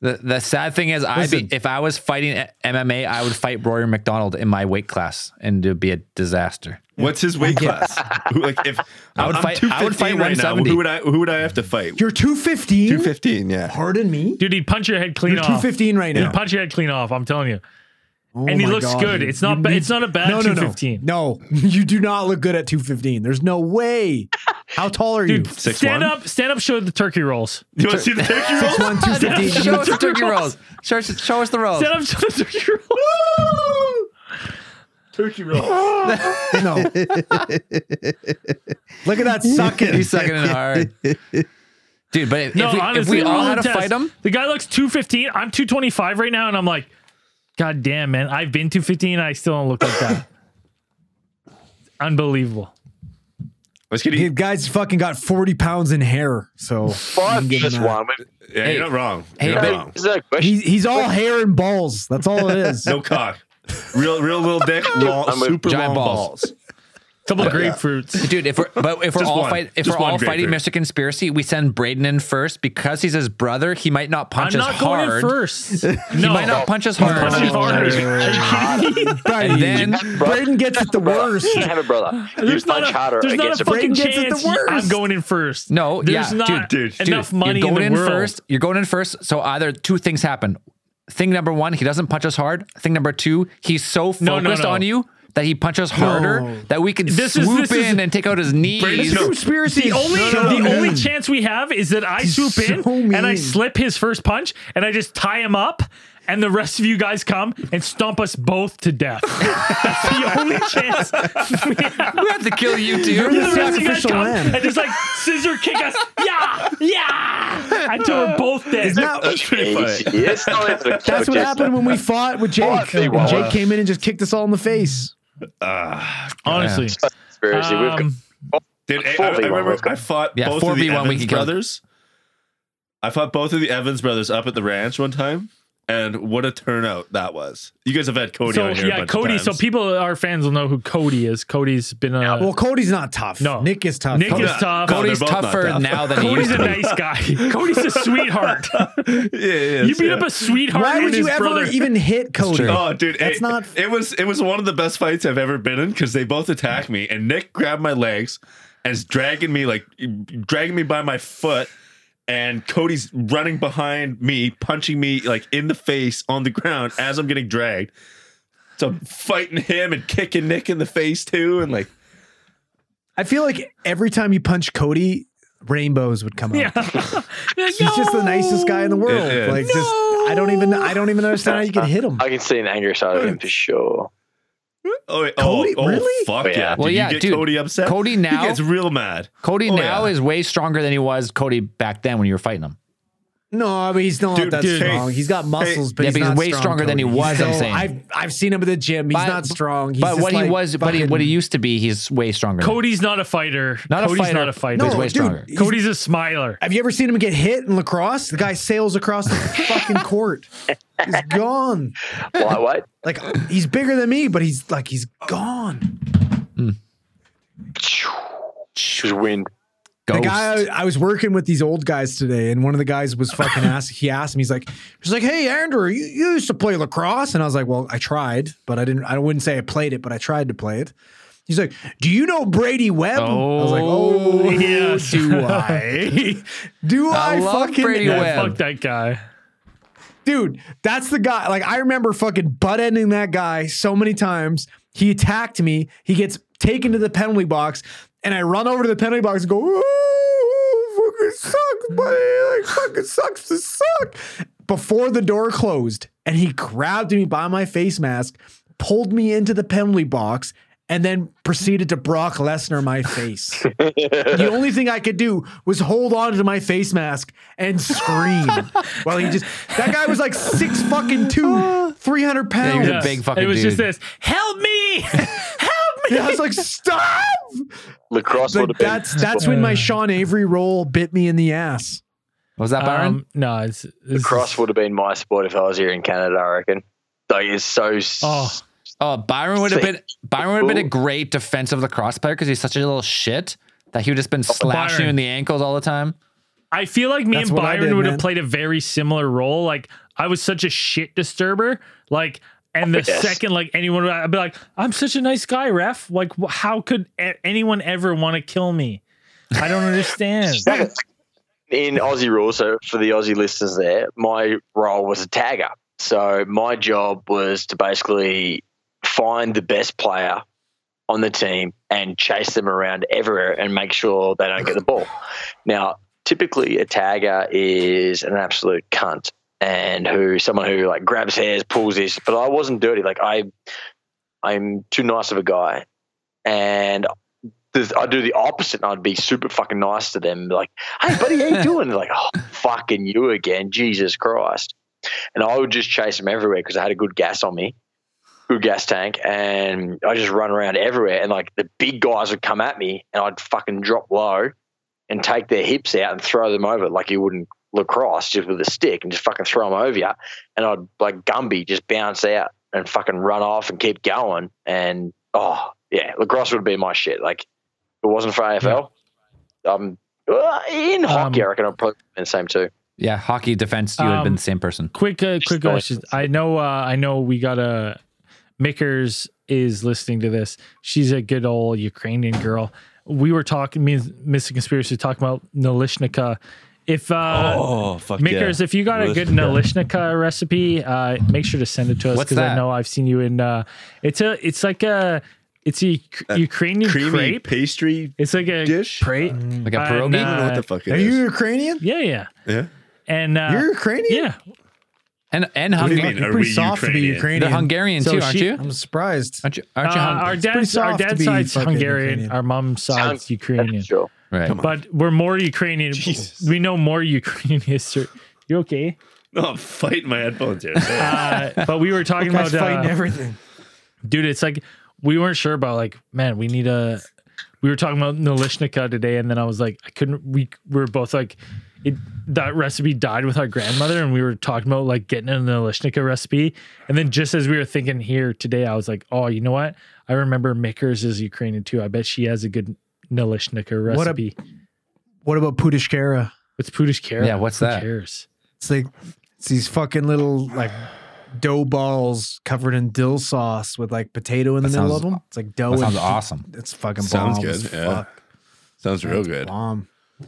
[SPEAKER 1] The, the sad thing is, I
[SPEAKER 10] Listen.
[SPEAKER 1] be, if I was fighting a- MMA, I would fight Rory McDonald in my weight class, and it would be a disaster.
[SPEAKER 5] What's his weight class? Who, like if I
[SPEAKER 1] would
[SPEAKER 5] am
[SPEAKER 1] fight- I would fight
[SPEAKER 5] right now,
[SPEAKER 1] 170.
[SPEAKER 5] who would I who would I have to fight?
[SPEAKER 10] You're 215?
[SPEAKER 5] 215, yeah.
[SPEAKER 10] Pardon me?
[SPEAKER 2] Dude, he'd punch your head clean
[SPEAKER 10] You're
[SPEAKER 2] off.
[SPEAKER 10] 215 right
[SPEAKER 2] He'd
[SPEAKER 10] now.
[SPEAKER 2] punch your head clean off, I'm telling you.
[SPEAKER 10] Oh
[SPEAKER 2] and he
[SPEAKER 10] my
[SPEAKER 2] looks
[SPEAKER 10] God,
[SPEAKER 2] good.
[SPEAKER 10] dude.
[SPEAKER 2] It's not
[SPEAKER 10] You
[SPEAKER 2] ba-
[SPEAKER 10] need-
[SPEAKER 2] it's not a bad
[SPEAKER 10] no, no, no.
[SPEAKER 2] 215.
[SPEAKER 10] No, you do not look good at 215. There's no way. How tall are you?
[SPEAKER 2] Dude,
[SPEAKER 5] Six
[SPEAKER 2] stand
[SPEAKER 5] one?
[SPEAKER 2] up, stand up, show the turkey rolls.
[SPEAKER 5] You want to see the turkey roll?
[SPEAKER 10] Six one, two fifteen.
[SPEAKER 1] show us the turkey rolls. Show us, show us the rolls.
[SPEAKER 2] Stand up, show the turkey rolls.
[SPEAKER 5] turkey roll.
[SPEAKER 10] No. Look at that sucking.
[SPEAKER 1] He's sucking it hard, dude. But if,
[SPEAKER 2] no,
[SPEAKER 1] if we,
[SPEAKER 2] honestly,
[SPEAKER 1] if we all
[SPEAKER 2] on
[SPEAKER 1] had
[SPEAKER 2] the
[SPEAKER 1] to
[SPEAKER 2] test,
[SPEAKER 1] fight him,
[SPEAKER 2] The guy looks 215. I'm 225 right now, and I'm like, God damn, man. I've been 215 and I still don't look like that. Unbelievable.
[SPEAKER 5] Let's get
[SPEAKER 10] The
[SPEAKER 5] eat.
[SPEAKER 10] guy's fucking got 40 pounds in hair. So
[SPEAKER 6] Five this one.
[SPEAKER 5] Yeah,
[SPEAKER 1] Hey.
[SPEAKER 5] you're not wrong.
[SPEAKER 1] Hey,
[SPEAKER 5] you're not
[SPEAKER 1] but-
[SPEAKER 5] wrong.
[SPEAKER 6] Is that a question?
[SPEAKER 10] he's, he's all hair and balls. That's all it is.
[SPEAKER 5] No cock. Real real little dick, long,
[SPEAKER 6] I'm with
[SPEAKER 5] super long
[SPEAKER 1] giant
[SPEAKER 5] balls.
[SPEAKER 1] balls.
[SPEAKER 2] Couple of grapefruits.
[SPEAKER 1] dude. If we're but if we're
[SPEAKER 5] Just
[SPEAKER 1] all
[SPEAKER 5] one.
[SPEAKER 1] fight, if
[SPEAKER 5] Just
[SPEAKER 1] we're all
[SPEAKER 5] one
[SPEAKER 1] fighting
[SPEAKER 5] grapefruit.
[SPEAKER 1] Mr. Conspiracy, we send Braden in first because he's his brother. He might not
[SPEAKER 2] I'm
[SPEAKER 1] punch as
[SPEAKER 2] not going in
[SPEAKER 1] hard.
[SPEAKER 2] first. No, he
[SPEAKER 1] Might not punch as hard.
[SPEAKER 2] punches harder.
[SPEAKER 10] Buddy,
[SPEAKER 1] And then-
[SPEAKER 10] Braden gets it the
[SPEAKER 6] Brother,
[SPEAKER 10] worst.
[SPEAKER 6] You have a brother. You
[SPEAKER 2] There's not
[SPEAKER 6] punch
[SPEAKER 2] a,
[SPEAKER 6] harder
[SPEAKER 2] there's not
[SPEAKER 6] against
[SPEAKER 2] a
[SPEAKER 6] a brother.
[SPEAKER 2] fucking
[SPEAKER 10] Braden gets it the
[SPEAKER 2] chance I'm
[SPEAKER 10] worst.
[SPEAKER 2] going in first.
[SPEAKER 1] No,
[SPEAKER 2] there's
[SPEAKER 1] yeah,
[SPEAKER 2] not
[SPEAKER 5] dude, dude,
[SPEAKER 2] enough money
[SPEAKER 1] You're going
[SPEAKER 2] in the world.
[SPEAKER 1] first. You're going in first. So either two things happen. Thing number one, he doesn't punch us hard. Thing number two, he's so focused
[SPEAKER 2] No, no, no.
[SPEAKER 1] on you that he punches harder that we can
[SPEAKER 2] This is-
[SPEAKER 1] swoop
[SPEAKER 2] this is-
[SPEAKER 1] in and take out his knees.
[SPEAKER 5] Brady's no-
[SPEAKER 10] Conspiracy.
[SPEAKER 2] The only
[SPEAKER 10] is so
[SPEAKER 2] the
[SPEAKER 10] mean.
[SPEAKER 2] only chance we have is that I swoop in
[SPEAKER 10] so
[SPEAKER 2] and I
[SPEAKER 10] mean.
[SPEAKER 2] slip his first punch and I just tie him up and the rest of you guys come and stomp us both to death. That's the only chance. we have.
[SPEAKER 1] We have to kill you too.
[SPEAKER 2] The rest of you guys
[SPEAKER 10] sacrificial
[SPEAKER 2] come
[SPEAKER 10] lamb.
[SPEAKER 2] and just like scissor kick us. Yeah, yeah. Until we're both dead.
[SPEAKER 10] Isn't that-
[SPEAKER 5] That's pretty funny.
[SPEAKER 6] Easy. It's not even a
[SPEAKER 10] that's what
[SPEAKER 6] contest.
[SPEAKER 10] happened when we fought with Jake.
[SPEAKER 6] they
[SPEAKER 10] And Jake
[SPEAKER 6] were.
[SPEAKER 10] came in and just kicked us all in the face.
[SPEAKER 2] Honestly.
[SPEAKER 6] Conspiracy. We've got-
[SPEAKER 2] Um,
[SPEAKER 5] Dude, I, I
[SPEAKER 6] 4v1,
[SPEAKER 5] remember
[SPEAKER 6] let's go.
[SPEAKER 5] I fought
[SPEAKER 1] Yeah,
[SPEAKER 5] both of the
[SPEAKER 1] 4v1, we
[SPEAKER 5] Evans
[SPEAKER 1] could kill.
[SPEAKER 5] brothers. I fought both of the Evans brothers up at the ranch one time. and what a turnout that was. You guys have had Cody
[SPEAKER 2] so
[SPEAKER 5] on here. a
[SPEAKER 2] yeah,
[SPEAKER 5] bunch
[SPEAKER 2] Cody.
[SPEAKER 5] Of
[SPEAKER 2] So
[SPEAKER 5] times.
[SPEAKER 2] people, our fans will know who Cody is. Cody's been a
[SPEAKER 10] Well, Cody's not tough.
[SPEAKER 2] No.
[SPEAKER 10] Nick is tough.
[SPEAKER 2] Nick
[SPEAKER 10] Cody-
[SPEAKER 2] is tough.
[SPEAKER 5] they're
[SPEAKER 1] Cody's
[SPEAKER 5] both not
[SPEAKER 1] tougher
[SPEAKER 5] tough.
[SPEAKER 1] now than he
[SPEAKER 2] Cody's
[SPEAKER 1] used
[SPEAKER 2] a
[SPEAKER 1] to be.
[SPEAKER 2] nice guy. Cody's a sweetheart.
[SPEAKER 5] yeah, yeah,
[SPEAKER 2] you beat
[SPEAKER 5] yeah.
[SPEAKER 2] up a sweetheart.
[SPEAKER 10] Why
[SPEAKER 2] and
[SPEAKER 10] would
[SPEAKER 2] his
[SPEAKER 10] you ever
[SPEAKER 2] brother.
[SPEAKER 10] even hit Cody?
[SPEAKER 5] Oh, dude,
[SPEAKER 10] That's
[SPEAKER 5] it,
[SPEAKER 10] not-
[SPEAKER 5] It was it was one of the best fights I've ever been in because they both attacked me, and Nick grabbed my legs and is dragging me like dragging me by my foot, and Cody's running behind me, punching me like in the face on the ground as I'm getting dragged. So I'm fighting him and kicking Nick in the face too, and like
[SPEAKER 10] I feel like every time you punch Cody, rainbows would come out.
[SPEAKER 2] Yeah.
[SPEAKER 10] He's just the nicest guy in the world.
[SPEAKER 5] Yeah, yeah.
[SPEAKER 10] Like just I don't even I don't even understand how you can hit him.
[SPEAKER 6] I can see an angry side of him for sure.
[SPEAKER 5] oh, oh,
[SPEAKER 10] Cody?
[SPEAKER 5] oh,
[SPEAKER 10] Really?
[SPEAKER 5] fuck
[SPEAKER 6] Oh, yeah.
[SPEAKER 5] yeah. Did
[SPEAKER 1] Well,
[SPEAKER 5] you
[SPEAKER 1] yeah,
[SPEAKER 5] get
[SPEAKER 1] dude.
[SPEAKER 5] Cody upset.
[SPEAKER 1] Cody now-
[SPEAKER 5] he gets real mad.
[SPEAKER 1] Cody
[SPEAKER 5] Oh,
[SPEAKER 1] now
[SPEAKER 5] yeah.
[SPEAKER 1] is way stronger than he was Cody back then when you were fighting him.
[SPEAKER 10] No, I mean he's not
[SPEAKER 5] Dude,
[SPEAKER 10] that
[SPEAKER 5] dude.
[SPEAKER 10] strong. He's got muscles, but
[SPEAKER 1] Yeah,
[SPEAKER 10] he's,
[SPEAKER 1] but he's
[SPEAKER 10] not
[SPEAKER 1] way
[SPEAKER 10] strong,
[SPEAKER 1] stronger than he
[SPEAKER 10] Cody.
[SPEAKER 1] was,
[SPEAKER 10] He's
[SPEAKER 1] I'm
[SPEAKER 10] still-
[SPEAKER 1] saying.
[SPEAKER 10] I've I've seen him at the gym. He's
[SPEAKER 1] But-
[SPEAKER 10] not strong. He's
[SPEAKER 1] but
[SPEAKER 10] just
[SPEAKER 1] what he
[SPEAKER 10] like
[SPEAKER 1] was, but he, what he
[SPEAKER 10] fucking-
[SPEAKER 1] used to be, he's way stronger. than-
[SPEAKER 2] Cody's not a fighter.
[SPEAKER 1] Not a
[SPEAKER 2] Cody's
[SPEAKER 1] fighter.
[SPEAKER 2] not a fighter.
[SPEAKER 1] No,
[SPEAKER 10] No,
[SPEAKER 1] He's way
[SPEAKER 10] dude,
[SPEAKER 1] stronger.
[SPEAKER 10] he's-
[SPEAKER 2] Cody's a smiler.
[SPEAKER 10] Have you ever seen him get hit in lacrosse? The guy sails across the fucking court. He's gone.
[SPEAKER 6] Lightweight.
[SPEAKER 10] Like he's bigger than me, but he's like he's gone.
[SPEAKER 6] Just win.
[SPEAKER 1] Ghost.
[SPEAKER 10] The guy I, I was working with these old guys today, and one of the guys was fucking asked. He asked me, he's like, he's like, hey Andrew, you, you used to play lacrosse, and I was like, well, I tried, but I didn't. I wouldn't say I played it, but I tried to play it. He's like, do you know Brady Webb? I was like, oh,
[SPEAKER 2] yes.
[SPEAKER 10] do I? do I,
[SPEAKER 1] I love
[SPEAKER 10] fucking
[SPEAKER 1] Brady
[SPEAKER 2] Yeah,
[SPEAKER 1] Webb.
[SPEAKER 2] fuck that guy.
[SPEAKER 10] dude, that's the guy. Like, I remember fucking butt ending that guy so many times. He attacked me. He gets taken to the penalty box, and I run over to the penalty box and go, "Ooh, fucking sucks, buddy. Like, fucking sucks to suck." Before the door closed, and he grabbed me by my face mask, pulled me into the penalty box, and then proceeded to Brock Lesnar my face. the only thing I could do was hold on to my face mask and scream. while he just that guy was like six fucking two, three hundred
[SPEAKER 1] he
[SPEAKER 10] pounds.
[SPEAKER 1] was a big fucking
[SPEAKER 2] It was just
[SPEAKER 1] dude.
[SPEAKER 2] this. Help me! Help me!
[SPEAKER 10] Yeah, I was like, stop!
[SPEAKER 6] Lacrosse would
[SPEAKER 10] Like,
[SPEAKER 6] have been.
[SPEAKER 10] that's that's when my Sean Avery role bit me in the ass.
[SPEAKER 1] was that Byron?
[SPEAKER 2] Um, no, it's, it's
[SPEAKER 6] Lacrosse would have been my sport if I was here in Canada. I reckon. Like it's so. s-
[SPEAKER 2] Oh,
[SPEAKER 1] oh, Byron would have
[SPEAKER 6] Sick.
[SPEAKER 1] been Byron would have been a
[SPEAKER 6] Ooh.
[SPEAKER 1] great defensive lacrosse player because he's such a little shit that he would just been slashing
[SPEAKER 2] Oh, Byron.
[SPEAKER 1] you in the ankles all the time.
[SPEAKER 2] I feel like me
[SPEAKER 10] That's
[SPEAKER 2] and
[SPEAKER 10] what I
[SPEAKER 2] Byron
[SPEAKER 10] did,
[SPEAKER 2] would
[SPEAKER 10] man.
[SPEAKER 2] have played a very similar role. Like I was such a shit disturber. Like, and the
[SPEAKER 6] Yes.
[SPEAKER 2] second like anyone, would, I'd be like, I'm such a nice guy, ref. Like, wh- how could a- anyone ever want to kill me? I don't understand.
[SPEAKER 6] in Aussie rules, so for the Aussie listeners there, my role was a tagger. So my job was to basically find the best player on the team and chase them around everywhere and make sure they don't get the ball. Now, typically a tagger is an absolute cunt and who someone who like grabs hairs, pulls this, but I wasn't dirty. Like I I'm too nice of a guy. And this- I'd do the opposite and I'd be super fucking nice to them. Like, hey, buddy, how you doing? They're like, oh, fucking you again. Jesus Christ. And I would just chase them everywhere because I had a good gas on me, good gas tank. And I just run around everywhere. And like the big guys would come at me and I'd fucking drop low and take their hips out and throw them over like you wouldn't lacrosse just with a stick and just fucking throw them over you. And I'd like Gumby just bounce out and fucking run off and keep going. And oh, yeah, lacrosse would be my shit. Like, if it wasn't for AFL, um, well, in hockey, I reckon I'd probably be the same too.
[SPEAKER 1] Yeah, hockey defense. You would have been
[SPEAKER 2] Um,
[SPEAKER 1] the same person.
[SPEAKER 2] quick uh, quick
[SPEAKER 6] go.
[SPEAKER 2] question. I know uh, I know we got a Mickers is listening to this. She's a good old Ukrainian girl. We were talking me and Mr. Conspiracy talking about Nalishnika. If uh
[SPEAKER 5] oh fuck
[SPEAKER 2] Mickers,
[SPEAKER 5] yeah.
[SPEAKER 2] if you got a good Nalishnika recipe, uh, make sure to send it to us
[SPEAKER 1] What's
[SPEAKER 2] because I
[SPEAKER 1] that?
[SPEAKER 2] know I've seen you in. Uh, it's a, it's like a, it's a Uk- Ukrainian
[SPEAKER 5] creamy
[SPEAKER 2] crepe.
[SPEAKER 5] pastry
[SPEAKER 2] It's like a
[SPEAKER 5] dish?
[SPEAKER 2] crepe.
[SPEAKER 1] Like a
[SPEAKER 2] uh,
[SPEAKER 1] pierogi.
[SPEAKER 2] nah.
[SPEAKER 5] what the fuck it
[SPEAKER 10] Are
[SPEAKER 5] is.
[SPEAKER 10] you Ukrainian?
[SPEAKER 2] Yeah, yeah,
[SPEAKER 5] yeah.
[SPEAKER 2] and uh,
[SPEAKER 10] You're Ukrainian?
[SPEAKER 2] yeah.
[SPEAKER 1] and and
[SPEAKER 5] do you
[SPEAKER 1] Hungarian.
[SPEAKER 5] mean?
[SPEAKER 10] You're
[SPEAKER 5] Are
[SPEAKER 10] pretty
[SPEAKER 5] we
[SPEAKER 10] soft to be
[SPEAKER 5] Ukrainian?
[SPEAKER 10] Ukrainian.
[SPEAKER 1] They're Hungarian
[SPEAKER 2] So
[SPEAKER 1] too, aren't
[SPEAKER 2] she-
[SPEAKER 1] you?
[SPEAKER 10] I'm surprised.
[SPEAKER 1] Aren't you?
[SPEAKER 2] Uh,
[SPEAKER 1] Aren't you Hung-
[SPEAKER 2] our dad's
[SPEAKER 10] pretty
[SPEAKER 2] our
[SPEAKER 10] soft to
[SPEAKER 2] dad's
[SPEAKER 10] be
[SPEAKER 2] side's
[SPEAKER 10] fucking
[SPEAKER 2] Hungarian.
[SPEAKER 10] Ukrainian.
[SPEAKER 2] Our mom's side's
[SPEAKER 6] Sounds-
[SPEAKER 2] Ukrainian,
[SPEAKER 6] Sure.
[SPEAKER 1] right.
[SPEAKER 2] but we're more Ukrainian.
[SPEAKER 5] Jesus.
[SPEAKER 2] We know more Ukrainian history. You okay?
[SPEAKER 5] No, I'm fighting Oh, my headphones here.
[SPEAKER 2] Uh, but we were talking
[SPEAKER 10] Guys
[SPEAKER 2] about uh,
[SPEAKER 10] fighting everything.
[SPEAKER 2] dude it's like we weren't sure about like man we need a we were talking about nalishnika today and then i was like i couldn't we we were both like it that recipe died with our grandmother, and we were talking about like getting an Elishnica recipe. And then just as we were thinking here today, I was like, oh, you know what? I remember Mickers is Ukrainian too. I bet she has a good Nilishnika
[SPEAKER 10] What a-
[SPEAKER 2] recipe.
[SPEAKER 10] What about Pudishkara?
[SPEAKER 2] What's Pudish Kara?
[SPEAKER 1] Yeah, what's
[SPEAKER 2] Who
[SPEAKER 1] that?
[SPEAKER 2] Cares?
[SPEAKER 10] It's like it's these fucking little like dough balls covered in dill sauce with like potato in the
[SPEAKER 1] That
[SPEAKER 10] middle
[SPEAKER 1] sounds-
[SPEAKER 10] of them. It's like
[SPEAKER 1] That
[SPEAKER 10] dough. and
[SPEAKER 1] sounds
[SPEAKER 10] di-
[SPEAKER 1] awesome.
[SPEAKER 10] It's fucking
[SPEAKER 5] Sounds
[SPEAKER 10] bomb as
[SPEAKER 5] good, yeah.
[SPEAKER 10] fuck.
[SPEAKER 5] Sounds real
[SPEAKER 10] That's
[SPEAKER 5] good.
[SPEAKER 10] Bomb. I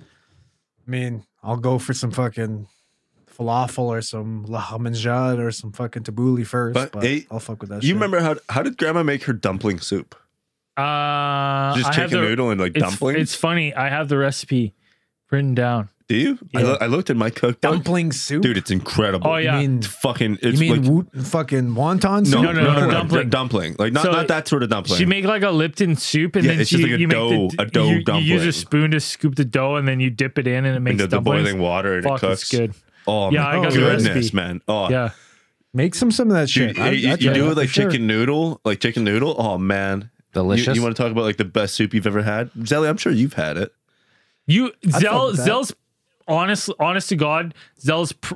[SPEAKER 10] mean, I'll go for some fucking falafel or some lahamanjad or some fucking tabbouleh first,
[SPEAKER 5] But
[SPEAKER 10] but,
[SPEAKER 5] hey,
[SPEAKER 10] I'll fuck with that.
[SPEAKER 5] You
[SPEAKER 10] shit.
[SPEAKER 5] remember how how did Grandma make her dumpling soup?
[SPEAKER 2] Uh,
[SPEAKER 5] Just
[SPEAKER 2] I have
[SPEAKER 5] chicken
[SPEAKER 2] the-
[SPEAKER 5] noodle and like
[SPEAKER 2] it's,
[SPEAKER 5] dumplings.
[SPEAKER 2] It's funny. I have the recipe written down.
[SPEAKER 5] Do you? I,
[SPEAKER 2] Yeah.
[SPEAKER 5] loo- I looked at my cookbook.
[SPEAKER 10] dumpling soup?
[SPEAKER 5] Dude, it's incredible.
[SPEAKER 2] Oh yeah.
[SPEAKER 10] You mean,
[SPEAKER 5] It's fucking. It's
[SPEAKER 10] you mean
[SPEAKER 5] like
[SPEAKER 10] woot, fucking
[SPEAKER 5] no,
[SPEAKER 10] wonton soup?
[SPEAKER 5] no, no, no,
[SPEAKER 2] dumpling.
[SPEAKER 5] dumpling. Like not,
[SPEAKER 2] So
[SPEAKER 5] not that sort of dumpling.
[SPEAKER 2] She make like a Lipton soup, and
[SPEAKER 5] Yeah,
[SPEAKER 2] then
[SPEAKER 5] it's
[SPEAKER 2] she,
[SPEAKER 5] just like a
[SPEAKER 2] you
[SPEAKER 5] dough-
[SPEAKER 2] make the,
[SPEAKER 5] a dough
[SPEAKER 2] you, You use
[SPEAKER 5] dumpling.
[SPEAKER 2] a spoon to scoop the dough, and then you dip it in, and it makes
[SPEAKER 5] into the
[SPEAKER 2] dumplings.
[SPEAKER 5] boiling water and it
[SPEAKER 2] Fuck,
[SPEAKER 5] cooks.
[SPEAKER 2] it's good.
[SPEAKER 5] Oh
[SPEAKER 2] Yeah,
[SPEAKER 5] my
[SPEAKER 2] I got the
[SPEAKER 5] goodness,
[SPEAKER 2] recipe.
[SPEAKER 5] man. Oh,
[SPEAKER 2] Yeah,
[SPEAKER 10] Make some some of that shit.
[SPEAKER 5] Dude,
[SPEAKER 10] I-
[SPEAKER 5] you,
[SPEAKER 10] I
[SPEAKER 5] you
[SPEAKER 10] try
[SPEAKER 5] do
[SPEAKER 10] that
[SPEAKER 5] it like
[SPEAKER 10] for sure.
[SPEAKER 5] chicken noodle, like chicken noodle. Oh man, You-
[SPEAKER 1] Delicious.
[SPEAKER 5] You, want to talk about like the best soup you've ever had, Zelly? I'm sure you've had it.
[SPEAKER 2] you Zell
[SPEAKER 10] felt that.
[SPEAKER 2] Zell's honest honest to God Zell's. Pr-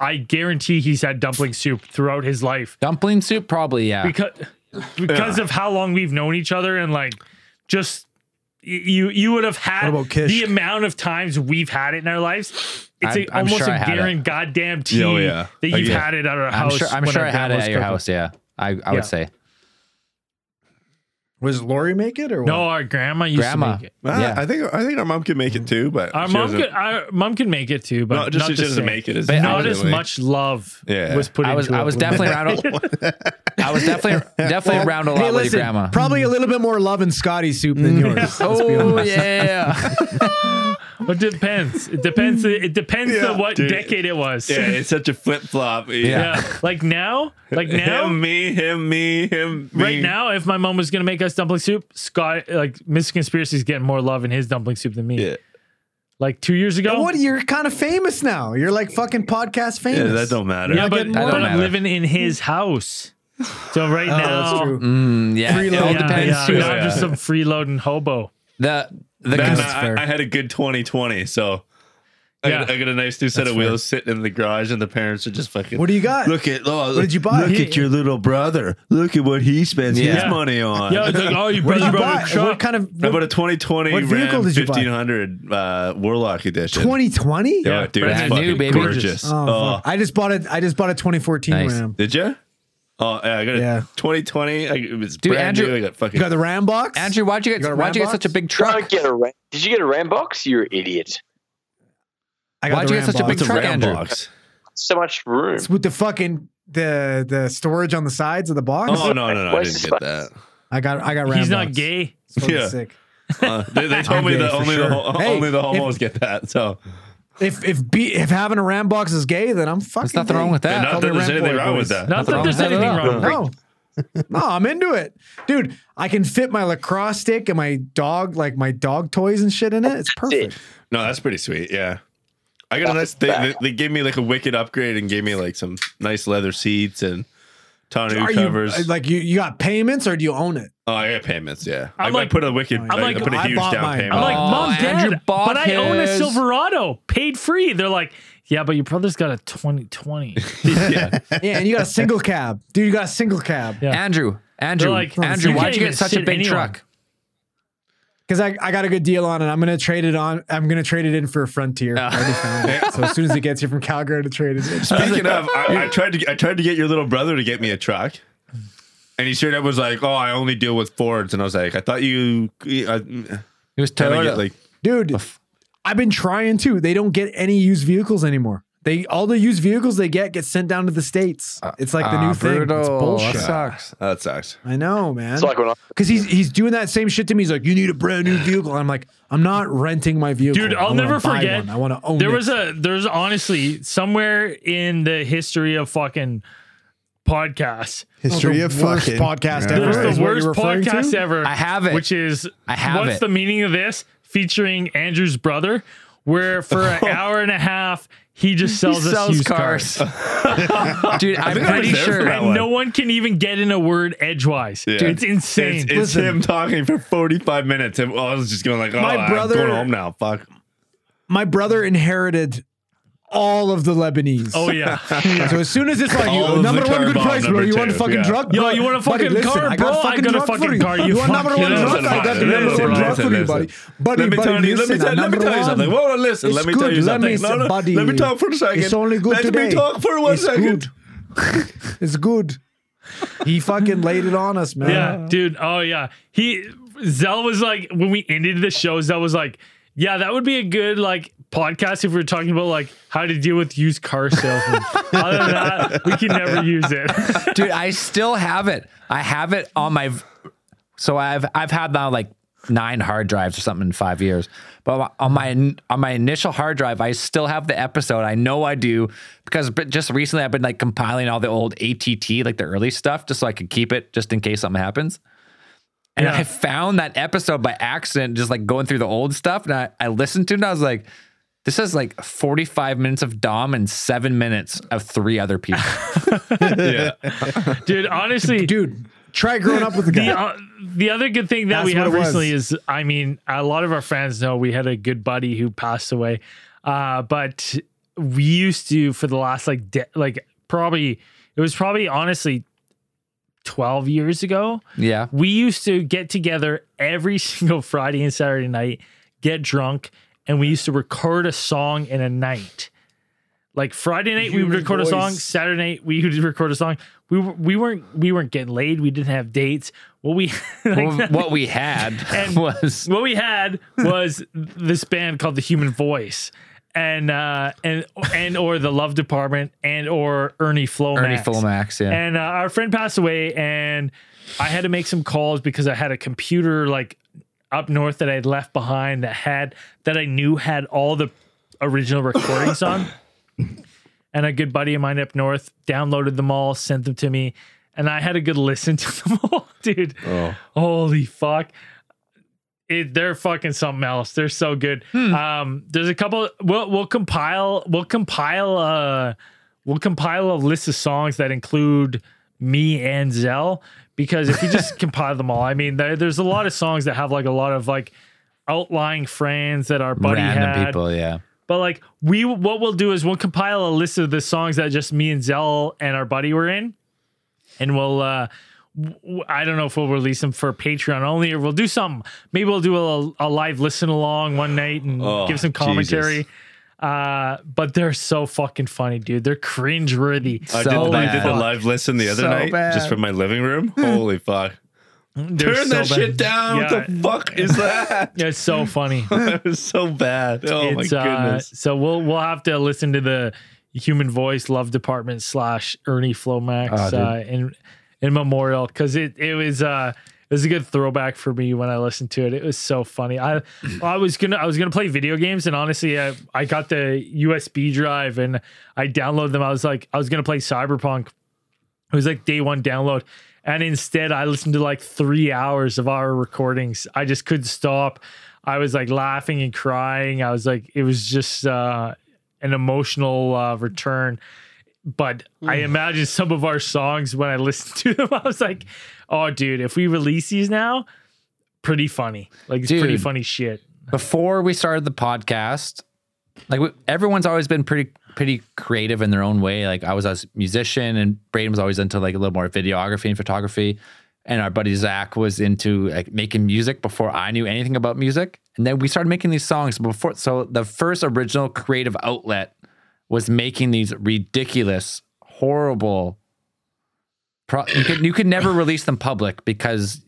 [SPEAKER 2] I guarantee he's had dumpling soup throughout his life
[SPEAKER 1] Dumpling soup, probably. Yeah.
[SPEAKER 2] because because of how long we've known each other and like just y- you you would have had
[SPEAKER 10] What about Kish?
[SPEAKER 2] the amount of times we've had it in our lives. It's
[SPEAKER 1] I'm-
[SPEAKER 2] a,
[SPEAKER 1] I'm
[SPEAKER 2] almost
[SPEAKER 1] sure I
[SPEAKER 2] a
[SPEAKER 1] had it.
[SPEAKER 2] guarantee, goddamn tea
[SPEAKER 5] Oh, yeah.
[SPEAKER 2] that
[SPEAKER 5] Oh,
[SPEAKER 2] you've
[SPEAKER 5] yeah.
[SPEAKER 2] had it at our
[SPEAKER 1] I'm
[SPEAKER 2] house.
[SPEAKER 1] sure. I'm
[SPEAKER 2] when
[SPEAKER 1] sure
[SPEAKER 2] our
[SPEAKER 1] I had it
[SPEAKER 2] grandma's
[SPEAKER 1] at your
[SPEAKER 2] cooking.
[SPEAKER 1] house. Yeah. I, I
[SPEAKER 2] Yeah.
[SPEAKER 1] would say.
[SPEAKER 10] Was Lori make it or
[SPEAKER 2] No,
[SPEAKER 10] what?
[SPEAKER 2] our grandma used
[SPEAKER 1] Grandma.
[SPEAKER 2] to make it.
[SPEAKER 5] Ah,
[SPEAKER 1] Yeah.
[SPEAKER 5] I think I think our mom could make it too, but
[SPEAKER 2] Our
[SPEAKER 5] she
[SPEAKER 2] mom
[SPEAKER 5] doesn't-
[SPEAKER 2] could, our mom could make it too, but
[SPEAKER 5] no, just
[SPEAKER 2] not
[SPEAKER 5] she
[SPEAKER 2] the
[SPEAKER 5] doesn't
[SPEAKER 2] same.
[SPEAKER 5] make it. As
[SPEAKER 2] Not as
[SPEAKER 5] easily.
[SPEAKER 2] much love
[SPEAKER 5] Yeah.
[SPEAKER 2] was put
[SPEAKER 1] I was.
[SPEAKER 2] into it.
[SPEAKER 1] I was definitely around. I was definitely definitely around a lot
[SPEAKER 10] Hey,
[SPEAKER 1] with
[SPEAKER 10] listen,
[SPEAKER 1] your grandma. Mm.
[SPEAKER 10] probably a little bit more love in Scotty's soup than yours. let's be
[SPEAKER 1] oh
[SPEAKER 10] honest.
[SPEAKER 1] yeah.
[SPEAKER 2] It depends. It depends. It depends
[SPEAKER 5] Yeah.
[SPEAKER 2] on what
[SPEAKER 5] Dude.
[SPEAKER 2] decade it was.
[SPEAKER 5] Yeah,
[SPEAKER 2] Yeah.
[SPEAKER 5] it's such a flip flop.
[SPEAKER 2] Like now, like now,
[SPEAKER 5] him, me, him, me, him, me.
[SPEAKER 2] right now, if my mom was gonna make us dumpling soup, Scott, like Mr. Conspiracy's getting more love in his dumpling soup than me.
[SPEAKER 5] Yeah.
[SPEAKER 2] Like two years ago.
[SPEAKER 10] What? You're kind of famous now. You're like fucking podcast
[SPEAKER 5] Yeah,
[SPEAKER 10] famous.
[SPEAKER 5] that don't matter.
[SPEAKER 2] yeah, but
[SPEAKER 10] getting
[SPEAKER 1] more
[SPEAKER 2] but I'm
[SPEAKER 1] matter.
[SPEAKER 2] living in his house. So right
[SPEAKER 10] Oh,
[SPEAKER 2] now,
[SPEAKER 10] that's true.
[SPEAKER 1] Mm, yeah. It all
[SPEAKER 2] yeah,
[SPEAKER 1] depends.
[SPEAKER 2] yeah,
[SPEAKER 5] too.
[SPEAKER 2] now I'm
[SPEAKER 5] Yeah.
[SPEAKER 2] just some freeloading hobo.
[SPEAKER 1] The the
[SPEAKER 5] Then
[SPEAKER 1] cons-
[SPEAKER 5] I, I had a good 2020, so I, got,
[SPEAKER 2] Yeah.
[SPEAKER 5] I got a nice new set of wheels sitting in the garage, and the parents are just fucking.
[SPEAKER 10] What do you got?
[SPEAKER 5] Look at oh, what
[SPEAKER 10] did you buy?
[SPEAKER 5] Look at your little brother. Look at what he spends his
[SPEAKER 1] Yeah.
[SPEAKER 5] money on.
[SPEAKER 2] Yeah, it's like, oh, you brought,
[SPEAKER 10] What did
[SPEAKER 2] you
[SPEAKER 10] you
[SPEAKER 2] brought
[SPEAKER 10] buy?
[SPEAKER 2] a
[SPEAKER 10] What
[SPEAKER 2] truck.
[SPEAKER 10] kind of
[SPEAKER 5] I bought a 2020
[SPEAKER 10] What vehicle
[SPEAKER 5] Ram
[SPEAKER 10] did you buy?
[SPEAKER 5] 1500 uh, Warlock edition.
[SPEAKER 10] 2020?
[SPEAKER 5] Yeah, dude, it's
[SPEAKER 1] Brand
[SPEAKER 5] fucking
[SPEAKER 1] new, baby.
[SPEAKER 5] gorgeous.
[SPEAKER 10] Oh,
[SPEAKER 5] Oh,
[SPEAKER 10] fuck. I just bought it. I just bought a 2014
[SPEAKER 1] Nice.
[SPEAKER 10] Ram.
[SPEAKER 5] did you? Oh, yeah, I got a
[SPEAKER 10] Yeah.
[SPEAKER 5] 2020. I, it was
[SPEAKER 1] Dude,
[SPEAKER 5] brand
[SPEAKER 1] Andrew-
[SPEAKER 5] new. I got
[SPEAKER 10] You
[SPEAKER 5] fucking
[SPEAKER 10] got the Ram box,
[SPEAKER 1] Andrew, why'd you
[SPEAKER 10] You got
[SPEAKER 1] get
[SPEAKER 10] a
[SPEAKER 1] why'd you
[SPEAKER 10] Ram
[SPEAKER 1] get
[SPEAKER 10] box?
[SPEAKER 1] such a big
[SPEAKER 6] Try
[SPEAKER 1] truck?
[SPEAKER 6] to get a ram- Did you get a ram box? You're an idiot.
[SPEAKER 10] I got
[SPEAKER 1] why'd
[SPEAKER 10] the
[SPEAKER 1] you get
[SPEAKER 10] Ram
[SPEAKER 1] such a
[SPEAKER 10] box.
[SPEAKER 1] big
[SPEAKER 5] It's a
[SPEAKER 1] truck,
[SPEAKER 5] Ram
[SPEAKER 1] Andrew.
[SPEAKER 5] box.
[SPEAKER 6] So much room.
[SPEAKER 10] It's with the fucking the the storage on the sides of the box.
[SPEAKER 5] Oh no, no, no! I
[SPEAKER 6] Where's
[SPEAKER 5] didn't
[SPEAKER 6] the
[SPEAKER 5] get
[SPEAKER 6] spice?
[SPEAKER 5] that.
[SPEAKER 10] I got I got Ram.
[SPEAKER 2] He's not
[SPEAKER 10] box.
[SPEAKER 2] gay.
[SPEAKER 10] It's fucking
[SPEAKER 5] Yeah.
[SPEAKER 10] sick.
[SPEAKER 5] Uh, they, they told
[SPEAKER 10] I'm
[SPEAKER 5] me
[SPEAKER 10] gay,
[SPEAKER 5] that
[SPEAKER 10] for
[SPEAKER 5] only
[SPEAKER 10] sure.
[SPEAKER 5] the ho-
[SPEAKER 10] Hey,
[SPEAKER 5] only the
[SPEAKER 10] if-
[SPEAKER 5] homos get that. So
[SPEAKER 10] If if be, if having a Ram box is gay, then I'm fucking.
[SPEAKER 1] There's nothing
[SPEAKER 10] gay.
[SPEAKER 1] wrong with
[SPEAKER 5] and
[SPEAKER 1] that.
[SPEAKER 5] not
[SPEAKER 10] called
[SPEAKER 5] that
[SPEAKER 10] the
[SPEAKER 5] there's
[SPEAKER 10] Ram
[SPEAKER 5] anything
[SPEAKER 10] Boy
[SPEAKER 5] wrong with
[SPEAKER 10] Boys.
[SPEAKER 5] that.
[SPEAKER 2] Not that
[SPEAKER 1] wrong
[SPEAKER 2] there's
[SPEAKER 1] with that at
[SPEAKER 2] anything
[SPEAKER 1] all.
[SPEAKER 2] wrong. with it.
[SPEAKER 10] No. No, I'm into it. Dude, I can fit my lacrosse stick and my dog, like my dog toys and shit in it. It's perfect.
[SPEAKER 5] No, that's pretty sweet. Yeah. I got a nice they, they, they gave me like a wicked upgrade and gave me like some nice leather seats and ton of new
[SPEAKER 10] Are
[SPEAKER 5] covers.
[SPEAKER 10] you uh, like you, you got payments or do you own it?
[SPEAKER 5] oh, I got payments, yeah. I,
[SPEAKER 2] I'm
[SPEAKER 5] I
[SPEAKER 2] like-
[SPEAKER 5] put a wicked i
[SPEAKER 2] I'm like-
[SPEAKER 5] put a
[SPEAKER 10] I
[SPEAKER 5] huge
[SPEAKER 10] bought
[SPEAKER 5] down
[SPEAKER 10] mine.
[SPEAKER 5] payment.
[SPEAKER 2] I'm like,
[SPEAKER 1] Oh,
[SPEAKER 2] mom,
[SPEAKER 1] Andrew
[SPEAKER 2] dad,
[SPEAKER 1] bought
[SPEAKER 2] but I own a
[SPEAKER 1] his."
[SPEAKER 2] Silverado, paid free. They're like, yeah, but your brother's got a 2020.
[SPEAKER 5] yeah.
[SPEAKER 10] Yeah, and you got a single cab. Dude, you got a single cab.
[SPEAKER 2] Yeah.
[SPEAKER 1] Andrew, Andrew,
[SPEAKER 2] like,
[SPEAKER 1] Andrew,
[SPEAKER 2] you
[SPEAKER 1] why'd
[SPEAKER 2] can't
[SPEAKER 1] you
[SPEAKER 2] even
[SPEAKER 1] get such a
[SPEAKER 2] sit
[SPEAKER 1] big
[SPEAKER 2] anyone.
[SPEAKER 1] truck?
[SPEAKER 10] Because I, I got a good deal on it. I'm gonna trade it on. I'm gonna trade it in for a frontier.
[SPEAKER 5] Oh.
[SPEAKER 10] I already found it. So as soon as it gets here from Calgary to trade it in.
[SPEAKER 5] Speaking of, I, I tried to I tried to get your little brother to get me a truck. And he straight up was like, "Oh, I only deal with Fords," and I was like, "I thought you, I,
[SPEAKER 1] It was
[SPEAKER 5] I get
[SPEAKER 1] Toyota.
[SPEAKER 5] like,
[SPEAKER 10] Dude, I've been trying to. They don't get any used vehicles anymore. They all the used vehicles they get get sent down to the states.
[SPEAKER 5] Uh,
[SPEAKER 10] It's like the
[SPEAKER 5] ah,
[SPEAKER 10] new thing. It's bullshit.
[SPEAKER 1] Ah, sucks.
[SPEAKER 5] oh, that sucks."
[SPEAKER 10] I know, man.
[SPEAKER 6] It's like when I
[SPEAKER 10] Because he's he's doing that same shit to me. He's like, "You need a brand new vehicle." And I'm like, "I'm not renting my vehicle,
[SPEAKER 2] Dude, I'll
[SPEAKER 10] I wanna
[SPEAKER 2] never
[SPEAKER 10] buy
[SPEAKER 2] forget.
[SPEAKER 10] one. I want to own."
[SPEAKER 2] there
[SPEAKER 10] it.
[SPEAKER 2] was a there's honestly somewhere in the history of fucking podcasts.
[SPEAKER 10] history
[SPEAKER 4] of
[SPEAKER 10] worst
[SPEAKER 4] fucking-
[SPEAKER 10] podcast ever.
[SPEAKER 2] There's
[SPEAKER 10] is
[SPEAKER 2] the
[SPEAKER 10] what you're
[SPEAKER 2] worst
[SPEAKER 10] referring
[SPEAKER 2] podcast
[SPEAKER 10] to?
[SPEAKER 2] ever.
[SPEAKER 1] I have it.
[SPEAKER 2] Which is
[SPEAKER 1] I have
[SPEAKER 2] what's
[SPEAKER 1] it.
[SPEAKER 2] the meaning of this? Featuring Andrew's brother, where for
[SPEAKER 10] Oh.
[SPEAKER 2] an hour and a half he just
[SPEAKER 1] He
[SPEAKER 2] sells us
[SPEAKER 1] sells
[SPEAKER 2] used
[SPEAKER 1] cars. Dude, I'm
[SPEAKER 5] think I was
[SPEAKER 1] pretty
[SPEAKER 5] there for
[SPEAKER 1] sure.
[SPEAKER 5] that
[SPEAKER 2] And no one can even get in a word edgewise.
[SPEAKER 5] Yeah.
[SPEAKER 2] It's insane.
[SPEAKER 5] It's, it's him talking for forty five minutes. And I was just going like, "Oh,
[SPEAKER 10] My brother-
[SPEAKER 5] I'm going home now." Fuck.
[SPEAKER 10] my brother inherited all of the Lebanese.
[SPEAKER 2] Oh yeah.
[SPEAKER 10] So as soon as it's like,
[SPEAKER 5] All
[SPEAKER 10] you,
[SPEAKER 5] of
[SPEAKER 10] number
[SPEAKER 5] the
[SPEAKER 10] one,
[SPEAKER 5] car
[SPEAKER 10] good
[SPEAKER 5] bomb,
[SPEAKER 10] price, bro.
[SPEAKER 5] number
[SPEAKER 10] You want a
[SPEAKER 5] two,
[SPEAKER 10] fucking
[SPEAKER 5] yeah.
[SPEAKER 10] drug?
[SPEAKER 2] Yo,
[SPEAKER 10] Bro,
[SPEAKER 2] you want a
[SPEAKER 10] buddy,
[SPEAKER 2] fucking
[SPEAKER 10] listen,
[SPEAKER 2] car,
[SPEAKER 10] I
[SPEAKER 2] bro? I got a
[SPEAKER 10] drug
[SPEAKER 2] fucking
[SPEAKER 10] for you.
[SPEAKER 2] car, you
[SPEAKER 10] You want number
[SPEAKER 2] fucking
[SPEAKER 10] one drug?
[SPEAKER 5] listen,
[SPEAKER 10] I got the number
[SPEAKER 5] listen,
[SPEAKER 10] one drug
[SPEAKER 5] listen,
[SPEAKER 10] for you,
[SPEAKER 5] listen.
[SPEAKER 10] buddy. Buddy,
[SPEAKER 5] let me
[SPEAKER 10] buddy,
[SPEAKER 5] tell you. Let me
[SPEAKER 10] listen,
[SPEAKER 5] tell,
[SPEAKER 10] I
[SPEAKER 5] let me
[SPEAKER 10] number
[SPEAKER 5] tell you
[SPEAKER 10] one.
[SPEAKER 5] something. Whoa, whoa, listen.
[SPEAKER 10] It's
[SPEAKER 5] let me
[SPEAKER 10] good.
[SPEAKER 5] tell you
[SPEAKER 10] Let me
[SPEAKER 5] something. No, no,
[SPEAKER 10] somebody-
[SPEAKER 5] Let me talk for a second.
[SPEAKER 10] It's only good
[SPEAKER 5] Let
[SPEAKER 10] today.
[SPEAKER 5] me talk for one
[SPEAKER 10] it's
[SPEAKER 5] second.
[SPEAKER 10] Good. it's good. He fucking laid it on us, man.
[SPEAKER 2] Yeah, dude. Oh yeah. He Zell was like when we ended the show, Zell was like, Yeah, that would be a good like podcast if we were talking about like how to deal with used car salesmen. Other than that, we can never use it.
[SPEAKER 1] dude i still have it i have it on my so i've i've had now like nine hard drives or something in five years but on my on my initial hard drive i still have the episode i know i do because but just recently i've been like compiling all the old att like the early stuff just so i could keep it just in case something happens and
[SPEAKER 2] Yeah.
[SPEAKER 1] i found that episode by accident just like going through the old stuff and i, I listened to it and i was like this is like 45 minutes of Dom and seven minutes of three other people.
[SPEAKER 2] Dude, honestly,
[SPEAKER 10] dude. Try growing up with the guy.
[SPEAKER 2] the, uh, the other good thing that
[SPEAKER 10] That's
[SPEAKER 2] we
[SPEAKER 10] what
[SPEAKER 2] have
[SPEAKER 10] it was.
[SPEAKER 2] recently is, I mean, a lot of our friends know we had a good buddy who passed away, uh, but we used to for the last like de- like probably it was probably honestly twelve years ago.
[SPEAKER 1] yeah.
[SPEAKER 2] We used to get together every single Friday and Saturday night, get drunk, and we used to record a song in a night. Like Friday night, we would
[SPEAKER 10] Human
[SPEAKER 2] record a song.
[SPEAKER 10] voice.
[SPEAKER 2] Saturday night, we would record a song. We were, we weren't we weren't getting laid. We didn't have dates. What we like,
[SPEAKER 1] well, what we had
[SPEAKER 2] And-
[SPEAKER 1] was
[SPEAKER 2] what we had was this band called the Human Voice, and uh, and and or the Love Department, and or Ernie Flomax.
[SPEAKER 1] Ernie Fulmax. Yeah,
[SPEAKER 2] And uh, our friend passed away, and I had to make some calls because I had a computer like up north that I had left behind that had that I knew had all the original recordings on. And a good buddy of mine up north downloaded them all, sent them to me, and I had a good listen to them all, dude. Holy fuck. It, they're fucking something else. They're so good.
[SPEAKER 1] Hmm.
[SPEAKER 2] Um, there's a couple. We'll we'll compile. We'll compile. Uh, we'll compile a list of songs that include me and Zell because if you just compile them all, I mean, there, there's a lot of songs that have like a lot of like outlying friends that our buddy
[SPEAKER 1] random
[SPEAKER 2] had.
[SPEAKER 1] people. Yeah,
[SPEAKER 2] But like we, what we'll do is we'll compile a list of the songs that just me and Zell and our buddy were in, and we'll. uh w- w- I don't know if we'll release them for Patreon only, or we'll do something. Maybe we'll do a, a live listen along one night and
[SPEAKER 5] Oh,
[SPEAKER 2] give some commentary. Uh, but they're so fucking funny, dude. They're cringe worthy.
[SPEAKER 5] I did,
[SPEAKER 1] So
[SPEAKER 5] I did the
[SPEAKER 1] bad.
[SPEAKER 5] live listen the other
[SPEAKER 10] So
[SPEAKER 5] night
[SPEAKER 10] bad.
[SPEAKER 5] just from my living room. Holy fuck. Turn that shit down.
[SPEAKER 2] Yeah.
[SPEAKER 5] What the fuck is that?
[SPEAKER 2] It's so funny.
[SPEAKER 5] That was so bad. Oh
[SPEAKER 2] it's,
[SPEAKER 5] my
[SPEAKER 2] uh,
[SPEAKER 5] goodness.
[SPEAKER 2] so we'll we'll have to listen to the Human Voice Love Department slash Ernie Flomax
[SPEAKER 5] Ah,
[SPEAKER 2] uh, in in memorial because it it was uh it was a good throwback for me when I listened to it. It was so funny. I I was gonna I was gonna play video games and honestly I I got the USB drive and I downloaded them. I was like I was gonna play Cyberpunk. It was like day one download. And instead, I listened to like three hours of our recordings. I just couldn't stop. I was like laughing and crying. I was like, it was just uh, an emotional uh, return. But I
[SPEAKER 5] Mm.
[SPEAKER 2] imagine some of our songs when I listened to them, I was like, oh, dude, if we release these now, pretty funny. Like, it's pretty
[SPEAKER 1] Dude.
[SPEAKER 2] funny shit.
[SPEAKER 1] before we started the podcast, like we, everyone's always been pretty pretty creative in their own way. Like I was a musician, and Braden was always into like a little more videography and photography, and our buddy Zach was into like making music before I knew anything about music. And then we started making these songs before. So the first original creative outlet was making these ridiculous, horrible. Pro- you could you could never release them public because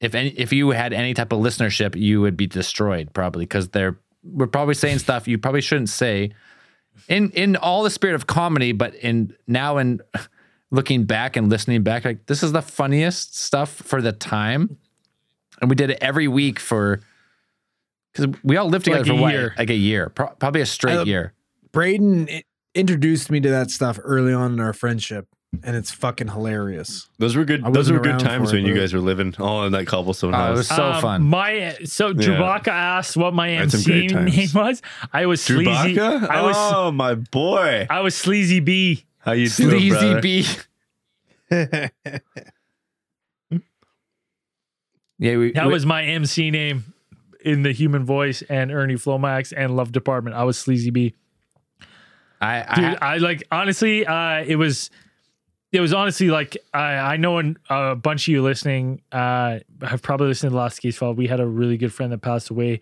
[SPEAKER 1] if any if you had any type of listenership, you would be destroyed probably because they're we're probably saying stuff you probably shouldn't say in in all the spirit of comedy, but in now in looking back and listening back, like this is the funniest stuff for the time, and we did it every week for because we all lived together
[SPEAKER 2] Like a
[SPEAKER 1] for what,
[SPEAKER 2] year.
[SPEAKER 1] like a year, pro- probably a straight
[SPEAKER 10] Uh,
[SPEAKER 1] year.
[SPEAKER 10] Braden i- introduced me to that stuff early on in our friendship, and it's fucking hilarious.
[SPEAKER 5] Those were good.
[SPEAKER 10] I
[SPEAKER 5] Those
[SPEAKER 10] wasn't
[SPEAKER 5] were good
[SPEAKER 10] around
[SPEAKER 5] times
[SPEAKER 10] for it,
[SPEAKER 5] when you
[SPEAKER 10] but-
[SPEAKER 5] guys were living all in that cobblestone
[SPEAKER 1] Oh, it
[SPEAKER 5] house.
[SPEAKER 1] was so
[SPEAKER 2] Um,
[SPEAKER 1] fun.
[SPEAKER 2] My so Chewbacca asked what my
[SPEAKER 5] Had some
[SPEAKER 2] MC
[SPEAKER 5] great times.
[SPEAKER 2] name was. I was sleazy.
[SPEAKER 5] Chewbacca?
[SPEAKER 2] I was
[SPEAKER 5] oh my boy!
[SPEAKER 2] I was sleazy B.
[SPEAKER 5] How you doing,
[SPEAKER 1] Sleazy
[SPEAKER 5] brother?
[SPEAKER 1] B. Yeah, we,
[SPEAKER 2] That
[SPEAKER 1] we-
[SPEAKER 2] was my MC name. in the human voice and Ernie Flomax and Love Department. I was Sleazy B.
[SPEAKER 1] I, I
[SPEAKER 2] Dude, I like honestly, uh, it was it was honestly like I, I know an, a bunch of you listening uh, have probably listened to the Last Case File. We had a really good friend that passed away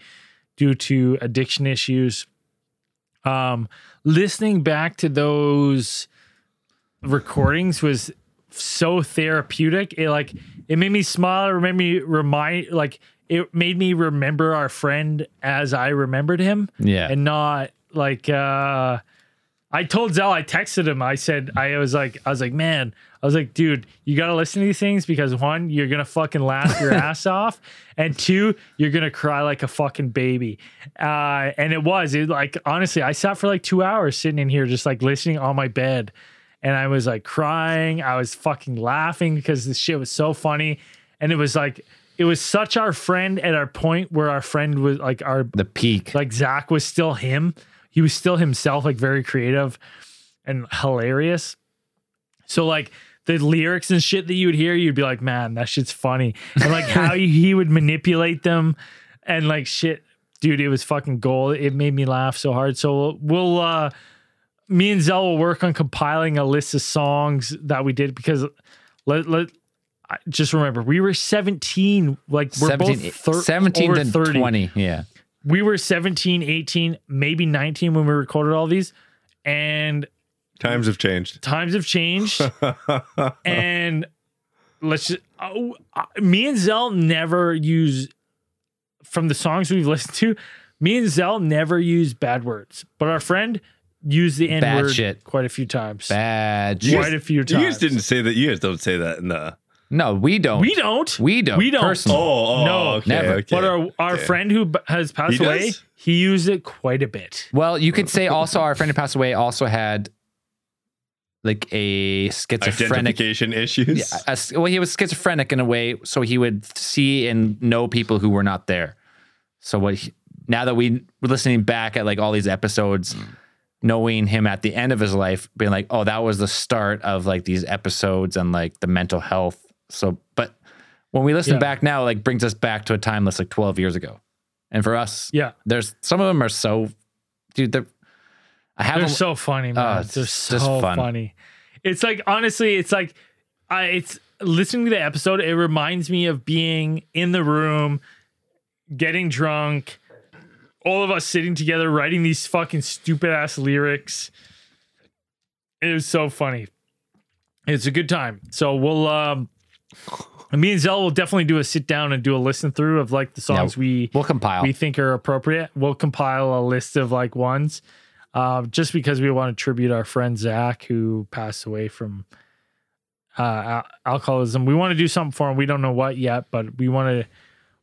[SPEAKER 2] due to addiction issues. Um, listening back to those recordings was so therapeutic. It like it made me smile. It made me remind like it made me remember our friend as I remembered him
[SPEAKER 1] yeah.
[SPEAKER 2] and not like uh I told Zell, I texted him. I said, I was like, I was like, man, I was like, dude, you gotta listen to these things because one, you're gonna fucking laugh your ass off, and two, you're gonna cry like a fucking baby. Uh, and it was, it like honestly, I sat for like two hours sitting in here just like listening on my bed, and I was like crying. I was fucking laughing because this shit was so funny, and it was like, it was such our friend at our point where our friend was like our
[SPEAKER 1] the peak.
[SPEAKER 2] like Zach was still him. He was still himself, like very creative and hilarious. So like the lyrics and shit that you would hear, you'd be like, man, that shit's funny. And like how he- he would manipulate them and like shit. Dude, it was fucking gold. It made me laugh so hard. So we'll uh me and Zell will work on compiling a list of songs that we did because let let I- just remember we were 17 like we're
[SPEAKER 1] 17,
[SPEAKER 2] both thir-
[SPEAKER 1] 17
[SPEAKER 2] over
[SPEAKER 1] to
[SPEAKER 2] 30
[SPEAKER 1] 20. Yeah.
[SPEAKER 2] we were 17, 18, maybe 19 when we recorded all these. And
[SPEAKER 5] Times have changed.
[SPEAKER 2] times have changed. and let's just, oh, I- me and Zell never use, from the songs we've listened to, me and Zell never use bad words. But our friend used the N
[SPEAKER 1] Bad
[SPEAKER 2] word
[SPEAKER 1] shit.
[SPEAKER 2] quite a few times.
[SPEAKER 1] Bad.
[SPEAKER 5] You
[SPEAKER 1] shit.
[SPEAKER 2] Quite a few
[SPEAKER 5] You
[SPEAKER 2] times.
[SPEAKER 5] guys didn't say that. You guys don't say that in the.
[SPEAKER 1] No, we don't.
[SPEAKER 2] We don't.
[SPEAKER 1] We don't.
[SPEAKER 2] We don't.
[SPEAKER 1] personally.
[SPEAKER 5] Oh, oh
[SPEAKER 2] No,
[SPEAKER 5] okay,
[SPEAKER 1] Hmm. never.
[SPEAKER 5] okay.
[SPEAKER 2] but our, our
[SPEAKER 5] okay.
[SPEAKER 2] friend who b- has passed
[SPEAKER 5] He
[SPEAKER 2] away,
[SPEAKER 5] does?
[SPEAKER 2] he used it quite a bit.
[SPEAKER 1] Well, you could say also our friend who passed away also had like a schizophrenic.
[SPEAKER 5] identification issues.
[SPEAKER 1] Yeah, a- a- well, he was schizophrenic in a way, so he would see and know people who were not there. So what? He, now that we we're listening back at like all these episodes,
[SPEAKER 2] Mm.
[SPEAKER 1] knowing him at the end of his life, being like, oh, that was the start of like these episodes and like the mental health. So, but when we listen
[SPEAKER 2] Yeah.
[SPEAKER 1] back now, like brings us back to a time that's like twelve years ago, and for us,
[SPEAKER 2] Yeah.
[SPEAKER 1] there's some of them are so, dude. They're I
[SPEAKER 2] They're
[SPEAKER 1] haven't.
[SPEAKER 2] so funny, man.
[SPEAKER 1] it's
[SPEAKER 2] They're
[SPEAKER 1] just
[SPEAKER 2] so
[SPEAKER 1] fun.
[SPEAKER 2] funny. It's like honestly, it's like I it's listening to the episode, it reminds me of being in the room, getting drunk, all of us sitting together writing these fucking stupid ass lyrics. It was so funny. It's a good time. So we'll um me and Zell will definitely do a sit down and do a listen through of like the songs we
[SPEAKER 1] we'll compile.
[SPEAKER 2] we think are appropriate. We'll compile a list of like ones, uh, just because we want to tribute our friend Zach who passed away from uh, al- alcoholism. We want to do something for him. We don't know what yet, but we want to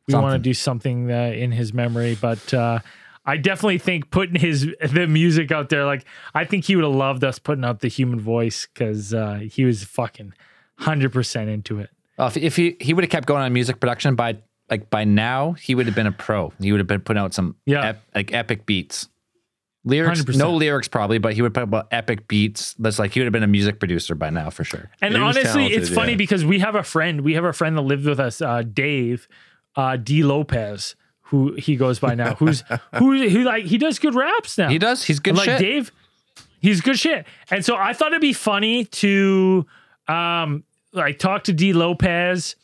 [SPEAKER 2] we want to
[SPEAKER 1] Something.
[SPEAKER 2] do something uh, in his memory. But uh, I definitely think putting his the music out there, like I think he would have loved us putting out the human voice because uh, he was fucking hundred percent into it.
[SPEAKER 1] Well, Oh, if, if he he would have kept going on music production by like by now, he would have been a pro. He would have been putting out some
[SPEAKER 2] Yeah.
[SPEAKER 1] ep- like epic beats. Lyrics,
[SPEAKER 2] 100%.
[SPEAKER 1] no lyrics probably, but he would put out epic beats. That's like he would have been a music producer by now for sure.
[SPEAKER 2] And
[SPEAKER 5] He was
[SPEAKER 2] honestly,
[SPEAKER 5] talented,
[SPEAKER 2] it's funny
[SPEAKER 5] yeah.
[SPEAKER 2] because we have a friend. We have a friend that lived with us, uh, Dave uh, D. Lopez, who he goes by now. Who's who? Who like he does good raps now.
[SPEAKER 1] He does. He's good
[SPEAKER 2] And, like
[SPEAKER 1] shit.
[SPEAKER 2] Dave, he's good shit. And so I thought it'd be funny to um like talk to D. Lopez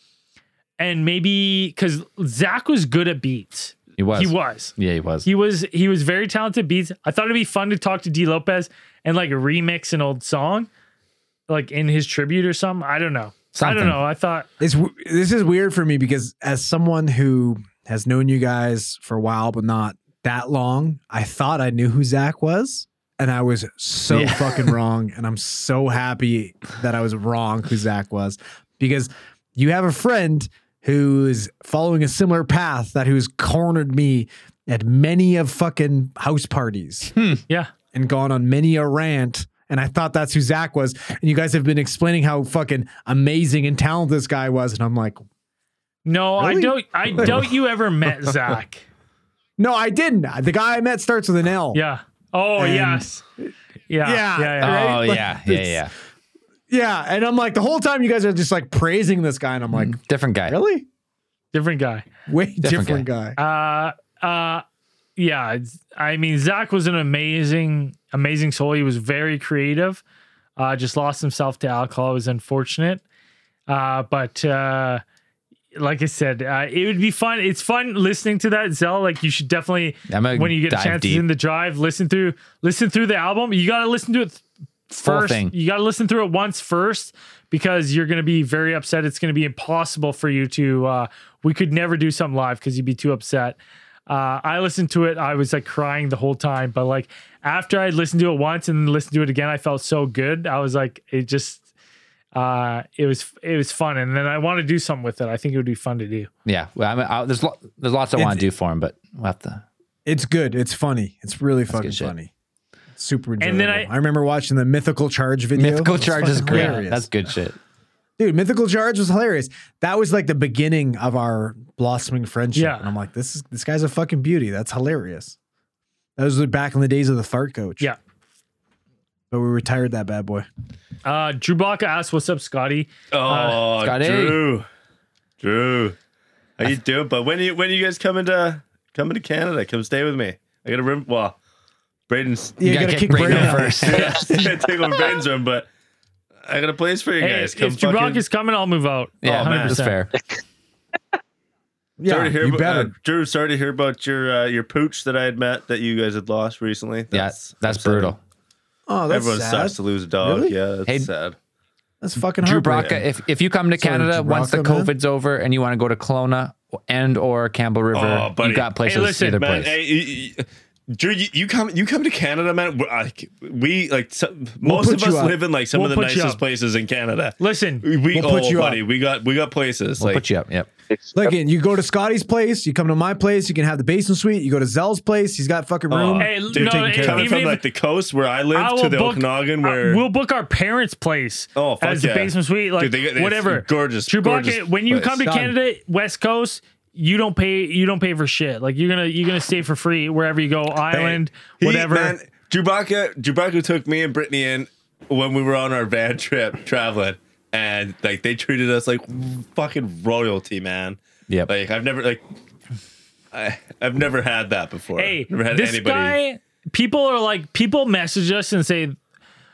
[SPEAKER 2] and maybe because Zach was good at beats.
[SPEAKER 1] he was.
[SPEAKER 2] He was.
[SPEAKER 1] Yeah, he was.
[SPEAKER 2] He was he was very talented beats. I thought it'd be fun to talk to D Lopez and like remix an old song, like in his tribute or something. I don't know. I
[SPEAKER 1] Something.
[SPEAKER 2] don't know. I thought
[SPEAKER 10] It's w- this is weird for me because as someone who has known you guys for a while but not that long, I thought I knew who Zach was, and I was so
[SPEAKER 1] Yeah.
[SPEAKER 10] fucking wrong. And I'm so happy that I was wrong who Zach was because you have a friend who is following a similar path that who's cornered me at many of fucking house parties
[SPEAKER 2] yeah.
[SPEAKER 10] and gone on many a rant. And I thought that's who Zach was. And you guys have been explaining how fucking amazing and talented this guy was. And I'm like,
[SPEAKER 2] No, I
[SPEAKER 10] Really?
[SPEAKER 2] don't I doubt you ever met Zach.
[SPEAKER 10] no, I didn't. The guy I met starts with an L.
[SPEAKER 2] Yeah. Oh
[SPEAKER 10] And-
[SPEAKER 2] yes. Yeah. Yeah.
[SPEAKER 10] Yeah.
[SPEAKER 1] oh
[SPEAKER 2] yeah.
[SPEAKER 10] right? Like,
[SPEAKER 1] yeah, yeah,
[SPEAKER 10] it's-
[SPEAKER 1] yeah.
[SPEAKER 10] Yeah. And I'm like, the whole time you guys are just like praising this guy. And I'm like,
[SPEAKER 1] Different guy.
[SPEAKER 10] really?
[SPEAKER 2] Different guy.
[SPEAKER 10] Way
[SPEAKER 1] Mm.
[SPEAKER 10] different,
[SPEAKER 1] Different
[SPEAKER 10] guy.
[SPEAKER 2] Uh Uh, yeah, it's- I mean Zach was an amazing, amazing soul. He was very creative. Uh, just lost himself to alcohol. It was unfortunate. Uh, but uh, like I said, uh, it would be fun. It's fun listening to that Zell. Like you should definitely
[SPEAKER 1] I'm gonna
[SPEAKER 2] when you get a
[SPEAKER 1] dive
[SPEAKER 2] chance
[SPEAKER 1] deep.
[SPEAKER 2] in the drive, listen through listen through the album. You got to listen to it th-
[SPEAKER 1] Full
[SPEAKER 2] first.
[SPEAKER 1] thing.
[SPEAKER 2] You got to listen through it once first because you're going to be very upset. It's going to be impossible for you to. Uh, we could never do something live because you'd be too upset. Uh, I listened to it. I was like crying the whole time, but like after I listened to it once and then listened to it again, I felt so good. I was like, it just, uh, it was it was fun, and then I want to do something with it. I think it would be fun to do.
[SPEAKER 1] Yeah, well, I mean, I, there's lo- there's lots I
[SPEAKER 10] It's-
[SPEAKER 1] want to do for him, but we'll have to.
[SPEAKER 10] It's good. It's funny. It's really fucking
[SPEAKER 1] good shit.
[SPEAKER 10] funny. It's super enjoyable.
[SPEAKER 2] And then I-
[SPEAKER 10] remember watching the Mythical Charge video.
[SPEAKER 1] Mythical
[SPEAKER 10] It was
[SPEAKER 1] charge is
[SPEAKER 10] fucking
[SPEAKER 1] great.
[SPEAKER 10] hilarious.
[SPEAKER 1] That's good shit.
[SPEAKER 10] Dude, Mythical Charge was hilarious. That was like the beginning of our blossoming friendship.
[SPEAKER 2] Yeah.
[SPEAKER 10] And I'm like, this is this guy's a fucking beauty. That's hilarious. That was back in the days of the fart coach.
[SPEAKER 2] Yeah.
[SPEAKER 10] But we retired that bad boy.
[SPEAKER 2] Uh, Drew Baca asked, "What's up, Scotty?"
[SPEAKER 5] Oh,
[SPEAKER 1] Scotty.
[SPEAKER 5] Drew, Drew, how you doing? But when are you when are you guys coming to coming to Canada? Come stay with me. I got a room. Well, Braden's
[SPEAKER 10] Yeah, you gotta kick Brayden out.
[SPEAKER 1] first.
[SPEAKER 5] I take over Braden's room, but I got a place for you
[SPEAKER 2] Hey,
[SPEAKER 5] guys.
[SPEAKER 2] if
[SPEAKER 5] Come
[SPEAKER 2] Drew
[SPEAKER 5] fucking.
[SPEAKER 2] Baca is coming, I'll move out.
[SPEAKER 1] Yeah,
[SPEAKER 5] Oh, man.
[SPEAKER 1] that's fair.
[SPEAKER 10] Yeah,
[SPEAKER 5] sorry to hear
[SPEAKER 10] you
[SPEAKER 5] about,
[SPEAKER 10] better.
[SPEAKER 5] uh, Drew. Sorry to hear about your uh, your pooch that I had met that you guys had lost recently.
[SPEAKER 1] Yeah, that's
[SPEAKER 5] upsetting.
[SPEAKER 1] brutal.
[SPEAKER 10] oh, that's
[SPEAKER 5] Everyone
[SPEAKER 10] sad.
[SPEAKER 5] sucks to lose a dog.
[SPEAKER 10] Really?
[SPEAKER 5] Yeah, that's
[SPEAKER 1] Hey,
[SPEAKER 5] sad.
[SPEAKER 10] That's fucking
[SPEAKER 1] Drew
[SPEAKER 10] heartbreaking.
[SPEAKER 1] Braca, if, if you come to
[SPEAKER 10] Sorry,
[SPEAKER 1] Canada
[SPEAKER 10] Drew
[SPEAKER 1] once the
[SPEAKER 10] Braca, man.
[SPEAKER 1] COVID's over and you want to go to Kelowna and or Campbell
[SPEAKER 5] Oh,
[SPEAKER 1] River,
[SPEAKER 5] buddy.
[SPEAKER 1] you got places
[SPEAKER 2] Hey, listen,
[SPEAKER 1] either
[SPEAKER 5] Man,
[SPEAKER 1] place.
[SPEAKER 5] hey, y- y- Drew, you, you come you come to Canada, man. We're, like, we like some, most
[SPEAKER 10] put
[SPEAKER 5] of
[SPEAKER 10] you
[SPEAKER 5] us
[SPEAKER 10] up.
[SPEAKER 5] live in like some
[SPEAKER 2] We'll
[SPEAKER 5] of the
[SPEAKER 2] put you
[SPEAKER 5] nicest
[SPEAKER 2] up.
[SPEAKER 5] places in Canada.
[SPEAKER 2] Listen,
[SPEAKER 5] We, we
[SPEAKER 10] We'll put
[SPEAKER 5] oh,
[SPEAKER 10] you
[SPEAKER 5] buddy, we got we got places.
[SPEAKER 1] we'll
[SPEAKER 5] like,
[SPEAKER 1] put you up. Yep.
[SPEAKER 10] Look, and you go to Scotty's place, you come to my place, you can have the basement suite, you go to Zell's place, he's got fucking room.
[SPEAKER 5] oh,
[SPEAKER 2] Hey,
[SPEAKER 5] dude,
[SPEAKER 2] no,
[SPEAKER 5] taking
[SPEAKER 2] hey,
[SPEAKER 5] care of-
[SPEAKER 2] even
[SPEAKER 5] coming from
[SPEAKER 2] if-
[SPEAKER 5] like the coast where I
[SPEAKER 2] I
[SPEAKER 5] live
[SPEAKER 2] will
[SPEAKER 5] to the
[SPEAKER 2] book-
[SPEAKER 5] Okanagan,
[SPEAKER 2] uh,
[SPEAKER 5] where
[SPEAKER 2] we'll book our parents' place
[SPEAKER 5] Oh, fuck
[SPEAKER 2] as the
[SPEAKER 5] yeah.
[SPEAKER 2] basement suite, like
[SPEAKER 5] Dude, they got- it's
[SPEAKER 2] whatever.
[SPEAKER 5] gorgeous,
[SPEAKER 2] Drew Baca,
[SPEAKER 5] gorgeous
[SPEAKER 2] when you
[SPEAKER 5] place.
[SPEAKER 2] come to
[SPEAKER 10] Done.
[SPEAKER 2] Canada, West Coast, you don't pay. You don't pay for shit. Like you're gonna you're gonna stay for free wherever you go, island,
[SPEAKER 5] He-
[SPEAKER 2] whatever.
[SPEAKER 5] Man, Chewbacca, Chewbacca took me and Brittany in when we were on our van trip traveling, and like they treated us like fucking royalty, man.
[SPEAKER 1] Yep.
[SPEAKER 5] Like I've never like I I've never had that before.
[SPEAKER 2] hey,
[SPEAKER 5] never had
[SPEAKER 2] this
[SPEAKER 5] anybody.
[SPEAKER 2] guy. People are like people message us and say,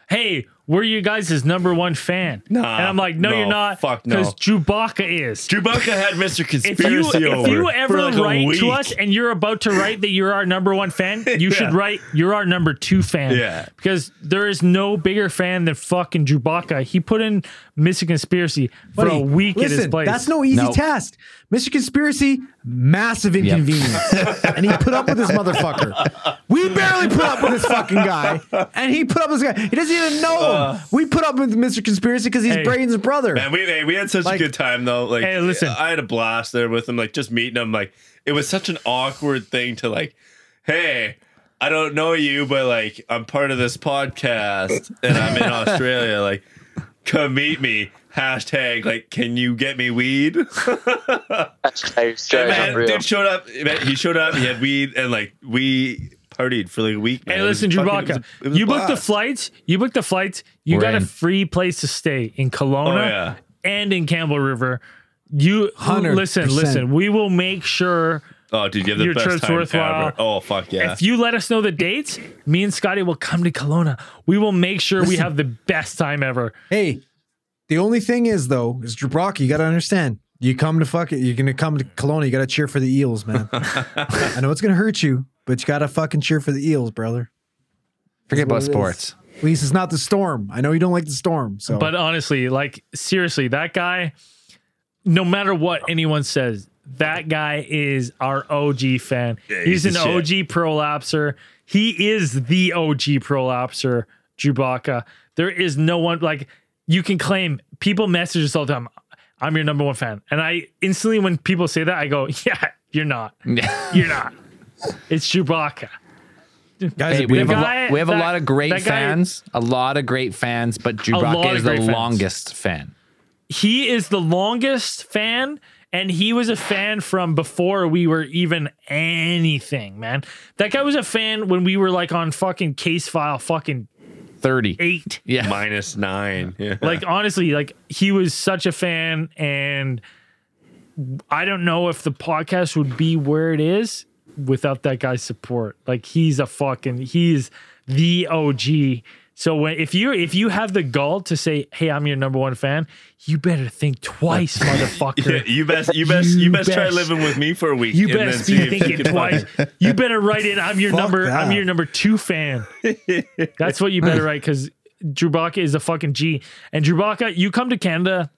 [SPEAKER 2] "Hey, we're you guys' his number one fan,"
[SPEAKER 5] Nah,
[SPEAKER 2] and I'm like, "No,
[SPEAKER 5] no,
[SPEAKER 2] you're not."
[SPEAKER 5] fuck no.
[SPEAKER 2] because Chewbacca is.
[SPEAKER 5] Chewbacca had
[SPEAKER 2] if
[SPEAKER 5] Mr.
[SPEAKER 2] you
[SPEAKER 5] Conspiracy
[SPEAKER 2] if
[SPEAKER 5] over
[SPEAKER 2] you ever
[SPEAKER 5] for like a
[SPEAKER 2] write to
[SPEAKER 5] week.
[SPEAKER 2] us and you're about to write that you're our number one fan, you should write you're our number two fan.
[SPEAKER 5] Yeah.
[SPEAKER 2] Because there is no bigger fan than fucking Chewbacca. He put in Mystic Conspiracy for a
[SPEAKER 10] Buddy,
[SPEAKER 2] week
[SPEAKER 10] listen,
[SPEAKER 2] at his place.
[SPEAKER 10] That's no easy
[SPEAKER 1] No.
[SPEAKER 10] task. Mr. Conspiracy, massive inconvenience. and he put up with this motherfucker. We barely put up with this fucking guy. And he put up with this guy. He doesn't even know him. We put up with Mr. Conspiracy because he's
[SPEAKER 2] Uh. Hey.
[SPEAKER 10] Braden's brother.
[SPEAKER 5] Man, we hey, we had such
[SPEAKER 10] Like-
[SPEAKER 5] a good time though. Like,
[SPEAKER 2] Hey, listen.
[SPEAKER 5] I had a blast there with him. Like, just meeting him. Like, it was such an awkward thing to like. Hey, I don't know you, but like, I'm part of this podcast, and I'm in Australia. Like, come meet me. Hashtag like, can you get me weed?
[SPEAKER 6] That's hey,
[SPEAKER 5] And
[SPEAKER 6] Joe's
[SPEAKER 5] man,
[SPEAKER 6] unreal.
[SPEAKER 5] dude showed up. man, he showed up. He had weed, and like, we partied for like a week. man.
[SPEAKER 2] Hey,
[SPEAKER 5] It was
[SPEAKER 2] listen,
[SPEAKER 5] fucking-
[SPEAKER 2] Chewbacca.
[SPEAKER 5] it was- it was a
[SPEAKER 2] you booked the
[SPEAKER 5] blast.
[SPEAKER 2] flights. You booked the flights. You
[SPEAKER 1] We're
[SPEAKER 2] got
[SPEAKER 1] in.
[SPEAKER 2] a free place to stay in Kelowna
[SPEAKER 5] Oh, yeah.
[SPEAKER 2] and in Campbell River. You
[SPEAKER 10] 100%.
[SPEAKER 2] listen, listen. We will make sure
[SPEAKER 5] Oh, dude, you have the
[SPEAKER 2] Your
[SPEAKER 5] best
[SPEAKER 2] trip's
[SPEAKER 5] time
[SPEAKER 2] worthwhile.
[SPEAKER 5] ever. Oh, fuck yeah.
[SPEAKER 2] If you let us know the dates, me and Scotty will come to Kelowna. We will make sure we have the best time ever.
[SPEAKER 10] Hey, the only thing is though, is Drew Brock, you gotta understand. You come to fuck it, you're gonna come to Kelowna, you gotta cheer for the eels, man. I know it's gonna hurt you, but you gotta fucking cheer for the eels, brother.
[SPEAKER 1] Forget about
[SPEAKER 10] That's what it is.
[SPEAKER 1] sports.
[SPEAKER 10] At least it's not the storm. I know you don't like the storm. So
[SPEAKER 2] But honestly, like seriously, that guy, no matter what anyone says, that guy is our OG fan. he's,
[SPEAKER 5] he's
[SPEAKER 2] an
[SPEAKER 5] the shit.
[SPEAKER 2] OG prolapser. He is the OG prolapser, Chewbacca. There is no one like you can claim people message us all the time. I'm your number one fan. And I instantly when people say that, I go, Yeah, you're not. You're not. It's Chewbacca.
[SPEAKER 10] guys,
[SPEAKER 1] Hey,
[SPEAKER 10] are
[SPEAKER 1] we have,
[SPEAKER 10] beautiful.
[SPEAKER 1] a,
[SPEAKER 2] guy-
[SPEAKER 1] lo- we have a
[SPEAKER 2] that-
[SPEAKER 1] lot of great
[SPEAKER 2] that guy-
[SPEAKER 1] fans, a lot of great fans, but Drew
[SPEAKER 2] lot
[SPEAKER 1] Braca
[SPEAKER 2] of
[SPEAKER 1] is the
[SPEAKER 2] great fans.
[SPEAKER 1] longest fan.
[SPEAKER 2] he is the longest fan and he was a fan from before we were even anything man that guy was a fan when we were like on fucking case file fucking
[SPEAKER 1] 30.
[SPEAKER 2] eight
[SPEAKER 1] Yeah.
[SPEAKER 5] Minus nine. Yeah.
[SPEAKER 2] like honestly like he was such a fan and i don't know if the podcast would be where it is without that guy's support. Like he's a fucking he's the OG. So when if you if you have the gall to say, "Hey, I'm your number one fan," you better think twice, motherfucker.
[SPEAKER 5] you best, you best, you,
[SPEAKER 2] You
[SPEAKER 5] best, try
[SPEAKER 2] best-
[SPEAKER 5] living with me for a week.
[SPEAKER 2] You
[SPEAKER 5] and then
[SPEAKER 2] best
[SPEAKER 5] see
[SPEAKER 2] be
[SPEAKER 5] if you
[SPEAKER 2] thinking
[SPEAKER 5] can
[SPEAKER 2] twice.
[SPEAKER 5] fucking-
[SPEAKER 2] You better write in. I'm your
[SPEAKER 10] Fuck
[SPEAKER 2] number. I'm
[SPEAKER 10] that.
[SPEAKER 2] your number two fan. That's what you better write because Drubaka is a fucking G. And Drubaka, you come to Canada.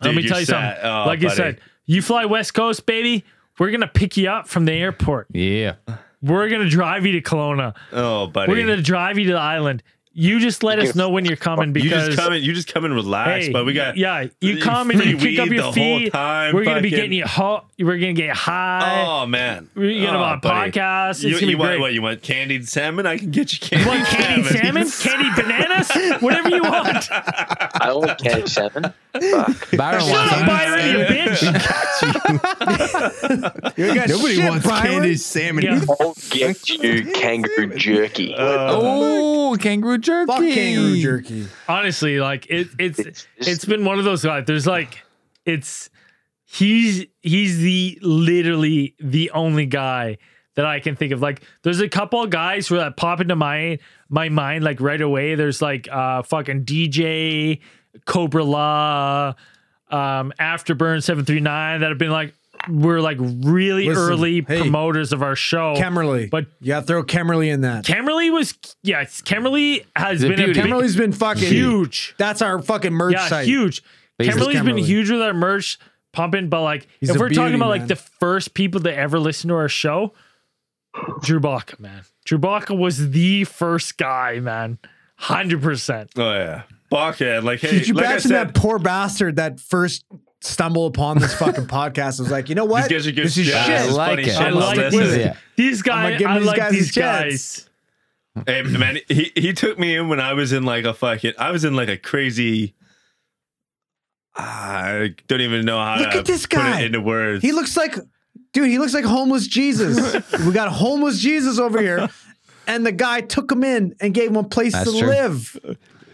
[SPEAKER 5] Dude,
[SPEAKER 2] let me
[SPEAKER 5] you're
[SPEAKER 2] tell you
[SPEAKER 5] sad.
[SPEAKER 2] something.
[SPEAKER 5] Oh,
[SPEAKER 2] like you
[SPEAKER 5] buddy.
[SPEAKER 2] said, you fly West Coast, baby. We're gonna pick you up from the airport.
[SPEAKER 1] Yeah.
[SPEAKER 2] We're gonna drive you to Kelowna.
[SPEAKER 5] Oh, buddy.
[SPEAKER 2] We're gonna drive you to the island. You just let us know when you're coming
[SPEAKER 5] you
[SPEAKER 2] because
[SPEAKER 5] just come and you just come and relax,
[SPEAKER 2] hey,
[SPEAKER 5] but we got
[SPEAKER 2] yeah. You
[SPEAKER 5] uh,
[SPEAKER 2] come and
[SPEAKER 5] free
[SPEAKER 2] you kick up
[SPEAKER 5] weed
[SPEAKER 2] your
[SPEAKER 5] the whole
[SPEAKER 2] feet.
[SPEAKER 5] time,
[SPEAKER 2] we're gonna be
[SPEAKER 5] fucking-
[SPEAKER 2] getting you hot. We're gonna get high.
[SPEAKER 5] Oh man,
[SPEAKER 2] We're gonna
[SPEAKER 5] oh,
[SPEAKER 2] have a
[SPEAKER 5] buddy.
[SPEAKER 2] podcast. It's
[SPEAKER 5] You,
[SPEAKER 2] gonna be
[SPEAKER 5] you want
[SPEAKER 2] great.
[SPEAKER 5] what? You want candied salmon? I can get you candied
[SPEAKER 2] What candy
[SPEAKER 5] salmon.
[SPEAKER 2] salmon, candy bananas, whatever you want. Shut
[SPEAKER 6] I want candy salmon.
[SPEAKER 1] Byron wants
[SPEAKER 2] up,
[SPEAKER 1] them.
[SPEAKER 2] Byron, you bitch.
[SPEAKER 4] Nobody wants candy salmon.
[SPEAKER 2] Yeah.
[SPEAKER 6] I'll get you kangaroo jerky.
[SPEAKER 5] Uh,
[SPEAKER 1] Oh, kangaroo jerky.
[SPEAKER 10] Fuck kangaroo jerky.
[SPEAKER 2] Honestly, like it, it's
[SPEAKER 6] It's-
[SPEAKER 2] it's been one of those guys. There's like it's he's he's the literally the only guy that I can think of. Like there's a couple of guys who that pop into my my mind like right away. There's like uh fucking DJ Cobra Law, um, Afterburn seven three nine that have been like we're like really
[SPEAKER 10] Listen,
[SPEAKER 2] early
[SPEAKER 10] hey,
[SPEAKER 2] promoters of our show.
[SPEAKER 10] Kemmerly.
[SPEAKER 2] But-
[SPEAKER 10] yeah, throw Kemmerly in that.
[SPEAKER 2] Camerly was yes. Camerly has
[SPEAKER 1] The
[SPEAKER 2] been a
[SPEAKER 1] beauty.
[SPEAKER 2] big,
[SPEAKER 10] Kemmerly's been fucking
[SPEAKER 2] huge,
[SPEAKER 10] That's our fucking merch
[SPEAKER 2] yeah,
[SPEAKER 10] site.
[SPEAKER 2] huge.
[SPEAKER 1] he's
[SPEAKER 2] Camerly's
[SPEAKER 10] just
[SPEAKER 2] been
[SPEAKER 10] Kemmerly.
[SPEAKER 2] huge with our merch pumping, but like
[SPEAKER 10] He's
[SPEAKER 2] if
[SPEAKER 10] a
[SPEAKER 2] we're talking
[SPEAKER 10] beauty,
[SPEAKER 2] about
[SPEAKER 10] man.
[SPEAKER 2] like the first people to ever listen to our show, Drew Baca, man. Drew Baca was the first guy, man. Hundred percent.
[SPEAKER 5] Oh yeah, Baka. Like hey,
[SPEAKER 10] Could you
[SPEAKER 5] like I
[SPEAKER 10] imagine
[SPEAKER 5] said,
[SPEAKER 10] that poor bastard that first stumbled upon this fucking podcast? Was like, you know what?
[SPEAKER 5] These guys are good
[SPEAKER 10] this is
[SPEAKER 5] shit.
[SPEAKER 1] I
[SPEAKER 5] It's
[SPEAKER 10] shit.
[SPEAKER 1] like
[SPEAKER 5] funny
[SPEAKER 1] it.
[SPEAKER 5] shit.
[SPEAKER 1] I
[SPEAKER 5] Let's
[SPEAKER 2] like it.
[SPEAKER 5] listen.
[SPEAKER 1] Yeah.
[SPEAKER 2] These
[SPEAKER 10] gonna
[SPEAKER 2] guys,
[SPEAKER 10] give
[SPEAKER 2] I
[SPEAKER 10] these
[SPEAKER 2] like
[SPEAKER 10] guys a
[SPEAKER 2] these
[SPEAKER 10] chance.
[SPEAKER 2] guys.
[SPEAKER 5] Hey man, he, he took me in when I was in like a fucking I was in like a crazy I don't even know how
[SPEAKER 10] Look
[SPEAKER 5] to
[SPEAKER 10] at this
[SPEAKER 5] put
[SPEAKER 10] guy.
[SPEAKER 5] it into words.
[SPEAKER 10] He looks like, dude, he looks like homeless Jesus. we got homeless Jesus over here. And the guy took him in and gave him a place
[SPEAKER 1] That's
[SPEAKER 10] to
[SPEAKER 1] true.
[SPEAKER 10] live.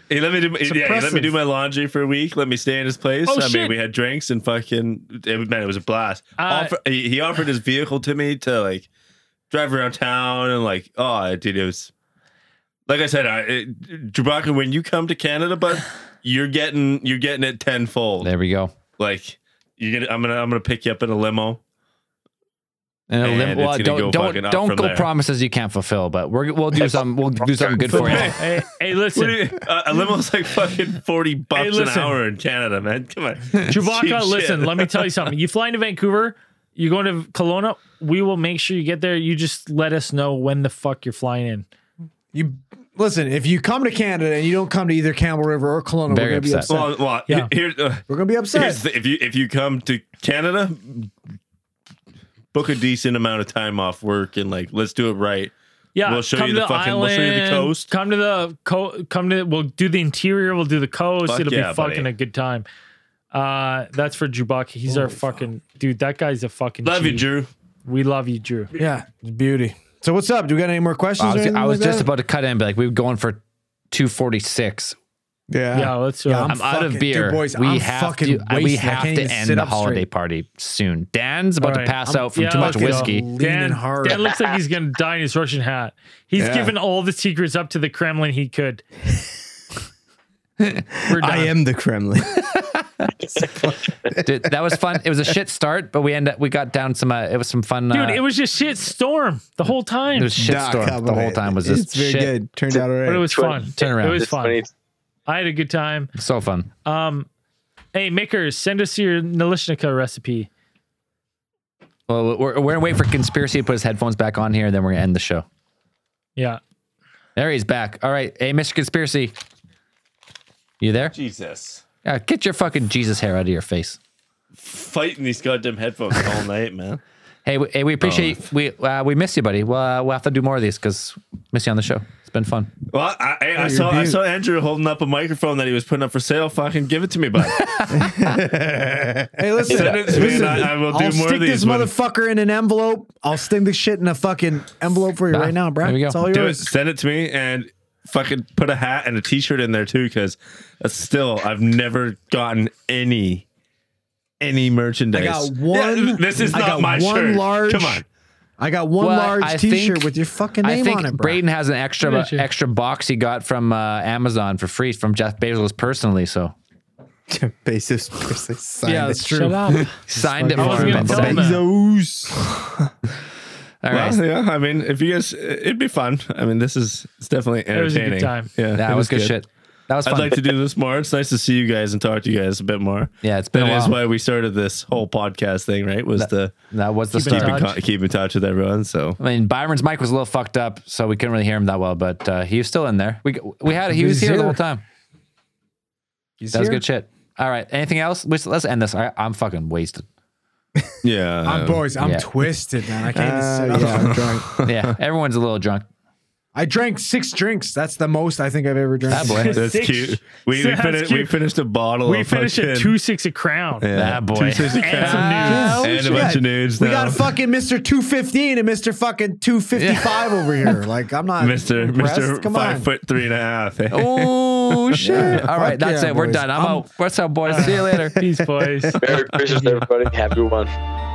[SPEAKER 5] He let me do yeah, he let me
[SPEAKER 10] impressive.
[SPEAKER 5] do my laundry for a week. Let me stay in his place.
[SPEAKER 2] Oh,
[SPEAKER 5] I mean,
[SPEAKER 2] shit.
[SPEAKER 5] we had drinks and fucking it, man, it was a blast.
[SPEAKER 2] Uh,
[SPEAKER 5] Offer, he, he offered his vehicle to me to like drive around town and like oh dude, it was like I said, I it, Chewbacca, when you come to Canada, bud, you're getting you're getting it tenfold.
[SPEAKER 1] There we go. Uh,
[SPEAKER 5] Like you're gonna I'm gonna I'm gonna pick you up in a limo.
[SPEAKER 1] And a
[SPEAKER 5] And
[SPEAKER 1] limp,
[SPEAKER 5] it's
[SPEAKER 1] well,
[SPEAKER 5] gonna go
[SPEAKER 1] don't
[SPEAKER 5] fucking
[SPEAKER 1] don't
[SPEAKER 5] up
[SPEAKER 1] don't
[SPEAKER 5] from
[SPEAKER 1] go
[SPEAKER 5] there.
[SPEAKER 1] promises you can't fulfill, but we're, we'll do some we'll do something good for you.
[SPEAKER 2] Hey, hey,
[SPEAKER 5] What do
[SPEAKER 2] listen,
[SPEAKER 5] you, uh, a limo's like fucking forty bucks an
[SPEAKER 2] listen.
[SPEAKER 5] hour in Canada, man. Come on,
[SPEAKER 2] Chewbacca,
[SPEAKER 5] Cheap
[SPEAKER 2] listen,
[SPEAKER 5] shit.
[SPEAKER 2] let me tell you something. You fly into Vancouver, you go into Kelowna, we will make sure you get there. You just let us know when the fuck you're flying in.
[SPEAKER 10] You listen, if you come to Canada and you don't come to either Campbell River or Kelowna,
[SPEAKER 1] Very
[SPEAKER 10] we're gonna be
[SPEAKER 1] upset.
[SPEAKER 10] upset.
[SPEAKER 5] Well, well,
[SPEAKER 2] Yeah.
[SPEAKER 5] here, uh,
[SPEAKER 10] we're gonna be upset.
[SPEAKER 5] here's the, if you if you come to Canada, book a decent amount of time off work and like let's do it right.
[SPEAKER 2] Yeah,
[SPEAKER 5] We'll show
[SPEAKER 2] come
[SPEAKER 5] you
[SPEAKER 2] to
[SPEAKER 5] the fucking- we'll show you the
[SPEAKER 2] island,
[SPEAKER 5] coast.
[SPEAKER 2] Come to the co- come to we'll do the interior, we'll do the coast.
[SPEAKER 5] Fuck
[SPEAKER 2] It'll
[SPEAKER 5] yeah,
[SPEAKER 2] be fucking
[SPEAKER 5] buddy.
[SPEAKER 2] a good time. Uh, that's for Chewbacca. He's our fucking dude. That guy's a fucking.
[SPEAKER 5] Oh, Love you,
[SPEAKER 2] G.
[SPEAKER 5] Drew.
[SPEAKER 2] We love you, Drew.
[SPEAKER 10] yeah, beauty. So what's up? Do we got any more questions?
[SPEAKER 1] I was,
[SPEAKER 10] or anything
[SPEAKER 1] I was
[SPEAKER 10] like
[SPEAKER 1] just
[SPEAKER 10] that?
[SPEAKER 1] about to cut in, and be like, we were going for two forty six.
[SPEAKER 4] Yeah.
[SPEAKER 2] Yeah, let's. Uh,
[SPEAKER 10] Yeah,
[SPEAKER 1] I'm out of
[SPEAKER 10] fucking-
[SPEAKER 1] beer.
[SPEAKER 10] dude, boys,
[SPEAKER 1] we
[SPEAKER 10] I'm
[SPEAKER 1] have
[SPEAKER 10] fucking
[SPEAKER 1] to we
[SPEAKER 10] wasted. I
[SPEAKER 1] have
[SPEAKER 10] can't
[SPEAKER 1] to
[SPEAKER 10] even
[SPEAKER 1] end
[SPEAKER 10] sit
[SPEAKER 1] the
[SPEAKER 10] up
[SPEAKER 1] holiday
[SPEAKER 10] straight.
[SPEAKER 1] party soon. Dan's about
[SPEAKER 2] Alright.
[SPEAKER 1] to pass
[SPEAKER 10] I'm-
[SPEAKER 1] out from
[SPEAKER 2] yeah,
[SPEAKER 1] too much
[SPEAKER 10] fucking
[SPEAKER 1] whiskey.
[SPEAKER 10] leaning
[SPEAKER 2] Dan,
[SPEAKER 10] hard.
[SPEAKER 2] Dan looks like he's gonna die in his Russian hat. He's
[SPEAKER 4] Yeah.
[SPEAKER 2] given all the secrets up to the Kremlin he could. We're done.
[SPEAKER 4] I am the Kremlin.
[SPEAKER 1] Dude, that was fun. It was a shit start, but we end up we got down some. Uh, it was some fun.
[SPEAKER 2] dude.
[SPEAKER 1] uh,
[SPEAKER 2] it was just shit storm the whole time,
[SPEAKER 1] it was shit
[SPEAKER 4] Nah,
[SPEAKER 1] storm
[SPEAKER 4] come
[SPEAKER 1] the
[SPEAKER 4] on.
[SPEAKER 1] whole time. Was
[SPEAKER 4] it's
[SPEAKER 1] just
[SPEAKER 4] very
[SPEAKER 1] shit.
[SPEAKER 4] good. Turned out all right.
[SPEAKER 2] but it was
[SPEAKER 6] Twen-
[SPEAKER 2] fun.
[SPEAKER 1] Turn around.
[SPEAKER 2] It was
[SPEAKER 6] This
[SPEAKER 2] fun.
[SPEAKER 6] funny-
[SPEAKER 2] I had a good time.
[SPEAKER 1] So fun.
[SPEAKER 2] Um, hey, Mickers, send us your Nalishnika recipe.
[SPEAKER 1] Well, we're, we're gonna wait for conspiracy to put his headphones back on here, and then we're gonna end the show.
[SPEAKER 2] Yeah.
[SPEAKER 1] There he's back. All right, hey, Mr. Conspiracy, you there?
[SPEAKER 5] Jesus,
[SPEAKER 1] Yeah, get your fucking Jesus hair out of your face.
[SPEAKER 5] fighting these goddamn headphones all night, man.
[SPEAKER 1] Hey, we, hey, we appreciate we uh, we miss you, buddy. We'll, uh, we'll have to do more of these because miss you on the show. It's been fun.
[SPEAKER 5] Well, I, I, I saw I saw Andrew holding up a microphone that he was putting up for sale. Fucking give it to me, bud.
[SPEAKER 10] Hey, listen,
[SPEAKER 5] Send it to me, and I, I will do more
[SPEAKER 10] I'll stick
[SPEAKER 5] of these.
[SPEAKER 10] this
[SPEAKER 5] when-
[SPEAKER 10] motherfucker in an envelope. I'll sting this shit in a fucking envelope for you
[SPEAKER 1] Ah,
[SPEAKER 10] right now, bro.
[SPEAKER 1] there we go.
[SPEAKER 10] It's all
[SPEAKER 5] Do it.
[SPEAKER 10] yours.
[SPEAKER 5] Send it to me and fucking put a hat and a t-shirt in there too, because still I've never gotten any any merchandise.
[SPEAKER 10] I got one.
[SPEAKER 5] this is
[SPEAKER 10] I
[SPEAKER 5] not
[SPEAKER 10] got
[SPEAKER 5] my
[SPEAKER 10] one
[SPEAKER 5] shirt.
[SPEAKER 10] large.
[SPEAKER 5] Come on.
[SPEAKER 10] I got one
[SPEAKER 1] Well, I-
[SPEAKER 10] large
[SPEAKER 1] I think-
[SPEAKER 10] T-shirt with your fucking
[SPEAKER 1] I
[SPEAKER 10] name
[SPEAKER 1] think
[SPEAKER 10] on it, bro.
[SPEAKER 1] Braden has an extra
[SPEAKER 2] Look at you.
[SPEAKER 1] extra box he got from uh, Amazon for free from Jeff Bezos personally. So
[SPEAKER 4] Bezos personally signed
[SPEAKER 10] yeah,
[SPEAKER 4] it.
[SPEAKER 10] that's true.
[SPEAKER 1] signed it
[SPEAKER 2] I
[SPEAKER 1] for
[SPEAKER 2] wasn't
[SPEAKER 1] him.
[SPEAKER 2] gonna tell him
[SPEAKER 1] All
[SPEAKER 2] that.
[SPEAKER 1] right,
[SPEAKER 5] Well, yeah, I mean, if you guys, it'd be fun. I mean, this is it's definitely
[SPEAKER 2] It
[SPEAKER 5] entertaining.
[SPEAKER 2] was a good time.
[SPEAKER 5] Yeah, it
[SPEAKER 1] that was good shit. That was
[SPEAKER 5] I'd
[SPEAKER 1] fun.
[SPEAKER 5] like to do this more. It's nice to see you guys and talk to you guys a bit more.
[SPEAKER 1] Yeah, it's been
[SPEAKER 5] that
[SPEAKER 1] a
[SPEAKER 5] is
[SPEAKER 1] while.
[SPEAKER 5] why we started this whole podcast thing, right? Was to
[SPEAKER 1] that was the
[SPEAKER 5] keep in,
[SPEAKER 1] start.
[SPEAKER 5] co- keep in touch with everyone. So
[SPEAKER 1] I mean, Byron's mic was a little fucked up, so we couldn't really hear him that well. But uh, he was still in there. We we had he was
[SPEAKER 10] He's
[SPEAKER 1] here, the
[SPEAKER 10] here.
[SPEAKER 1] whole time.
[SPEAKER 10] He's
[SPEAKER 1] That was
[SPEAKER 10] here.
[SPEAKER 1] good shit. All right. Anything else? Let's, let's end this. I, I'm fucking wasted.
[SPEAKER 5] yeah,
[SPEAKER 10] I'm boys. I'm
[SPEAKER 1] Yeah.
[SPEAKER 10] twisted, man. I can't
[SPEAKER 4] Uh,
[SPEAKER 10] even sit
[SPEAKER 4] yeah,
[SPEAKER 10] up.
[SPEAKER 4] I'm drunk.
[SPEAKER 1] Yeah, everyone's a little drunk.
[SPEAKER 10] I drank six drinks. That's the most I think I've ever drank.
[SPEAKER 1] That boy.
[SPEAKER 5] Oh, that's
[SPEAKER 2] Six-
[SPEAKER 5] cute. We, we,
[SPEAKER 2] That's
[SPEAKER 5] finished, we
[SPEAKER 2] cute.
[SPEAKER 5] finished a bottle.
[SPEAKER 2] We
[SPEAKER 5] of
[SPEAKER 2] finished at
[SPEAKER 5] fucking-
[SPEAKER 2] two six a crown.
[SPEAKER 5] Yeah,
[SPEAKER 1] That boy.
[SPEAKER 5] two sixty
[SPEAKER 2] And
[SPEAKER 5] crowns.
[SPEAKER 2] some news.
[SPEAKER 10] Oh,
[SPEAKER 5] and a
[SPEAKER 10] shit.
[SPEAKER 5] bunch of nudes.
[SPEAKER 10] We
[SPEAKER 5] now.
[SPEAKER 10] got a fucking Mr. 215 and Mr. fucking 255 over here. Like, I'm not.
[SPEAKER 5] Mr.
[SPEAKER 10] impressed.
[SPEAKER 5] Mr.
[SPEAKER 10] Come
[SPEAKER 5] Five
[SPEAKER 10] on.
[SPEAKER 5] foot three and a half. eh?
[SPEAKER 1] Oh shit! All right,
[SPEAKER 10] Fuck
[SPEAKER 1] that's
[SPEAKER 10] yeah,
[SPEAKER 1] it. We're
[SPEAKER 10] boys.
[SPEAKER 1] done. I'm,
[SPEAKER 10] I'm-
[SPEAKER 1] out. What's up, boys? See you later.
[SPEAKER 2] Peace, boys.
[SPEAKER 6] Merry Christmas, everybody. Have a good one.